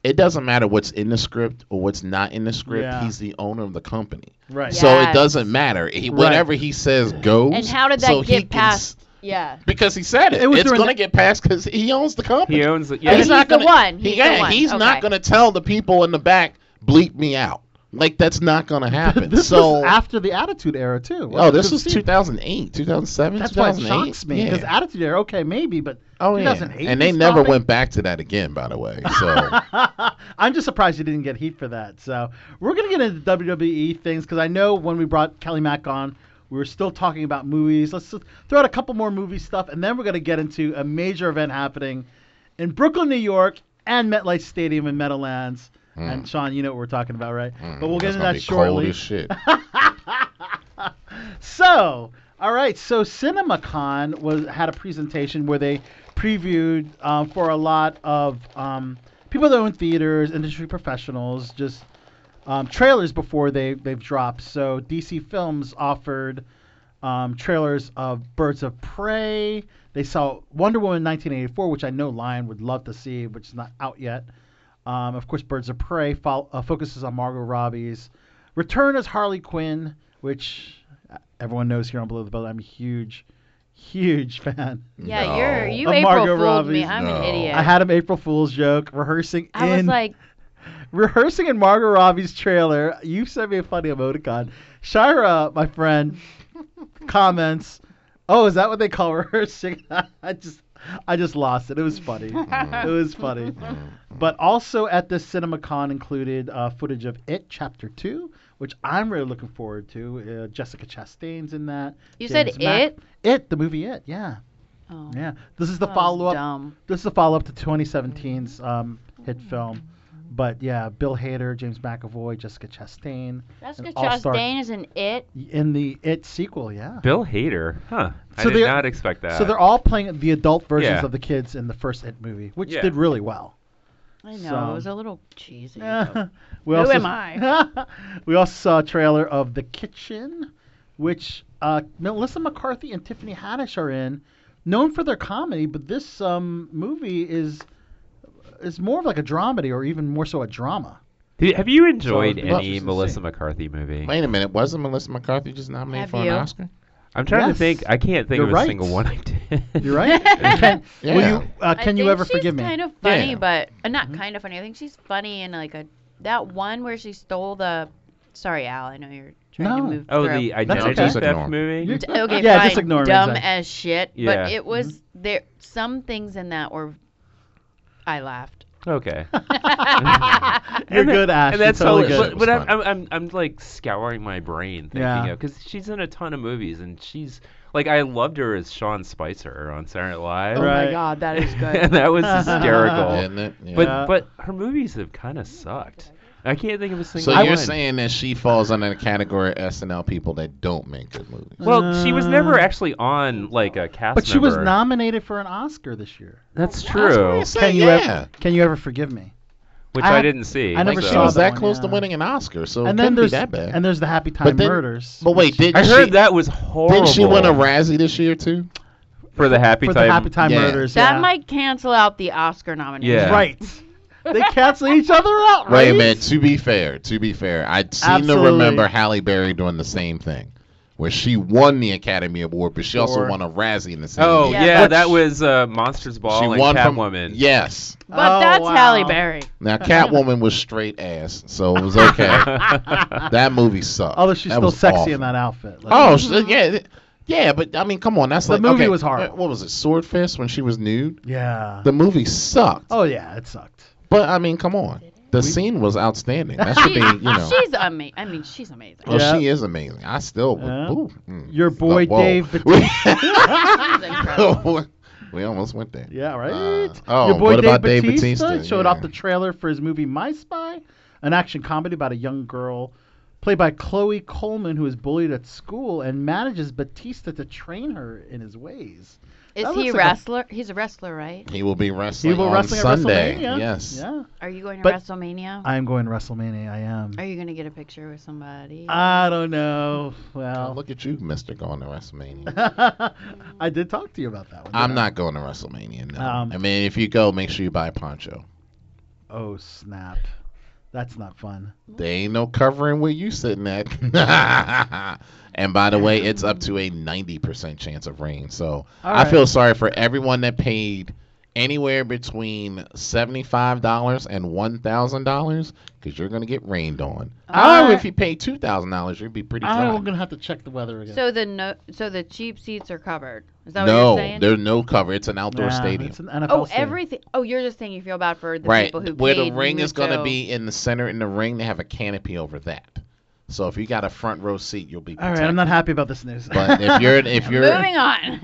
Speaker 7: it doesn't matter what's in the script or what's not in the script.
Speaker 6: Yeah.
Speaker 7: He's the owner of the company,
Speaker 6: Right.
Speaker 7: So it
Speaker 8: Yes.
Speaker 7: doesn't matter. He,
Speaker 6: Right.
Speaker 7: Whatever he says goes.
Speaker 8: And how did that
Speaker 7: so he can
Speaker 8: get past? yeah.
Speaker 7: s- because he said it.
Speaker 8: It was
Speaker 7: it's
Speaker 8: during
Speaker 7: going to
Speaker 8: the-
Speaker 7: get passed because he owns the company.
Speaker 5: He owns it.
Speaker 8: yeah. He's the
Speaker 7: gonna,
Speaker 8: one.
Speaker 7: he-
Speaker 8: He's the
Speaker 7: yeah,
Speaker 8: one.
Speaker 7: he's not
Speaker 8: Okay.
Speaker 7: going to tell the people in the back bleep me out. Like that's not going to happen.
Speaker 6: This
Speaker 7: so
Speaker 6: was after the Attitude Era too.
Speaker 7: Oh, this was
Speaker 6: 2008,
Speaker 7: 2007,
Speaker 6: That's why it
Speaker 7: 2008.
Speaker 6: shocks me
Speaker 7: Yeah.
Speaker 6: because Attitude Era, okay, maybe, but
Speaker 7: Oh, yeah.
Speaker 6: 2008.
Speaker 7: and they
Speaker 6: this
Speaker 7: never
Speaker 6: topic?
Speaker 7: went back to that again, by the way. So mm,
Speaker 6: I'm just surprised you didn't get heat for that. So we're gonna get into WWE things because I know when we brought Kelly Mack on, we were still talking about movies. Let's just throw out a couple more movie stuff, and then we're gonna get into a major event happening in Brooklyn, New York, and MetLife Stadium in Meadowlands.
Speaker 7: Mm.
Speaker 6: And Sean, you know what we're talking about, right? but we'll get
Speaker 7: Hmm, that's
Speaker 6: into
Speaker 7: gonna
Speaker 6: that
Speaker 7: be Cold
Speaker 6: shortly.
Speaker 7: as shit.
Speaker 6: So, all right. So CinemaCon was had a presentation where they previewed um, for a lot of um, people that own theaters, industry professionals, just um, trailers before they they've dropped. So DC Films offered um, trailers of Birds of Prey. They saw Wonder Woman 1984, which I know Lion would love to see, which is not out yet. Um, of course, Birds of Prey fol- uh, focuses on Margot Robbie's return as Harley Quinn, which uh, everyone knows here on Below the Belt. I'm a huge, huge fan.
Speaker 8: Yeah, you're- you
Speaker 6: of
Speaker 8: April
Speaker 6: Margot
Speaker 8: fooled me.
Speaker 6: Robbie's.
Speaker 8: I'm an No. idiot.
Speaker 6: I had an April Fool's joke rehearsing.
Speaker 8: I
Speaker 6: in,
Speaker 8: was like,
Speaker 6: rehearsing in Margot Robbie's trailer. You sent me a funny emoticon. Shira, my friend, comments, "Oh, is that what they call rehearsing?" I just, I just lost it. It was funny. it was funny. But also at this CinemaCon included uh, footage of It Chapter Two, which I'm really looking forward to. Uh, Jessica Chastain's in that.
Speaker 8: You said
Speaker 6: Mac-
Speaker 8: It?
Speaker 6: It, the movie It, yeah.
Speaker 8: Oh.
Speaker 6: Yeah, this is the
Speaker 8: That was
Speaker 6: follow up.
Speaker 8: dumb.
Speaker 6: This is the follow up to 2017's um, hit film, but yeah, Bill Hader, James McAvoy, Jessica Chastain.
Speaker 8: Jessica
Speaker 6: an all-star
Speaker 8: Chastain is an it.
Speaker 6: in the It sequel, yeah.
Speaker 5: Bill Hader, huh? I did
Speaker 6: they're-
Speaker 5: not expect that.
Speaker 6: So they're all playing the adult versions
Speaker 5: Yeah.
Speaker 6: of the kids in the first It movie, which
Speaker 5: Yeah.
Speaker 6: did really well.
Speaker 8: I know
Speaker 6: So-
Speaker 8: it was a little cheesy.
Speaker 6: Yeah.
Speaker 8: but-
Speaker 6: We
Speaker 8: Who
Speaker 6: also-
Speaker 8: am
Speaker 6: Uh,
Speaker 8: I?
Speaker 6: We also saw a trailer of The Kitchen, which uh, Melissa McCarthy and Tiffany Haddish are in, known for their comedy, but this um, movie is is more of like a dramedy or even more so a drama.
Speaker 5: Did- Have you enjoyed
Speaker 7: So,
Speaker 5: any
Speaker 7: well,
Speaker 5: Melissa McCarthy movie?
Speaker 7: Wait a minute, wasn't Melissa McCarthy just nominated
Speaker 6: Have
Speaker 7: for
Speaker 6: you?
Speaker 7: an Oscar?
Speaker 5: I'm trying
Speaker 6: Yes.
Speaker 5: to think. I can't think
Speaker 6: You're
Speaker 5: of a
Speaker 6: right.
Speaker 5: single one I did.
Speaker 6: You're right. Can-
Speaker 7: Yeah.
Speaker 6: Will you, uh,
Speaker 8: I
Speaker 6: can you
Speaker 8: think
Speaker 6: ever
Speaker 8: she's
Speaker 6: forgive me? Mm-hmm.
Speaker 8: Kind of funny, but uh, not kind of funny. I think she's funny in like a that one where she stole the. Sorry, Al. I know you're trying to move.
Speaker 5: Oh,
Speaker 8: through.
Speaker 5: the identity
Speaker 7: okay. Just
Speaker 5: theft
Speaker 7: ignore 'em.
Speaker 5: movie.
Speaker 8: D- okay,
Speaker 6: Yeah,
Speaker 8: fine.
Speaker 6: just ignore Mm-hmm. him,
Speaker 8: Dumb
Speaker 6: exactly.
Speaker 8: as shit.
Speaker 5: Yeah.
Speaker 8: But it was there. Some things in that were. I laughed.
Speaker 5: Okay.
Speaker 6: You're
Speaker 5: And that-
Speaker 6: good, Ash.
Speaker 5: And that's
Speaker 6: You're totally
Speaker 5: all-
Speaker 6: good.
Speaker 5: But, but I'm, I'm, I'm, I'm like scouring my brain thinking
Speaker 6: Yeah.
Speaker 5: of because she's in a ton of movies and she's like I loved her as Sean Spicer on Saturday Night Live.
Speaker 8: Oh my god, that is good.
Speaker 5: and that was hysterical.
Speaker 7: Isn't it? Yeah.
Speaker 5: But but her movies have kind of sucked. I can't think of a single
Speaker 7: So
Speaker 5: one.
Speaker 7: you're saying that she falls under the category of SNL people that don't make good movies.
Speaker 5: well, she was never
Speaker 6: Uh,
Speaker 5: actually on like a cast.
Speaker 6: But she was
Speaker 5: member.
Speaker 6: nominated for an Oscar this year.
Speaker 5: That's true.
Speaker 6: Can you ever can you ever forgive me?
Speaker 5: Which
Speaker 6: I-
Speaker 5: I, didn't see.
Speaker 6: I never
Speaker 5: so.
Speaker 7: she was that
Speaker 6: one,
Speaker 7: close to
Speaker 6: yeah.
Speaker 7: winning an Oscar, so
Speaker 6: and
Speaker 7: it
Speaker 6: then
Speaker 7: couldn't be
Speaker 6: there's
Speaker 7: that bad.
Speaker 6: and there's the Happy Time
Speaker 7: But then-
Speaker 6: Murders.
Speaker 7: But wait, didn't
Speaker 5: I heard
Speaker 7: she,
Speaker 5: that was horrible.
Speaker 7: Didn't she win a Razzie this year too?
Speaker 5: for the happy
Speaker 6: for
Speaker 5: time?
Speaker 6: the Happy Time Murders.
Speaker 8: That
Speaker 6: yeah.
Speaker 8: might cancel out the Oscar nomination.
Speaker 5: Yeah.
Speaker 6: Right. they cancel each other out. Right?
Speaker 7: Wait a minute. To be fair, to be fair, I seem
Speaker 6: Absolutely.
Speaker 7: to remember Halle Berry doing the same thing, where she won the Academy Award, but she also
Speaker 6: Sure.
Speaker 7: won a Razzie in the same.
Speaker 5: Oh
Speaker 7: year.
Speaker 5: yeah, that was uh, Monsters Ball
Speaker 7: she
Speaker 5: and
Speaker 7: won from
Speaker 5: Catwoman.
Speaker 7: Yes.
Speaker 8: But
Speaker 6: Oh,
Speaker 8: that's
Speaker 6: wow.
Speaker 8: Halle Berry.
Speaker 7: Now Catwoman was straight ass, so it was okay. that movie sucked.
Speaker 6: Although Oh, she's
Speaker 7: That
Speaker 6: still
Speaker 7: was
Speaker 6: sexy
Speaker 7: awful.
Speaker 6: in that outfit. Like,
Speaker 7: Oh sh- yeah, th- yeah, but I mean, come on, that's
Speaker 6: The
Speaker 7: like
Speaker 6: movie
Speaker 7: okay, Uh,
Speaker 6: was horrible. Uh-huh.
Speaker 7: What was it, Swordfish when she was nude?
Speaker 6: yeah.
Speaker 7: The movie sucked,
Speaker 6: Oh yeah, it sucked.
Speaker 7: but I mean, come on, the scene was outstanding. That should
Speaker 8: She,
Speaker 7: be, you know.
Speaker 8: She's amazing. I mean, she's amazing.
Speaker 7: Well,
Speaker 6: Yeah.
Speaker 7: she is amazing. I still would. ooh, mm.
Speaker 6: Your boy
Speaker 7: Whoa.
Speaker 6: Dave. Bat-
Speaker 8: She's incredible.
Speaker 7: we almost went there.
Speaker 6: yeah, right.
Speaker 7: oh,
Speaker 6: Your boy
Speaker 7: what
Speaker 6: Dave
Speaker 7: about Dave
Speaker 6: Batista
Speaker 7: Bautista?
Speaker 6: showed
Speaker 7: Yeah.
Speaker 6: off the trailer for his movie My Spy, an action comedy about a young girl played by Chloe Coleman, who is bullied at school and manages Batista to train her in his ways.
Speaker 8: Is
Speaker 6: That
Speaker 8: he
Speaker 6: looks
Speaker 8: a
Speaker 6: like a-
Speaker 8: wrestler? He's a wrestler, right?
Speaker 7: He will be wrestling
Speaker 6: will
Speaker 7: on
Speaker 6: wrestle at
Speaker 7: Sunday.
Speaker 6: WrestleMania.
Speaker 7: Yes.
Speaker 6: Yeah.
Speaker 8: Are you going to
Speaker 6: But-
Speaker 8: WrestleMania?
Speaker 6: I am going to WrestleMania. I am.
Speaker 8: Are you going to get a picture with somebody?
Speaker 6: I don't know. Well,
Speaker 7: look at you, Mister, going to WrestleMania.
Speaker 6: I did talk to you about that one.
Speaker 7: I'm
Speaker 6: didn't
Speaker 7: not going to WrestleMania. No.
Speaker 6: Um,
Speaker 7: I mean, if you go, make sure you buy a poncho.
Speaker 6: I? Oh snap! That's not fun.
Speaker 7: There ain't no covering where you sitting at. and by the way, it's up to a 90% chance of rain. So
Speaker 6: All
Speaker 7: I feel
Speaker 6: right.
Speaker 7: sorry for everyone that paid anywhere between $75 and $1,000 because you're going to get rained on.
Speaker 6: All
Speaker 7: However,
Speaker 6: right.
Speaker 7: if you pay $2,000, you'd be pretty dry.
Speaker 6: I'm gonna have to check the weather again.
Speaker 8: So the no, so the cheap seats are covered. Is that what you're
Speaker 7: no,
Speaker 8: saying?
Speaker 7: there's no cover. It's an outdoor
Speaker 6: Nah,
Speaker 7: stadium.
Speaker 6: it's an
Speaker 8: oh, everything. Oh, you're just saying you feel bad for the
Speaker 7: right.
Speaker 8: people who
Speaker 7: Where the
Speaker 8: paid
Speaker 7: ring is going to
Speaker 8: Mucho.
Speaker 7: be in the center in the ring, they have a canopy over that. So if you got a front row seat, you'll be
Speaker 6: All right, I'm not happy about this news.
Speaker 7: But if you're if you're
Speaker 8: Moving on.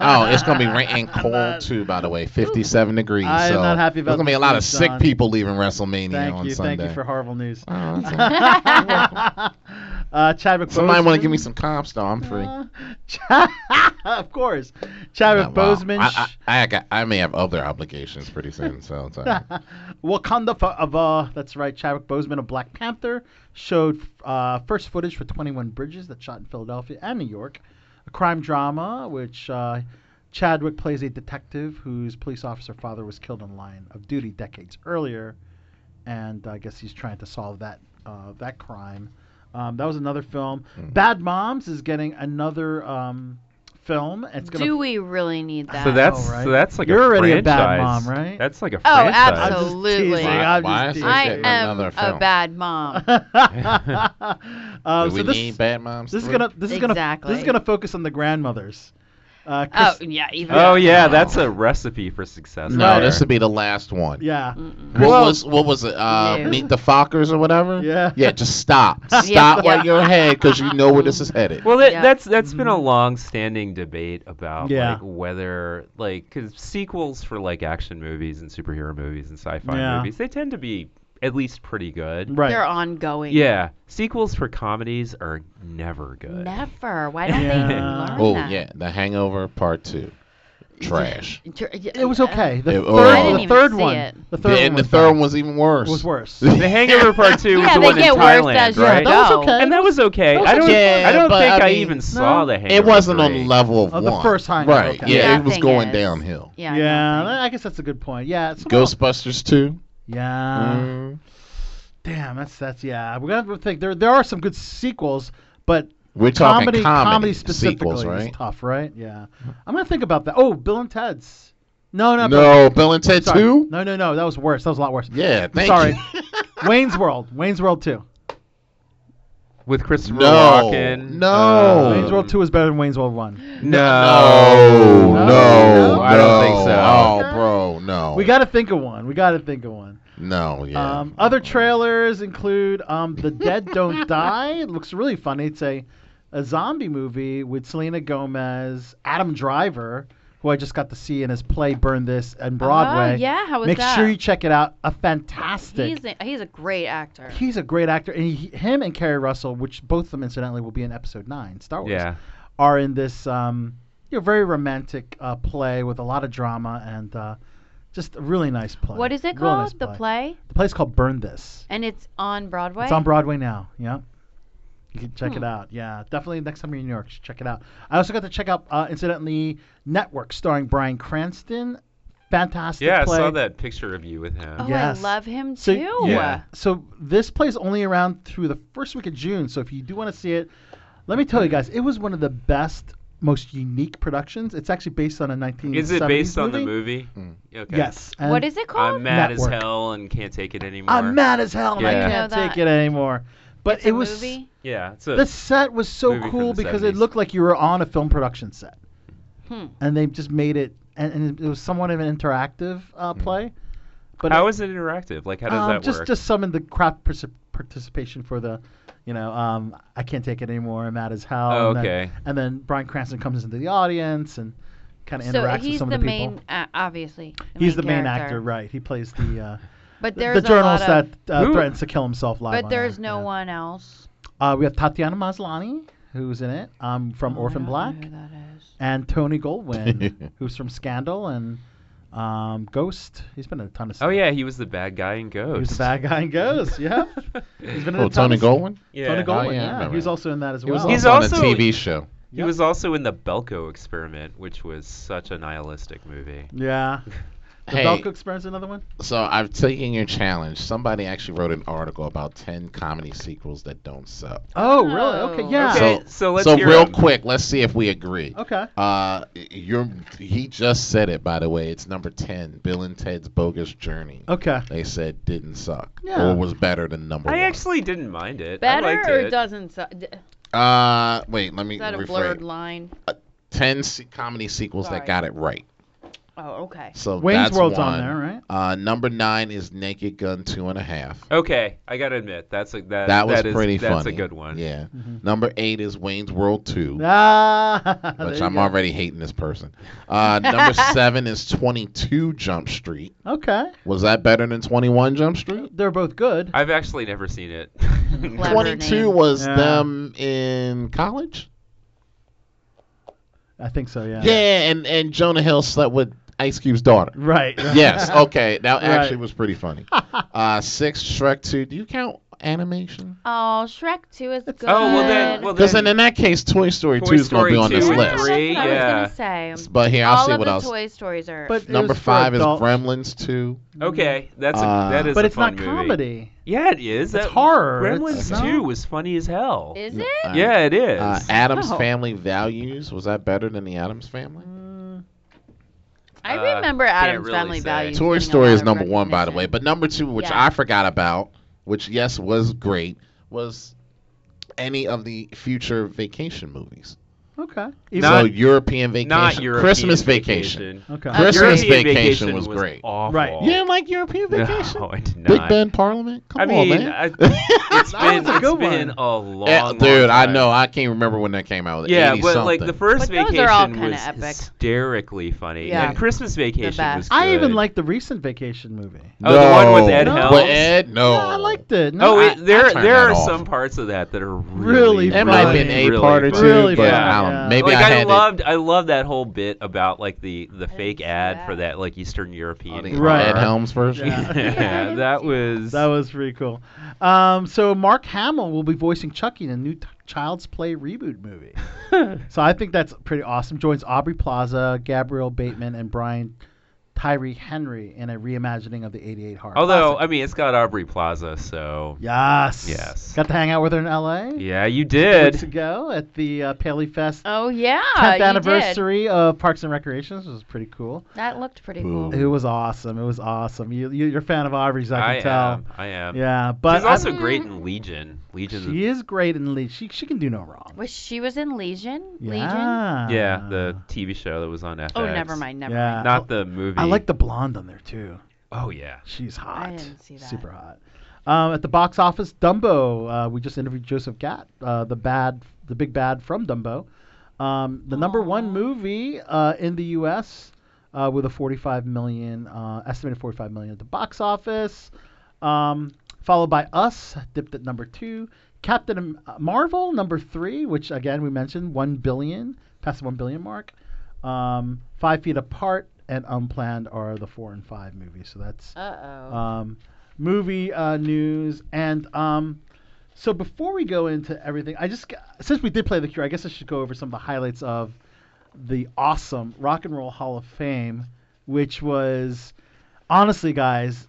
Speaker 7: oh, it's gonna be rain and cold too. By the way, 57 degrees.
Speaker 6: I am
Speaker 7: so
Speaker 6: not happy about
Speaker 7: There's gonna be
Speaker 6: this
Speaker 7: a lot of
Speaker 6: news,
Speaker 7: sick
Speaker 6: Sean.
Speaker 7: people leaving WrestleMania
Speaker 6: thank
Speaker 7: on
Speaker 6: you,
Speaker 7: Sunday.
Speaker 6: thank you for horrible news.
Speaker 7: Oh,
Speaker 6: uh, Chadwick.
Speaker 7: Somebody
Speaker 6: Boseman-
Speaker 7: want to give me some comps though? I'm free.
Speaker 6: of course, Chadwick
Speaker 7: Wow.
Speaker 6: Boseman.
Speaker 7: I, I, I, got, I may have other obligations pretty soon, so it's all right.
Speaker 6: Wakanda forever. That's right. Chadwick Boseman of Black Panther showed uh, first footage for 21 Bridges that shot in Philadelphia and New York, a crime drama which uh, Chadwick plays a detective whose police officer father was killed in line of duty decades earlier, and I guess he's trying to solve that uh, that crime. Um, that was another film. Bad Moms is getting another um, film. It's gonna
Speaker 8: Do we really need that?
Speaker 5: So that's so that's like
Speaker 6: You're
Speaker 5: a
Speaker 6: already a
Speaker 5: franchise.
Speaker 6: bad mom, right?
Speaker 5: That's like a
Speaker 8: Oh,
Speaker 5: franchise.
Speaker 8: absolutely.
Speaker 7: I'm Why just is it
Speaker 8: I
Speaker 7: getting
Speaker 8: am
Speaker 7: another
Speaker 8: a
Speaker 7: film?
Speaker 8: bad mom.
Speaker 6: Um,
Speaker 7: Do we
Speaker 6: Uh, so this,
Speaker 7: need Bad Moms
Speaker 6: This is
Speaker 7: 3?
Speaker 6: gonna this is gonna this
Speaker 8: Exactly.
Speaker 6: is gonna focus on the grandmothers. Uh,
Speaker 8: Oh,
Speaker 6: Chris-
Speaker 8: yeah, even.
Speaker 5: Oh yeah, that's a recipe for success.
Speaker 7: No,
Speaker 5: right
Speaker 7: this
Speaker 5: there.
Speaker 7: would be the last one.
Speaker 6: yeah.
Speaker 7: What was what was it? Uh,
Speaker 8: No.
Speaker 7: Meet the Fockers or whatever.
Speaker 6: Yeah.
Speaker 7: Yeah. Just stop.
Speaker 8: Yeah.
Speaker 7: Stop while you're ahead because you know where this is headed.
Speaker 5: Well, that,
Speaker 8: Yeah.
Speaker 5: that's that's been a long-standing debate about
Speaker 6: Yeah.
Speaker 5: like whether like because sequels for like action movies and superhero movies and sci-fi
Speaker 6: Yeah.
Speaker 5: movies they tend to be at least pretty good.
Speaker 6: Right.
Speaker 8: They're ongoing.
Speaker 5: Yeah, sequels for comedies are never good.
Speaker 8: Never. Why don't they
Speaker 6: Yeah.
Speaker 8: learn
Speaker 7: Oh
Speaker 8: that?
Speaker 7: yeah, The Hangover Part Two, trash.
Speaker 8: Tr- y-
Speaker 6: It was okay. The third,
Speaker 7: It- oh. I didn't
Speaker 6: the
Speaker 8: even
Speaker 6: third
Speaker 8: see
Speaker 6: one.
Speaker 8: it.
Speaker 6: The third
Speaker 7: and
Speaker 6: one
Speaker 7: the third
Speaker 6: bad.
Speaker 7: one was even worse.
Speaker 6: was worse.
Speaker 5: The Hangover Part Two was
Speaker 8: Yeah,
Speaker 5: the
Speaker 8: they
Speaker 5: one in
Speaker 8: get worse
Speaker 5: Thailand,
Speaker 8: as you
Speaker 5: right?
Speaker 8: go. That was okay.
Speaker 5: And that was okay.
Speaker 6: was
Speaker 5: I don't.
Speaker 7: okay.
Speaker 5: I don't
Speaker 7: Yeah,
Speaker 5: think
Speaker 7: but, I
Speaker 5: I,
Speaker 7: mean,
Speaker 5: even saw the Hangover.
Speaker 7: It wasn't on
Speaker 5: three.
Speaker 7: the level of
Speaker 6: Oh, the
Speaker 7: one.
Speaker 6: first Hangover,
Speaker 7: Right.
Speaker 6: okay.
Speaker 7: Yeah, it
Speaker 8: Nothing
Speaker 7: was going
Speaker 8: is.
Speaker 7: downhill.
Speaker 8: Yeah.
Speaker 6: Yeah,
Speaker 8: nothing.
Speaker 6: I guess that's a good point. Yeah. it's-
Speaker 7: Ghostbusters Two.
Speaker 6: Yeah.
Speaker 7: Mm-hmm.
Speaker 6: Damn, that's that's yeah. We're gonna have to think. There there are some good sequels, but
Speaker 7: We're talking
Speaker 6: comedy
Speaker 7: comedy,
Speaker 6: specifically
Speaker 7: sequels,
Speaker 6: is
Speaker 7: right?
Speaker 6: tough, right? Yeah. I'm gonna think about that. Oh, Bill and Ted's. No, no, Bill-
Speaker 7: No, Bill and Ted
Speaker 6: sorry.
Speaker 7: Two.
Speaker 6: No, no, no. That was worse. That was a lot worse.
Speaker 7: Yeah, thank
Speaker 6: Sorry.
Speaker 7: you.
Speaker 6: Wayne's World. Wayne's World 2.
Speaker 5: with Christopher
Speaker 7: No,
Speaker 5: Walken.
Speaker 7: no.
Speaker 6: Wayne's World
Speaker 5: um,
Speaker 6: 2 is better than Wayne's World 1.
Speaker 7: No,
Speaker 5: No,
Speaker 7: no,
Speaker 5: no, I don't think
Speaker 7: no.
Speaker 5: so.
Speaker 7: Oh, bro, no.
Speaker 6: We got to think of one. We got to think of one.
Speaker 7: no. Yeah.
Speaker 6: Um, other trailers include um, The Dead Don't Die. It looks really funny. It's a, a zombie movie with Selena Gomez, Adam Driver, who I just got to see in his play Burn This and Broadway.
Speaker 8: Oh, yeah. How was
Speaker 6: Make
Speaker 8: that?
Speaker 6: sure you check it out. A fantastic.
Speaker 8: He's a, he's a great actor.
Speaker 6: he's a great actor, and he, him and Carrie Russell, which both of them incidentally will be in Episode Nine, Star Wars,
Speaker 5: Yeah.
Speaker 6: are in this um, you know very romantic uh, play with a lot of drama and uh, just a really nice play.
Speaker 8: What is it
Speaker 6: Real
Speaker 8: called?
Speaker 6: nice
Speaker 8: the play?
Speaker 6: The play's called Burn This.
Speaker 8: And it's on Broadway.
Speaker 6: It's on Broadway now. Yeah. You can check
Speaker 8: Hmm.
Speaker 6: it out. Yeah, definitely next time you're in New York, you should check it out. I also got to check out, uh, incidentally, Network starring Brian Cranston. Fantastic
Speaker 5: Yeah, I
Speaker 6: play.
Speaker 5: saw that picture of you with him.
Speaker 8: Oh,
Speaker 6: Yes.
Speaker 8: I love him
Speaker 6: So,
Speaker 8: too.
Speaker 5: Yeah.
Speaker 6: So this plays only around through the first week of June. So if you do want to see it, let me tell you guys, it was one of the best, most unique productions. It's actually based on a 1970s
Speaker 5: Is it based on the
Speaker 6: movie?
Speaker 5: movie? Okay.
Speaker 6: Yes. and
Speaker 8: What is it called?
Speaker 5: I'm mad
Speaker 6: Network.
Speaker 5: as hell and can't take it anymore.
Speaker 6: I'm mad as hell. and I
Speaker 5: Yeah.
Speaker 6: can't
Speaker 8: Know that.
Speaker 6: take it anymore. But
Speaker 8: It's
Speaker 6: it
Speaker 8: a
Speaker 6: was
Speaker 8: movie?
Speaker 5: Yeah. It's a,
Speaker 6: the set was so
Speaker 5: movie from
Speaker 6: cool
Speaker 5: the
Speaker 6: because it
Speaker 5: 70s.
Speaker 6: looked like you were on a film production set,
Speaker 8: Hmm.
Speaker 6: and they just made it. And, and it was somewhat of an interactive uh, play. But it-
Speaker 5: Hmm. how is it interactive? Like, how does
Speaker 6: um,
Speaker 5: that
Speaker 6: just
Speaker 5: work?
Speaker 6: just summon the crowd partic- participation for the, you know, um, I can't take it anymore. I'm mad as hell.
Speaker 5: Oh,
Speaker 6: and then-
Speaker 5: okay.
Speaker 6: and then Brian Cranston comes into the audience and kind of
Speaker 8: So
Speaker 6: interacts with
Speaker 8: he's
Speaker 6: some
Speaker 8: the
Speaker 6: of the
Speaker 8: main,
Speaker 6: people.
Speaker 8: uh, obviously. The
Speaker 6: he's
Speaker 8: main
Speaker 6: the main
Speaker 8: character.
Speaker 6: actor, right? He plays the uh,
Speaker 8: But
Speaker 6: the
Speaker 8: there's a lot
Speaker 6: journalist
Speaker 8: of-
Speaker 6: that uh,
Speaker 5: Who-
Speaker 6: threatens to kill himself live.
Speaker 8: But
Speaker 6: on
Speaker 8: there's
Speaker 6: air,
Speaker 8: no
Speaker 6: yeah.
Speaker 8: one else.
Speaker 6: Uh, we have Tatiana Maslany, who's in it, um, from Orphan Black, and Tony Goldwyn, who's from Scandal and um, Ghost. He's been in a ton of stuff.
Speaker 5: Oh yeah, he was the bad guy in Ghost.
Speaker 6: He was the bad guy in Ghost. Yeah, he's been in
Speaker 7: Oh,
Speaker 6: a ton
Speaker 7: Tony
Speaker 6: of stuff.
Speaker 7: Goldwyn?
Speaker 5: Yeah.
Speaker 6: Tony
Speaker 5: Oh,
Speaker 6: Goldwyn.
Speaker 5: yeah, I
Speaker 6: yeah,
Speaker 5: remember
Speaker 6: he was
Speaker 5: him.
Speaker 6: also in that as
Speaker 7: He was
Speaker 6: well.
Speaker 7: also on a TV show.
Speaker 5: He was also in the Belko experiment, which was such a nihilistic movie.
Speaker 6: Yeah. The
Speaker 7: Hey.
Speaker 6: Belko Experience, another one.
Speaker 7: So I've taken your challenge. Somebody actually wrote an article about ten comedy sequels that don't suck.
Speaker 6: Oh, really? Okay, yeah.
Speaker 7: So, so real quick, let's see if we agree.
Speaker 6: Okay.
Speaker 7: Uh, you're he just said it by the way. It's number ten. Bill and Ted's Bogus Journey.
Speaker 6: Okay.
Speaker 7: They said didn't suck
Speaker 8: Yeah.
Speaker 7: or was better than number
Speaker 5: I
Speaker 7: one.
Speaker 5: actually didn't mind it. I
Speaker 8: Better
Speaker 5: liked
Speaker 8: or
Speaker 5: it.
Speaker 8: doesn't? Su- d-
Speaker 7: Uh, wait, let me
Speaker 8: is that a
Speaker 7: rephrase.
Speaker 8: blurred line?
Speaker 7: Ten se- comedy sequels
Speaker 8: Sorry.
Speaker 7: that got it right.
Speaker 8: Oh, okay.
Speaker 7: So
Speaker 6: Wayne's
Speaker 7: that's
Speaker 6: World's on
Speaker 7: one.
Speaker 6: there, right?
Speaker 7: Uh, number nine is Naked Gun two and a half.
Speaker 5: Okay, I gotta admit that's a that,
Speaker 7: that was
Speaker 5: is-
Speaker 7: pretty funny.
Speaker 5: That's a good one.
Speaker 7: Yeah.
Speaker 6: Mm-hmm.
Speaker 7: Number eight is Wayne's World Two.
Speaker 6: Ah, there
Speaker 7: Which
Speaker 6: you
Speaker 7: I'm
Speaker 6: go.
Speaker 7: already hating this person. Uh, number seven is 22 Jump Street.
Speaker 6: Okay.
Speaker 7: Was that better than 21 Jump Street?
Speaker 6: They're both good.
Speaker 5: I've actually never seen it.
Speaker 7: 22 was
Speaker 6: Yeah.
Speaker 7: them in college.
Speaker 6: I think so. Yeah.
Speaker 7: Yeah, and and Jonah Hill slept with Ice Cube's daughter.
Speaker 6: Right.
Speaker 7: yes. Okay. That
Speaker 6: Right.
Speaker 7: actually was pretty funny. Uh, six Shrek Two. Do you count animation?
Speaker 8: Oh, Shrek 2 is good.
Speaker 5: Oh, well
Speaker 8: Uh,
Speaker 5: then, well
Speaker 7: Because
Speaker 5: then,
Speaker 7: then in that case, Toy Story
Speaker 5: Toy
Speaker 7: Two is going to
Speaker 5: Story
Speaker 7: be on
Speaker 5: 2
Speaker 7: this
Speaker 5: and
Speaker 7: list.
Speaker 5: three,
Speaker 8: That's what I
Speaker 5: yeah.
Speaker 8: was gonna say.
Speaker 7: But here, I'll
Speaker 8: All
Speaker 7: see
Speaker 8: of
Speaker 7: what
Speaker 8: the
Speaker 7: else.
Speaker 8: Toy Stories are.
Speaker 6: But it
Speaker 7: Number
Speaker 6: was for
Speaker 7: five is
Speaker 6: adults.
Speaker 7: Gremlins Two.
Speaker 5: Okay, that's a,
Speaker 7: Uh,
Speaker 5: that is.
Speaker 6: but
Speaker 5: a
Speaker 6: it's not
Speaker 5: fun movie.
Speaker 6: comedy.
Speaker 5: Yeah, it is.
Speaker 6: It's
Speaker 5: that,
Speaker 6: horror. It's
Speaker 5: Gremlins
Speaker 6: not-
Speaker 5: Two was funny as hell.
Speaker 8: Is
Speaker 7: it?
Speaker 5: Yeah, it is.
Speaker 7: Uh, Adam's
Speaker 8: Oh.
Speaker 7: Family Values was that better than the Adam's Family?
Speaker 8: I
Speaker 7: Uh,
Speaker 8: remember
Speaker 7: can't
Speaker 8: Adam's
Speaker 7: really
Speaker 8: Family
Speaker 7: say.
Speaker 8: Values.
Speaker 7: Toy
Speaker 8: getting a
Speaker 7: Story
Speaker 8: lot
Speaker 7: is
Speaker 8: of
Speaker 7: number one, by the way, but number two, which
Speaker 8: Yeah.
Speaker 7: I forgot about, which yes was great, was any of the future vacation movies.
Speaker 6: Okay.
Speaker 7: so European vacation,
Speaker 5: not European
Speaker 7: Christmas
Speaker 5: Vacation.
Speaker 7: vacation,
Speaker 6: Okay.
Speaker 5: Uh,
Speaker 7: Christmas
Speaker 5: European
Speaker 7: vacation,
Speaker 5: Vacation
Speaker 7: was,
Speaker 5: was
Speaker 7: great.
Speaker 5: awful. Right.
Speaker 7: You didn't like European
Speaker 5: No,
Speaker 7: vacation?
Speaker 5: I did
Speaker 7: Big
Speaker 5: not.
Speaker 7: Ben Parliament. Come
Speaker 5: I
Speaker 7: on,
Speaker 5: mean,
Speaker 7: man.
Speaker 5: I, it's
Speaker 7: That
Speaker 5: been
Speaker 7: was a
Speaker 5: it's
Speaker 7: good
Speaker 5: been
Speaker 7: one.
Speaker 5: a long,
Speaker 7: Yeah,
Speaker 5: long
Speaker 7: dude, I
Speaker 5: time.
Speaker 7: know. I can't remember when that came out.
Speaker 5: Yeah,
Speaker 7: 80
Speaker 5: but like the
Speaker 7: something.
Speaker 5: first
Speaker 8: But
Speaker 5: vacation
Speaker 8: those are all kinda
Speaker 5: was
Speaker 8: epic.
Speaker 5: hysterically funny,
Speaker 8: Yeah.
Speaker 5: and Christmas vacation was.
Speaker 8: best.
Speaker 5: Good.
Speaker 6: I even liked the recent vacation movie.
Speaker 5: Oh, the one with Ed
Speaker 7: No,
Speaker 5: Helms.
Speaker 7: but Ed, no.
Speaker 6: Yeah, I liked it. No,
Speaker 5: Oh,
Speaker 6: I-
Speaker 5: it, there
Speaker 7: turned
Speaker 5: there
Speaker 7: that
Speaker 5: are
Speaker 7: off.
Speaker 5: some parts of that that are
Speaker 6: Really
Speaker 5: really.
Speaker 7: It might be an
Speaker 5: really,
Speaker 7: A part or
Speaker 5: really
Speaker 7: two,
Speaker 5: funny.
Speaker 7: but
Speaker 5: yeah.
Speaker 7: I don't-
Speaker 5: Yeah.
Speaker 7: maybe
Speaker 5: like,
Speaker 7: I
Speaker 5: I,
Speaker 7: had it-
Speaker 5: loved I loved that whole bit about like the the fake ad for that like Eastern European
Speaker 7: the Right. Ed
Speaker 5: car.
Speaker 7: Helms version?
Speaker 5: Yeah, that was
Speaker 6: that was pretty cool. Um, so Mark Hamill will be voicing Chucky in a new t- Child's Play reboot movie. so I think that's pretty awesome. Joins Aubrey Plaza, Gabrielle Bateman, and Brian Tyree Henry in a reimagining of the '88 horror.
Speaker 5: Although I mean, it's got Aubrey Plaza, so
Speaker 6: Yes.
Speaker 5: yes,
Speaker 6: got to hang out with her in L.A.
Speaker 5: yeah, you
Speaker 6: Two weeks
Speaker 5: did.
Speaker 6: ago at the uh, Paley Fest.
Speaker 8: Oh yeah,
Speaker 6: 10th
Speaker 8: you did.
Speaker 6: anniversary of Parks and Recreations was pretty cool.
Speaker 8: That looked pretty cool.
Speaker 6: It was awesome. It was awesome. You, you you're a fan of Aubrey's, I can
Speaker 5: I
Speaker 6: tell.
Speaker 5: am. I am.
Speaker 6: Yeah, but
Speaker 5: she's
Speaker 6: I-
Speaker 5: also great in Legion. Legion's
Speaker 6: She is great in lead. She she can do no wrong.
Speaker 8: Was she was in Legion? Legion.
Speaker 6: Yeah.
Speaker 5: Yeah, the TV show that was on FX.
Speaker 8: Oh, never mind, never
Speaker 6: Ah. Yeah. mind.
Speaker 5: Not the movie.
Speaker 6: I like the blonde on there too.
Speaker 5: Oh yeah.
Speaker 6: She's hot.
Speaker 8: didn't see that.
Speaker 6: Super hot. Um, at the box office, Dumbo. Uh, we just interviewed Joseph Gatt, uh, the bad, the big bad from Dumbo. Um, the number one movie uh, in the U.S. Uh, with a 45 million uh, estimated 45 million at the box office. Um, followed by Us, dipped at number two. Captain Am- uh, Marvel, number three, which again we mentioned, one billion, past the one billion mark. Um, Five Feet Apart and Unplanned are the four and five movies. So that's
Speaker 8: Uh-oh.
Speaker 6: um, movie uh, news. And um, so before we go into everything, I just g- since we did play the Cure, I guess I should go over some of the highlights of the awesome Rock and Roll Hall of Fame, which was honestly, guys,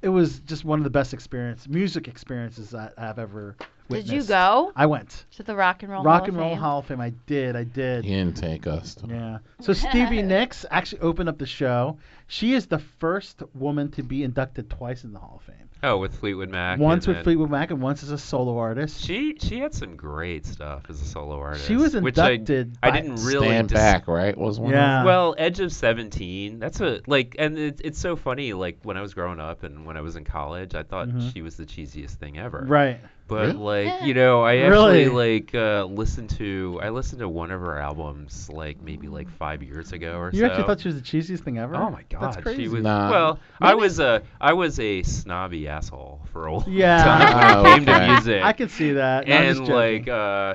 Speaker 6: it was just one of the best experience, music experiences that I've ever
Speaker 8: Did
Speaker 6: witnessed.
Speaker 8: you go?
Speaker 6: I went.
Speaker 8: To the Rock and Roll
Speaker 6: Rock
Speaker 8: Hall
Speaker 6: and
Speaker 8: of
Speaker 6: Roll
Speaker 8: Fame?
Speaker 6: Hall of Fame. I did. I did.
Speaker 7: He didn't take us.
Speaker 6: Yeah. So Stevie Nicks actually opened up the show. She is the first woman to be inducted twice in the Hall of Fame.
Speaker 5: Oh, with Fleetwood Mac.
Speaker 6: once
Speaker 5: and
Speaker 6: with
Speaker 5: then-
Speaker 6: Fleetwood Mac and once as a solo artist.
Speaker 5: She she had some great stuff as a solo artist.
Speaker 6: She was
Speaker 5: which I-
Speaker 6: inducted
Speaker 5: I,
Speaker 6: by-
Speaker 5: didn't really
Speaker 7: Stand
Speaker 5: dis-
Speaker 7: Back, right? Was one. of them?
Speaker 5: Well, Edge of Seventeen. That's a like, and it, it's so funny. Like when I was growing up and when I was in college, I thought
Speaker 6: Mhm.
Speaker 5: she was the cheesiest thing ever.
Speaker 6: Right.
Speaker 5: but
Speaker 10: Really?
Speaker 5: like you know, I actually
Speaker 10: Really?
Speaker 5: like uh, listened to I listened to one of her albums like maybe like five years ago or
Speaker 6: You
Speaker 5: so.
Speaker 6: actually thought she was the cheesiest thing ever?
Speaker 5: Oh my god,
Speaker 6: That's crazy.
Speaker 5: she was well. I was a I was a snobby asshole for a long
Speaker 6: Yeah.
Speaker 5: time when it came to
Speaker 6: Okay.
Speaker 5: music.
Speaker 6: I could see that. No, I'm just
Speaker 5: and
Speaker 6: joking.
Speaker 5: like, uh,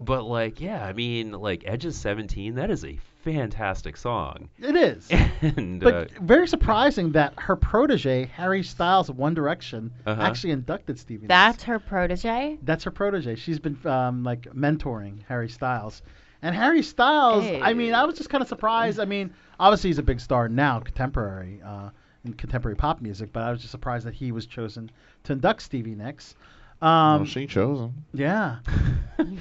Speaker 5: but like, yeah, I mean, like, Edge of Seventeen. That is a fantastic song.
Speaker 6: It is.
Speaker 5: And,
Speaker 6: but
Speaker 5: uh,
Speaker 6: very surprising that her protege, Harry Styles of One Direction,
Speaker 5: Uh-huh.
Speaker 6: actually inducted Stevie. Nicks.
Speaker 8: That's her protege.
Speaker 6: That's her protege. She's been um, like mentoring Harry Styles. And Harry Styles, I mean, I was just kind of surprised. I mean, obviously he's a big star now, contemporary, uh, in contemporary pop music, but I was just surprised that he was chosen to induct Stevie Nicks. Um,
Speaker 7: Well, she chose him.
Speaker 6: Yeah.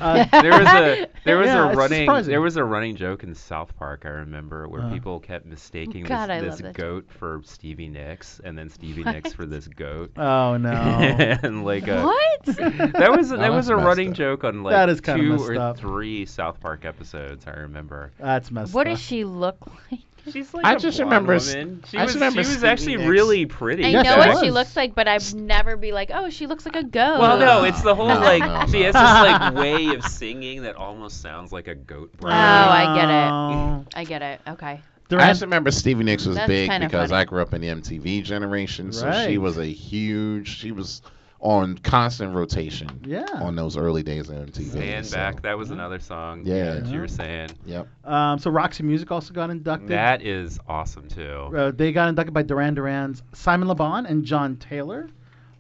Speaker 6: Uh,
Speaker 5: there was a there was
Speaker 6: Yeah,
Speaker 5: a
Speaker 6: it's
Speaker 5: running
Speaker 6: surprising.
Speaker 5: there was a running joke in South Park I remember where
Speaker 6: Uh.
Speaker 5: people kept mistaking
Speaker 8: God, I
Speaker 5: this,
Speaker 8: love
Speaker 5: this
Speaker 8: that
Speaker 5: goat for Stevie Nicks and then Stevie Nicks for this goat.
Speaker 6: Oh, no.
Speaker 5: and like a,
Speaker 8: What?
Speaker 5: That was
Speaker 6: Oh,
Speaker 5: that was
Speaker 6: that's
Speaker 5: a
Speaker 6: messed
Speaker 5: running
Speaker 6: up.
Speaker 5: joke on like
Speaker 6: That is kinda
Speaker 5: two
Speaker 6: messed
Speaker 5: or
Speaker 6: up.
Speaker 5: three South Park episodes I remember.
Speaker 6: That's messed
Speaker 8: What
Speaker 6: up.
Speaker 8: does she look like?
Speaker 5: She's
Speaker 7: I just remember. s-
Speaker 5: She
Speaker 7: I
Speaker 5: was,
Speaker 7: just remember
Speaker 5: she was
Speaker 7: Stevie
Speaker 5: actually
Speaker 7: Nicks.
Speaker 5: really pretty.
Speaker 8: I
Speaker 5: in
Speaker 8: know
Speaker 5: fact.
Speaker 8: what she looks like, but I'd never be like, oh, she looks like a goat.
Speaker 5: Well, no, it's the whole
Speaker 7: No,
Speaker 5: like
Speaker 7: no,
Speaker 5: she
Speaker 7: no.
Speaker 5: has this like way of singing that almost sounds like a goat.
Speaker 8: Oh,
Speaker 5: brain.
Speaker 8: I get it. I get it. Okay.
Speaker 7: I just remember Stevie Nicks was
Speaker 8: That's
Speaker 7: big
Speaker 8: kinda
Speaker 7: because
Speaker 8: funny.
Speaker 7: I grew up in the MTV generation, so she
Speaker 6: Right.
Speaker 7: was a huge. She was on constant rotation.
Speaker 6: Yeah.
Speaker 7: On those early days of MTV.
Speaker 5: Stand
Speaker 7: so-
Speaker 5: back. That
Speaker 6: Mm-hmm.
Speaker 5: was another song.
Speaker 7: Yeah.
Speaker 5: that you were saying.
Speaker 7: Yep.
Speaker 6: Um, so Roxy Music also got inducted.
Speaker 5: That is awesome too.
Speaker 6: Uh, they got inducted by Duran Duran's Simon LeBon and John Taylor.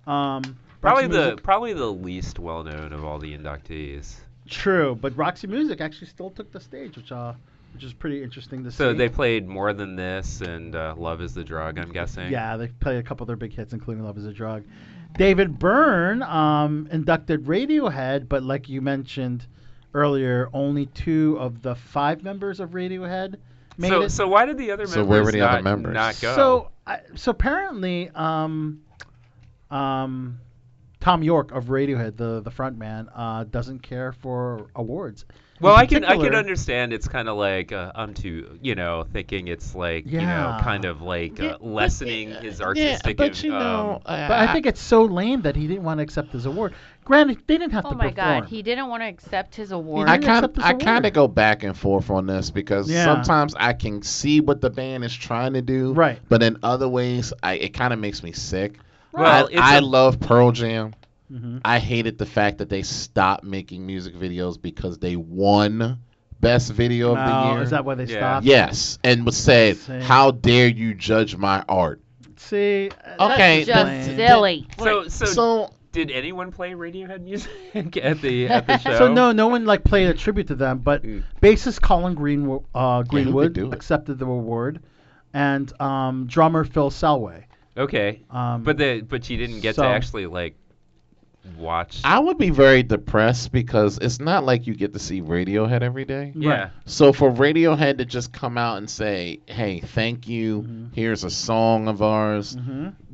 Speaker 6: Um,
Speaker 5: Probably
Speaker 6: Roxy
Speaker 5: the
Speaker 6: Music-
Speaker 5: probably the least well known of all the inductees.
Speaker 6: true, but Roxy Music actually still took the stage, which uh, which is pretty interesting to
Speaker 5: So
Speaker 6: see.
Speaker 5: they played more than this and uh, Love is the Drug. I'm guessing.
Speaker 6: yeah, they played a couple of their big hits, including "Love Is a Drug." David Byrne um, inducted Radiohead, but like you mentioned earlier, only two of the five members of Radiohead made
Speaker 5: So
Speaker 6: it.
Speaker 5: so why did the other members
Speaker 7: So where were the
Speaker 5: not,
Speaker 7: other members?
Speaker 5: not go?
Speaker 6: So, I, so apparently, um, um, Tom York of Radiohead, the the front man, uh, doesn't care for awards. In
Speaker 5: well, I can I can
Speaker 6: particular-
Speaker 5: understand it's kind of like uh, I'm too you know thinking it's like you know
Speaker 6: Yeah.
Speaker 5: kind of like uh, lessening his artistic.
Speaker 7: but you
Speaker 5: um,
Speaker 7: know,
Speaker 6: But I think it's so lame that he didn't want to accept this award. Granted, they didn't have
Speaker 8: Oh
Speaker 6: to
Speaker 8: my
Speaker 6: perform.
Speaker 8: God, he didn't want to accept his award.
Speaker 7: I kind of I kind of go back and forth on this because
Speaker 8: Yeah.
Speaker 7: sometimes I can see what the band is trying to do,
Speaker 6: right?
Speaker 7: But in other ways, I, it kind of makes me sick.
Speaker 5: Well,
Speaker 7: I,
Speaker 5: it's
Speaker 7: I
Speaker 5: a-
Speaker 7: love Pearl Jam.
Speaker 6: Mhm.
Speaker 7: I hated the fact that they stopped making music videos because they won Best Video of
Speaker 6: Oh,
Speaker 7: the Year.
Speaker 6: is that why they Yeah. stopped?
Speaker 7: Yes, and was said,
Speaker 6: Same.
Speaker 7: "How dare you judge my art?"
Speaker 6: See,
Speaker 7: Okay,
Speaker 8: That's just
Speaker 7: then-
Speaker 8: silly.
Speaker 5: So, so
Speaker 7: So-
Speaker 5: did anyone play Radiohead music at the at the show? Mm.
Speaker 6: So no, no one like played a tribute to them, but bassist Colin Green, uh, Greenwood accepted the award, and um, drummer Phil Selway.
Speaker 5: Okay.
Speaker 6: Um,
Speaker 5: but the but you didn't get
Speaker 6: so-
Speaker 5: to actually like watch.
Speaker 7: I would be very depressed because it's not like you get to see Radiohead every day.
Speaker 5: Yeah.
Speaker 7: So for Radiohead to just come out and say, "Hey, thank you.
Speaker 5: Mm-hmm.
Speaker 7: Here's a song of ours,"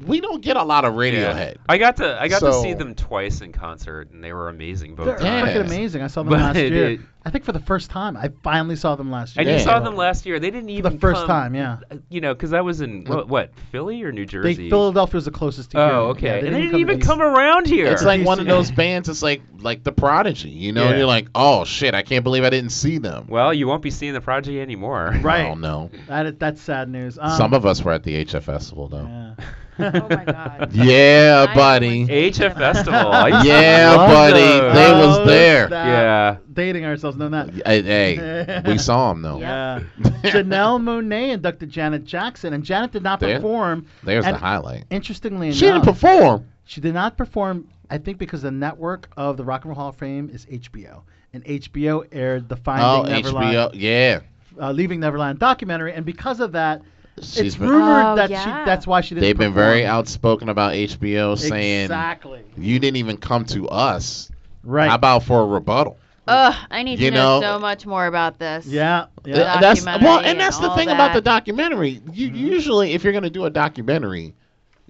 Speaker 7: we don't get a lot of
Speaker 5: Yeah.
Speaker 7: Radiohead.
Speaker 5: I got to I got to see
Speaker 7: So-
Speaker 5: them twice in concert and they were amazing both
Speaker 6: They're
Speaker 5: times.
Speaker 6: freaking amazing. I saw them
Speaker 5: But
Speaker 6: last
Speaker 5: it-
Speaker 6: year.
Speaker 5: it-
Speaker 6: I think for the first time. I finally saw them last year.
Speaker 5: and you saw them last year. They didn't
Speaker 6: the
Speaker 5: even
Speaker 6: first
Speaker 5: come-
Speaker 6: time, yeah.
Speaker 5: You know, because I was in what, what Philly or New
Speaker 6: They,
Speaker 5: Jersey.
Speaker 6: Philadelphia was the closest to
Speaker 5: Oh,
Speaker 6: here.
Speaker 5: okay.
Speaker 6: Yeah,
Speaker 5: And they didn't even come
Speaker 6: to-
Speaker 5: around here.
Speaker 7: It's like one of those bands. It's like like the Prodigy. You know,
Speaker 5: Yeah.
Speaker 7: you're like, "Oh shit, I can't believe I didn't see them."
Speaker 5: well, you won't be seeing the Prodigy anymore.
Speaker 7: I don't know.
Speaker 6: That, that's sad news. Um,
Speaker 7: Some of us were at the HF Festival though.
Speaker 6: oh my
Speaker 8: god.
Speaker 7: Yeah, buddy.
Speaker 5: HF Festival. I used to
Speaker 7: yeah,
Speaker 5: love
Speaker 7: buddy.
Speaker 5: those.
Speaker 7: They was there.
Speaker 6: Stop
Speaker 5: Yeah.
Speaker 6: Dating ourselves, no, not.
Speaker 7: Hey, hey, we saw him though.
Speaker 6: Yeah. Janelle Monet inducted Janet Jackson, and Janet did not
Speaker 7: There-
Speaker 6: perform.
Speaker 7: there's the
Speaker 6: And
Speaker 7: highlight.
Speaker 6: Interestingly
Speaker 7: She didn't
Speaker 6: enough,
Speaker 7: perform.
Speaker 6: She did not perform, I think, because the network of the Rock and Roll Hall of Fame is HBO, and HBO aired the
Speaker 7: Oh,
Speaker 6: Finding Neverland,
Speaker 7: HBO. Yeah.
Speaker 6: uh, Leaving Neverland documentary, and because of that, it's
Speaker 7: She's been-
Speaker 6: rumored
Speaker 7: Oh,
Speaker 6: that
Speaker 7: yeah.
Speaker 6: she, that's why she didn't.
Speaker 7: They've been
Speaker 6: perform.
Speaker 7: very outspoken about HBO saying
Speaker 6: Exactly.
Speaker 7: you didn't even come to us.
Speaker 6: Right.
Speaker 7: How about for a rebuttal?
Speaker 8: Ugh, I need
Speaker 7: You
Speaker 8: to know,
Speaker 7: know-
Speaker 8: so much more about this.
Speaker 6: Yeah.
Speaker 7: Th- Uh, That's well,
Speaker 8: documentary
Speaker 7: and that's the
Speaker 8: all
Speaker 7: thing about
Speaker 8: that. Mm-hmm.
Speaker 7: the documentary. You usually, if you're going to do a documentary,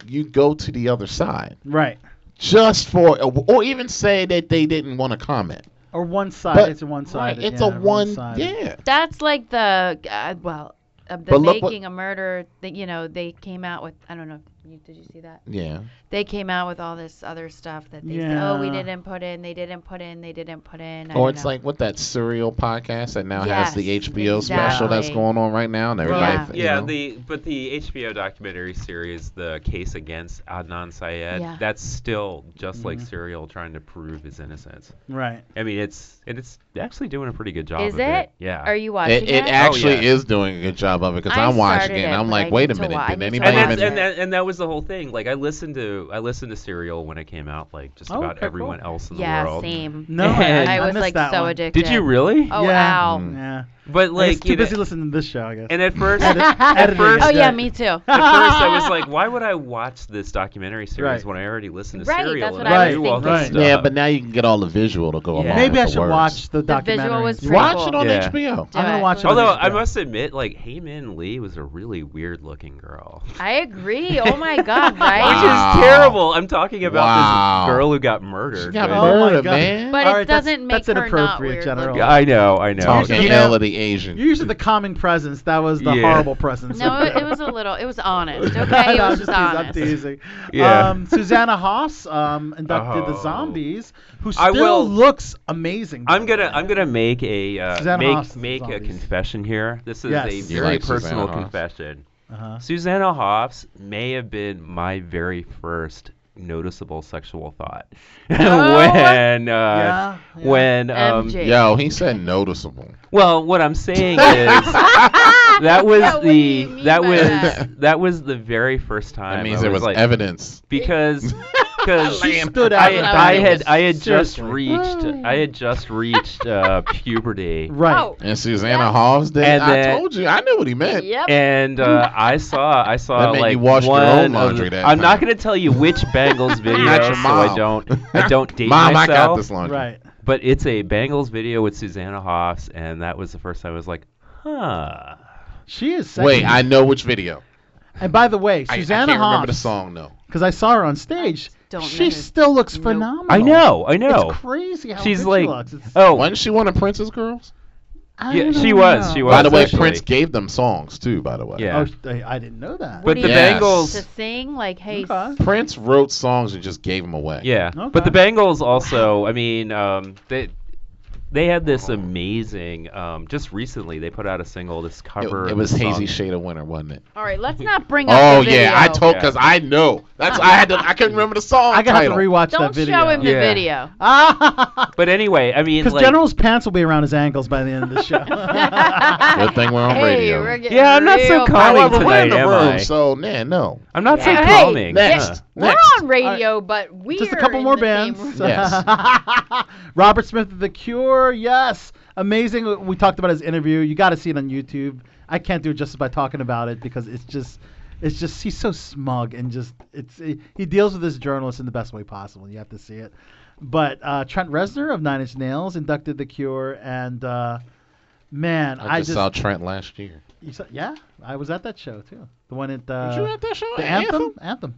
Speaker 7: you go to the other side,
Speaker 6: right?
Speaker 7: Just for, or even say that they didn't want to comment.
Speaker 6: Or one side.
Speaker 7: But-
Speaker 6: it's a one side.
Speaker 7: it's a one- yeah.
Speaker 8: That's like the uh, well, uh, the
Speaker 7: But look what-
Speaker 8: making a murder. That you know they came out with. I don't know. You, did you see that?
Speaker 7: Yeah.
Speaker 8: They came out with all this other stuff that they said, oh, we
Speaker 7: Yeah.
Speaker 8: didn't put in, they didn't put in, they didn't put in.
Speaker 7: Or
Speaker 8: I don't
Speaker 7: Oh, it's
Speaker 8: know.
Speaker 7: like what that serial podcast that now has the
Speaker 8: Yes,
Speaker 7: HBO special that's
Speaker 8: exactly.
Speaker 7: going on right now, and everybody.
Speaker 8: Yeah.
Speaker 7: th- you
Speaker 5: Yeah,
Speaker 7: know?
Speaker 5: the but the HBO documentary series, the case against Adnan Syed,
Speaker 6: Yeah.
Speaker 5: that's still just like
Speaker 8: Mm-hmm.
Speaker 6: Mhm.
Speaker 5: Serial trying to prove his innocence.
Speaker 6: Right.
Speaker 5: I mean, it's and it's actually doing a pretty good job.
Speaker 8: Is
Speaker 5: of
Speaker 8: it?
Speaker 5: Yeah.
Speaker 8: Are you
Speaker 7: It,
Speaker 8: watching
Speaker 7: it
Speaker 8: it?
Speaker 7: actually is doing a good job of it because
Speaker 8: I
Speaker 7: I'm watching
Speaker 8: started
Speaker 7: it and
Speaker 8: it,
Speaker 7: I'm
Speaker 8: but
Speaker 7: like,
Speaker 8: I
Speaker 7: wait a
Speaker 8: need to wa-
Speaker 7: minute,
Speaker 8: I
Speaker 7: did
Speaker 8: need to
Speaker 7: anybody
Speaker 5: And, that's,
Speaker 7: even?
Speaker 5: and that and that was the whole thing. Like I listened to I listened to Serial when it came out, like just
Speaker 8: Oh,
Speaker 5: about
Speaker 8: okay, cool.
Speaker 5: everyone else in
Speaker 8: Yeah,
Speaker 5: the world.
Speaker 8: same. No, I-
Speaker 5: And-
Speaker 8: I I was, missed like, that so one.
Speaker 5: Did you
Speaker 8: addicted.
Speaker 5: really?
Speaker 8: Oh, Yeah. ow.
Speaker 7: Mm-hmm.
Speaker 6: Yeah.
Speaker 5: But
Speaker 6: I was
Speaker 5: like
Speaker 6: too
Speaker 5: you know-
Speaker 6: busy listening to this show, I guess.
Speaker 5: And at first,
Speaker 6: Edit-
Speaker 5: at
Speaker 6: editing
Speaker 5: first
Speaker 6: is
Speaker 8: Oh, yeah,
Speaker 6: dead.
Speaker 8: me too. At first,
Speaker 5: At first, I was like, why would I watch this documentary series
Speaker 6: Right.
Speaker 5: when I already listen to
Speaker 8: Right,
Speaker 5: Serial?
Speaker 8: that's
Speaker 5: and
Speaker 8: what I
Speaker 5: do
Speaker 8: was
Speaker 5: all this
Speaker 6: thinking.
Speaker 5: stuff?
Speaker 7: Yeah, but now you can get all the visual to go along.
Speaker 6: Maybe
Speaker 7: with
Speaker 6: I
Speaker 7: the
Speaker 6: should
Speaker 7: words.
Speaker 6: watch the
Speaker 8: The
Speaker 6: documentary.
Speaker 8: visual was pretty
Speaker 7: Watch
Speaker 8: cool.
Speaker 7: it on Yeah. HBO.
Speaker 8: Do
Speaker 6: I'm gonna
Speaker 8: it.
Speaker 6: watch it.
Speaker 5: Although
Speaker 6: on
Speaker 5: I
Speaker 6: HBO.
Speaker 5: must admit, like Heyman Lee was a really weird-looking girl,
Speaker 8: I agree. Oh, my God, right?
Speaker 5: which is terrible. I'm talking about
Speaker 7: Wow.
Speaker 5: this girl who got murdered.
Speaker 7: got
Speaker 5: but-
Speaker 7: murdered, Oh my God. man.
Speaker 8: But
Speaker 6: All
Speaker 8: it
Speaker 6: right, that's-
Speaker 8: doesn't
Speaker 6: that's
Speaker 8: make her not
Speaker 6: inappropriate,
Speaker 8: weird.
Speaker 6: General.
Speaker 5: Yeah, I know, I know.
Speaker 7: Talking
Speaker 5: You
Speaker 7: ill
Speaker 5: know-
Speaker 7: of the Asian.
Speaker 6: You're using the common presence. That was the
Speaker 5: Yeah.
Speaker 6: horrible presence.
Speaker 8: No, it, it was a little, it was honest, okay? It
Speaker 6: No,
Speaker 8: was
Speaker 6: I'm
Speaker 8: just
Speaker 6: just teasing, I'm
Speaker 8: honest.
Speaker 6: teasing.
Speaker 5: Yeah.
Speaker 6: Um, Susanna Haas um, inducted the
Speaker 5: Oh.
Speaker 6: zombies, who still
Speaker 5: I will-
Speaker 6: looks amazing.
Speaker 5: I'm gonna I'm gonna make a uh,
Speaker 6: Susanna Hoffs is
Speaker 5: make make a
Speaker 6: zombies.
Speaker 5: confession here. This is
Speaker 6: Yes.
Speaker 5: a
Speaker 6: You
Speaker 5: very
Speaker 7: like Susanna
Speaker 5: personal
Speaker 7: Hoffs.
Speaker 5: confession.
Speaker 6: Uh-huh.
Speaker 5: Susanna Hoffs may have been my very first noticeable sexual thought when uh,
Speaker 7: Yeah, yeah.
Speaker 5: when um,
Speaker 7: Yo, he said noticeable.
Speaker 5: well, what I'm saying is that was
Speaker 7: Yeah, what do
Speaker 5: the that was
Speaker 7: that?
Speaker 5: that? was the very first time.
Speaker 7: means
Speaker 5: I
Speaker 7: there
Speaker 5: was,
Speaker 7: was
Speaker 5: like,
Speaker 7: evidence.
Speaker 5: because because
Speaker 6: She stood out
Speaker 5: I,
Speaker 6: in
Speaker 5: I
Speaker 6: the
Speaker 5: had
Speaker 6: darkness.
Speaker 5: I had just
Speaker 6: Seriously.
Speaker 5: reached I had just reached uh, puberty.
Speaker 6: Right.
Speaker 7: And Susanna Hoffs did.
Speaker 5: And
Speaker 7: I
Speaker 5: then-
Speaker 7: told you. I knew what he meant.
Speaker 5: And uh, I saw I saw
Speaker 7: That meant
Speaker 5: like
Speaker 7: you washed your
Speaker 5: one
Speaker 7: own
Speaker 5: of the-
Speaker 7: laundry that
Speaker 5: I'm not gonna tell you which Bengals video,
Speaker 7: Not your
Speaker 5: so I
Speaker 7: mom.
Speaker 5: don't I don't date
Speaker 7: Mom, I
Speaker 5: myself.
Speaker 7: got this laundry.
Speaker 6: Right.
Speaker 5: But it's a Bengals video with Susanna Hoffs, and that was the first time I was like, huh.
Speaker 6: She is sexy.
Speaker 7: Wait, I know which video.
Speaker 6: And by the way,
Speaker 7: I, I
Speaker 6: Susanna
Speaker 7: can't remember the
Speaker 6: Haas,
Speaker 7: song though.
Speaker 6: because I saw her on stage, she still looks phenomenal.
Speaker 5: I know, I know.
Speaker 6: It's crazy how
Speaker 5: She's
Speaker 6: good
Speaker 5: like,
Speaker 6: she looks. It's,
Speaker 5: oh,
Speaker 7: Wasn't she one of Prince's girls?
Speaker 6: I
Speaker 5: yeah,
Speaker 6: don't
Speaker 5: she was,
Speaker 6: know.
Speaker 5: she was.
Speaker 7: By the way,
Speaker 5: actually.
Speaker 7: Prince gave them songs too. By the way,
Speaker 5: Yeah.
Speaker 6: Oh, I, I didn't know that.
Speaker 5: But
Speaker 7: do
Speaker 5: the
Speaker 7: you mean?
Speaker 5: Bengals,
Speaker 8: To sing, like, hey,
Speaker 7: Prince wrote songs and just gave them away.
Speaker 5: Yeah, but the Bengals also. I mean, um, they they had this amazing. Um, just recently, they put out a single. This
Speaker 7: It,
Speaker 5: cover.
Speaker 7: it
Speaker 5: of
Speaker 7: was
Speaker 5: the song.
Speaker 7: Hazy Shade of Winter, wasn't it?
Speaker 8: all right, let's not bring up
Speaker 7: Oh
Speaker 8: the video.
Speaker 7: yeah, I told because I know. That's I had to. I couldn't remember the song.
Speaker 6: I gotta have to
Speaker 7: title.
Speaker 6: rewatch
Speaker 8: Don't
Speaker 6: that video.
Speaker 8: show him the
Speaker 5: Yeah.
Speaker 8: video.
Speaker 5: But anyway, I mean,
Speaker 6: Because
Speaker 5: like,
Speaker 6: General's pants will be around his ankles by the end of the show.
Speaker 7: Good thing we're on
Speaker 8: Hey,
Speaker 7: radio.
Speaker 8: we're getting
Speaker 5: Yeah, I'm not so
Speaker 8: real-
Speaker 5: calm.
Speaker 7: However,
Speaker 5: calming
Speaker 7: we're in
Speaker 5: tonight,
Speaker 7: the
Speaker 5: am
Speaker 7: room,
Speaker 5: I?
Speaker 7: so man, no.
Speaker 5: I'm not so
Speaker 8: Hey,
Speaker 5: calming.
Speaker 7: Next.
Speaker 8: We're on radio, but we're
Speaker 6: Just a couple
Speaker 8: in
Speaker 6: more
Speaker 8: the same
Speaker 6: bands.
Speaker 8: room.
Speaker 6: Robert Smith of The Cure, yes. Amazing. We talked about his interview. You got to see it on YouTube. I can't do it justice by talking about it because it's just, it's just he's so smug and just it's he deals with his journalist in the best way possible. You have to see it. But uh, Trent Reznor of Nine Inch Nails inducted The Cure, and uh, man,
Speaker 7: I just saw Trent last year.
Speaker 6: you saw- yeah, I was at that show too. The one at uh,
Speaker 7: you at that show?
Speaker 6: The
Speaker 7: Anthem?
Speaker 6: anthem, anthem.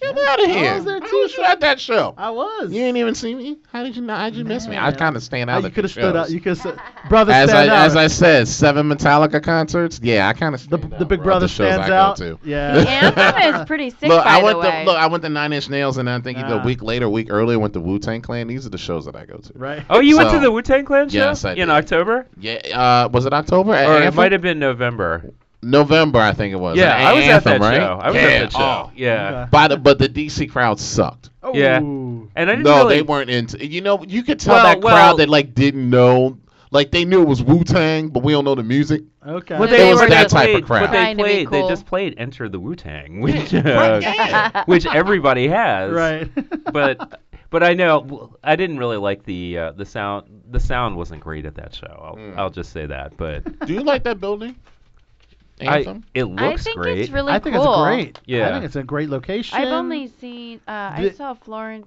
Speaker 7: Get out of here!
Speaker 6: I was there
Speaker 7: How
Speaker 6: too.
Speaker 7: was you at that show?
Speaker 6: I was.
Speaker 7: You ain't even see me. How did you not? How'd you miss me? I kind of stand out.
Speaker 6: Uh, You
Speaker 7: at
Speaker 6: could have
Speaker 7: the
Speaker 6: stood
Speaker 7: shows.
Speaker 6: up. You could have, brother,
Speaker 7: As I
Speaker 6: stand out.
Speaker 7: as I said, seven Metallica concerts. Yeah, I kind of the,
Speaker 6: the Big Brother
Speaker 7: the shows
Speaker 6: stands
Speaker 7: I go
Speaker 6: out.
Speaker 7: to.
Speaker 6: Yeah.
Speaker 8: Anthem is pretty sick,
Speaker 7: look,
Speaker 8: by
Speaker 7: I
Speaker 8: the
Speaker 7: went
Speaker 8: way.
Speaker 7: to look. I went to Nine Inch Nails, and I think either
Speaker 6: Ah.
Speaker 7: a week later, a week earlier, went to Wu Tang Clan. These are the shows that I go to.
Speaker 6: Right.
Speaker 5: Oh, you went
Speaker 7: So-
Speaker 5: to the Wu Tang Clan show
Speaker 7: Yes, I
Speaker 5: in
Speaker 7: did.
Speaker 5: October,
Speaker 7: Yeah, uh, was it October? At
Speaker 5: or it
Speaker 7: Anthem?
Speaker 5: might have been November.
Speaker 7: November, I think it was.
Speaker 5: Yeah,
Speaker 7: At
Speaker 5: I was at
Speaker 7: Anthem,
Speaker 5: that
Speaker 7: right?
Speaker 5: show. I was
Speaker 7: yeah.
Speaker 5: at that show.
Speaker 7: oh.
Speaker 5: Yeah.
Speaker 7: By the, but the DC crowd sucked.
Speaker 5: Yeah. And I didn't
Speaker 7: no,
Speaker 5: really.
Speaker 7: they weren't into. You know, you could tell
Speaker 5: Well,
Speaker 7: that crowd
Speaker 5: well-
Speaker 7: that like didn't know, like they knew it was Wu Tang, but we don't know the music.
Speaker 6: Okay.
Speaker 5: But
Speaker 7: It
Speaker 5: they
Speaker 7: was
Speaker 5: were
Speaker 7: that
Speaker 5: just
Speaker 7: type of
Speaker 5: played,
Speaker 7: crowd.
Speaker 5: But they
Speaker 8: Trying to be
Speaker 5: played. They
Speaker 8: cool.
Speaker 5: just played Enter the Wu Tang, which uh, which everybody has.
Speaker 6: Right.
Speaker 5: But but I know I didn't really like the uh, the sound. The sound wasn't great at that show. I'll,
Speaker 7: Hmm.
Speaker 5: I'll just say that. But
Speaker 7: Do you like that building?
Speaker 5: I,
Speaker 7: Anthem?
Speaker 5: it
Speaker 8: I
Speaker 5: looks
Speaker 8: think
Speaker 5: great.
Speaker 8: it's really
Speaker 6: I think it's
Speaker 8: cool.
Speaker 6: great. I
Speaker 5: Yeah.
Speaker 6: think it's a great location.
Speaker 8: I've only seen. Uh, I
Speaker 6: The-
Speaker 8: saw Florence.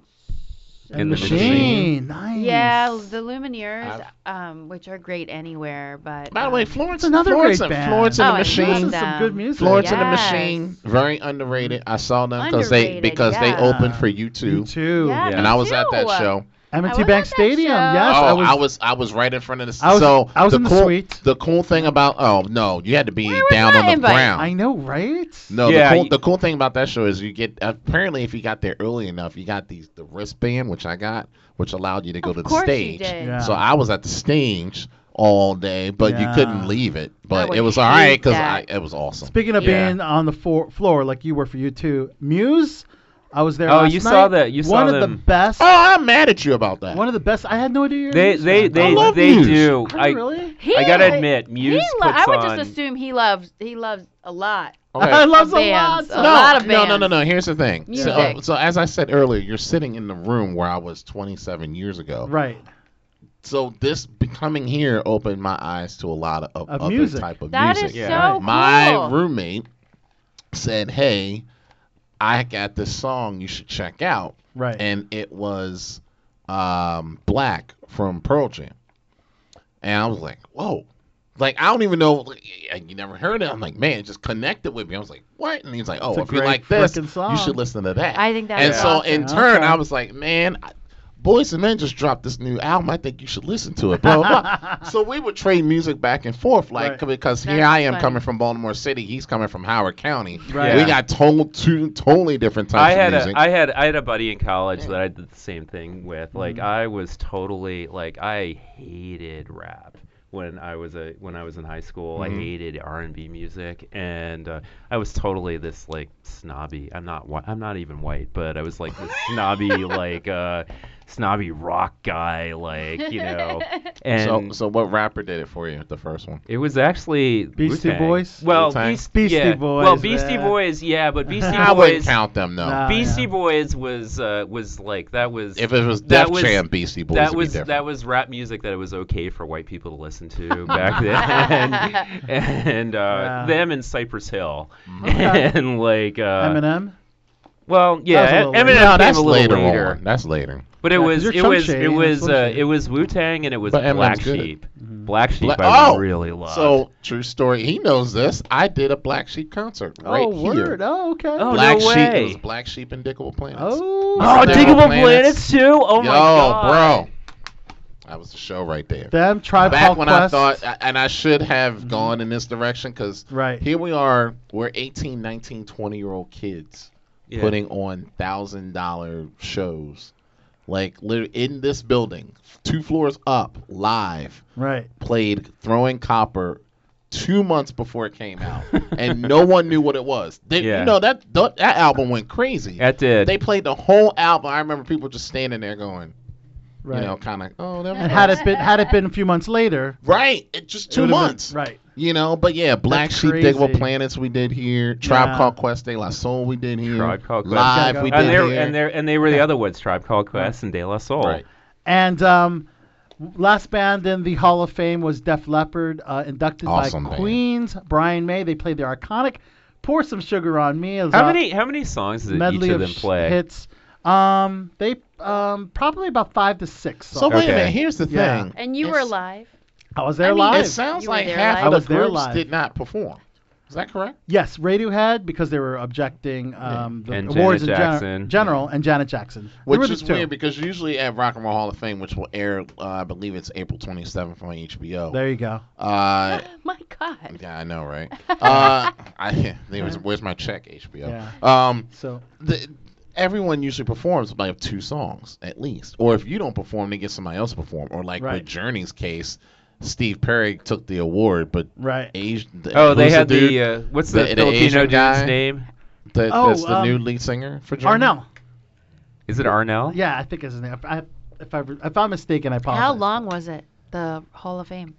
Speaker 6: And
Speaker 5: In the
Speaker 6: machine.
Speaker 5: Machine.
Speaker 6: Nice.
Speaker 8: Yeah, the Lumineers,
Speaker 7: I've-
Speaker 8: um, which are great anywhere, but.
Speaker 7: By the
Speaker 8: um,
Speaker 7: way, Florence,
Speaker 6: It's another
Speaker 7: Florence,
Speaker 6: great
Speaker 7: and-
Speaker 6: band.
Speaker 7: Florence and
Speaker 8: Oh, I
Speaker 7: the Machine.
Speaker 8: love
Speaker 6: This is some
Speaker 8: them.
Speaker 6: good music.
Speaker 7: Florence and the
Speaker 8: Yes.
Speaker 7: Machine, very underrated. I saw them because they
Speaker 8: Underrated,
Speaker 7: because
Speaker 8: yeah.
Speaker 7: they opened for you two,
Speaker 6: Too.
Speaker 8: Yeah,
Speaker 5: Yeah.
Speaker 7: and I was at that
Speaker 8: too.
Speaker 7: show.
Speaker 6: M&T Bank Stadium. Yes,
Speaker 7: oh,
Speaker 6: I was.
Speaker 7: I was right in front of the.
Speaker 6: I was-
Speaker 7: so
Speaker 6: I was
Speaker 7: the
Speaker 6: in the
Speaker 7: cool,
Speaker 6: suite.
Speaker 7: The cool thing about oh no, you had to be down on the ground.
Speaker 6: I know, right?
Speaker 7: No,
Speaker 6: Yeah,
Speaker 7: the, cool,
Speaker 6: you-
Speaker 7: the cool thing about that show is you get apparently if you got there early enough, you got these the wristband which I got, which allowed you to go to the
Speaker 8: course you
Speaker 7: stage.
Speaker 8: did. Yeah.
Speaker 7: So I was at the stage all day, but
Speaker 6: Yeah.
Speaker 7: you couldn't leave it. But
Speaker 6: would
Speaker 7: it was
Speaker 6: hate
Speaker 7: all right because
Speaker 6: that.
Speaker 7: it was awesome.
Speaker 6: Speaking of
Speaker 7: Yeah.
Speaker 6: being on the floor, floor, like you were for you too, Muse. I was there.
Speaker 7: Oh,
Speaker 6: last
Speaker 7: you
Speaker 6: night.
Speaker 7: saw that. You saw
Speaker 6: one of the
Speaker 7: them.
Speaker 6: best.
Speaker 7: Oh, I'm mad at you about that.
Speaker 6: One of the best. I had no idea. you were a
Speaker 5: They
Speaker 6: Muse
Speaker 5: they
Speaker 6: fan.
Speaker 5: they they do. I
Speaker 6: really?
Speaker 8: He-
Speaker 5: I gotta admit,
Speaker 8: He
Speaker 5: Muse
Speaker 8: lo-
Speaker 5: puts
Speaker 8: I would
Speaker 5: on.
Speaker 8: just assume he loves he loves a lot.
Speaker 7: Okay.
Speaker 8: of bands, A lot of bands.
Speaker 7: No, no, no, no. Here's the thing. So, um,
Speaker 8: Music.
Speaker 7: so as I said earlier, you're sitting in the room where I was 27 years ago.
Speaker 6: Right.
Speaker 7: So this becoming here opened my eyes to a lot
Speaker 6: Of
Speaker 7: of, other
Speaker 6: music.
Speaker 7: type of
Speaker 6: That
Speaker 7: music.
Speaker 6: is Yeah. so
Speaker 7: My
Speaker 6: cool.
Speaker 7: roommate said, "Hey, I got this song you should check out."
Speaker 6: Right.
Speaker 7: And it was um, Black from Pearl Jam. And I was like, "Whoa." Like I don't even know. Like, I- you never heard it. I'm like, man, it just connected with me. I was like, what? And he's like,
Speaker 6: It's
Speaker 7: oh,
Speaker 6: a
Speaker 7: if you
Speaker 6: great
Speaker 7: like this,
Speaker 6: frickin' song.
Speaker 7: you should listen to that.
Speaker 8: I think that
Speaker 7: And
Speaker 8: is
Speaker 7: so
Speaker 8: awesome.
Speaker 7: in turn,
Speaker 8: Okay.
Speaker 7: I was like, man, Boys and Men just dropped this new album. I think you should listen to it. Blah, blah, blah. so we would trade music back and forth, like
Speaker 6: Right.
Speaker 7: because here
Speaker 6: That's
Speaker 7: I am
Speaker 6: funny.
Speaker 7: coming from Baltimore City, he's coming from Howard County.
Speaker 5: Right.
Speaker 7: We
Speaker 5: Yeah.
Speaker 7: got to- two totally different types
Speaker 5: I had
Speaker 7: of music. Mm-hmm.
Speaker 5: a I had I had a buddy in college that I did the same thing with. Like I was totally like I hated rap when I was a when I was in high school. I
Speaker 7: Mm-hmm.
Speaker 10: Mhm.
Speaker 5: hated R and B music, and uh, I was totally this like snobby. I'm not whi- I'm not even white, but I was like this snobby like uh, snobby rock guy. Like you know, and
Speaker 7: so, so what rapper did it for you? The first one.
Speaker 5: it was actually
Speaker 6: Beastie
Speaker 5: Wu-Tang.
Speaker 6: Boys?
Speaker 5: Well,
Speaker 6: Wu-Tang?
Speaker 5: Beast,
Speaker 6: Beastie
Speaker 5: yeah.
Speaker 6: Boys,
Speaker 5: Well, Beastie
Speaker 6: man.
Speaker 5: Boys, yeah, but Beastie Boys.
Speaker 7: I wouldn't count them, no. Nah,
Speaker 5: Beastie Boys was uh, was like that was.
Speaker 7: If it was
Speaker 5: that
Speaker 7: Def Jam, Beastie Boys would
Speaker 5: That
Speaker 7: be
Speaker 5: was
Speaker 7: different.
Speaker 5: that was rap music that it was okay for white people to listen to back then, and uh,
Speaker 6: Yeah.
Speaker 5: them and Cypress Hill,
Speaker 6: Okay.
Speaker 5: and like uh,
Speaker 6: Eminem.
Speaker 5: Well, yeah, Eminem came
Speaker 7: No, that's
Speaker 5: a little
Speaker 7: later,
Speaker 5: later.
Speaker 7: on. That's later.
Speaker 5: But it
Speaker 7: Yeah, 'cause
Speaker 5: was
Speaker 7: you're
Speaker 5: it was
Speaker 7: Trump
Speaker 5: it
Speaker 7: shade,
Speaker 5: was
Speaker 7: Slim
Speaker 5: uh, it was Wu Tang and it was
Speaker 7: But Eminem's
Speaker 5: Black
Speaker 7: good.
Speaker 5: Sheep. Black
Speaker 7: Bla-
Speaker 5: Sheep I
Speaker 7: oh,
Speaker 5: really loved.
Speaker 7: So true story. He knows this. I did a Black Sheep concert right
Speaker 6: oh,
Speaker 7: here.
Speaker 6: word. Oh, okay.
Speaker 7: Black Sheep. It was Black Sheep and Dickable Planets.
Speaker 6: Oh,
Speaker 7: Remember Dickable
Speaker 5: Diggable
Speaker 7: Planets?
Speaker 5: Planets too. Oh my
Speaker 7: Yo,
Speaker 5: god,
Speaker 7: bro, that was the show right there.
Speaker 6: Them, Tribe
Speaker 7: Back
Speaker 6: Called
Speaker 7: when
Speaker 6: Quest. Mm-hmm.
Speaker 7: I thought, and I should have gone in this direction because
Speaker 6: Right.
Speaker 7: here we are, we're 18, 19, 20 year old kids
Speaker 5: Yeah.
Speaker 7: putting on thousand dollar shows, like lit- in this building, two floors up, live.
Speaker 6: Right.
Speaker 7: Played Throwing Copper two months before it came out, and no one knew what it was. They,
Speaker 5: Yeah.
Speaker 7: You know that that that album went crazy.
Speaker 5: That did.
Speaker 7: They played the whole album. I remember people just standing there going,
Speaker 6: Right.
Speaker 7: you know, kind of, oh, that
Speaker 6: And had it been had it been a few months later,
Speaker 7: right? It just
Speaker 6: it
Speaker 7: two
Speaker 6: would've been-
Speaker 7: months,
Speaker 6: right?
Speaker 7: You know, but yeah, Black
Speaker 6: That's
Speaker 7: Sheep,
Speaker 6: crazy.
Speaker 7: Diggable Planets, we did here. Tribe
Speaker 6: Yeah.
Speaker 7: Called Quest, De La Soul, we did here.
Speaker 5: Tribe Called Quest.
Speaker 7: Live, we did
Speaker 5: and they were-
Speaker 7: here.
Speaker 5: and they and they were the other ones, Tribe Called Quest and De La Soul.
Speaker 7: Right.
Speaker 6: And um, last band in the Hall of Fame was Def Leppard, uh, inducted
Speaker 5: Awesome
Speaker 6: by
Speaker 5: band.
Speaker 6: Queens. Brian May. They played their iconic "Pour Some Sugar on Me." It was
Speaker 5: How
Speaker 6: a
Speaker 5: many how many songs did
Speaker 6: medley
Speaker 5: each of
Speaker 6: of
Speaker 5: them
Speaker 6: sh-
Speaker 5: play?
Speaker 6: hits? Um, they um probably about five to six.
Speaker 7: So wait a minute, here's the
Speaker 6: Yeah.
Speaker 7: thing.
Speaker 8: And you were live.
Speaker 6: I was there
Speaker 8: I mean,
Speaker 6: live.
Speaker 7: It sounds
Speaker 8: You were
Speaker 7: like
Speaker 8: there
Speaker 7: half
Speaker 6: live? I
Speaker 7: of
Speaker 6: was
Speaker 7: the
Speaker 6: there
Speaker 7: groups
Speaker 6: live.
Speaker 7: did not perform. Is that correct?
Speaker 6: Yes, Radiohead because they were objecting um, the
Speaker 7: And
Speaker 6: awards
Speaker 7: Janet
Speaker 6: in gen-
Speaker 7: Jackson.
Speaker 6: general and Janet Jackson. They were
Speaker 7: Which
Speaker 6: the
Speaker 7: is
Speaker 6: two.
Speaker 7: weird because usually at Rock and Roll Hall of Fame, which will air, uh, I believe it's April 27th on HBO.
Speaker 6: There you go.
Speaker 7: Uh,
Speaker 8: My God.
Speaker 7: yeah, I know, right? uh, I, there was, where's my check, HBO?
Speaker 6: Yeah.
Speaker 7: Um,
Speaker 6: so
Speaker 7: the, everyone usually performs like two songs at least, or if you don't perform, they get somebody else to perform. Or like
Speaker 6: Right.
Speaker 7: with Journey's case, Steve Perry took the award, but
Speaker 6: Right.
Speaker 7: Asian, the,
Speaker 5: Oh, they
Speaker 7: who's
Speaker 5: had
Speaker 7: dude-
Speaker 5: the uh, what's the, Filipino
Speaker 7: Asian
Speaker 5: dude's
Speaker 7: guy
Speaker 5: name?
Speaker 7: That,
Speaker 6: Oh,
Speaker 7: that's the new
Speaker 6: um,
Speaker 7: lead singer for Journey.
Speaker 6: Arnell.
Speaker 5: Is it Arnell?
Speaker 6: Yeah, I think is his name. If I, if I if I'm mistaken, I apologize.
Speaker 8: How long was it? The Hall of Fame.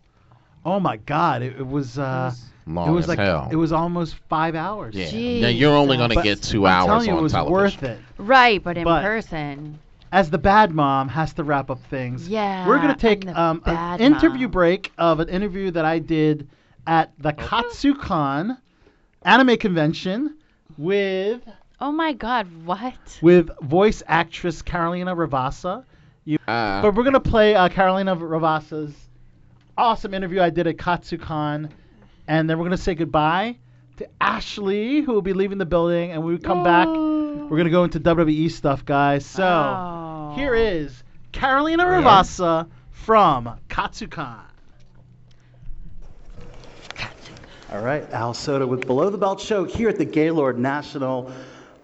Speaker 6: Oh my God! It, it was. Uh, it was,
Speaker 7: long as
Speaker 6: like
Speaker 7: hell.
Speaker 6: it was almost five hours.
Speaker 7: Yeah. Now, you're only gonna
Speaker 6: But
Speaker 7: get two
Speaker 6: I'm telling
Speaker 7: hours
Speaker 6: you, it
Speaker 7: on
Speaker 6: was
Speaker 7: television.
Speaker 6: worth it.
Speaker 8: Right, but in
Speaker 6: But-
Speaker 8: person.
Speaker 6: As the bad mom has to wrap up things.
Speaker 8: Yeah,
Speaker 6: We're gonna
Speaker 8: I'm
Speaker 6: take
Speaker 8: the
Speaker 6: um, an
Speaker 8: bad
Speaker 6: interview break of an interview that I did at the Katsucon anime convention with
Speaker 8: Oh my God! What?
Speaker 6: with voice actress Carolina Ravassa. You,
Speaker 7: Uh.
Speaker 6: but we're gonna play uh, Carolina Ravassa's awesome interview I did at Katsucon, and then we're gonna say goodbye to Ashley, who will be leaving the building, E and when we come back, we're gonna go into WWE stuff, guys. So here is Carolina Ravassa from Katsukan. All right, Al Soda with Below the Belt Show here at the Gaylord National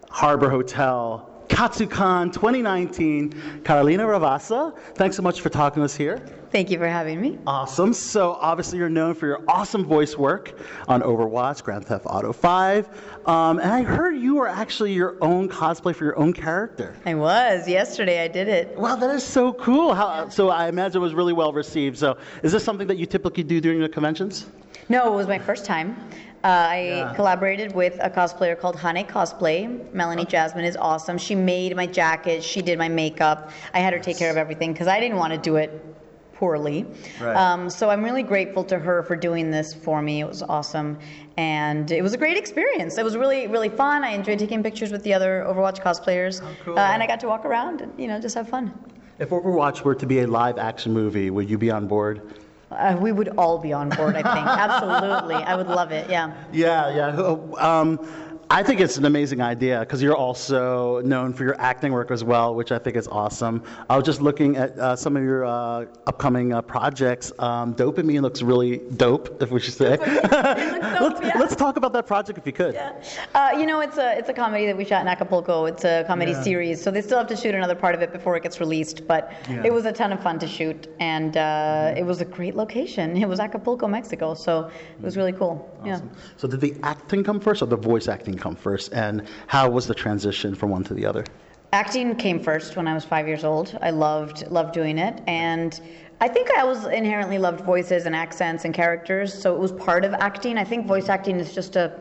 Speaker 6: Harbor Hotel, Katsukan 2019. Carolina Ravassa, thanks so much for talking to us here.
Speaker 14: Thank you for having me.
Speaker 6: Awesome. So obviously you're known for your awesome voice work on Overwatch, Grand Theft Auto 5, um, and I heard you were actually your own cosplay for your own character.
Speaker 14: I was. Yesterday I did it.
Speaker 6: Wow, that is so cool. How, so I imagine it was really well received. So is this something that you typically do during the conventions?
Speaker 14: No, it was my first time. Uh, I collaborated with a cosplayer called Hane Cosplay. Melanie Jasmine is awesome. She made my jacket. She did my makeup. I had her take care of everything because I didn't want to do it poorly.
Speaker 15: Right.
Speaker 8: Uh,
Speaker 14: Um, so I'm really grateful to her for doing this for me. It was awesome. And it was a great experience. It was really, really fun. I enjoyed taking pictures with the other Overwatch cosplayers.
Speaker 6: Oh, cool.
Speaker 14: uh, and I got to walk around and, you know, just have fun.
Speaker 6: If Overwatch were to be a live action movie, would you be on board?
Speaker 14: Uh, we would all be on board, I think. Absolutely. I would love it. Yeah.
Speaker 6: Yeah, yeah. Um, I think it's an amazing idea because you're also known for your acting work as well, which I think is awesome. I was just looking at uh, some of your uh, upcoming uh, projects. Um, Dope and Me looks really dope, if we should say. let's, let's talk about that project if you could.
Speaker 14: Uh, you know, it's a it's a comedy that we shot in Acapulco. It's a comedy
Speaker 6: Yeah.
Speaker 14: series, so they still have to shoot another part of it before it gets released. But
Speaker 6: Yeah. Mm-hmm.
Speaker 14: it was a ton of fun to shoot, and uh, it was a great location. It was Acapulco, Mexico, so it
Speaker 6: Mm-hmm.
Speaker 14: was really cool. Yeah.
Speaker 6: So, did the acting come first or the voice acting come first? And how was the transition from one to the other?
Speaker 14: Acting came first when I was five years old. I loved loved doing it, and I think I always inherently loved voices and accents and characters, so it was part of acting. I think voice acting is just a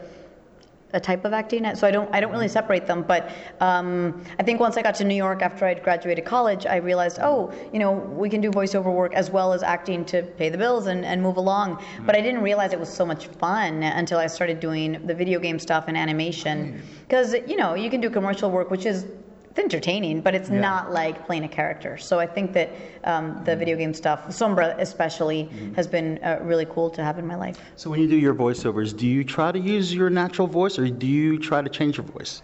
Speaker 14: a type of acting, so I don't I don't really separate them. But um, I think once I got to New York after I'd graduated college, I realized, oh, you know, we can do voiceover work as well as acting to pay the bills and, and move along. But I didn't realize it was so much fun until I started doing the video game stuff and animation, because you know you can do commercial work, which is it's entertaining, but it's
Speaker 15: Yeah.
Speaker 14: not like playing a character. So I think that um, the video game stuff, Sombra especially, has been uh, really cool to have in my life.
Speaker 6: So, when you do your voiceovers, do you try to use your natural voice or do you try to change your voice?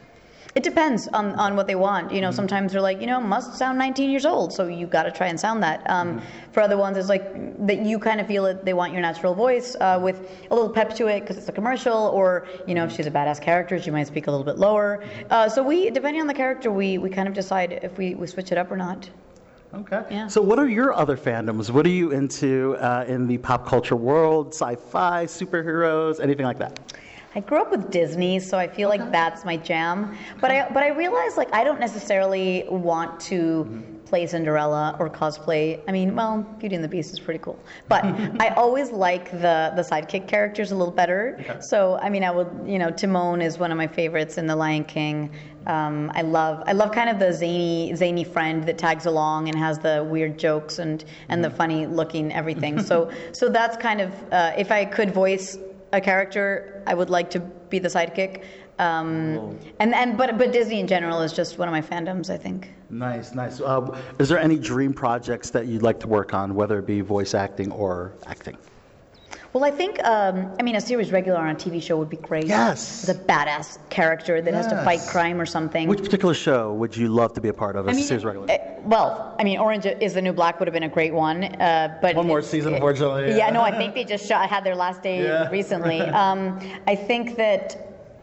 Speaker 14: It depends on, on what they want. You know, sometimes they're like, you know, must sound 19 years old, so you got to try and sound that. Um, For other ones, it's like that you kind of feel that they want your natural voice uh, with a little pep to it because it's a commercial, or, you know, if she's a badass character, she might speak a little bit lower. Uh, so we, depending on the character, we, we kind of decide if we, we switch it up or not.
Speaker 6: Okay. So, what are your other fandoms? What are you into uh, in the pop culture world? Sci-fi, superheroes, anything like that?
Speaker 14: I grew up with Disney, so I feel like that's my jam. But I but I realize like I don't necessarily want to play Cinderella or cosplay. I mean, well, Beauty and the Beast is pretty cool. But I always like the the sidekick characters a little better.
Speaker 15: Okay.
Speaker 14: So I mean, I would you know Timon is one of my favorites in The Lion King. Um, I love I love kind of the zany zany friend that tags along and has the weird jokes and and the funny looking everything. so so that's kind of uh, if I could voice a character, I would like to be the sidekick.
Speaker 6: Mm-hmm.
Speaker 14: Um, and and but but Disney in general is just one of my fandoms. I think.
Speaker 6: Nice, nice. Uh, is there any dream projects that you'd like to work on, whether it be voice acting or acting?
Speaker 14: Well, I think um, I mean a series regular on a TV show would be great.
Speaker 6: Yes.
Speaker 14: With a badass character that has to fight
Speaker 6: Yes.
Speaker 14: crime or something.
Speaker 6: Which particular show would you love to be a part of
Speaker 14: I
Speaker 6: as a
Speaker 14: mean,
Speaker 6: series regular?
Speaker 14: eh, well, I mean, Orange is the New Black would have been a great one, uh, but
Speaker 6: One more season, unfortunately.
Speaker 14: yeah, no, I think they just shot, had their last day
Speaker 6: Yeah.
Speaker 14: recently. Um, I think that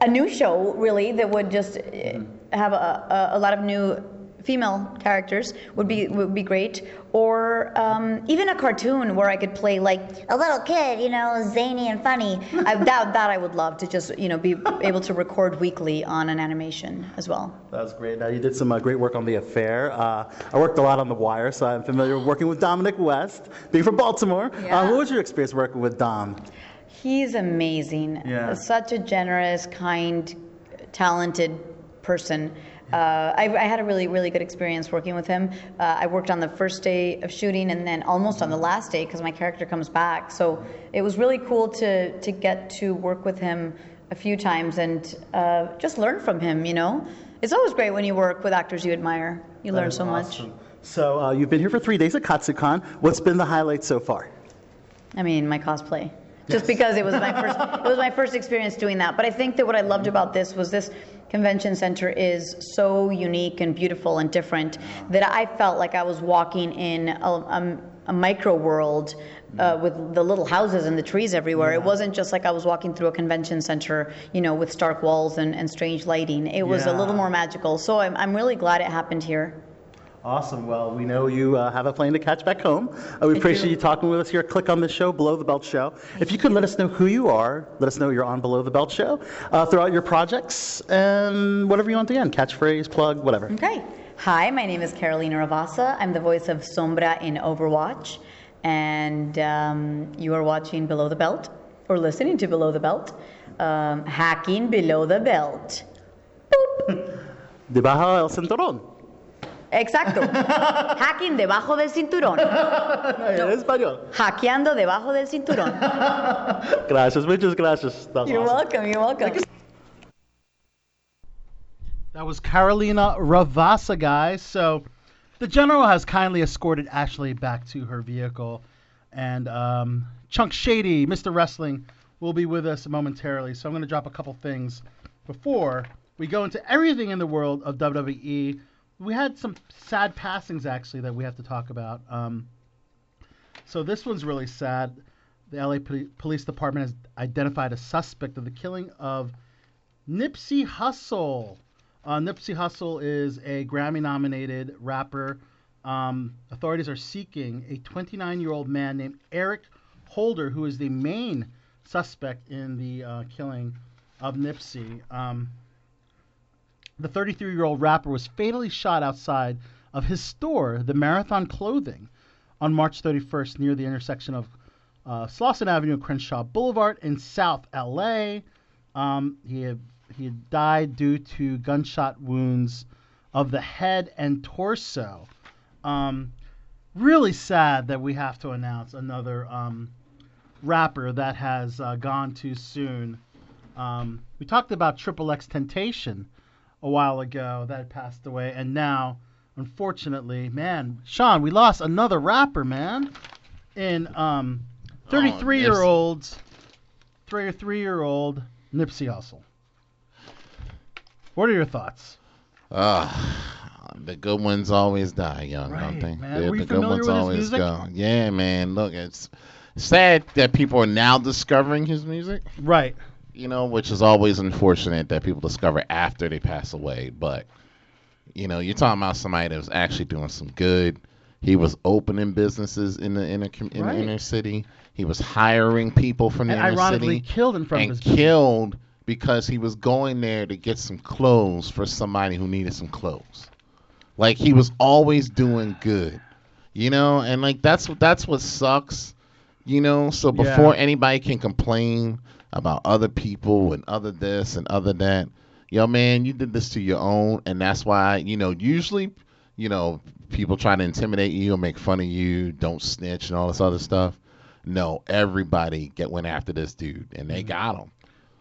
Speaker 14: a new show really that would just eh,
Speaker 6: Mm-hmm.
Speaker 14: have a, a, a lot of new female characters would be
Speaker 6: Mm-hmm.
Speaker 14: would be great, or um, even a cartoon where I could play like a little kid, you know, zany and funny. I, that that I would love to just you know be able to record weekly on an animation as well.
Speaker 6: That was great. Now you did some uh, great work on The Affair. Uh, I worked a lot on The Wire, so I'm familiar with working with Dominic West, being from Baltimore. Uh, what was your experience working with Dom?
Speaker 14: He's amazing.
Speaker 6: Yeah.
Speaker 14: Such a generous, kind, talented person. Uh, I, I had a really, really good experience working with him. Uh, I worked on the first day of shooting and then almost on
Speaker 6: Mm-hmm.
Speaker 14: the last day because my character comes back. So it was really cool to to get to work with him a few times and uh, just learn from him. You know, it's always great when you work with actors you admire. You
Speaker 6: That
Speaker 14: learn
Speaker 6: is
Speaker 14: so much.
Speaker 6: So uh, you've been here for three days at Katsukan. What's been the highlight so far?
Speaker 14: I mean, my cosplay. just because it was my first it was my first experience doing that. But I think that what I loved about this was this convention center is so unique and beautiful and different that I felt like I was walking in a, a, a micro world uh, with the little houses and the trees everywhere. It wasn't just like I was walking through a convention center, you know, with stark walls and, and strange lighting. It was a
Speaker 6: Yeah.
Speaker 14: little more magical. So I'm, I'm really glad it happened here.
Speaker 6: Awesome. Well, we know you uh, have a plane to catch back home. Uh, we appreciate you talking with us here. Click on the show, Below the Belt Show. If you could let us know who you are, let us know you're on Below the Belt Show. Uh, throw out your projects and whatever you want at the end catchphrase, plug, whatever.
Speaker 14: Okay. Hi, my name is Carolina Ravassa. I'm the voice of Sombra in Overwatch. And um, you are watching Below the Belt, or listening to Below the Belt, um, Hacking Below the Belt.
Speaker 6: Debajo el cinturón.
Speaker 14: Exacto. Hacking debajo del cinturón. No. Hackeando debajo del cinturón.
Speaker 6: Gracias, muchas gracias. That was
Speaker 14: You're
Speaker 6: awesome.
Speaker 14: welcome, you're welcome.
Speaker 6: That was Carolina Ravassa, guys. So the general has kindly escorted Ashley back to her vehicle, and um, Chunk Shady, Mr. Wrestling, will be with us momentarily. So I'm going to drop a couple things before we go into everything in the world of WWE. We had some sad passings actually that we have to talk about. Um, so this one's really sad. The LA Poli- Police Department has identified a suspect of the killing of Nipsey Hussle. Uh, Nipsey Hussle is a Grammy-nominated rapper. Um, authorities are seeking a 29-year-old man named Eric Holder, who is the main suspect in the uh, killing of Nipsey. Um, the 33-year-old rapper was fatally shot outside of his store, the Marathon Clothing, on March 31st near the intersection of uh, Slauson Avenue and Crenshaw Boulevard in South LA. Um, he had, he had died due to gunshot wounds of the head and torso. Um, really sad that we have to announce another um, rapper that has uh, gone too soon. Um, we talked about Triple X Temptation a while ago that had passed away, and now, unfortunately, man, Sean, we lost another rapper, man, in um, 33 year old, 33 year old Nipsey Hussle. What are your thoughts?
Speaker 7: Uh, the good ones always die young, don't they?
Speaker 6: man.
Speaker 7: Yeah,
Speaker 6: Were you
Speaker 7: the good
Speaker 6: familiar
Speaker 7: ones
Speaker 6: with his
Speaker 7: always
Speaker 6: music?
Speaker 7: go. Yeah, man. Look, it's sad that people are now discovering his music.
Speaker 6: Right.
Speaker 7: You know, which is always unfortunate that people discover after they pass away. But, you know, you're talking about somebody that was actually doing some good. He was opening businesses in the inner, com- in
Speaker 6: Right.
Speaker 7: the inner city. He was hiring people from the
Speaker 6: And
Speaker 7: inner
Speaker 6: ironically,
Speaker 7: city
Speaker 6: killed in front of
Speaker 7: and
Speaker 6: his
Speaker 7: killed because he was going there to get some clothes for somebody who needed some clothes. Like he was always doing good, you know, and like that's what that's what sucks, you know. So
Speaker 6: Yeah.
Speaker 7: before anybody can complain about other people and other this and other that, yo man, you did this to your own, and that's why you know usually, you know, people try to intimidate you or make fun of you, don't snitch and all this other stuff. No, everybody get went after this dude, and they got him.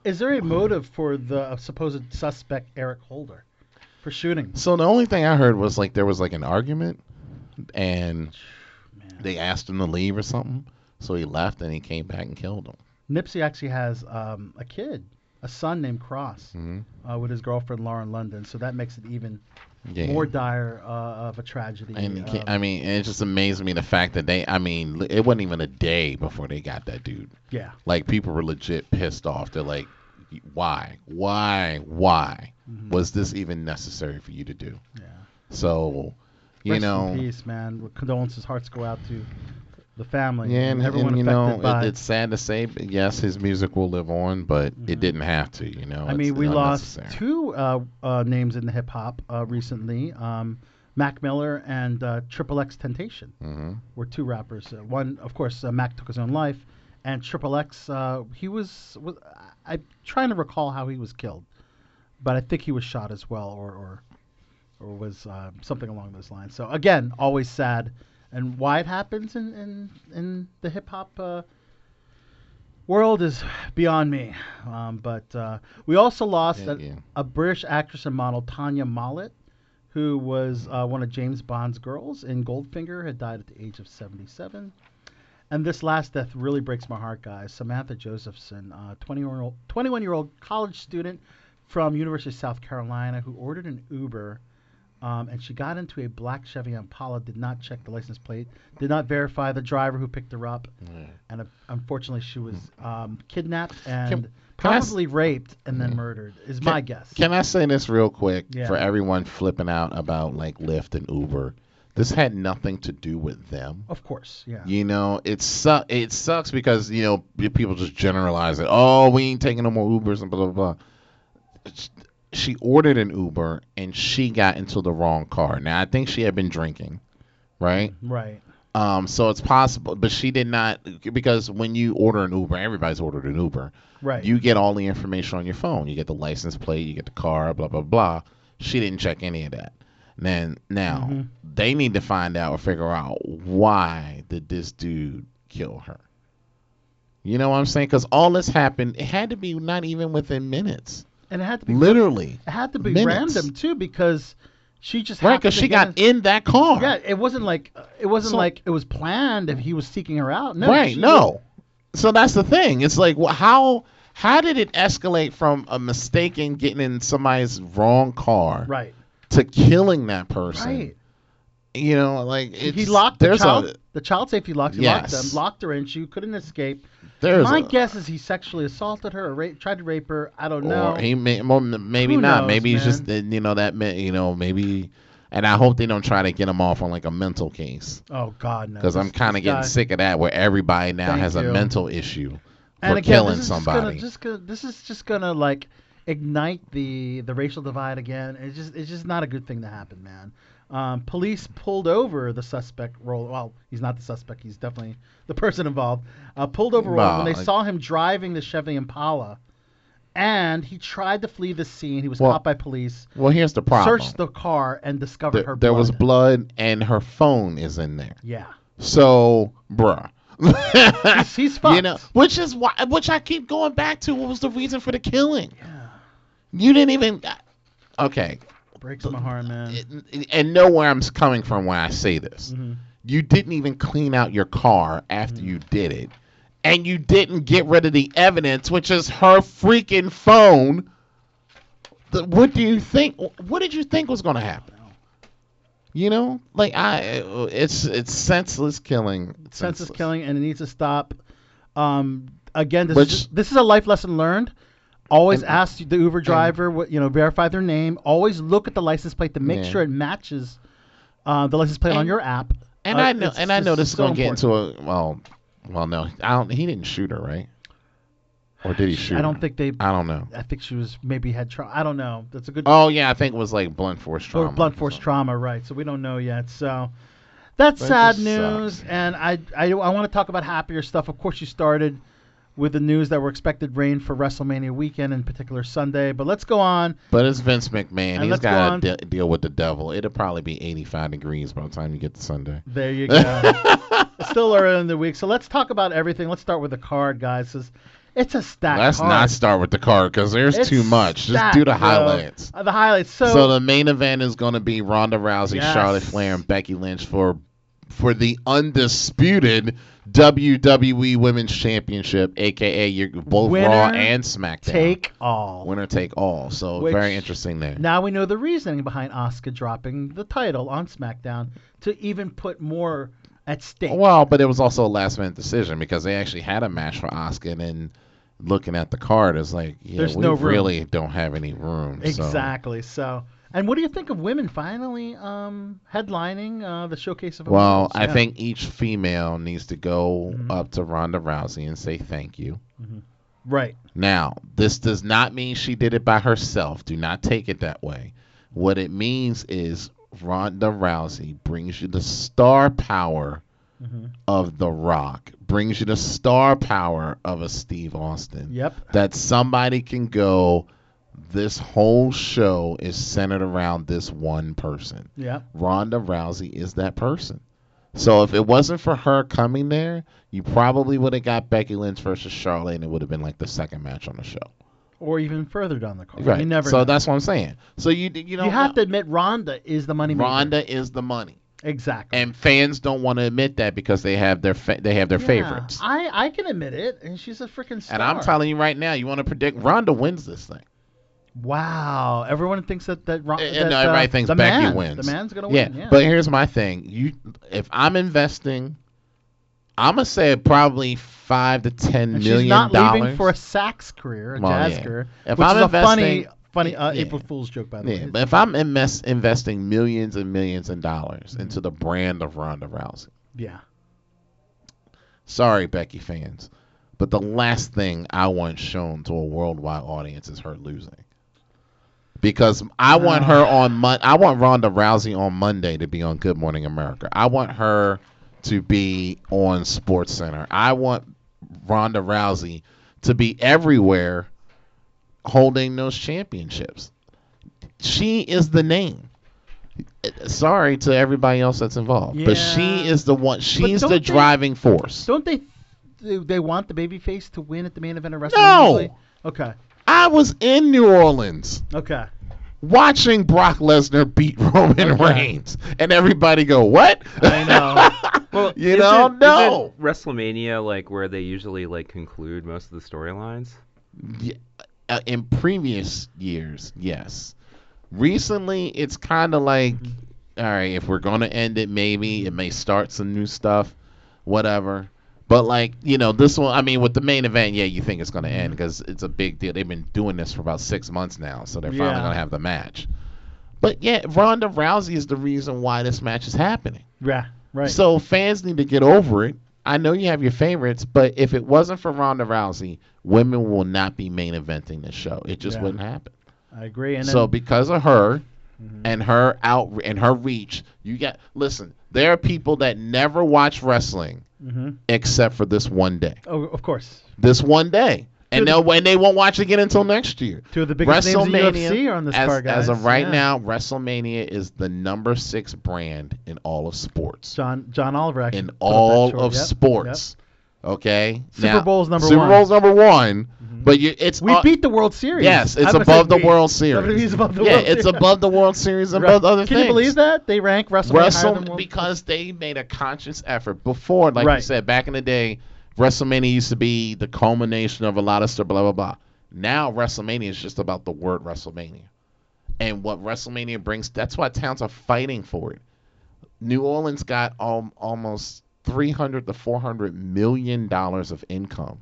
Speaker 6: Is there a motive for the supposed suspect Eric Holder for shooting?
Speaker 7: So the only thing I heard was like there was like an argument, and they asked him to leave or something. So he left and he came back and killed him.
Speaker 6: Nipsey actually has um, a kid, a son named Cross, uh, with his girlfriend Lauren London. So that makes it even
Speaker 7: Yeah.
Speaker 6: more dire uh, of a tragedy.
Speaker 7: And he ca-
Speaker 6: um,
Speaker 7: I mean, it just amazed me the fact that they. I mean, l- it wasn't even a day before they got that dude.
Speaker 6: Yeah.
Speaker 7: Like people were legit pissed off. They're like, why, why, why was this even necessary for you to do?
Speaker 6: Mm-hmm. Yeah.
Speaker 7: So, you
Speaker 6: rest
Speaker 7: know.
Speaker 6: in peace, man. Condolences, hearts go out to the family.
Speaker 7: Yeah, and,
Speaker 6: everyone
Speaker 7: and, you
Speaker 6: affected
Speaker 7: know, it-
Speaker 6: by.
Speaker 7: it's sad to say, but yes, his music will live on, but it didn't have to, you know.
Speaker 6: Mm-hmm. I
Speaker 7: it's
Speaker 6: mean, we lost
Speaker 7: unnecessary.
Speaker 6: two uh, uh, names in the hip hop uh, recently. Um, Mac Miller and uh, Triple X Temptation
Speaker 7: mm-hmm.
Speaker 6: were two rappers. Uh, one, of course, uh, Mac took his own life, and Triple X, uh, he was, was I, I'm trying to recall how he was killed, but I think he was shot as well, or or, or was uh, something along those lines. So again, always sad, and why it happens in in, in the hip hop. Uh, world is beyond me. Um, but uh, we also lost
Speaker 7: Thank
Speaker 6: a,
Speaker 7: you.
Speaker 6: a British actress and model, Tanya Mollett, who was uh, one of James Bond's girls in Goldfinger, had died at the age of 77. And this last death really breaks my heart, guys. Samantha Josephson, uh, 21-year-old, 21-year-old college student from University of South Carolina, who ordered an Uber, um, and she got into a black Chevy Impala, did not check the license plate, did not verify the driver who picked her up, and uh, unfortunately she was um, kidnapped and
Speaker 7: Hmm. can I s-
Speaker 6: probably raped and then murdered. Is my guess.
Speaker 7: Can I say this real quick
Speaker 6: Yeah.
Speaker 7: for everyone flipping out about like Lyft and Uber? This had nothing to do with them.
Speaker 6: Of course, yeah.
Speaker 7: You know, it su- it sucks because you know p- people just generalize it. Oh, we ain't taking no more Ubers and blah blah blah. It's- She ordered an Uber and she got into the wrong car. Now I think she had been drinking, right?
Speaker 6: Right.
Speaker 7: Um, so it's possible, but she did not because when you order an Uber, everybody's ordered an Uber.
Speaker 6: Right.
Speaker 7: You get all the information on your phone. You get the license plate. You get the car. Blah blah blah. She didn't check any of that. Then now
Speaker 6: Mhm.
Speaker 7: they need to find out or figure out why did this dude kill her. You know what I'm saying? Because all this happened. It had to be not even within minutes.
Speaker 6: And it had to be
Speaker 7: Literally.
Speaker 6: It had to be
Speaker 7: Minutes.
Speaker 6: random too because she just
Speaker 7: Right,
Speaker 6: happened
Speaker 7: 'cause
Speaker 6: to
Speaker 7: she
Speaker 6: get
Speaker 7: got in that car.
Speaker 6: Yeah, it wasn't like uh, it wasn't
Speaker 7: So-
Speaker 6: like it was planned if he was seeking her out. No,
Speaker 7: right.
Speaker 6: she
Speaker 7: No. So that's the thing. It's like wh- how how did it escalate from a mistake in getting in somebody's wrong car
Speaker 6: was- right,
Speaker 7: to killing that person?
Speaker 6: right.
Speaker 7: You know, like it's,
Speaker 6: he locked the
Speaker 7: there's
Speaker 6: child.
Speaker 7: a
Speaker 6: the child safety locked. He locked
Speaker 7: Yes.
Speaker 6: them, locked her in. She couldn't escape.
Speaker 7: There's
Speaker 6: My
Speaker 7: a-
Speaker 6: guess is he sexually assaulted her or ra- tried to rape her. I don't know.
Speaker 7: Or he may, well, m- maybe
Speaker 6: "Oh, Who
Speaker 7: not.
Speaker 6: knows,
Speaker 7: maybe he's just uh, you know that may- you know maybe, and I hope they don't try to get him off on like a mental case
Speaker 6: oh God, no.
Speaker 7: because I'm
Speaker 6: This-
Speaker 7: kind
Speaker 6: this
Speaker 7: of getting
Speaker 6: guy-
Speaker 7: sick of that where everybody now
Speaker 6: Thank
Speaker 7: has
Speaker 6: you.
Speaker 7: a mental issue for
Speaker 6: and again,
Speaker 7: killing
Speaker 6: this is just
Speaker 7: somebody.
Speaker 6: Gonna, just gonna, this is just gonna like ignite the the racial divide again. It's just it's just not a good thing to happen, man. Um, police pulled over the suspect. Roll. Well, he's not the suspect. He's definitely the person involved. Uh, pulled over Roland when
Speaker 7: Well,
Speaker 6: they
Speaker 7: I-
Speaker 6: saw him driving the Chevy Impala, and he tried to flee the scene. He was
Speaker 7: Well-
Speaker 6: caught by police.
Speaker 7: well, here's the problem.
Speaker 6: Searched the car and discovered
Speaker 7: There-
Speaker 6: her.
Speaker 7: there
Speaker 6: blood.
Speaker 7: was blood and her phone is in there.
Speaker 6: Yeah.
Speaker 7: So, bruh.
Speaker 6: he's, fucked.
Speaker 7: You know, which is why, which I keep going back to. What was the reason for the killing? You didn't even. Okay,
Speaker 6: breaks my heart, man.
Speaker 7: and know where I'm s- coming from when I say this.
Speaker 6: Mm-hmm.
Speaker 7: You didn't even clean out your car after you did it, and you didn't get rid of the evidence, which is her freaking phone. The- what do you think? What did you think was going to happen? You know, like I, it's it's senseless killing.
Speaker 6: census killing and it needs to stop. Um, again, this,
Speaker 7: Which-
Speaker 6: is, this is a life lesson learned. Always
Speaker 7: And-
Speaker 6: ask the Uber driver, what you know, verify their name. Always look at the license plate to make
Speaker 7: Yeah.
Speaker 6: sure it matches uh, the license plate on
Speaker 7: And-
Speaker 6: your app.
Speaker 7: And
Speaker 6: Uh,
Speaker 7: I know,
Speaker 6: it's
Speaker 7: and I know
Speaker 6: just
Speaker 7: this is
Speaker 6: so
Speaker 7: going to get
Speaker 6: important.
Speaker 7: into a well, well, no, I don't. He didn't shoot her, right? Or did he shoot?
Speaker 6: I don't
Speaker 7: her?
Speaker 6: think they.
Speaker 7: I don't know.
Speaker 6: I think she was maybe had trauma. I don't know. That's a good.
Speaker 7: Oh yeah, I think it was like blunt force
Speaker 6: Or
Speaker 7: trauma.
Speaker 6: blunt force trauma, right? So we don't know yet. So that's
Speaker 7: That
Speaker 6: sad
Speaker 7: just sucks,
Speaker 6: news, and I I, I want to talk about happier stuff. Of course, you started with the news that we're expected rain for WrestleMania weekend, in particular Sunday. But let's go on.
Speaker 7: But it's Vince McMahon.
Speaker 6: And
Speaker 7: He's
Speaker 6: let's go
Speaker 7: got to de- deal with the devil. It'll probably be 85 degrees by the time you get to Sunday.
Speaker 6: There you go. Still early in the week, so let's talk about everything. Let's start with the card, guys. 'cause It's a stack.
Speaker 7: Let's not start with the card because there's too much. Just do the highlights.
Speaker 6: Uh, the highlights. So,
Speaker 7: So, the main event is going to be Ronda Rousey,
Speaker 6: Yes.
Speaker 7: Charlotte Flair, and Becky Lynch for for the undisputed WWE Women's Championship, aka your both
Speaker 6: Winner
Speaker 7: Raw and SmackDown.
Speaker 6: take all.
Speaker 7: Winner take all. So
Speaker 6: Which-
Speaker 7: very interesting there.
Speaker 6: Now we know the reasoning behind Oscar dropping the title on SmackDown to even put more at stake.
Speaker 7: Well, but it was also a last minute decision because they actually had a match for Oscar and then looking at the card it's like yeah,
Speaker 6: There's
Speaker 7: we
Speaker 6: no room.
Speaker 7: really don't have any room. So.
Speaker 6: exactly. So. and what do you think of women finally um, headlining uh, the showcase of?
Speaker 7: Well,
Speaker 6: Awards?
Speaker 7: I
Speaker 6: Yeah. Mm-hmm.
Speaker 7: think each female needs to go up to Ronda Rousey and say thank you.
Speaker 6: right.
Speaker 7: Now, this does not mean she did it by herself. Do not take it that way. What it means is Ronda Rousey brings you the star power
Speaker 6: Mm-hmm.
Speaker 7: of The Rock, brings you the star power of a Steve Austin.
Speaker 6: Yep.
Speaker 7: That somebody can go, this whole show is centered around this one person.
Speaker 6: Yep.
Speaker 7: Ronda Rousey is that person. So if it wasn't for her coming there, you probably would have got Becky Lynch versus Charlotte, and it would have been like the second match on the show.
Speaker 6: Or even further down the card.
Speaker 7: Right.
Speaker 6: You never.
Speaker 7: so
Speaker 6: know.
Speaker 7: that's what I'm saying. So you you don't
Speaker 6: you have to admit Ronda is the money.
Speaker 7: Ronda is the money.
Speaker 6: Exactly.
Speaker 7: And fans don't want to admit that because they have their fa- they have their
Speaker 6: Yeah,
Speaker 7: favorites.
Speaker 6: I, I can admit it, and she's a freaking star.
Speaker 7: And I'm telling you right now, you want to predict Ronda wins this thing.
Speaker 6: Wow, everyone thinks that that, Ron,
Speaker 7: And
Speaker 6: that
Speaker 7: no,
Speaker 6: uh,
Speaker 7: everybody thinks
Speaker 6: the
Speaker 7: Becky
Speaker 6: man,
Speaker 7: wins.
Speaker 6: The man's gonna win. Yeah,
Speaker 7: But here's my thing. You if I'm investing, I'm gonna say probably five to ten million
Speaker 6: and she's not
Speaker 7: dollars.
Speaker 6: leaving for a sax career, a
Speaker 7: Well,
Speaker 6: jazz
Speaker 7: yeah.
Speaker 6: career,
Speaker 7: If
Speaker 6: which
Speaker 7: I'm
Speaker 6: is a funny,
Speaker 7: investing-
Speaker 6: funny uh,
Speaker 7: yeah.
Speaker 6: April Fool's joke, by the
Speaker 7: yeah,
Speaker 6: way.
Speaker 7: but if I'm invest, investing millions and millions of dollars into the brand of Ronda Rousey,
Speaker 6: yeah,
Speaker 7: sorry Becky fans, but the last thing I want shown to a worldwide audience is her losing. Because I want her
Speaker 6: Ah.
Speaker 7: on Mon- I want Ronda Rousey on Monday to be on Good Morning America. I want her to be on Sports Center. I want Ronda Rousey to be everywhere holding those championships. She is the name. Sorry to everybody else that's involved, but she is the one. She's
Speaker 6: don't
Speaker 7: the
Speaker 6: they-
Speaker 7: driving force.
Speaker 6: Don't they? They they want the babyface to win at the main event of WrestleMania.
Speaker 7: No!
Speaker 6: usually? Okay.
Speaker 7: I was in New Orleans
Speaker 6: Okay.
Speaker 7: watching Brock Lesnar beat Roman
Speaker 6: Okay.
Speaker 7: Reigns, and everybody go, "What?"
Speaker 6: I know.
Speaker 5: Well,
Speaker 7: you know,
Speaker 5: isn't-
Speaker 7: no.
Speaker 5: isn't WrestleMania like where they usually like conclude most of the storylines.
Speaker 7: Ye- uh, in previous years, yes. Recently, it's kind of like, all right, if we're gonna end it, maybe it may start some new stuff, whatever. But like, you know, this one, I mean, with the main event, yeah, you think it's gonna end because it's a big deal. They've been doing this for about six months now, so they're
Speaker 6: Yeah.
Speaker 7: finally gonna have the match. But yeah, Ronda Rousey is the reason why this match is happening.
Speaker 6: Yeah. Right.
Speaker 7: So fans need to get over it. I know you have your favorites, but if it wasn't for Ronda Rousey, women will not be main eventing this show. It just
Speaker 6: Yeah.
Speaker 7: wouldn't happen.
Speaker 6: I agree. And
Speaker 7: so
Speaker 6: then, Mm-hmm.
Speaker 7: because of her and her out and her reach, you got listen. There are people that never watch wrestling
Speaker 6: Mhm.
Speaker 7: except for this one day.
Speaker 6: oh, of course,
Speaker 7: This one day. And
Speaker 6: Dude.
Speaker 7: they'll and they won't watch again until next year.
Speaker 6: two of the biggest names in the UFC are on this
Speaker 7: as,
Speaker 6: card, guys.
Speaker 7: as of right
Speaker 6: Yeah.
Speaker 7: now, WrestleMania is the number six brand in all of sports
Speaker 6: John John Oliver actually
Speaker 7: in
Speaker 6: put up that
Speaker 7: all
Speaker 6: chart.
Speaker 7: of
Speaker 6: Yep,
Speaker 7: sports. Okay.
Speaker 6: Super Bowl's number
Speaker 7: Super
Speaker 6: one.
Speaker 7: Bowl's number one, but you, it's
Speaker 6: yep. We
Speaker 7: uh,
Speaker 6: beat the World Series.
Speaker 7: Yes,
Speaker 6: I
Speaker 7: it's
Speaker 6: was gonna
Speaker 7: above
Speaker 6: say
Speaker 7: the
Speaker 6: we.
Speaker 7: World Series.
Speaker 6: WWE's above the
Speaker 7: yeah,
Speaker 6: World
Speaker 7: it's
Speaker 6: Series.
Speaker 7: above the World Series and above other
Speaker 6: Can
Speaker 7: things.
Speaker 6: you believe that they rank WrestleMania higher than
Speaker 7: Wrestle
Speaker 6: World
Speaker 7: because they made a conscious effort before, like you
Speaker 6: Right.
Speaker 7: said, back in the day, WrestleMania used to be the culmination of a lot of stuff, blah blah blah. Now WrestleMania is just about the word WrestleMania, and what WrestleMania brings. That's why towns are fighting for it. New Orleans got al- almost three hundred to four hundred million dollars of income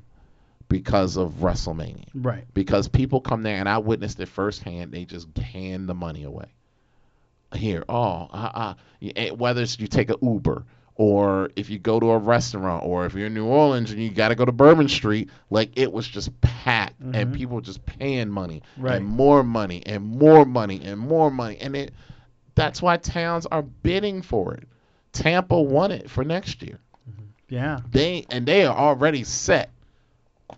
Speaker 7: because of WrestleMania
Speaker 6: Right.
Speaker 7: because people come there and I witnessed it firsthand. They just hand the money away. Here, oh, uh, uh, y- eh, whether it's you take a Uber or if you go to a restaurant or if you're in New Orleans and you got to go to Bourbon Street, like it was just packed and people were just paying money
Speaker 6: Mm-hmm. Right.
Speaker 7: and more money and more money and more money and it. That's why towns are bidding for it. Tampa won it for next year.
Speaker 6: Mm-hmm. Yeah.
Speaker 7: They and they are already set.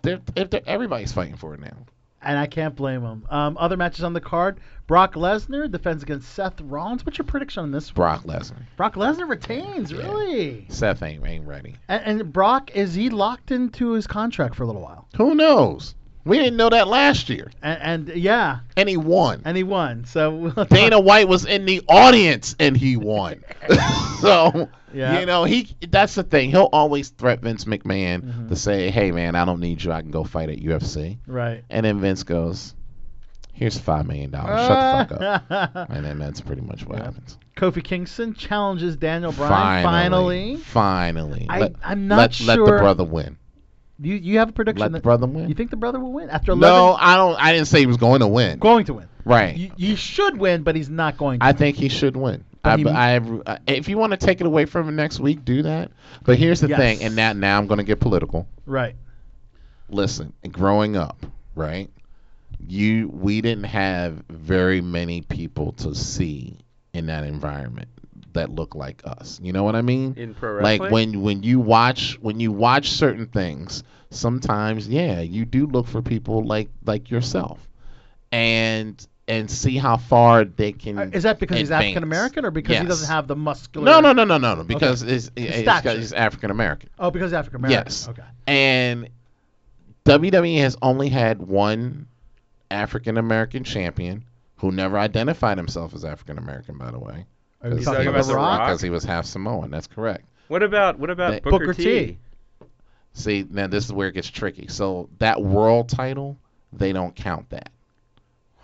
Speaker 7: They're, if they're, everybody's fighting for it now.
Speaker 6: And I can't blame him. Um, other matches on the card: Brock Lesnar defends against Seth Rollins. What's your prediction on this? one?
Speaker 7: Brock Lesnar.
Speaker 6: Brock Lesnar retains, really.
Speaker 7: Seth ain't, ain't ready.
Speaker 6: And, and Brock is he locked into his contract for a little while?
Speaker 7: Who knows? We didn't know that last year.
Speaker 6: And, and yeah,
Speaker 7: And he won.
Speaker 6: and he won. So we'll
Speaker 7: Dana White was in the audience and he won. so
Speaker 6: Yeah.
Speaker 7: you know he that's the thing. He'll always threat Vince McMahon to say, "Hey man, I don't need you. I can go fight at UFC."
Speaker 6: Mm-hmm. Right.
Speaker 7: And then Vince goes, "Here's five million dollars. Oh, Shut the fuck up." and then that's pretty much what happens.
Speaker 6: Kofi Kingston challenges Daniel Bryan. Finally,
Speaker 7: finally.
Speaker 6: I-
Speaker 7: Let-
Speaker 6: I'm not
Speaker 7: let, Let the
Speaker 6: sure-
Speaker 7: brother win.
Speaker 6: you you have a prediction
Speaker 7: Let
Speaker 6: that
Speaker 7: the brother win.
Speaker 6: you think the brother will win after 11.
Speaker 7: No, I don't. I didn't say he was going to win.
Speaker 6: Going to win.
Speaker 7: Right.
Speaker 6: You, you should win, but he's not going to.
Speaker 7: I think he should win.
Speaker 6: But
Speaker 7: I,
Speaker 6: he-
Speaker 7: I, I- if you want to take it away from him next week, do that. But here's the
Speaker 6: Yes.
Speaker 7: thing, and now now I'm going to get political.
Speaker 6: Right.
Speaker 7: Listen, growing up, right? You we didn't have very many people to see in that environment that look like us. You know what I mean?
Speaker 5: In pro
Speaker 7: Like
Speaker 5: wrestling?
Speaker 7: when when you watch when you watch certain things, sometimes yeah, you do look for people like like yourself. And and see how far they can.
Speaker 6: Uh, Is that because he's
Speaker 7: advance.
Speaker 6: African American or because he
Speaker 7: Yes.
Speaker 6: doesn't have the muscular?
Speaker 7: No, no, no, no, no, no.
Speaker 6: Okay.
Speaker 7: Because it's,
Speaker 6: His
Speaker 7: it's,
Speaker 6: stature.
Speaker 7: got- it's African American.
Speaker 6: Oh, because he's African American.
Speaker 7: Yes.
Speaker 6: Okay.
Speaker 7: And WWE has only had one African American champion who never identified himself as African American, by the way.
Speaker 6: Are you
Speaker 7: Because
Speaker 6: Oh, talking
Speaker 7: he
Speaker 6: about
Speaker 7: was
Speaker 6: The
Speaker 7: a-
Speaker 6: Rock?
Speaker 7: Because he was half Samoan. That's correct.
Speaker 10: What about what about
Speaker 7: That-
Speaker 10: Booker, T?
Speaker 7: See, now this is where it gets tricky. So that world title, they don't count that.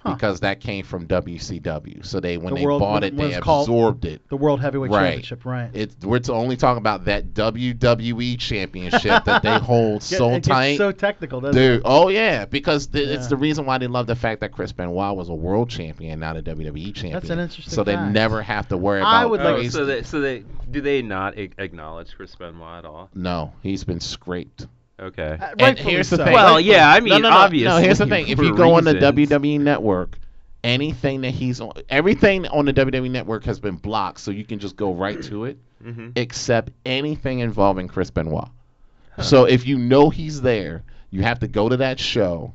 Speaker 7: Because that came from WCW. So they when
Speaker 6: The
Speaker 7: they
Speaker 6: world-
Speaker 7: bought
Speaker 6: what
Speaker 7: it,
Speaker 6: was
Speaker 7: they
Speaker 6: called-
Speaker 7: absorbed it.
Speaker 6: The World Heavyweight
Speaker 7: Right.
Speaker 6: Championship, right?
Speaker 7: It we're to only talking about that WWE championship that they hold
Speaker 6: Get-
Speaker 7: so
Speaker 6: it gets
Speaker 7: tight.
Speaker 6: so technical, doesn't
Speaker 7: Dude,
Speaker 6: it?
Speaker 7: oh yeah, because th- it's
Speaker 6: Yeah.
Speaker 7: the reason why they love the fact that Chris Benoit was a world champion, not a WWE champion.
Speaker 6: an interesting
Speaker 7: So they
Speaker 6: fact.
Speaker 7: never have to worry about.
Speaker 10: oh,
Speaker 7: these-
Speaker 10: so they so they do they not a- acknowledge Chris Benoit at all?
Speaker 7: No, he's been scraped.
Speaker 10: Okay. Uh,
Speaker 7: and
Speaker 10: rightfully
Speaker 7: here's the
Speaker 10: so.
Speaker 7: thing.
Speaker 10: Well, yeah, I mean,
Speaker 7: no, no, no, No,
Speaker 10: obviously,
Speaker 7: here's the thing. If
Speaker 10: for
Speaker 7: you go on the
Speaker 10: reasons.
Speaker 7: WWE Network, anything that he's on, everything on the WWE Network has been blocked, so you can just go right to it,
Speaker 10: Mhm.
Speaker 7: except anything involving Chris Benoit. So if you know he's there, you have to go to that show,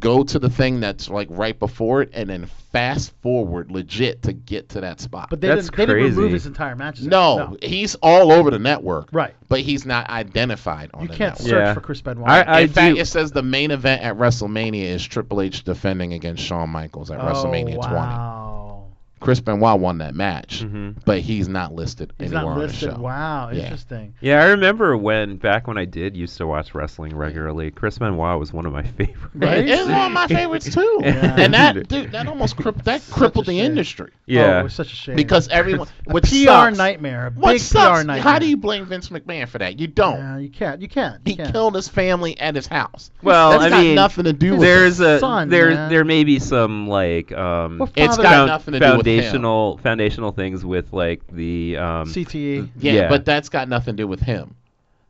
Speaker 7: go to the thing that's like right before it, and then fast forward legit to get to that spot.
Speaker 6: But they didn't, they didn't remove his entire matches.
Speaker 7: No, he's all over the network.
Speaker 6: Right.
Speaker 7: But he's not identified on the
Speaker 6: can't
Speaker 7: network.
Speaker 6: search Yeah. for Chris Benoit. I- I
Speaker 7: In fact,
Speaker 6: do-
Speaker 7: it says the main event at WrestleMania is Triple H defending against Shawn Michaels at
Speaker 6: Oh,
Speaker 7: WrestleMania 20. Chris Benoit won that match, but he's not listed
Speaker 6: He's not
Speaker 7: anywhere on
Speaker 6: listed.
Speaker 7: the show.
Speaker 6: Wow,
Speaker 7: Yeah.
Speaker 6: interesting.
Speaker 10: Yeah, I remember when back when I did used to watch wrestling regularly. Chris Benoit was one of my favorites.
Speaker 7: Right? It's one of my favorites too, and that dude, that almost cri- that crippled the industry.
Speaker 10: Yeah.
Speaker 6: Oh, it was such a shame.
Speaker 7: Because everyone,
Speaker 6: A
Speaker 7: what
Speaker 6: PR
Speaker 7: sucks-
Speaker 6: nightmare, a
Speaker 7: what
Speaker 6: big
Speaker 7: sucks,
Speaker 6: PR nightmare.
Speaker 7: How do you blame Vince McMahon for that? You don't.
Speaker 6: you can't. You can't.
Speaker 7: He killed his family at his house.
Speaker 10: Well,
Speaker 7: that's
Speaker 10: I
Speaker 7: got
Speaker 10: mean,
Speaker 7: nothing to do with
Speaker 10: there's
Speaker 7: it.
Speaker 10: a there there may be some like um
Speaker 7: Well, It's father- got
Speaker 10: found-
Speaker 7: nothing to do with
Speaker 10: foundational foundational things with like the um
Speaker 6: CTE.
Speaker 7: Yeah, but that's got nothing to do with him.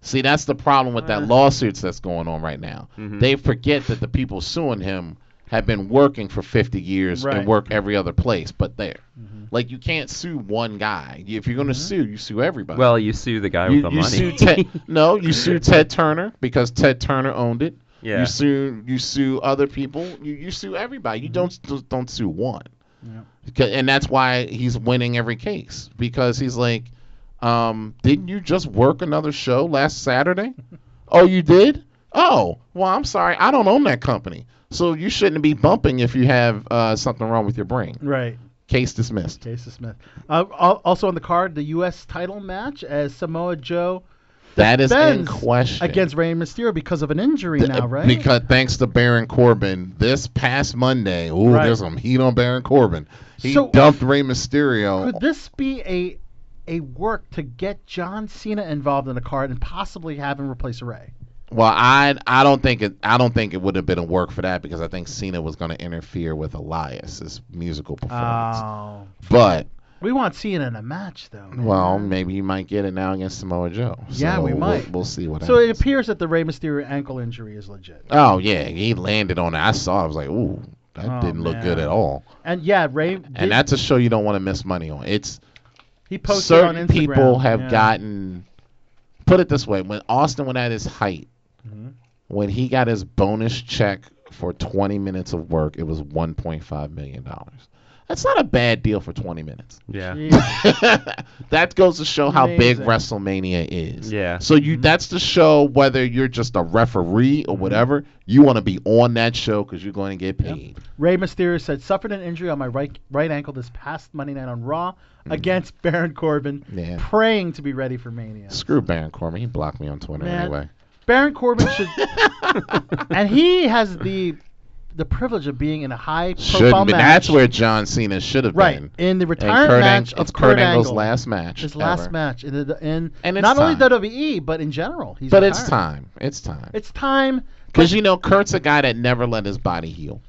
Speaker 7: See, that's the problem with that lawsuits that's going on right now.
Speaker 10: Mhm.
Speaker 7: They forget that the people suing him have been working for 50 years
Speaker 10: Right.
Speaker 7: and work every other place but there. Like you can't sue one guy. If you're going to sue, you sue everybody.
Speaker 10: well, you sue the guy with
Speaker 7: you,
Speaker 10: the
Speaker 7: you
Speaker 10: money.
Speaker 7: sue Ted, no, you sue Ted Turner because Ted Turner owned it.
Speaker 10: Yeah.
Speaker 7: You sue you sue other people. You you sue everybody. You don't just don't sue one. Because, and that's why he's winning every case because he's like, um, didn't you just work another show last Saturday? oh, you did? Oh, well, I'm sorry. I don't own that company. So you shouldn't be bumping if you have uh, something wrong with your brain.
Speaker 6: Right.
Speaker 7: Case dismissed.
Speaker 6: Case dismissed. Uh, al- also on the card, the U.S. title match as Samoa Joe.
Speaker 7: That is in
Speaker 6: defends
Speaker 7: question.
Speaker 6: against Rey Mysterio because of an injury now, right?
Speaker 7: Because thanks to Baron Corbin, this past Monday, ooh,
Speaker 6: Right.
Speaker 7: there's some heat on Baron Corbin. He
Speaker 6: So- uh,
Speaker 7: dumped Rey Mysterio
Speaker 6: Could this be a a work to get John Cena involved in the card and possibly have him replace Ray?
Speaker 7: Well, I I don't think it I don't think it would have been a work for that because I think Cena was going to interfere with Elias's musical performance.
Speaker 6: Oh,
Speaker 7: But
Speaker 6: we want Cena in a match though.
Speaker 7: well, maybe you might get it now against Samoa Joe.
Speaker 6: Yeah,
Speaker 7: So
Speaker 6: we
Speaker 7: we'll-
Speaker 6: might.
Speaker 7: We'll, see what
Speaker 6: So
Speaker 7: happens.
Speaker 6: it appears that the Rey Mysterio ankle injury is legit.
Speaker 7: Oh yeah, he landed on it. I saw. it. I was like, ooh, that
Speaker 6: Oh,
Speaker 7: didn't look good
Speaker 6: man.
Speaker 7: at all.
Speaker 6: And yeah, Ray.
Speaker 7: And that's a show you don't want to miss money on. It's
Speaker 6: He posted
Speaker 7: certain
Speaker 6: on Instagram,
Speaker 7: people have
Speaker 6: yeah.
Speaker 7: gotten. Put it this way: when Austin went at his height,
Speaker 6: Mm-hmm.
Speaker 7: when he got his bonus check for 20 minutes of work, it was 1.5 million dollars. That's not a bad deal for 20 minutes.
Speaker 10: Yeah.
Speaker 7: that goes to show how big
Speaker 10: Amazing.
Speaker 7: WrestleMania is.
Speaker 10: Yeah.
Speaker 7: So you
Speaker 6: Mm-hmm.
Speaker 7: that's the show whether you're just a referee or whatever, you want to be on that show cuz you're going to get paid.
Speaker 6: Ray Mysterio said suffered an injury on my right right ankle this past Monday night on Raw against Baron Corbin,
Speaker 7: Mm-hmm. Yeah.
Speaker 6: praying to be ready for Mania.
Speaker 7: Screw Baron Corbin, he blocked me on Twitter
Speaker 6: Man.
Speaker 7: anyway.
Speaker 6: Baron Corbin should, and he has the the privilege of being in a high
Speaker 7: Should
Speaker 6: profile match.
Speaker 7: that's where John Cena should have
Speaker 6: Right
Speaker 7: been.
Speaker 6: in the
Speaker 7: And
Speaker 6: retirement
Speaker 7: Kurt Ang-
Speaker 6: match of
Speaker 7: it's Kurt, Angle's
Speaker 6: Angle.
Speaker 7: last match.
Speaker 6: His last
Speaker 7: ever.
Speaker 6: match in, the, in
Speaker 7: And it's
Speaker 6: not
Speaker 7: time.
Speaker 6: only WWE but in general. He's
Speaker 7: But it's
Speaker 6: retiring.
Speaker 7: time. It's time.
Speaker 6: It's time.
Speaker 7: Because you know, Kurt's a guy that never let his body heal.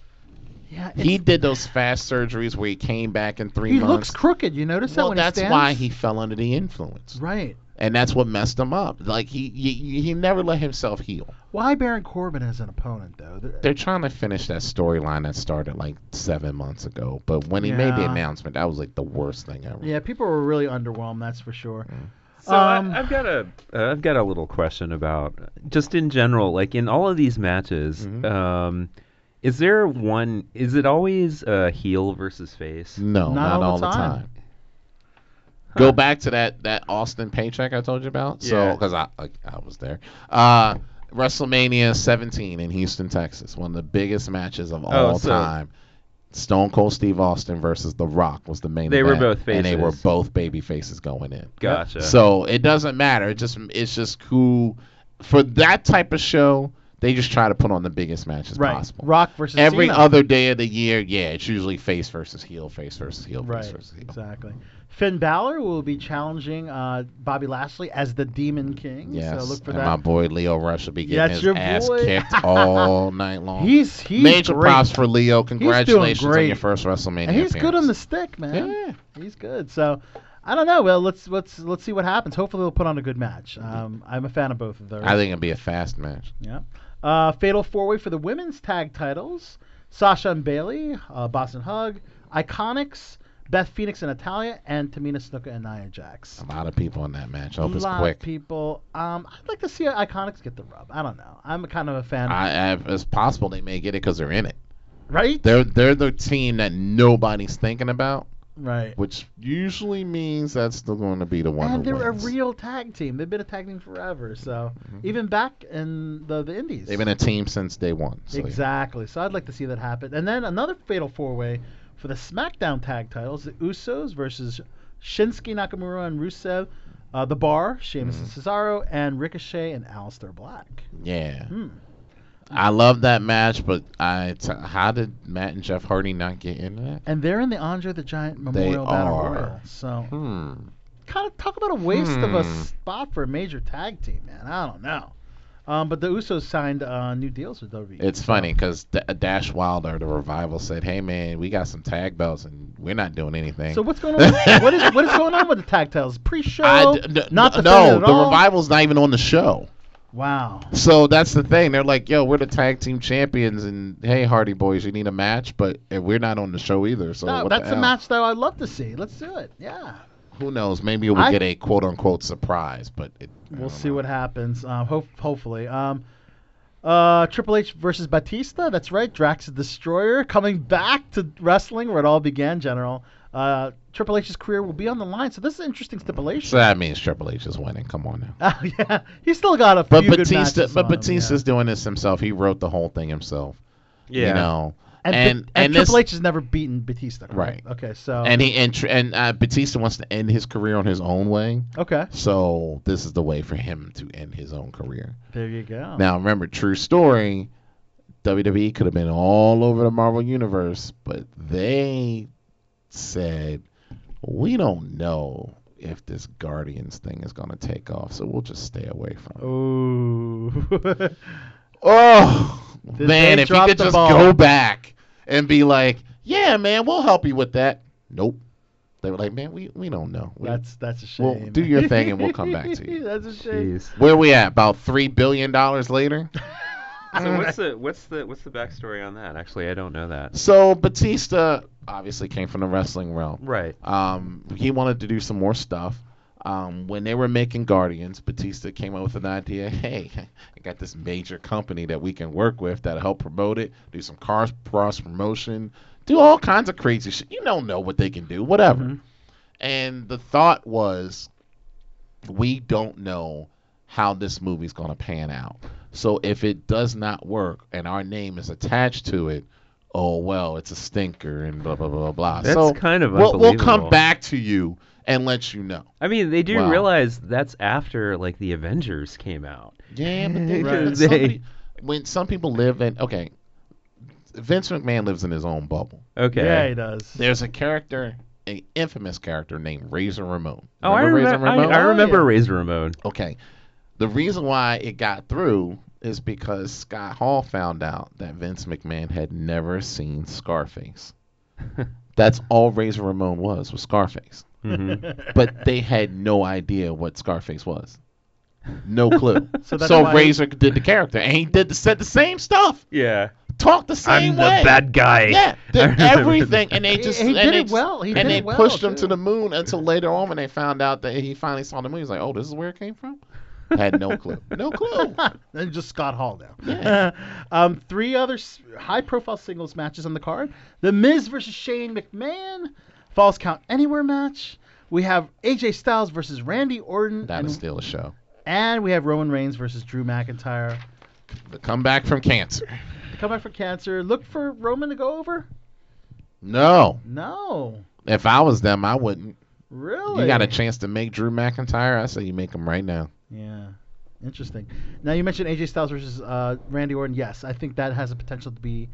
Speaker 6: Yeah,
Speaker 7: he did those fast surgeries where he came back in three
Speaker 6: He
Speaker 7: months.
Speaker 6: looks crooked. You notice that
Speaker 7: well,
Speaker 6: when
Speaker 7: that's
Speaker 6: he stands.
Speaker 7: why he fell under the influence,
Speaker 6: right?
Speaker 7: And that's what messed him up. Like he he, he never let himself heal.
Speaker 6: Why Baron Corbin as an opponent though? There-
Speaker 7: They're trying to finish that storyline that started like seven months ago. But when he made the
Speaker 6: Yeah.
Speaker 7: announcement, that was like the worst thing ever.
Speaker 6: Yeah, people were really underwhelmed. That's for sure.
Speaker 7: Mm.
Speaker 10: So
Speaker 7: Um,
Speaker 10: I, I've got a uh, I've got a little question about just in general, like in all of these matches,
Speaker 7: Mm-hmm.
Speaker 10: um, is there one? Is it always uh, heel versus face?
Speaker 7: No, Not not all the all the time. time. Go back to that that Austin paycheck I told you about. So
Speaker 10: Yeah.
Speaker 7: because I like, I was there. Uh, WrestleMania 17 in Houston, Texas, one of the biggest matches of all
Speaker 10: Oh, so-
Speaker 7: time. Stone Cold Steve Austin versus The Rock was the main.
Speaker 10: They were
Speaker 7: event,
Speaker 10: both
Speaker 7: and they were
Speaker 10: faces.
Speaker 7: both baby faces going in.
Speaker 10: Gotcha.
Speaker 7: So it doesn't matter. It just it's just who for that type of show they just try to put on the biggest matches
Speaker 6: Right.
Speaker 7: possible.
Speaker 6: Rock versus
Speaker 7: Every
Speaker 6: Cena.
Speaker 7: other day of the year, yeah, it's usually face versus heel, face versus heel,
Speaker 6: Right.
Speaker 7: face versus heel.
Speaker 6: Exactly. Finn Balor will be challenging uh, Bobby Lashley as the Demon King.
Speaker 7: Yes,
Speaker 6: So look for
Speaker 7: and
Speaker 6: that.
Speaker 7: my boy Leo Rush will be getting
Speaker 6: That's
Speaker 7: his
Speaker 6: your
Speaker 7: ass
Speaker 6: boy.
Speaker 7: kicked all night long.
Speaker 6: He's- he's
Speaker 7: major
Speaker 6: great.
Speaker 7: props for Leo.
Speaker 6: doing
Speaker 7: Congratulations on
Speaker 6: great.
Speaker 7: your first WrestleMania.
Speaker 6: And he's
Speaker 7: appearance.
Speaker 6: good on the stick, man. He's good. So I don't know. Well, let's let's let's see what happens. Hopefully they'll put on a good match. Um, I'm a fan of both of those.
Speaker 7: I think it'll be a fast match.
Speaker 6: Yeah. Uh, fatal four way for the women's tag titles: Sasha and Bailey, uh, Boston Hug, Iconics, Beth Phoenix and Natalia, and Tamina Snuka and Nia Jax.
Speaker 7: A lot of people in that match. I hope
Speaker 6: a
Speaker 7: it's
Speaker 6: lot
Speaker 7: quick.
Speaker 6: of people. Um, I'd like to see Iconics get the rub. I don't know. I'm kind of a fan.
Speaker 7: I, I, it's possible they may get it because they're in it.
Speaker 6: Right?
Speaker 7: They're they're the team that nobody's thinking about,
Speaker 6: right.
Speaker 7: which usually means that's still going to be the one.
Speaker 6: And
Speaker 7: who
Speaker 6: they're
Speaker 7: wins. Mm-hmm.
Speaker 6: a real tag team. They've been a tag team forever. So even back in the, the Indies.
Speaker 7: They've been a team since day one. So yeah.
Speaker 6: exactly. So I'd like to see that happen. And then another fatal four way for the SmackDown tag titles: the Usos versus Shinsuke Nakamura and Rusev, uh, the Bar, Sheamus
Speaker 7: Mm.
Speaker 6: and Cesaro, and Ricochet and Aleister Black.
Speaker 7: Yeah.
Speaker 6: Hmm.
Speaker 7: I love that match, but I t- how did Matt and Jeff Hardy not get into that?
Speaker 6: And they're in the Andre the Giant Memorial
Speaker 7: they
Speaker 6: Battle
Speaker 7: are.
Speaker 6: Royal. So
Speaker 7: Hmm.
Speaker 6: kind of talk about a waste of a
Speaker 7: Hmm.
Speaker 6: spot for a major tag team, man. I don't know. Um, but the Usos signed uh, new deals with WWE.
Speaker 7: It's funny because D- Dash Wilder, the revival, said, "Hey man, we got some tag belts and we're not doing anything."
Speaker 6: So what's going on? what is what is going on with the tag titles? Pre-show,
Speaker 7: I d- d-
Speaker 6: not
Speaker 7: no,
Speaker 6: the fan
Speaker 7: no,
Speaker 6: at
Speaker 7: the
Speaker 6: all?
Speaker 7: revival's not even on the show.
Speaker 6: Wow.
Speaker 7: So that's the thing. They're like, "Yo, we're the tag team champions, and hey, Hardy Boys, you need a match, but eh, we're not on the show either." So
Speaker 6: no,
Speaker 7: what the
Speaker 6: that's a
Speaker 7: hell?
Speaker 6: match though. I'd love to see. Let's do it. Yeah.
Speaker 7: Who knows? Maybe we'll
Speaker 6: I-
Speaker 7: get a quote unquote surprise, but it,
Speaker 6: We'll see what happens. Um, hope hopefully. Um, uh, Triple H versus Batista. That's right. Drax the Destroyer coming back to wrestling where it all began. General. Uh, Triple H's career will be on the line. So this is an interesting stipulation.
Speaker 7: so that means Triple H is winning. Come on now.
Speaker 6: Oh, yeah, he's still got a few
Speaker 7: But
Speaker 6: good
Speaker 7: Batista,
Speaker 6: matches
Speaker 7: but
Speaker 6: on him,
Speaker 7: Batista's doing this himself. He wrote the whole thing himself.
Speaker 6: Yeah.
Speaker 7: You know,
Speaker 6: yeah.
Speaker 7: and
Speaker 6: and,
Speaker 7: and,
Speaker 6: Ba- and
Speaker 7: this,
Speaker 6: Triple H has never beaten Batista. Correct? Right. Uh, Okay. So
Speaker 7: and he and tr- and uh, Batista wants to end his career on his own way.
Speaker 6: Okay.
Speaker 7: So this is the way for him to end his own career.
Speaker 6: there you go.
Speaker 7: Now remember, true story. WWE could have been all over the Marvel universe, but they said we don't know if this Guardians thing is going to take off, so we'll just stay away from it.
Speaker 6: Oh.
Speaker 7: Oh
Speaker 6: Did
Speaker 7: man,
Speaker 6: they
Speaker 7: if you
Speaker 6: drop
Speaker 7: could
Speaker 6: the
Speaker 7: just
Speaker 6: ball?
Speaker 7: go back and be like, "Yeah, man, we'll help you with that." Nope. They were like, "Man, we, we don't know. We-
Speaker 6: That's that's a shame.
Speaker 7: Well, do your thing and we'll come back to you."
Speaker 6: that's a shame.
Speaker 7: Where we at? About three billion dollars later.
Speaker 10: So what's the what's the what's the backstory on that? Actually, I don't know that.
Speaker 7: So Batista obviously came from the wrestling realm.
Speaker 10: Right.
Speaker 7: Um, he wanted to do some more stuff. Um, when they were making Guardians, Batista came up with an idea. Hey, I got this major company that we can work with that'll help promote it, do some cross cross promotion, do all kinds of crazy shit. You don't know what they can do, whatever.
Speaker 10: Mm-hmm.
Speaker 7: And the thought was, we don't know how this movie's going to pan out. So if it does not work and our name is attached to it, oh well, it's a stinker and blah blah blah blah, blah.
Speaker 10: That's
Speaker 7: so
Speaker 10: kind of
Speaker 7: we'll, we'll come
Speaker 10: unbelievable.
Speaker 7: back to you and let you know.
Speaker 10: I mean, they do
Speaker 7: Wow.
Speaker 10: realize that's after like the Avengers came out.
Speaker 7: Yeah, but they,
Speaker 10: Right.
Speaker 7: but some
Speaker 10: They-
Speaker 7: pe- when some people live in okay, Vince McMahon lives in his own bubble.
Speaker 10: Okay. Yeah, he
Speaker 6: does.
Speaker 7: There's a character, an infamous character named Razor Ramon.
Speaker 10: Oh, I remember. I, I remember Razor Ramon.
Speaker 7: Okay. The reason why it got through is because Scott Hall found out that Vince McMahon had never seen Scarface. That's all Razor Ramon was was
Speaker 10: Mm-hmm.
Speaker 7: Scarface.
Speaker 6: Mhm.
Speaker 7: But they had no idea what Scarface was. No clue.
Speaker 6: So
Speaker 7: so
Speaker 6: that's why-
Speaker 7: Razor did the character, and he did the, said the same stuff.
Speaker 10: Yeah.
Speaker 7: Talked the same
Speaker 10: I'm the
Speaker 7: way.
Speaker 10: bad guy.
Speaker 7: Yeah,
Speaker 10: I
Speaker 7: did
Speaker 10: remember
Speaker 7: everything,
Speaker 10: that.
Speaker 7: and they
Speaker 10: He-
Speaker 7: just
Speaker 10: he
Speaker 7: and
Speaker 10: did
Speaker 7: they
Speaker 10: it well. He
Speaker 7: and
Speaker 10: did
Speaker 7: they
Speaker 10: it well,
Speaker 7: pushed him
Speaker 10: too.
Speaker 7: to the moon until later on when they found out that he finally saw the movie. He's like, "Oh, this is where it came from." Had no clue. No clue.
Speaker 6: then just Scott Hall now. um, three other s- high-profile singles matches on the card: The Miz versus Shane McMahon, Falls Count Anywhere match. We have AJ Styles versus Randy Orton,
Speaker 7: That
Speaker 6: and,
Speaker 7: is still a show.
Speaker 6: and we have Roman Reigns versus Drew McIntyre.
Speaker 7: The comeback from cancer.
Speaker 6: Come back for cancer. Look for Roman to go over.
Speaker 7: No.
Speaker 6: No.
Speaker 7: If I was them, I wouldn't.
Speaker 6: Really?
Speaker 7: You got a chance to make Drew McIntyre? I say you make him right now.
Speaker 6: Yeah. Interesting. Now you mentioned AJ Styles versus uh, Randy Orton. Yes, I think that has a potential to be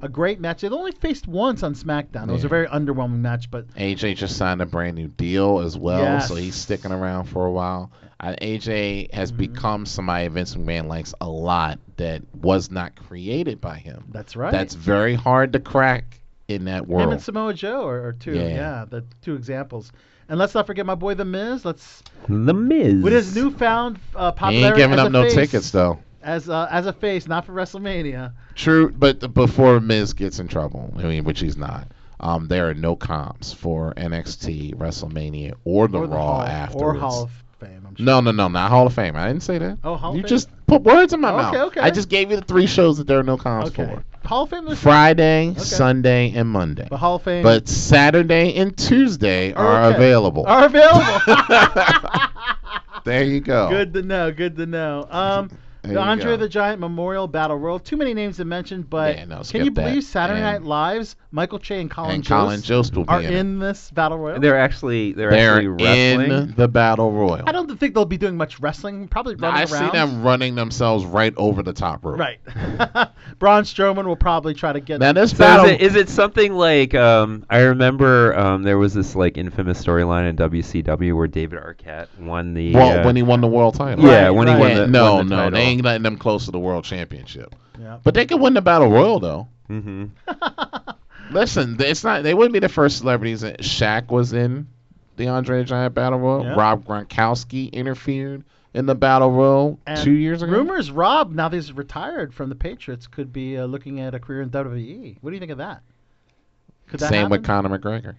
Speaker 6: a great match. They've only faced once on SmackDown. It was a
Speaker 7: Yeah.
Speaker 6: very underwhelming match, but
Speaker 7: AJ just signed a brand new deal as well, so
Speaker 6: Yes.
Speaker 7: he's sticking around for a while. Uh, AJ has
Speaker 10: Mm-hmm.
Speaker 7: become somebody Vince McMahon likes a lot that was not created by him.
Speaker 6: That's right.
Speaker 7: That's very hard to crack in that world.
Speaker 6: him and Samoa Joe are, are two.
Speaker 7: Yeah.
Speaker 6: Yeah. the two examples. And let's not forget my boy The Miz. Let's
Speaker 10: The Miz.
Speaker 6: with his newfound uh,
Speaker 7: he
Speaker 6: popularity.
Speaker 7: ain't giving
Speaker 6: as
Speaker 7: up
Speaker 6: a
Speaker 7: no
Speaker 6: face-
Speaker 7: tickets though.
Speaker 6: As uh, as a face, not for WrestleMania.
Speaker 7: True, but before Miz gets in trouble, I mean, which he's not. Um, there are no comps for NXT, WrestleMania, or the,
Speaker 6: Or the
Speaker 7: Raw
Speaker 6: Hall- or
Speaker 7: afterwards.
Speaker 6: Hall of
Speaker 7: Fame. No, no, no, not Hall of Fame. I didn't say that.
Speaker 6: Oh, Hall of
Speaker 7: you
Speaker 6: Fame?
Speaker 7: just put words in my
Speaker 6: Okay,
Speaker 7: mouth.
Speaker 6: okay.
Speaker 7: I just gave you the three shows that there are no comps
Speaker 6: Okay.
Speaker 7: for.
Speaker 6: Hall of Fame this year?
Speaker 7: Friday,
Speaker 6: Okay.
Speaker 7: Sunday, and Monday.
Speaker 6: But Hall of Fame.
Speaker 7: But Saturday and Tuesday are
Speaker 6: Oh, Okay.
Speaker 7: available.
Speaker 6: Are available.
Speaker 7: There you go.
Speaker 6: Good to know. Good to know. Um,
Speaker 7: There
Speaker 6: the
Speaker 7: you
Speaker 6: Andre
Speaker 7: go.
Speaker 6: the Giant Memorial Battle Royal. Too many names to mention, but
Speaker 7: Yeah, no, skip
Speaker 6: can you
Speaker 7: that.
Speaker 6: believe Saturday
Speaker 7: And-
Speaker 6: Night Live's Michael Che and Colin
Speaker 7: and
Speaker 6: Jost
Speaker 7: Colin Jost will be
Speaker 6: are
Speaker 7: in
Speaker 6: in,
Speaker 7: it.
Speaker 6: this Battle Royal.
Speaker 10: They're actually they're,
Speaker 7: They're
Speaker 10: actually wrestling.
Speaker 7: in the battle royal.
Speaker 6: I don't think they'll be doing much wrestling. Probably running
Speaker 7: I
Speaker 6: around.
Speaker 7: see them running themselves right over the top rope.
Speaker 6: Right. Braun Strowman will probably try to get.
Speaker 7: Now, this
Speaker 10: So is it, is it something like um, I remember um, there was this like infamous storyline in WCW where David Arquette won the
Speaker 7: Well,
Speaker 10: uh,
Speaker 7: when he won the world title.
Speaker 10: Yeah, when he won the
Speaker 7: no,
Speaker 10: won the
Speaker 7: no,
Speaker 10: title.
Speaker 7: they ain't letting them close to the world championship.
Speaker 6: Yeah.
Speaker 7: But they could win the battle royal though.
Speaker 10: Mm-hmm.
Speaker 7: Listen, th- it's not. They wouldn't be the first celebrities. that- Shaq was in the Andre the Giant battle royal.
Speaker 6: Yeah.
Speaker 7: Rob Gronkowski interfered in the battle royal
Speaker 6: And
Speaker 7: two years ago.
Speaker 6: Rumors Rob, now that he's retired from the Patriots, could be uh, looking at a career in WWE. What do you think of that? Could that happen?
Speaker 7: Same with Conor McGregor,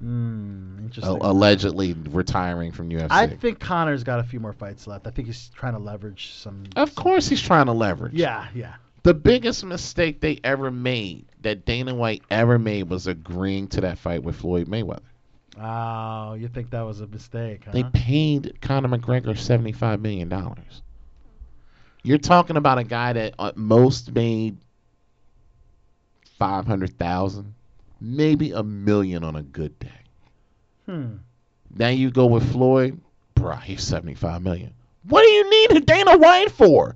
Speaker 6: Mm, interesting.
Speaker 7: a- allegedly retiring from UFC.
Speaker 6: I think Connor's got a few more fights left. I think he's trying to leverage some.
Speaker 7: of course, he's trying to leverage.
Speaker 6: Yeah, Ah, yeah.
Speaker 7: The biggest mistake they ever made, that Dana White ever made, was agreeing to that fight with Floyd Mayweather.
Speaker 6: Oh, you think that was a mistake? Huh?
Speaker 10: Uh-huh.
Speaker 7: They paid Conor McGregor seventy-five million dollars. You're talking about a guy that at most made five hundred thousand, maybe a million on a good day.
Speaker 6: Hmm.
Speaker 7: Now you go with Floyd, bruh, he's seventy-five million. What do you need Dana White for?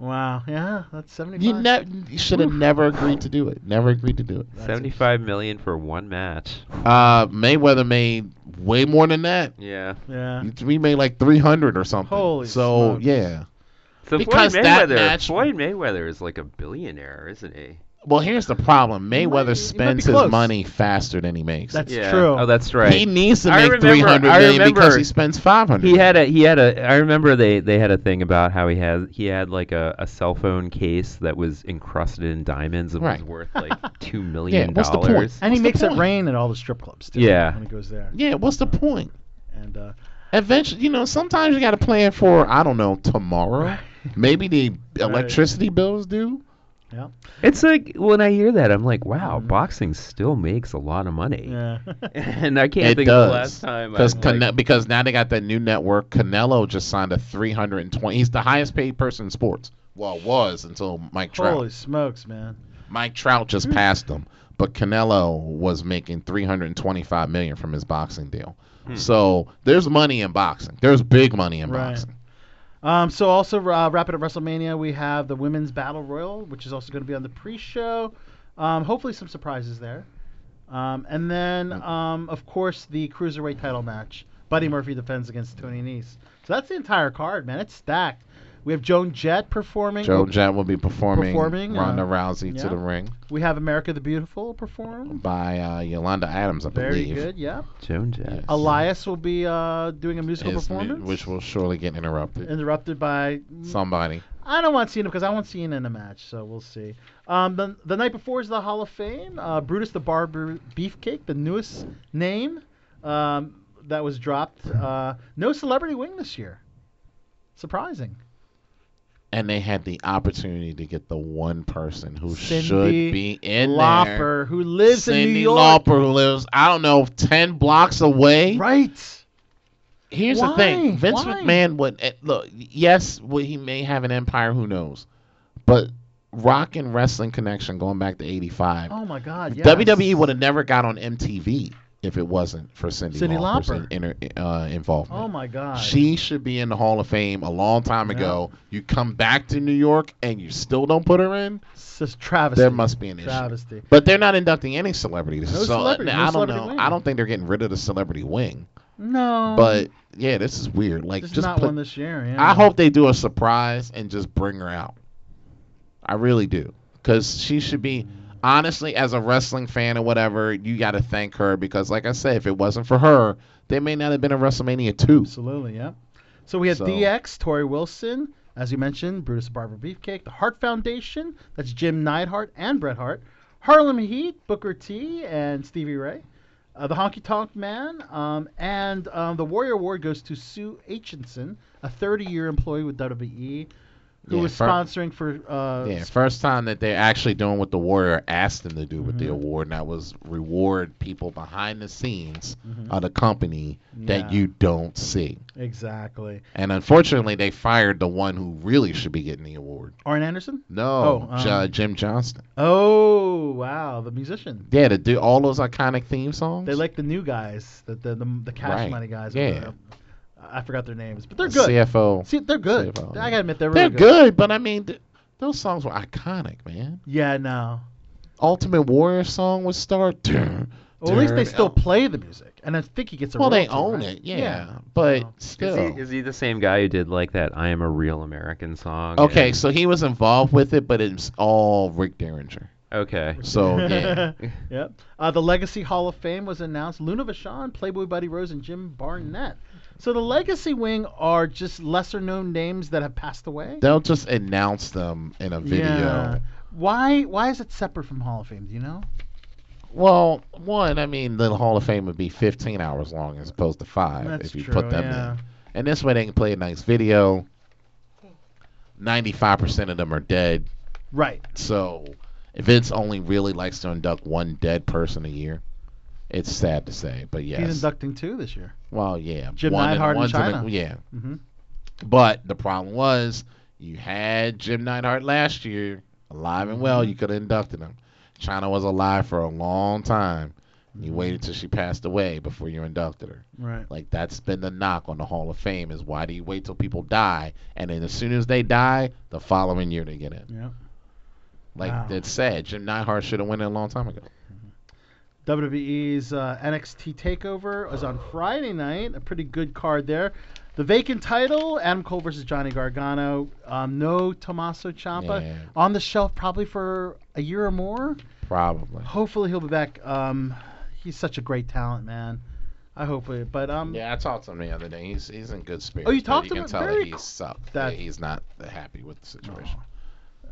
Speaker 6: Wow. Yeah, that's seventy-five.
Speaker 7: You, ne- you should have never agreed to do it. Never agreed to do it.
Speaker 10: Seventy-five million for one match.
Speaker 7: Uh, Mayweather made way more than that.
Speaker 10: Yeah.
Speaker 6: Yeah.
Speaker 7: We made like three hundred or something.
Speaker 10: Holy
Speaker 7: so
Speaker 10: smokes.
Speaker 7: yeah.
Speaker 10: So
Speaker 7: Because
Speaker 10: Floyd
Speaker 7: that
Speaker 10: Mayweather,
Speaker 7: match-
Speaker 10: Floyd Mayweather is like a billionaire, isn't he?
Speaker 7: Well, here's the problem.
Speaker 10: You might-
Speaker 7: Mayweather
Speaker 10: you might be
Speaker 7: spends his
Speaker 10: close.
Speaker 7: money faster than he makes. it.
Speaker 10: That's Yeah. true. Oh, that's right.
Speaker 7: He needs to
Speaker 10: I
Speaker 7: make
Speaker 10: remember-
Speaker 7: three hundred
Speaker 10: I
Speaker 7: million because
Speaker 10: remember-
Speaker 7: he spends five hundred.
Speaker 10: He had a he had a I remember they they had a thing about how he had he had like a, a cell phone case that was encrusted in diamonds and
Speaker 7: Right.
Speaker 10: was worth like two million
Speaker 7: what's the point?
Speaker 10: dollars.
Speaker 6: And he
Speaker 7: What's the
Speaker 6: makes it
Speaker 7: point?
Speaker 6: rain at all the strip clubs too.
Speaker 10: Yeah.
Speaker 6: When he goes there.
Speaker 7: Yeah. What's the point?
Speaker 6: And uh,
Speaker 7: Eventually, you know, sometimes you got to plan for I don't know tomorrow. Maybe the electricity bills do.
Speaker 10: It's like when I hear that I'm like, wow, boxing still makes a lot of money.
Speaker 6: Yeah.
Speaker 10: and I can't
Speaker 7: it
Speaker 10: think
Speaker 7: does.
Speaker 10: of the last time I
Speaker 7: Because
Speaker 10: like,
Speaker 7: Cane- because now they got that new network. Canelo just signed a 320. He's the highest paid person in sports. Well, was until Mike Trout.
Speaker 6: holy smokes, man.
Speaker 7: Mike Trout
Speaker 6: Hmm.
Speaker 7: just passed him, but Canelo was making 325 million from his boxing deal.
Speaker 6: Hmm.
Speaker 7: So there's money in boxing. There's big money in
Speaker 6: Right.
Speaker 7: boxing.
Speaker 6: Um, so also uh, wrapping up WrestleMania, we have the women's battle royal, which is also going to be on the pre-show. Um, hopefully some surprises there. Um, and then um, of course the cruiserweight title match. Buddy Murphy defends against Tony Nese. So that's the entire card, man. It's stacked. We have Joan Jett performing.
Speaker 7: Joe Jett will be performing,
Speaker 6: Performing,
Speaker 7: Ronda
Speaker 6: uh,
Speaker 7: Rousey
Speaker 6: yeah.
Speaker 7: to the ring
Speaker 6: We have America the Beautiful perform.
Speaker 7: by uh, Yolanda Adams, I
Speaker 6: Very
Speaker 7: believe.
Speaker 6: good. Yeah.
Speaker 10: Joan Jett.
Speaker 6: Elias will be uh, doing a musical
Speaker 7: Is mu-
Speaker 6: performance.
Speaker 7: which will surely get interrupted.
Speaker 6: Interrupted by
Speaker 7: Somebody.
Speaker 6: I don't want Cena because I want Cena in a match, so we'll see. Um, the, the night before is the Hall of Fame. Uh, Brutus the Barber Beefcake, the newest name um, that was dropped. Uh, no celebrity wing this year. Surprising.
Speaker 7: And they had the opportunity to get the one person who should
Speaker 6: Cindy
Speaker 7: be in
Speaker 6: Lauper,
Speaker 7: there.
Speaker 6: who lives in New
Speaker 7: Cindy
Speaker 6: York.
Speaker 7: Lauper, who lives, I don't know, 10 blocks away.
Speaker 6: Right.
Speaker 7: Here's the
Speaker 6: Why?
Speaker 7: thing Vince
Speaker 6: Why?
Speaker 7: McMahon would, eh, look, yes, well, he may have an empire, who knows. But Rock and Wrestling Connection going back to 85.
Speaker 6: Oh my God! Yes.
Speaker 7: WWE E would have never got on MTV if it wasn't for Cindy,
Speaker 6: Cyndi
Speaker 7: Lauper's
Speaker 6: Lauper.
Speaker 7: inter, uh, involvement.
Speaker 6: Oh my God!
Speaker 7: She should be in the Hall of Fame a long time ago. You come back to New York and you still don't put her in.
Speaker 6: It's just travesty.
Speaker 7: There must be an issue.
Speaker 6: Travesty.
Speaker 7: But they're not inducting any celebrities.
Speaker 6: No
Speaker 7: so uh,
Speaker 6: celebrity- no
Speaker 7: I don't
Speaker 6: celebrity
Speaker 7: know.
Speaker 6: wing.
Speaker 7: I don't think they're getting rid of the celebrity wing.
Speaker 6: No.
Speaker 7: But yeah, this is weird. Like
Speaker 6: Just
Speaker 7: just
Speaker 6: not
Speaker 7: put-
Speaker 6: one this year, yeah.
Speaker 7: I hope they do a surprise and just bring her out. I really do, because she should be. Honestly, as a wrestling fan or whatever, you got to thank her because, like I said, if it wasn't for her, they may not have been in WrestleMania two.
Speaker 6: Absolutely, yeah. So we had
Speaker 7: So-
Speaker 6: DX, Tori Wilson, as you mentioned, Brutus the Barber Beefcake, the Hart Foundation, that's Jim Neidhart and Bret Hart, Harlem Heat, Booker T, and Stevie Ray, uh, the Honky Tonk Man, um, and um, the Warrior Award goes to Sue Aitchison, a 30-year employee with WWE, who
Speaker 7: Yeah,
Speaker 6: was
Speaker 7: fir-
Speaker 6: sponsoring for uh,
Speaker 7: Yeah, first time that they're actually doing what the Warrior asked them to do with
Speaker 6: Mm-hmm.
Speaker 7: the award, and that was reward people behind the scenes
Speaker 6: Mhm.
Speaker 7: of the company
Speaker 6: Yeah.
Speaker 7: that you don't see.
Speaker 6: exactly
Speaker 7: And unfortunately, they fired the one who really should be getting the award.
Speaker 6: Arn Anderson.
Speaker 7: No,
Speaker 6: Oh, um,
Speaker 7: Ju- Jim Johnston.
Speaker 6: Oh wow, the musician.
Speaker 7: Yeah, to do all those iconic theme songs.
Speaker 6: They like the new guys, the the, the, the cash
Speaker 7: Right.
Speaker 6: money guys.
Speaker 7: Yeah.
Speaker 6: I forgot their names, but they're
Speaker 7: The
Speaker 6: good.
Speaker 7: CFO.
Speaker 6: See, they're good.
Speaker 7: CFO,
Speaker 6: I gotta admit, they're really
Speaker 7: They're
Speaker 6: good.
Speaker 7: good, but I mean, th- those songs were iconic, man.
Speaker 6: Yeah, no.
Speaker 7: Ultimate Warrior song would start.
Speaker 6: Well, at least they still play the music, and I think he gets a.
Speaker 7: Well, they
Speaker 6: royalty,
Speaker 7: own
Speaker 6: right?
Speaker 7: it, yeah. But still.
Speaker 10: Is he, is he the same guy who did like that "I Am a Real American" song?
Speaker 7: Okay, so he was involved with it, but it's all Rick Derringer.
Speaker 10: Okay.
Speaker 7: So yeah,
Speaker 6: yep. Uh, the Legacy Hall of Fame was announced. Luna Vachon, Playboy Buddy Rose, and Jim Barnett. So the Legacy Wing are just lesser-known names that have passed away.
Speaker 7: they'll just announce them in a video.
Speaker 6: Yeah. Why? Why is it separate from Hall of Fame? Do you know?
Speaker 7: Well, one, I mean, the Hall of Fame would be 15 hours long as opposed to five
Speaker 6: That's
Speaker 7: if you
Speaker 6: true,
Speaker 7: put them
Speaker 6: yeah.
Speaker 7: in. And this way, they can play a nice video. 95% of them are dead.
Speaker 6: Right.
Speaker 7: So, Vince only really likes to induct one dead person a year. It's sad to say, but yes.
Speaker 6: He's inducting two this year.
Speaker 7: well, yeah.
Speaker 6: Jim
Speaker 7: one
Speaker 6: Neidhart in
Speaker 7: one's the-
Speaker 6: China.
Speaker 7: yeah.
Speaker 6: Mm-hmm.
Speaker 7: But the problem was you had Jim Neidhart last year, alive and
Speaker 6: Mm-hmm.
Speaker 7: well. You could have inducted him. China was alive for a long time. You waited till she passed away before you inducted her.
Speaker 6: Mm-hmm. Right.
Speaker 7: Like that's been the knock on the Hall of Fame is why do you wait till people die and then as soon as they die, the following year they get in.
Speaker 6: Yeah.
Speaker 7: Like
Speaker 6: Wow.
Speaker 7: that's sad. Jim Neidhart should have won it a long time ago.
Speaker 6: WWE's uh, NXT Takeover was on Friday night. A pretty good card there. The vacant title: Adam Cole versus Johnny Gargano. Um, no Tommaso Ciampa
Speaker 7: Yeah.
Speaker 6: on the shelf probably for a year or more.
Speaker 7: Probably.
Speaker 6: Hopefully he'll be back. Um, he's such a great talent, man. I hope it. But um,
Speaker 7: Yeah, I talked to him the other day. He's he's in good spirits.
Speaker 6: Oh, you
Speaker 7: but
Speaker 6: talked
Speaker 7: you
Speaker 6: to
Speaker 7: can
Speaker 6: him?
Speaker 7: tell
Speaker 6: Very
Speaker 7: that he's sucked.
Speaker 6: That-
Speaker 7: That he's not happy with the situation.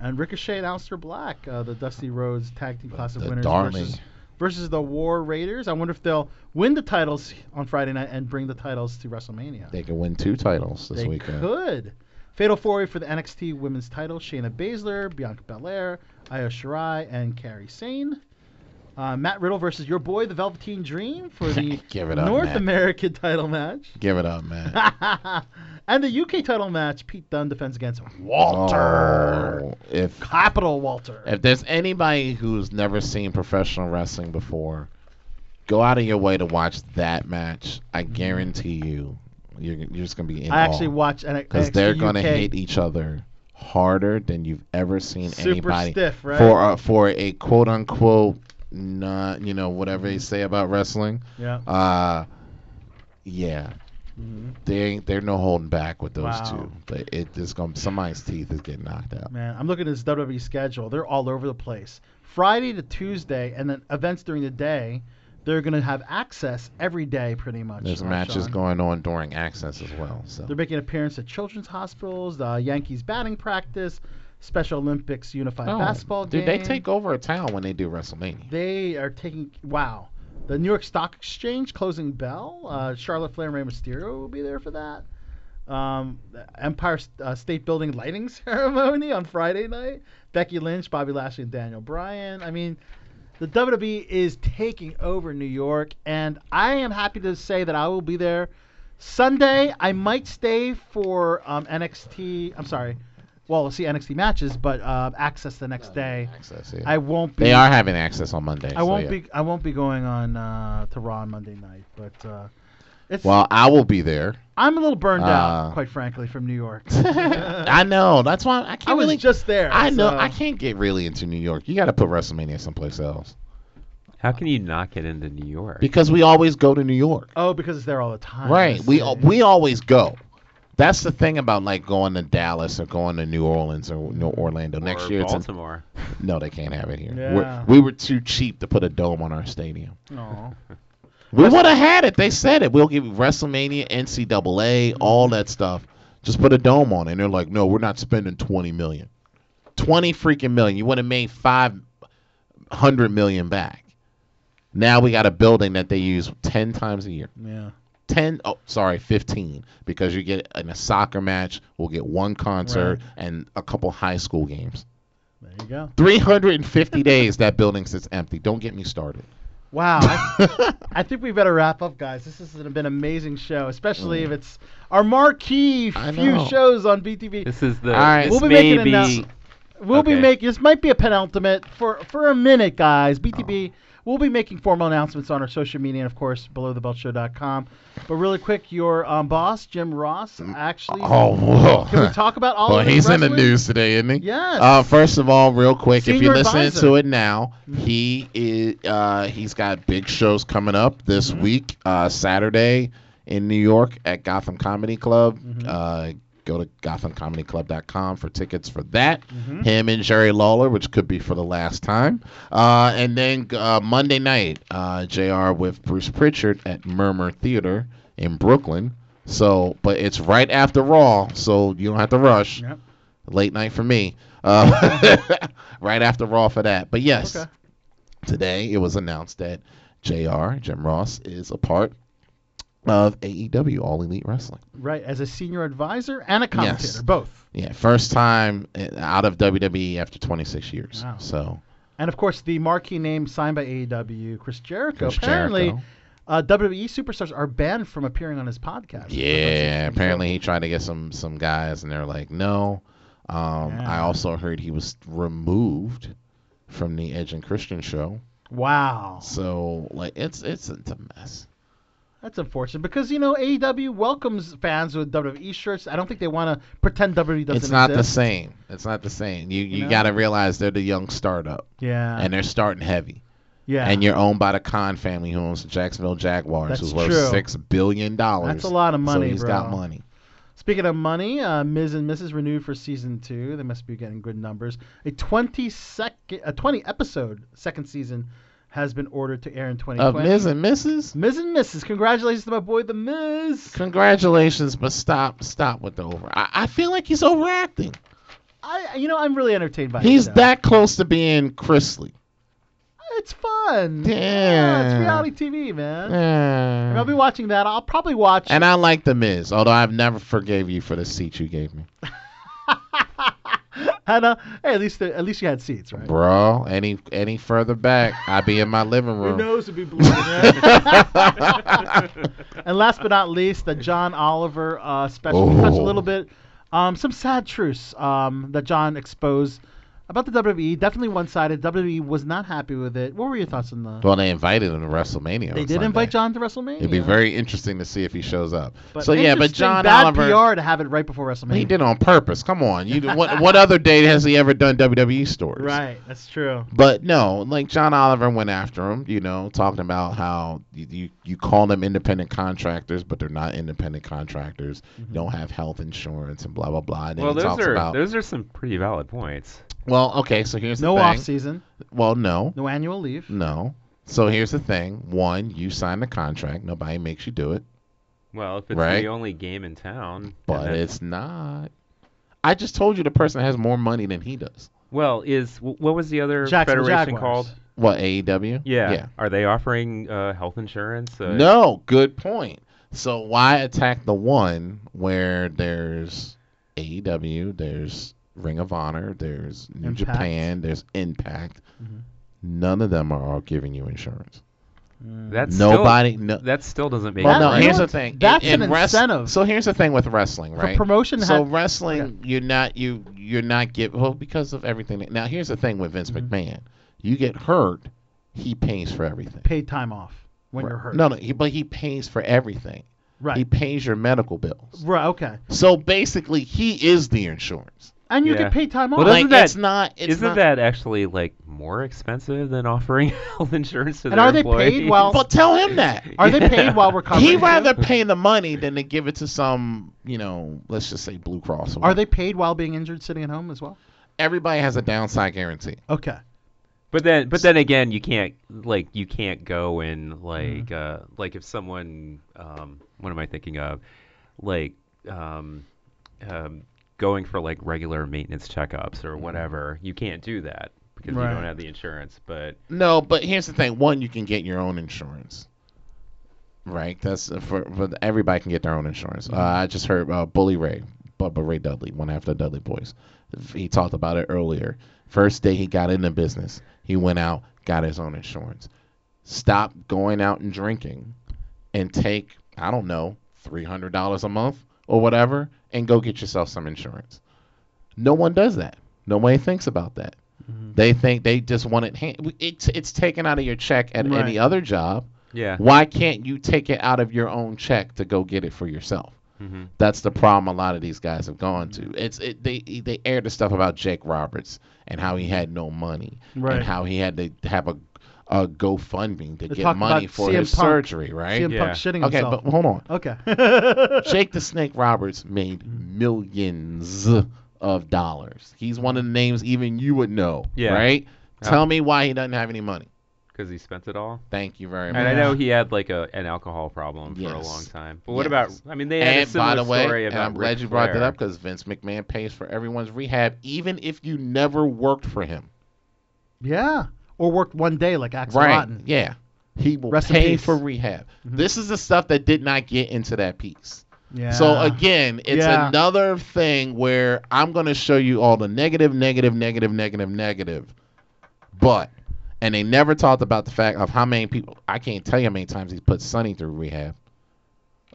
Speaker 6: and Ricochet and Aleister Black, uh, the Dusty Rhodes Tag Team Classic
Speaker 7: the
Speaker 6: winners
Speaker 7: darling.
Speaker 6: versus versus the War Raiders. I wonder if they'll win the titles on Friday night and bring the titles to WrestleMania.
Speaker 7: They could win two titles this
Speaker 6: they
Speaker 7: weekend.
Speaker 6: could. Fatal four way for the NXT Women's Title: Shayna Baszler, Bianca Belair, Io Shirai, and Carrie Sane. Uh, Matt Riddle versus your boy, the Velveteen Dream, for the
Speaker 7: Give it up,
Speaker 6: North
Speaker 7: Matt.
Speaker 6: American title match,
Speaker 7: Give it up, man.
Speaker 6: and the UK title match. Pete Dunne defends against
Speaker 7: Walter. Oh, if
Speaker 6: Capital Walter.
Speaker 7: if there's anybody who's never seen professional wrestling before, go out of your way to watch that match. I guarantee you, you're, you're just gonna be in
Speaker 6: I actually watched NXT
Speaker 7: because they're gonna
Speaker 6: UK.
Speaker 7: hit each other harder than you've ever seen
Speaker 6: Super
Speaker 7: anybody
Speaker 6: stiff, right?
Speaker 7: for a, for a quote unquote not you know whatever they say about wrestling.
Speaker 6: Yeah.
Speaker 7: Uh, yeah.
Speaker 6: Mhm.
Speaker 7: They ain't, they're no holding back with those
Speaker 6: Wow.
Speaker 7: two, but it is going somebody's teeth is getting knocked out.
Speaker 6: Man, I'm looking at this WWE schedule. They're all over the place. Friday to Tuesday, and then events during the day. They're going to have access every day, pretty much.
Speaker 7: There's
Speaker 6: Sean.
Speaker 7: matches going on during access as well. So
Speaker 6: They're making appearance at children's hospitals, the Yankees batting practice, Special Olympics unified
Speaker 7: Oh,
Speaker 6: basketball
Speaker 7: dude,
Speaker 6: game.
Speaker 7: they take over a town when they do WrestleMania.
Speaker 6: They are taking wow. The New York Stock Exchange closing bell. Uh, Charlotte Flair and Rey Mysterio will be there for that. Um, the Empire S- uh, State Building lighting ceremony on Friday night. Becky Lynch, Bobby Lashley, and Daniel Bryan. I mean, the WWE is taking over New York, and I am happy to say that I will be there Sunday. I might stay for um, NXT. I'm sorry, well, we'll see NXT matches, but uh, access the next day.
Speaker 7: Access, yeah.
Speaker 6: I won't be.
Speaker 7: They are having access on Monday.
Speaker 6: I
Speaker 7: so
Speaker 6: won't
Speaker 7: yeah.
Speaker 6: be. I won't be going on uh, to Raw on Monday night, but uh, it's.
Speaker 7: Well, I will be there.
Speaker 6: I'm a little burned out,
Speaker 7: Uh,
Speaker 6: quite frankly, from New York.
Speaker 7: I know. That's why I can't
Speaker 6: I was
Speaker 7: really
Speaker 6: just there.
Speaker 7: I know.
Speaker 6: so-
Speaker 7: I can't get really into New York. You got to put WrestleMania someplace else
Speaker 10: How can you not get into New York?
Speaker 7: because we always go to New York.
Speaker 6: Oh, because it's there all the time.
Speaker 7: Right.
Speaker 6: I
Speaker 7: We
Speaker 6: see.
Speaker 7: we always go. That's the thing about like going to Dallas or going to New Orleans or New Orlando next
Speaker 10: Or
Speaker 7: year.
Speaker 10: Baltimore.
Speaker 7: It's in, no, they can't have it here.
Speaker 10: Yeah.
Speaker 7: We're, we were too cheap to put a dome on our stadium.
Speaker 6: Aw.
Speaker 7: We would have had it. They said it. We'll give you WrestleMania, NCAA, all that stuff. Just put a dome on it. And they're like, no, we're not spending twenty million. Twenty freaking million. You would have made five hundred million back. Now we got a building that they use ten times a year.
Speaker 6: Yeah.
Speaker 7: 10 oh sorry 15 because you get in a soccer match we'll get one concert and a couple high school games
Speaker 6: There you go.
Speaker 7: 350 days that building sits empty don't get me started
Speaker 6: Wow. I, I think we better wrap up, guys. This has been an amazing show, especially
Speaker 7: Mm.
Speaker 6: if it's our marquee few
Speaker 10: know.
Speaker 6: shows on BTV.
Speaker 10: This is the.
Speaker 6: All right.
Speaker 10: This
Speaker 6: We'll be
Speaker 10: may
Speaker 6: making an announce- We'll be
Speaker 10: Okay.
Speaker 6: making this might be a penultimate for for a minute, guys. BTB.
Speaker 10: Oh.
Speaker 6: We'll be making formal announcements on our social media and, of course, belowthebeltshow.com. But really quick, your um, boss, Jim Ross, actually.
Speaker 7: oh whoa.
Speaker 6: Can we talk about all
Speaker 7: well,
Speaker 6: of
Speaker 7: he's in the
Speaker 6: wrestling?
Speaker 7: news today isn't he
Speaker 6: Yes.
Speaker 7: uh, first of all real quick if
Speaker 6: Senior
Speaker 7: you're listening
Speaker 6: advisor. Mm-hmm.
Speaker 7: to it now he is uh, he's got big shows coming up this
Speaker 6: Mm-hmm.
Speaker 7: week uh, saturday in new york at gotham comedy club
Speaker 6: Mm-hmm.
Speaker 7: uh, go to gothamcomedyclub.com for tickets for that
Speaker 6: Mm-hmm.
Speaker 7: him and Jerry Lawler, which could be for the last time. Uh, and then uh, Monday night, uh, JR with Bruce Pritchard at Murmur Theater in Brooklyn. So, but it's right after Raw, so you don't have to rush.
Speaker 6: Yep.
Speaker 7: Late night for me. Uh, right after Raw for that. But yes, today it was announced that JR, Jim Ross, is a part of AEW, All Elite Wrestling.
Speaker 6: Right, as a senior advisor and a commentator, both.
Speaker 7: Yeah, first time uh, out of WWE after 26 years. So
Speaker 6: And of course, the marquee name signed by AEW, Chris Jericho.
Speaker 7: Chris
Speaker 6: Apparently,
Speaker 7: Jericho.
Speaker 6: Uh, WWE superstars are banned from appearing on his podcast.
Speaker 7: yeah, apparently he tried to get some some guys, and they're like, no. Um, I also heard he was removed from the Edge and Christian show.
Speaker 6: Wow,
Speaker 7: So like it's it's, it's a mess.
Speaker 6: that's unfortunate because you know AEW welcomes fans with WWE shirts. I don't think they want to pretend WWE doesn't.
Speaker 7: it's not the
Speaker 6: exist.
Speaker 7: same. It's not the same. You you
Speaker 6: know?
Speaker 7: got to realize they're the young startup.
Speaker 6: Yeah.
Speaker 7: And they're starting heavy.
Speaker 6: Yeah.
Speaker 7: And you're owned by the Khan family, who owns the Jacksonville Jaguars,
Speaker 6: That's
Speaker 7: who's worth
Speaker 6: true.
Speaker 7: six billion dollars.
Speaker 6: That's a lot of money,
Speaker 7: So he's
Speaker 6: bro.
Speaker 7: got money.
Speaker 6: Speaking of money, uh, Ms. and Mrs. renewed for season two. They must be getting good numbers. A twenty second, a twenty episode second season has been ordered to air in twenty
Speaker 7: Of
Speaker 6: twenty.
Speaker 7: Ms. and Mrs.
Speaker 6: Ms. and Mrs. Congratulations to my boy, the Miz.
Speaker 7: Congratulations, but stop, stop with the over. I, I feel like he's overacting.
Speaker 6: I, you know, I'm really entertained by
Speaker 7: He's
Speaker 6: it. though.
Speaker 7: that close to being Chrisley.
Speaker 6: It's fun. Yeah, it's
Speaker 7: Damn.
Speaker 6: reality TV, man.
Speaker 7: Yeah.
Speaker 6: And I'll be watching that. I'll probably watch.
Speaker 7: And I like the Miz, although I've never forgave you for the seat you gave me,
Speaker 6: and, uh, hey, at least at least you had seats, right?
Speaker 7: bro. Any any further back, I'd be in my living
Speaker 6: Your
Speaker 7: room.
Speaker 6: nose would be bleeding. yeah. and last but not least, the John Oliver uh, special. We touched a
Speaker 7: Oh.
Speaker 6: little bit. Um, some sad truths um, that John exposed about the WWE. Definitely one-sided. WWE was not happy with it. What were your thoughts on the?
Speaker 7: Well, they invited him to Wrestlemania.
Speaker 6: they
Speaker 7: on
Speaker 6: did
Speaker 7: Sunday.
Speaker 6: invite John to WrestleMania.
Speaker 7: It'd be very interesting to see if he shows up.
Speaker 6: But
Speaker 7: so yeah, but
Speaker 6: interesting,
Speaker 7: John
Speaker 6: bad
Speaker 7: Oliver,
Speaker 6: PR to have it right before WrestleMania.
Speaker 7: he did on purpose. Come on, you what? What other day has he ever done E WWE stories?
Speaker 6: Right, that's true.
Speaker 7: But no, like John Oliver went after him, you know, talking about how you you, you call them independent contractors, but they're not independent contractors.
Speaker 10: Mm-hmm.
Speaker 7: You don't have health insurance and blah blah blah. And then
Speaker 10: Well,
Speaker 7: he
Speaker 10: those
Speaker 7: talks
Speaker 10: are
Speaker 7: about
Speaker 10: those are some pretty valid points.
Speaker 7: well, okay, so here's
Speaker 10: No
Speaker 7: the thing.
Speaker 10: off-season.
Speaker 7: Well, no.
Speaker 6: No annual leave.
Speaker 7: No. So here's the thing. One, you sign the contract. Nobody makes you do it.
Speaker 10: Well, if it's
Speaker 7: Right.
Speaker 10: the only game in town,
Speaker 7: But it's not. I just told you the person has more money than he does.
Speaker 10: well, is wh- what was the other
Speaker 7: Jacksonville
Speaker 10: federation
Speaker 7: Jaguars.
Speaker 10: called?
Speaker 7: What AEW?
Speaker 10: Yeah.
Speaker 7: Yeah.
Speaker 10: Are they offering uh, health insurance? Uh,
Speaker 7: No, good point. So why attack the one where there's AEW, there's Ring of Honor, there's New
Speaker 6: Impact. Mm-hmm.
Speaker 7: Japan, there's Impact. None of them are all giving you insurance.
Speaker 6: Hmm.
Speaker 5: That's still-
Speaker 7: Nobody. no,
Speaker 5: that still doesn't make.
Speaker 7: well,
Speaker 5: it
Speaker 7: no.
Speaker 5: right.
Speaker 7: Here's the thing.
Speaker 6: That's
Speaker 7: in,
Speaker 6: an
Speaker 7: in wrest-
Speaker 6: incentive.
Speaker 7: So here's the thing with wrestling,
Speaker 6: The
Speaker 7: right?
Speaker 6: promotion
Speaker 7: So
Speaker 6: had-
Speaker 7: wrestling, you're not you you're not get well because of everything. that- Now here's the thing with Vince
Speaker 6: Mm-hmm.
Speaker 7: McMahon. You get hurt, he pays for everything.
Speaker 6: Paid time off when you're hurt.
Speaker 7: No, no. He, but he pays for everything.
Speaker 6: Right.
Speaker 7: He pays your medical bill.
Speaker 6: Right. Okay.
Speaker 7: So basically, he is the insurance.
Speaker 6: And you
Speaker 5: Yeah.
Speaker 6: get paid time off.
Speaker 5: Well, isn't that,
Speaker 7: it's not- it's
Speaker 5: isn't
Speaker 7: not-
Speaker 5: that actually like more expensive than offering health insurance to
Speaker 7: And
Speaker 5: their
Speaker 7: are they
Speaker 5: employees?
Speaker 7: paid while- But tell him that.
Speaker 6: Are they paid while recovering?
Speaker 7: He'd
Speaker 6: too?
Speaker 7: rather pay the money than to give it to some, you know, let's just say Blue Cross. Or
Speaker 6: Are they paid while being injured, sitting at home as well?
Speaker 7: Everybody has a downside guarantee.
Speaker 6: Okay.
Speaker 5: But then, but then again, you can't like you can't go and like
Speaker 7: Mm-hmm.
Speaker 5: uh, like if someone um, what am I thinking of like um, um, going for like regular maintenance checkups or whatever. You can't do that because you
Speaker 7: Mm-hmm. Right.
Speaker 5: don't have the insurance. But
Speaker 7: No, but here's the thing. One, you can get your own insurance. Right? That's uh, for, for everybody can get their own insurance. Uh, I just heard uh, Bully Ray, Bubba Ray Dudley, one half of the Dudley Boys. He talked about it earlier. First day he got into business, he went out, got his own insurance. Stop going out and drinking and take, I don't know, $300 a month or whatever and go get yourself some insurance. No one does that. Nobody thinks about that.
Speaker 5: Mm-hmm.
Speaker 7: They think they just want it. Hand- it's it's taken out of your check at
Speaker 5: Right.
Speaker 7: any other job.
Speaker 5: Yeah.
Speaker 7: Why can't you take it out of your own check to go get it for yourself?
Speaker 5: Mhm.
Speaker 7: That's the problem a lot of these guys have gone to. It's it, they they air the stuff about Jake Roberts and how he had no money
Speaker 6: Right.
Speaker 7: and how he had to have a a GoFundMe to
Speaker 6: They
Speaker 7: get
Speaker 6: talk
Speaker 7: money
Speaker 6: about
Speaker 7: for
Speaker 6: CM
Speaker 7: his
Speaker 6: Punk-
Speaker 7: surgery, right?
Speaker 6: CM Punk shitting
Speaker 7: okay,
Speaker 6: himself.
Speaker 7: but hold on.
Speaker 6: Okay.
Speaker 7: Jake the Snake Roberts made millions of dollars. He's one of the names even you would know,
Speaker 5: Yeah.
Speaker 7: right?
Speaker 5: Yeah.
Speaker 7: Tell me why he doesn't have any money.
Speaker 5: because he spent it all.
Speaker 7: Thank you very
Speaker 5: And
Speaker 7: much.
Speaker 5: I know he had like a an alcohol problem for a long time. But what
Speaker 7: Yes.
Speaker 5: about? I mean, they had a
Speaker 7: and
Speaker 5: similar
Speaker 7: by the way,
Speaker 5: story
Speaker 7: and
Speaker 5: about
Speaker 7: I'm glad
Speaker 5: Ric
Speaker 7: you brought
Speaker 5: Flair.
Speaker 7: that up because Vince McMahon pays for everyone's rehab, even if you never worked for him.
Speaker 6: Yeah. Or worked one day like Axel
Speaker 7: right?
Speaker 6: Rotten.
Speaker 7: Yeah, he will
Speaker 6: Rest in
Speaker 7: pay
Speaker 6: peace. Mm-hmm.
Speaker 7: for rehab. This is the stuff that did not get into that piece.
Speaker 6: Yeah.
Speaker 7: So again, it's
Speaker 6: Yeah.
Speaker 7: another thing where I'm going to show you all the negative, negative, negative, negative, negative. But and they never talked about the fact of how many people I can't tell you how many times he's put Sonny through rehab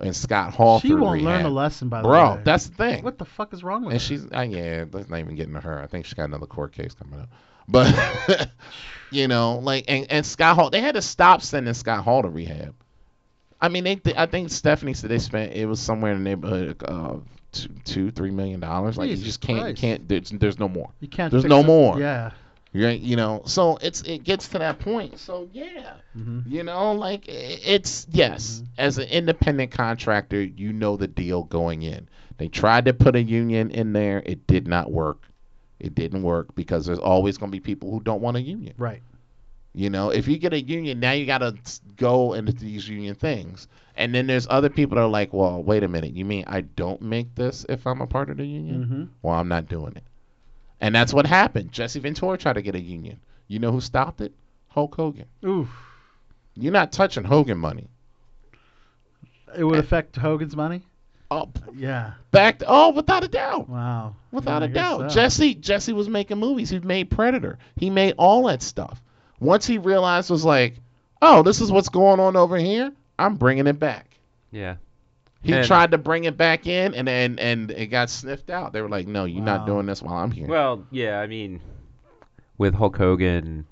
Speaker 7: and Scott Hall
Speaker 6: She
Speaker 7: through
Speaker 6: won't
Speaker 7: rehab.
Speaker 6: learn a lesson by the
Speaker 7: Bro,
Speaker 6: way.
Speaker 7: that's the thing.
Speaker 6: What the fuck is wrong with
Speaker 7: And she's uh, yeah, let's not even get into her. I think she's got another court case coming up. But you know, like and, and Scott Hall, they had to stop sending Scott Hall to rehab. I mean, they I think Stephanie said they spent it was somewhere in the neighborhood of uh, two, two three million dollars. Like
Speaker 6: Jesus
Speaker 7: you just can't
Speaker 6: Christ.
Speaker 7: can't there's, there's no more.
Speaker 6: You can't
Speaker 7: There's
Speaker 6: fix
Speaker 7: no
Speaker 6: it.
Speaker 7: more.
Speaker 6: Yeah.
Speaker 7: You ain't- you know, so it's it gets to that point. So yeah,
Speaker 6: Mm-hmm.
Speaker 7: you know, like i- it's yes. As an independent contractor, you know the deal going in. They tried to put a union in there. It did not work. It didn't work because there's always going to be people who don't want a union.
Speaker 6: Right.
Speaker 7: You know, if you get a union, now you got to go into these union things. And then there's other people that are like, well, wait a minute. You mean I don't make this if I'm a part of the union?
Speaker 6: Mhm.
Speaker 7: Well, I'm not doing it. And that's what happened. Jesse Ventura tried to get a union. You know who stopped it? Hulk Hogan.
Speaker 6: Oof.
Speaker 7: You're not touching Hogan money.
Speaker 6: It would affect Hogan's money.
Speaker 7: Oh,
Speaker 6: yeah.
Speaker 7: Back to, oh, without a doubt.
Speaker 6: Wow. Yeah,
Speaker 7: Without
Speaker 6: I
Speaker 7: a
Speaker 6: guess
Speaker 7: doubt.
Speaker 6: so.
Speaker 7: Jesse Jesse was making movies. He made Predator. He made all that stuff. Once he realized was like, "Oh, this is what's going on over here. I'm bringing it back."
Speaker 5: Yeah.
Speaker 7: He
Speaker 5: And-
Speaker 7: tried to bring it back in and and and it got sniffed out. They were like, "No, you're
Speaker 5: Wow.
Speaker 7: not doing this while I'm here."
Speaker 5: Well, yeah, I mean, with Hulk Hogan,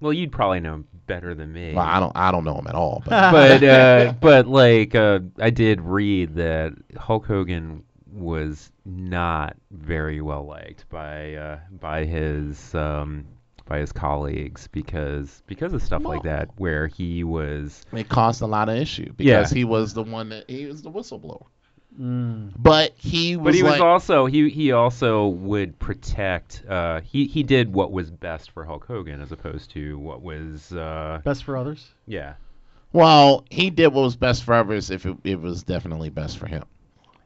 Speaker 5: well, you'd probably know him better than me.
Speaker 7: Well, I don't I don't know him at all, but
Speaker 5: but uh, but like uh, I did read that Hulk Hogan was not very well liked by uh, by his um, by his colleagues because because of stuff like that where he was
Speaker 7: it caused a lot of issue
Speaker 5: Yeah.
Speaker 7: because he was the one that he was the whistleblower.
Speaker 6: Mm.
Speaker 7: But he was
Speaker 5: but he was
Speaker 7: like-
Speaker 5: also he he also would protect uh, he he did what was best for Hulk Hogan as opposed to what was uh,
Speaker 6: Best for others.
Speaker 5: yeah
Speaker 7: Well, he did what was best for others if it, it was definitely best for him.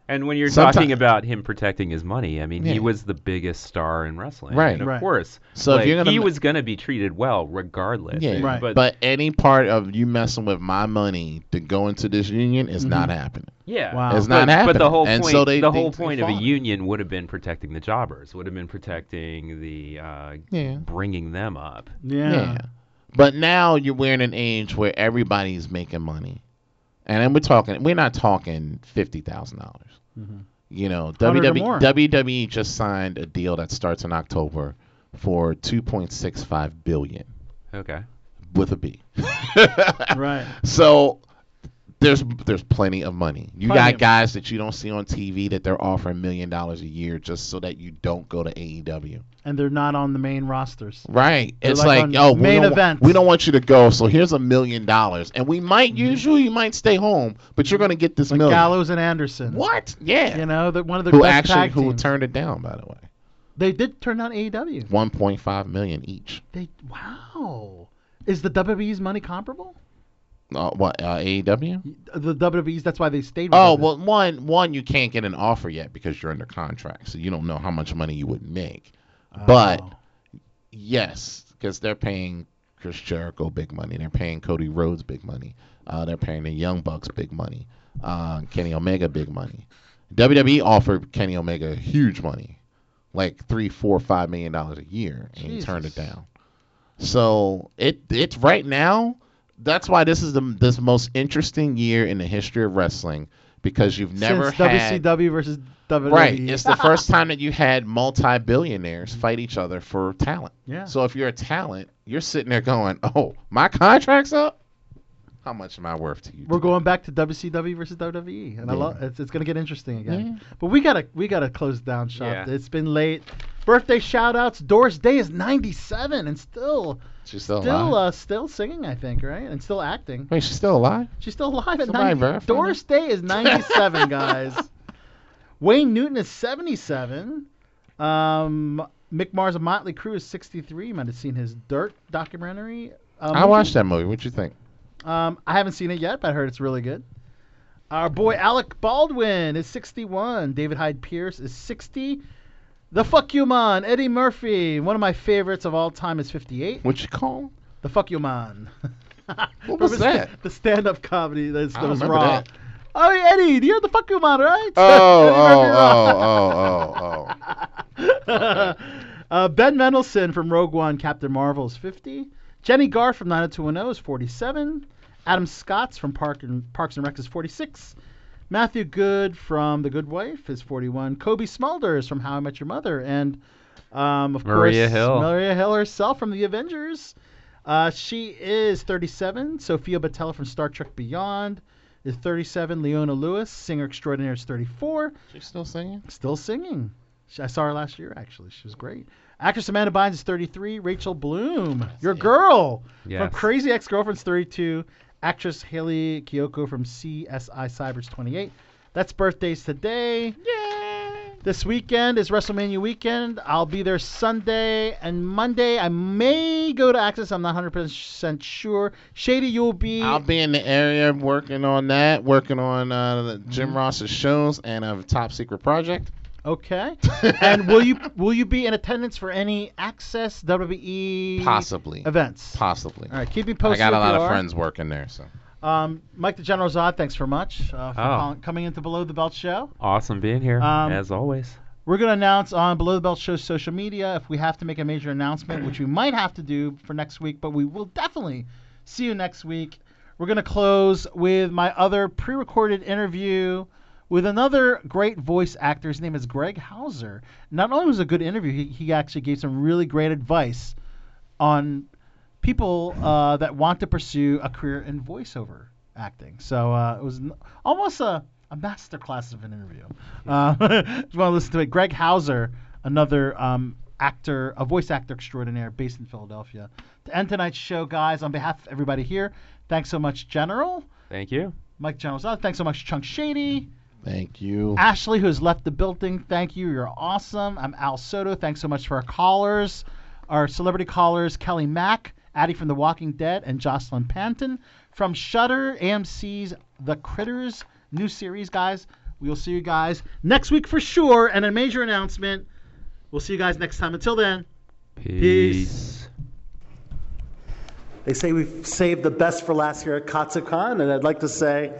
Speaker 5: And when you're
Speaker 7: Someti-
Speaker 5: talking about him protecting his money, I mean, he
Speaker 7: Yeah.
Speaker 5: was the biggest star in wrestling,
Speaker 7: Right.
Speaker 5: And of
Speaker 7: Right.
Speaker 5: course,
Speaker 7: So if
Speaker 5: like,
Speaker 7: you're gonna
Speaker 5: he
Speaker 7: ma-
Speaker 5: was going to be treated well regardless.
Speaker 7: Yeah,
Speaker 5: And-
Speaker 7: But,
Speaker 5: But,
Speaker 7: any part of you messing with my money to go into this union is not happening.
Speaker 5: yeah,
Speaker 7: it's
Speaker 5: but,
Speaker 7: not happening.
Speaker 5: But the whole
Speaker 7: and
Speaker 5: point,
Speaker 7: so they,
Speaker 5: the
Speaker 7: they-
Speaker 5: whole
Speaker 7: they
Speaker 5: point of a
Speaker 7: fought.
Speaker 5: union would have been protecting the jobbers, would have been protecting the, uh,
Speaker 7: Yeah.
Speaker 5: bringing them up.
Speaker 7: Yeah. But now you're we're in an age where everybody's making money, and then we're talking. We're not talking fifty thousand dollars. You know, E,
Speaker 6: 100 or
Speaker 7: WWE,
Speaker 6: more.
Speaker 7: WWE just signed a deal that starts in October for two point six five billion
Speaker 10: Okay.
Speaker 7: with a B.
Speaker 6: right.
Speaker 7: So there's there's plenty of money. You
Speaker 6: Plenty
Speaker 7: got
Speaker 6: of-
Speaker 7: guys that you don't see on TV that they're offering million dollars a year just so that you don't go to AEW.
Speaker 6: And they're not on the main rosters.
Speaker 7: Right.
Speaker 6: They're
Speaker 7: it's
Speaker 6: like
Speaker 7: like,
Speaker 6: on
Speaker 7: oh, we
Speaker 6: main
Speaker 7: don't, wa-
Speaker 6: events.
Speaker 7: we don't want you to go, so here's a million dollars. And we might use you, you might stay home, but you're gonna get this
Speaker 6: Mm-hmm. Like
Speaker 7: million.
Speaker 6: Gallows and Anderson.
Speaker 7: What? Yeah.
Speaker 6: You know that one of the
Speaker 7: who
Speaker 6: best
Speaker 7: actually
Speaker 6: tag
Speaker 7: who
Speaker 6: teams.
Speaker 7: turned it down by the way.
Speaker 6: They did turn E down AEW.
Speaker 7: One point five million each.
Speaker 6: They wow. Is the WWE's money comparable?
Speaker 7: Uh, what uh, AEW?
Speaker 6: The WWE's. That's why they stayed. With
Speaker 7: Oh
Speaker 6: WWE.
Speaker 7: well, one one you can't get an offer yet because you're under contract, so you don't know how much money you would make. But yes, because they're paying Chris Jericho big money, they're paying Cody Rhodes big money, uh, they're paying the Young Bucks big money, uh, Kenny Omega big money. WWE offered Kenny Omega huge money, like three, four, five million dollars a year, and he turned it down. So it it's right now. That's why this is the this most interesting year in the history of wrestling because you've never
Speaker 6: Since
Speaker 7: had
Speaker 6: WCW versus E. WWE.
Speaker 7: Right. It's the first time that you had multi billionaires fight each other for talent.
Speaker 6: Yeah.
Speaker 7: So if you're a talent, you're sitting there going, Oh, my contract's up? How much am I worth to you?
Speaker 6: We're going back to WCW versus WWE, and I
Speaker 7: Yeah.
Speaker 6: love it's, it's going to get interesting again. But we gotta we gotta close down shop.
Speaker 7: Yeah.
Speaker 6: It's been late. Birthday shout outs. Doris Day is 97 and still
Speaker 7: She's still, alive.
Speaker 6: still uh, still singing, I think, right? And still acting.
Speaker 7: Wait, she's still alive?
Speaker 6: She's still alive at
Speaker 7: Somebody
Speaker 6: 90.
Speaker 7: verify
Speaker 6: Doris Day is 97, guys. Wayne Newton is 77. Um, Mick Mars of Motley Crue is 63. You might have seen his Dirt documentary. Um,
Speaker 7: I watched that movie. What'd you think?
Speaker 6: Um, I haven't seen it yet, but I heard it's really good. Our boy Alec Baldwin is 61. David Hyde Pierce is 60. The Fuck You Man, Eddie Murphy, one of my favorites of all time, is 58.
Speaker 7: What you call him?
Speaker 6: The Fuck You Man.
Speaker 7: What was that?
Speaker 6: The stand up comedy that
Speaker 7: I
Speaker 6: that
Speaker 7: don't
Speaker 6: was
Speaker 7: remember
Speaker 6: raw.
Speaker 7: that.
Speaker 6: Oh, Eddie, you're the Fuck You Man, right?
Speaker 7: Oh, oh, oh, oh, oh.
Speaker 6: uh, ben Mendelsohn from Rogue One, Captain Marvel is 50. Jenny Garth from 90210 is 47. Adam Scotts from Park and, Parks and Rec is 46. Matthew Good from The Good Wife is 41. Kobe Smulders from How I Met Your Mother. And, um, of
Speaker 5: Maria
Speaker 6: course,
Speaker 5: Hill.
Speaker 6: Maria Hill herself from The Avengers. Uh, she is 37. Sophia Batella from Star Trek Beyond is 37. Leona Lewis, singer extraordinaire, is 34.
Speaker 7: She's still singing?
Speaker 6: Still singing. She- I saw her last year, actually. She was great. Actress Amanda Bynes is 33. Rachel Bloom, your girl
Speaker 5: Yes.
Speaker 6: from Crazy Ex Girlfriend's 32. Actress Haley Kiyoko from CSI Cyber's 28. That's birthdays today. This weekend is WrestleMania weekend. I'll be there Sunday and Monday. I may go to Access. I'm not 100% sure. Shady, you'll be.
Speaker 7: I'll be in the area working on that, working on uh, the Jim
Speaker 6: Mm-hmm.
Speaker 7: Ross's shows and a top secret project.
Speaker 6: Okay. and will you will you be in attendance for any Access WWE
Speaker 7: Possibly.
Speaker 6: E events?
Speaker 7: Possibly.
Speaker 6: All right, keep me posted.
Speaker 7: I got a
Speaker 6: if
Speaker 7: lot
Speaker 6: you
Speaker 7: of
Speaker 6: are.
Speaker 7: friends working there, so.
Speaker 6: Um, Mike the General Zod, thanks for much uh, for
Speaker 5: Oh.
Speaker 6: calling- coming into Below the Belt Show.
Speaker 5: Awesome being here,
Speaker 6: Um,
Speaker 5: as always.
Speaker 6: We're going to announce on Below the Belt Show's social media if we have to make a major announcement, which we might have to do for next week, but we will definitely see you next week. We're going to close with my other pre recorded interview with another great voice actor. His name is Greg Hauser. Not only was it a good interview, he, he actually gave some really great advice on people uh, that want to pursue a career in voiceover acting. So uh, it was n- almost a, a masterclass of an interview. Uh, if you want to listen to it, Greg Hauser, another um, actor, a voice actor extraordinaire based in Philadelphia. To end tonight's show, guys, on behalf of everybody here, thanks so much, General.
Speaker 5: Thank you.
Speaker 6: Mike General Zod, thanks so much, Chunk Shady.
Speaker 7: Thank you.
Speaker 6: Ashley, who has left the building, thank you. You're awesome. I'm Al Soto. Thanks so much for our callers, our celebrity callers, Kelly Mack, Addie from The Walking Dead, and Jocelyn Panton from Shudder, AMC's The Critters new series, guys. We will see you guys next week for sure, and a major announcement. We'll see you guys next time. Until then.
Speaker 5: Peace.
Speaker 6: They say we've saved the best for last here at KatsuCon, and I'd like to say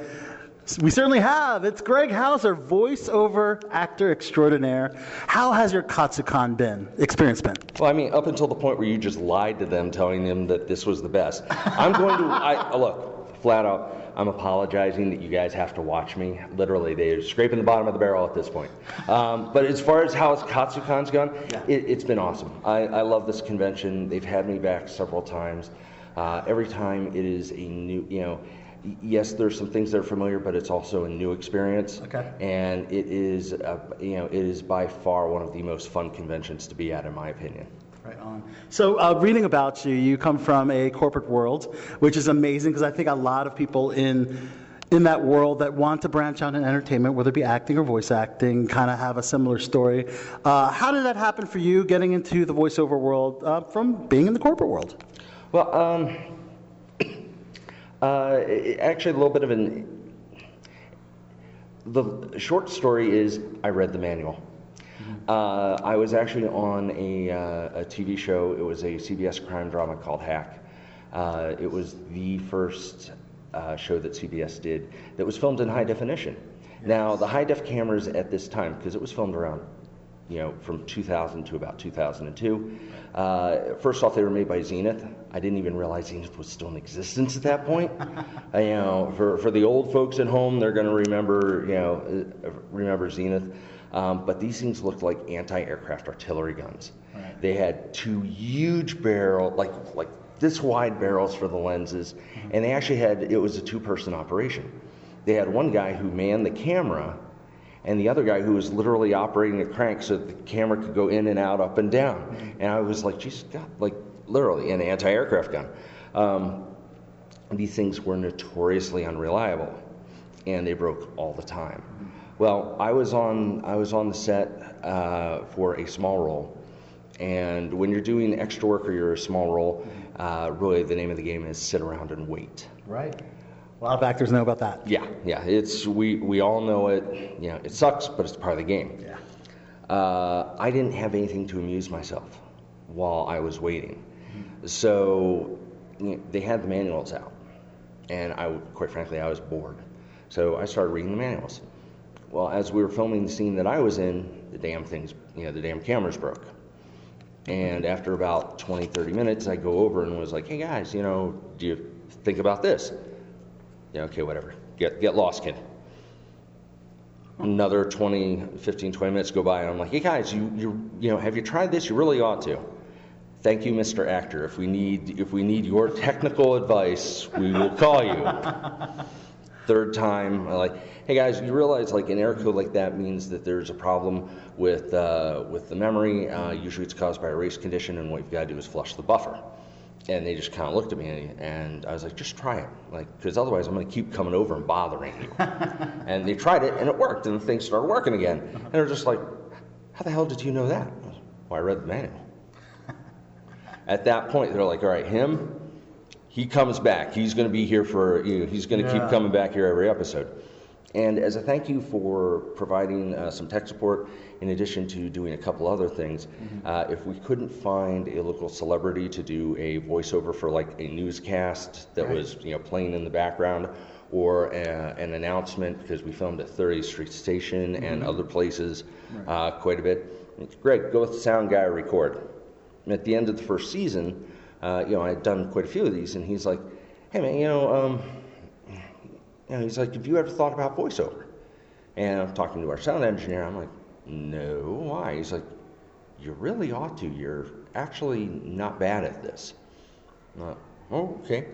Speaker 6: We certainly have. It's Greg Hauser, voiceover actor extraordinaire. How has your Katsukan been? Experience been?
Speaker 15: Well, I mean, up until the point where you just lied to them, telling them that this was the best. I'm going to. I oh, look flat out. I'm apologizing that you guys have to watch me. Literally, they're scraping the bottom of the barrel at this point. Um, but as far as how Katsukan's gone, it, it's been awesome. I, I love this convention. They've had me back several times. Uh, every time it is a new, you know, y- yes, there's some things that are familiar, but it's also a new experience.
Speaker 6: Okay.
Speaker 15: And it is, uh, you know, it is by far one of the most fun conventions to be at, in my opinion.
Speaker 6: Right on. So, uh, reading about you, you come from a corporate world, which is amazing because I think a lot of people in in that world that want to branch out in entertainment, whether it be acting or voice acting, kind of have a similar story. Uh, how did that happen for you, getting into the voiceover world uh, from being in the corporate world?
Speaker 15: Well, um, uh, it- actually, a little bit of an. The short story is I read the manual.
Speaker 6: Mm-hmm.
Speaker 15: Uh, I was actually on a, uh, a TV show. It was a CBS crime drama called Hack. Uh, it was the first uh, show that CBS did that was filmed in high definition. Now, the high def cameras at this time, because it was filmed around, you know, from 2000 to about 2002. Uh, first off, they were made by Zenith. I didn't even realize Zenith was still in existence at that point. Uh, you know, for, for the old folks at home, they're going to remember, you know, uh, remember Zenith. Um, but these things looked like anti-aircraft artillery guns. They had two huge barrel, like like this wide barrels for the lenses, and they actually had it was a two-person operation. They had one guy who manned the camera, and the other guy who was literally operating the crank so that the camera could go in and out, up and down. And I was like, Jesus God, like literally an anti-aircraft gun. Um, these things were notoriously unreliable, and they broke all the time. Well, I was on I was on the set uh, for a small role, and when you're doing extra work or you're a small role, uh, really the name of the game is sit around and wait.
Speaker 6: Right. A lot of actors know about that.
Speaker 15: Yeah, yeah. It's we we all know it. You know, it sucks, but it's part of the game.
Speaker 6: Yeah.
Speaker 15: Uh, I didn't have anything to amuse myself while I was waiting, so you know, they had the manuals out, and I w- quite frankly I was bored, so I started reading the manuals. Well, as we were filming the scene that I was in, the damn things, you know, the damn cameras broke. And after about 20, 30 minutes, I go over and was like, hey guys, you know, do you think about this? Yeah, okay, whatever. Get, get lost, kid. Another 20, 15, 20 minutes go by, and I'm like, hey guys, you, you, you know, have you tried this? You really ought to. Thank you, Mr. Actor. If we need, if we need your technical advice, we will call you. Third time, I'm like, hey guys, you realize like an error code like that means that there's a problem with uh, with the memory. Uh, usually, it's caused by a race condition, and what you've got to do is flush the buffer and they just kind of looked at me and, and I was like, just try it. Like, because otherwise I'm going to keep coming over and bothering you. and they tried it and it worked and the thing started working again. And they're just like, how the hell did you know that? I was, well, Oh, I read the manual. At that point, they're like, all right, him, he comes back. He's going to be here for, you know, he's going to
Speaker 16: Yeah.
Speaker 15: keep coming back here every episode. And as a thank you for providing uh, some tech support, in addition to doing a couple other things, uh, if we couldn't find a local celebrity to do a voiceover for like a newscast that
Speaker 17: Right.
Speaker 15: was you know playing in the background, or a, an announcement because we filmed at 30th Street Station and
Speaker 6: Mm-hmm.
Speaker 17: Mhm.
Speaker 15: other places uh, quite a bit. Greg, go with the sound guy, record. And at the end of the first season, uh, you know, I had done quite a few of these, and he's like, "Hey man, you know." Um, and he's like, Have you ever thought about voiceover? And I'm talking to our sound engineer. I'm like, No, why? He's like, You really ought to. You're actually not bad at this. I'm like, oh, okay.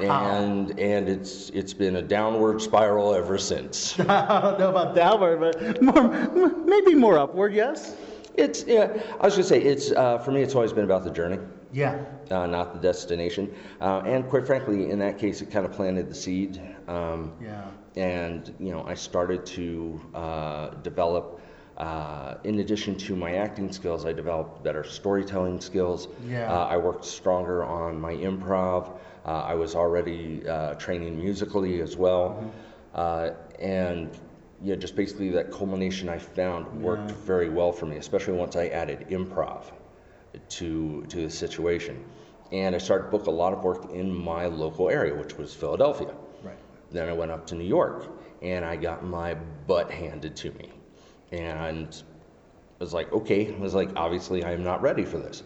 Speaker 15: And and it's it's been a downward spiral ever since.
Speaker 6: I don't know about downward, but more, m- maybe more upward, yes?
Speaker 15: It's, yeah, I was gonna say it's uh, for me. It's always been about the journey.
Speaker 6: Yeah.
Speaker 15: uh, not the destination. Uh, and quite frankly, in that case, it kind of planted the seed. Um,
Speaker 6: Yeah.
Speaker 15: And you know, I started to uh, develop. Uh, in addition to my acting skills, I developed better storytelling skills.
Speaker 17: Yeah.
Speaker 15: Uh, I worked stronger on my improv. Uh, I was already uh, training musically as well. Uh, and yeah, just basically that culmination I found worked
Speaker 17: Yeah.
Speaker 15: very well for me, especially once I added improv to to the situation. And I started to book a lot of work in my local area, which was Philadelphia.
Speaker 6: Right.
Speaker 15: Then I went up to New York, and I got my butt handed to me. And I was like, okay, I was like, obviously I am not ready for this.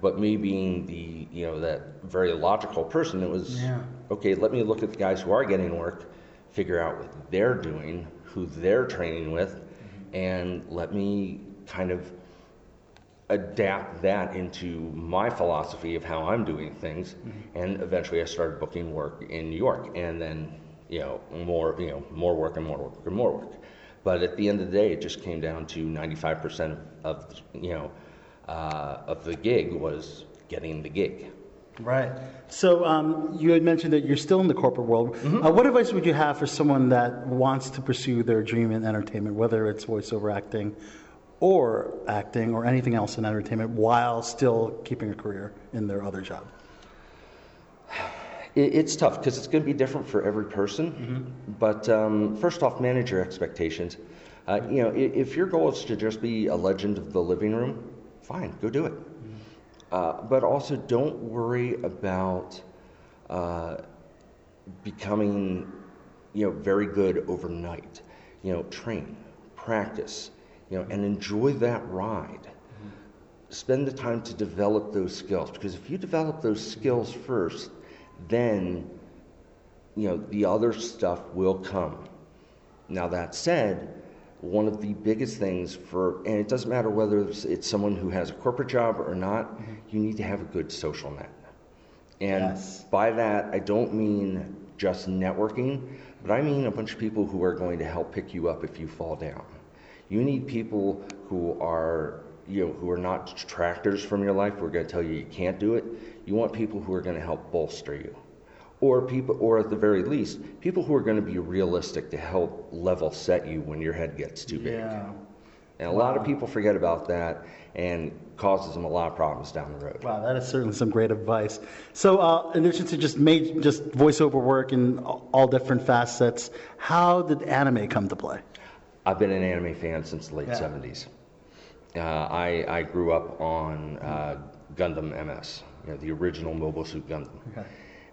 Speaker 15: but me being the, you know, that very logical person, it was,
Speaker 6: Yeah.
Speaker 15: okay, let me look at the guys who are getting work, figure out what they're doing, who they're training with, and let me kind of adapt that into my philosophy of how I'm doing things. And eventually I started booking work in New York and then, you know, more, you know, more work and more work and more work. But at the end of the day, it just came down to 95% of, you know, uh, of the gig was getting the gig.
Speaker 6: Right. So um, you had mentioned that you're still in the corporate world. Uh, what advice would you have for someone that wants to pursue their dream in entertainment, whether it's voiceover acting or acting or anything else in entertainment, while still keeping a career in their other job?
Speaker 15: It, it's tough because it's going to be different for every person. But um, first off, manage your expectations. Uh, you know, i- if your goal is to just be a legend of the living room, fine, go do it. Uh, but also, don't worry about uh, becoming, you know, very good overnight. You know, train, practice, you know, and enjoy that ride spend the time to develop those skills because if you develop those skills first then you know the other stuff will come now that said one of the biggest things for and it doesn't matter whether it's, it's someone who has a corporate job or not you need to have a good social net and by that i don't mean just networking but i mean a bunch of people who are going to help pick you up if you fall down you need people who are, you know, who are not detractors from your life, who are going to tell you you can't do it. You want people who are going to help bolster you. Or people, or at the very least, people who are going to be realistic to help level set you when your head gets too big.
Speaker 6: Yeah.
Speaker 15: And a lot of people forget about that and causes them a lot of problems down the road.
Speaker 6: Wow, that is certainly some great advice. So, uh, in addition to just made just voiceover work in all all different facets, how did anime come to play?
Speaker 15: I've been an anime fan since the late
Speaker 6: Yeah.
Speaker 15: 70s. Uh, I, I grew up on uh, Gundam MS, you know, the original Mobile Suit Gundam.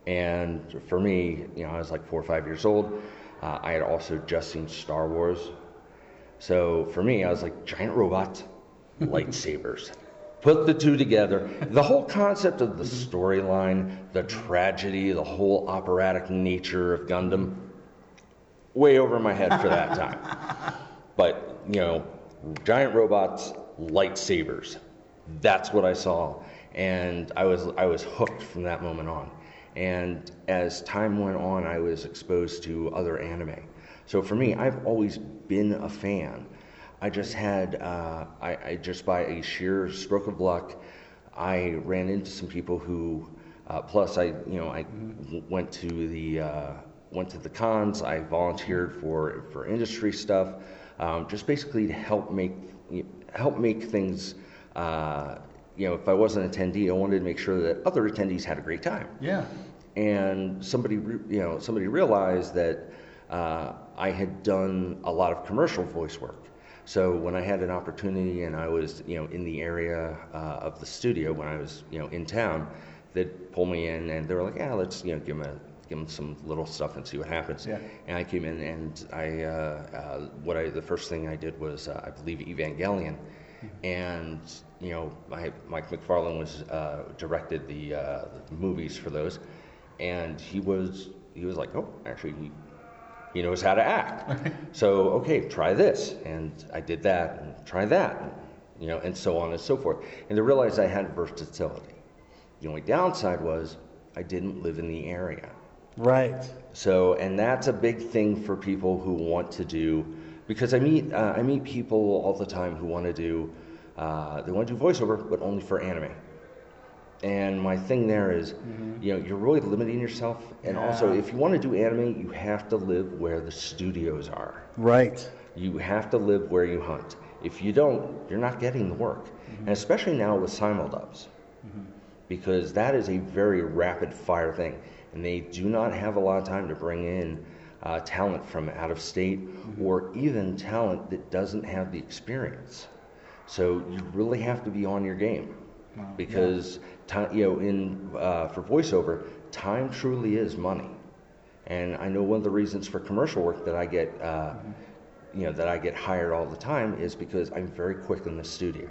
Speaker 15: And for me, you know, I was like four or five years old. Uh, I had also just seen Star Wars. So for me, I was like, giant robot, lightsabers. Put the two together. The whole concept of the storyline, the tragedy, the whole operatic nature of Gundam, way over my head for that time. But, you know, giant robots, lightsabers. That's what I saw. And I was, I was hooked from that moment on. And as time went on, I was exposed to other anime. So for me, I've always been a fan. I just had, uh, I, I just by a sheer stroke of luck, I ran into some people who, uh, plus I, you know, I w- went to the uh, went to the cons. I volunteered for for industry stuff, um, just basically to help make help make things. Uh, you know, if I was an attendee, I wanted to make sure that other attendees had a great time
Speaker 6: Yeah.
Speaker 15: and somebody re- you know somebody realized that uh, I had done a lot of commercial voice work. So when I had an opportunity and I was you know in the area uh, of the studio when I was you know in town, they'd pull me in and they were like, yeah, let's you know give them a give 'em some little stuff and see what happens.
Speaker 6: Yeah.
Speaker 15: And I came in and I uh, uh, what I the first thing I did was uh, I believe Evangelion, and you know my, Mike McFarlane was uh, directed the, uh, the movies for those, and he was he was like, oh, actually he, he knows how to act. so okay, try this, and I did that, and try that, and, you know, and so on and so forth. And I realized I had versatility. The only downside was I didn't live in the area.
Speaker 6: Right.
Speaker 15: So, and that's a big thing for people who want to do, because I meet uh, I meet people all the time who want to do, uh, they want to do voiceover, but only for anime. And my thing there is, you know, you're really limiting yourself. And also,
Speaker 6: Mm-hmm. Yeah.
Speaker 15: if you want to do anime, you have to live where the studios are.
Speaker 6: Right.
Speaker 15: You have to live where you hunt. If you don't, you're not getting the work.
Speaker 6: Mm-hmm.
Speaker 15: And especially now with simuldubs because that is a very rapid fire thing, and they do not have a lot of time to bring in uh, talent from out of state or even talent that doesn't have the experience. So you really have to be on your game because ti- you know in uh, for voiceover, time truly is money. And I know one of the reasons for commercial work that I get, uh, you know, that I get hired all the time is because I'm very quick in the studio.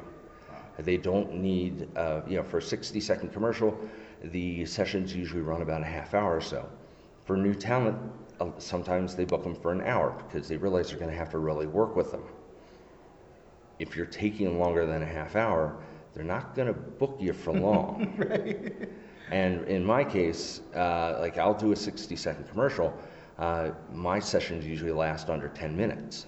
Speaker 15: They don't need, uh, you know, for a 60 second commercial, the sessions usually run about a half hour or so. For new talent, uh, sometimes they book them for an hour because they realize they're going to have to really work with them. If you're taking longer than a half hour, they're not going to book you for long. And in my case, uh, like I'll do a 60 second commercial. Uh, my sessions usually last under 10 minutes.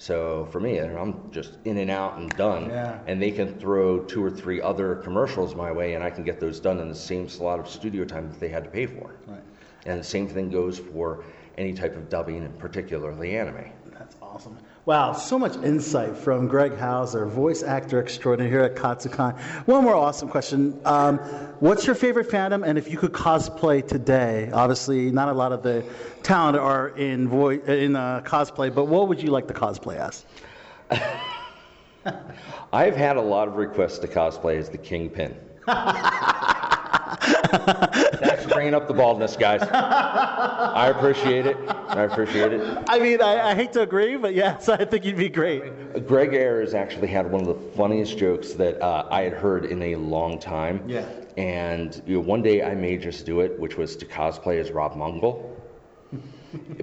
Speaker 15: So for me, I'm just in and out and done.
Speaker 6: Yeah.
Speaker 15: And they can throw two or three other commercials my way, and I can get those done in the same slot of studio time that they had to pay for.
Speaker 6: Right.
Speaker 15: And the same thing goes for any type of dubbing, and particularly anime.
Speaker 6: That's awesome. Wow, so much insight from Greg Hauser, voice actor extraordinaire here at Katsukan. One more awesome question. Um, what's your favorite fandom, and if you could cosplay today? Obviously, not a lot of the talent are in voice in uh, cosplay, but what would you like to cosplay as?
Speaker 15: I've had a lot of requests to cosplay as the Kingpin. Thanks for bringing up the baldness, guys. I appreciate it. I appreciate it.
Speaker 6: I mean, I, I hate to agree, but yes, I think you'd be great.
Speaker 15: Greg Ayers actually had one of the funniest jokes that uh, I had heard in a long time.
Speaker 6: Yeah.
Speaker 15: And you know, one day I may just do it, which was to cosplay as Rob Mungle,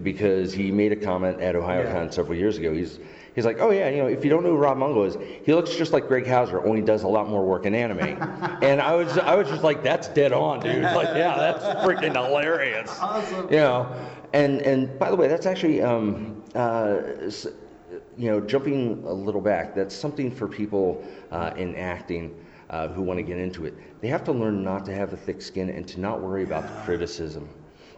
Speaker 15: because he made a comment at OhioCon
Speaker 6: Yeah.
Speaker 15: several years ago. He's he's like, oh yeah, you know, if you don't know who Rob Mungle is, he looks just like Greg Hauser, only does a lot more work in anime. and I was I was just like, that's dead on, dude. Like, yeah, that's freaking hilarious. Awesome. You know, and and by the way, that's actually um uh. s- you know, jumping a little back, that's something for people uh, in acting uh, who want to get into it. They have to learn not to have a thick skin and to not worry about the criticism,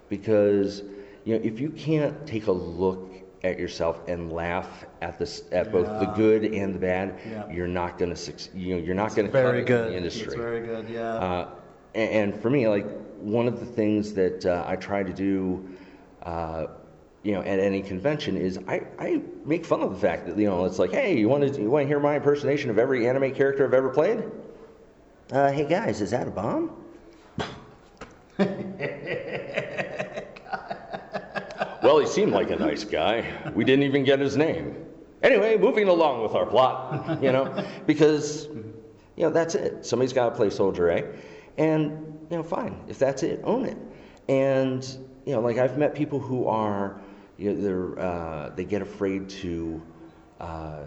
Speaker 15: because you know if you can't take a look at yourself and laugh at this at both the
Speaker 6: Yeah.
Speaker 15: good and the bad,
Speaker 6: Yeah.
Speaker 15: you're not going to succeed. You know, you're not going to
Speaker 6: Very good.
Speaker 15: in the industry.
Speaker 6: It's very good. Yeah.
Speaker 15: Uh, a- and, for me, like one of the things that uh, I try to do, uh, you know, at any convention is I, I make fun of the fact that you know it's like, hey, you want to you want to hear my impersonation of every anime character I've ever played? Uh, hey guys, is that a bomb? well, he seemed like a nice guy. We didn't even get his name. Anyway, moving along with our plot, you know, because you know, that's it. Somebody's got to play soldier A. And, you know, fine. If that's it, own it. And, you know, like I've met people who are, you know, they're, uh, they get afraid to uh,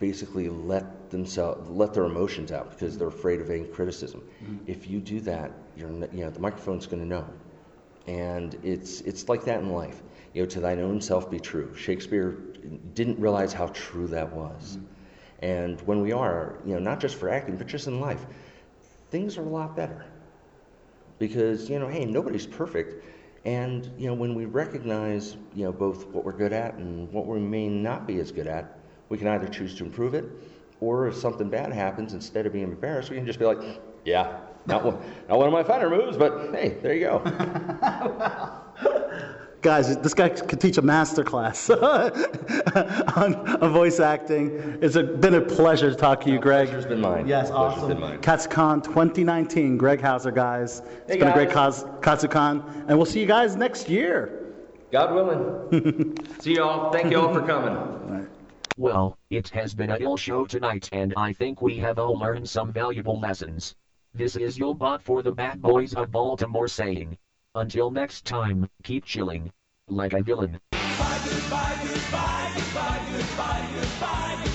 Speaker 15: basically let themselves, let their emotions out because they're afraid of any criticism. If you do that, you're, n- you know, the microphone's going to know. And it's, it's like that in life. You know, to thine own self be true. Shakespeare didn't realize how true that was. And when we are, you know, not just for acting, but just in life, things are a lot better. Because, you know, hey, nobody's perfect. And, you know, when we recognize, you know, both what we're good at and what we may not be as good at, we can either choose to improve it, or if something bad happens, instead of being embarrassed, we can just be like, yeah, not one, not one of my fighter moves, but hey, there you go.
Speaker 6: Guys, this guy could teach a master class on, on voice acting. It's a, been a pleasure to talk to you, Greg. Pleasure's
Speaker 15: been mine.
Speaker 6: Yes,
Speaker 15: Pleasure's
Speaker 6: awesome.
Speaker 15: been mine.
Speaker 6: KatsuCon 2019, Greg Hauser, guys. It's
Speaker 15: Hey,
Speaker 6: been a great
Speaker 15: guys.
Speaker 6: cause, KatsuCon, and we'll see you guys next year.
Speaker 15: God willing. See y'all. Thank y'all for coming.
Speaker 2: Well, it has been a ill show tonight, and I think we have all learned some valuable lessons. This is Yobot for the bad boys of Baltimore saying, until next time, keep chilling. Like a villain.
Speaker 18: Goodbye, goodbye, goodbye, goodbye, goodbye.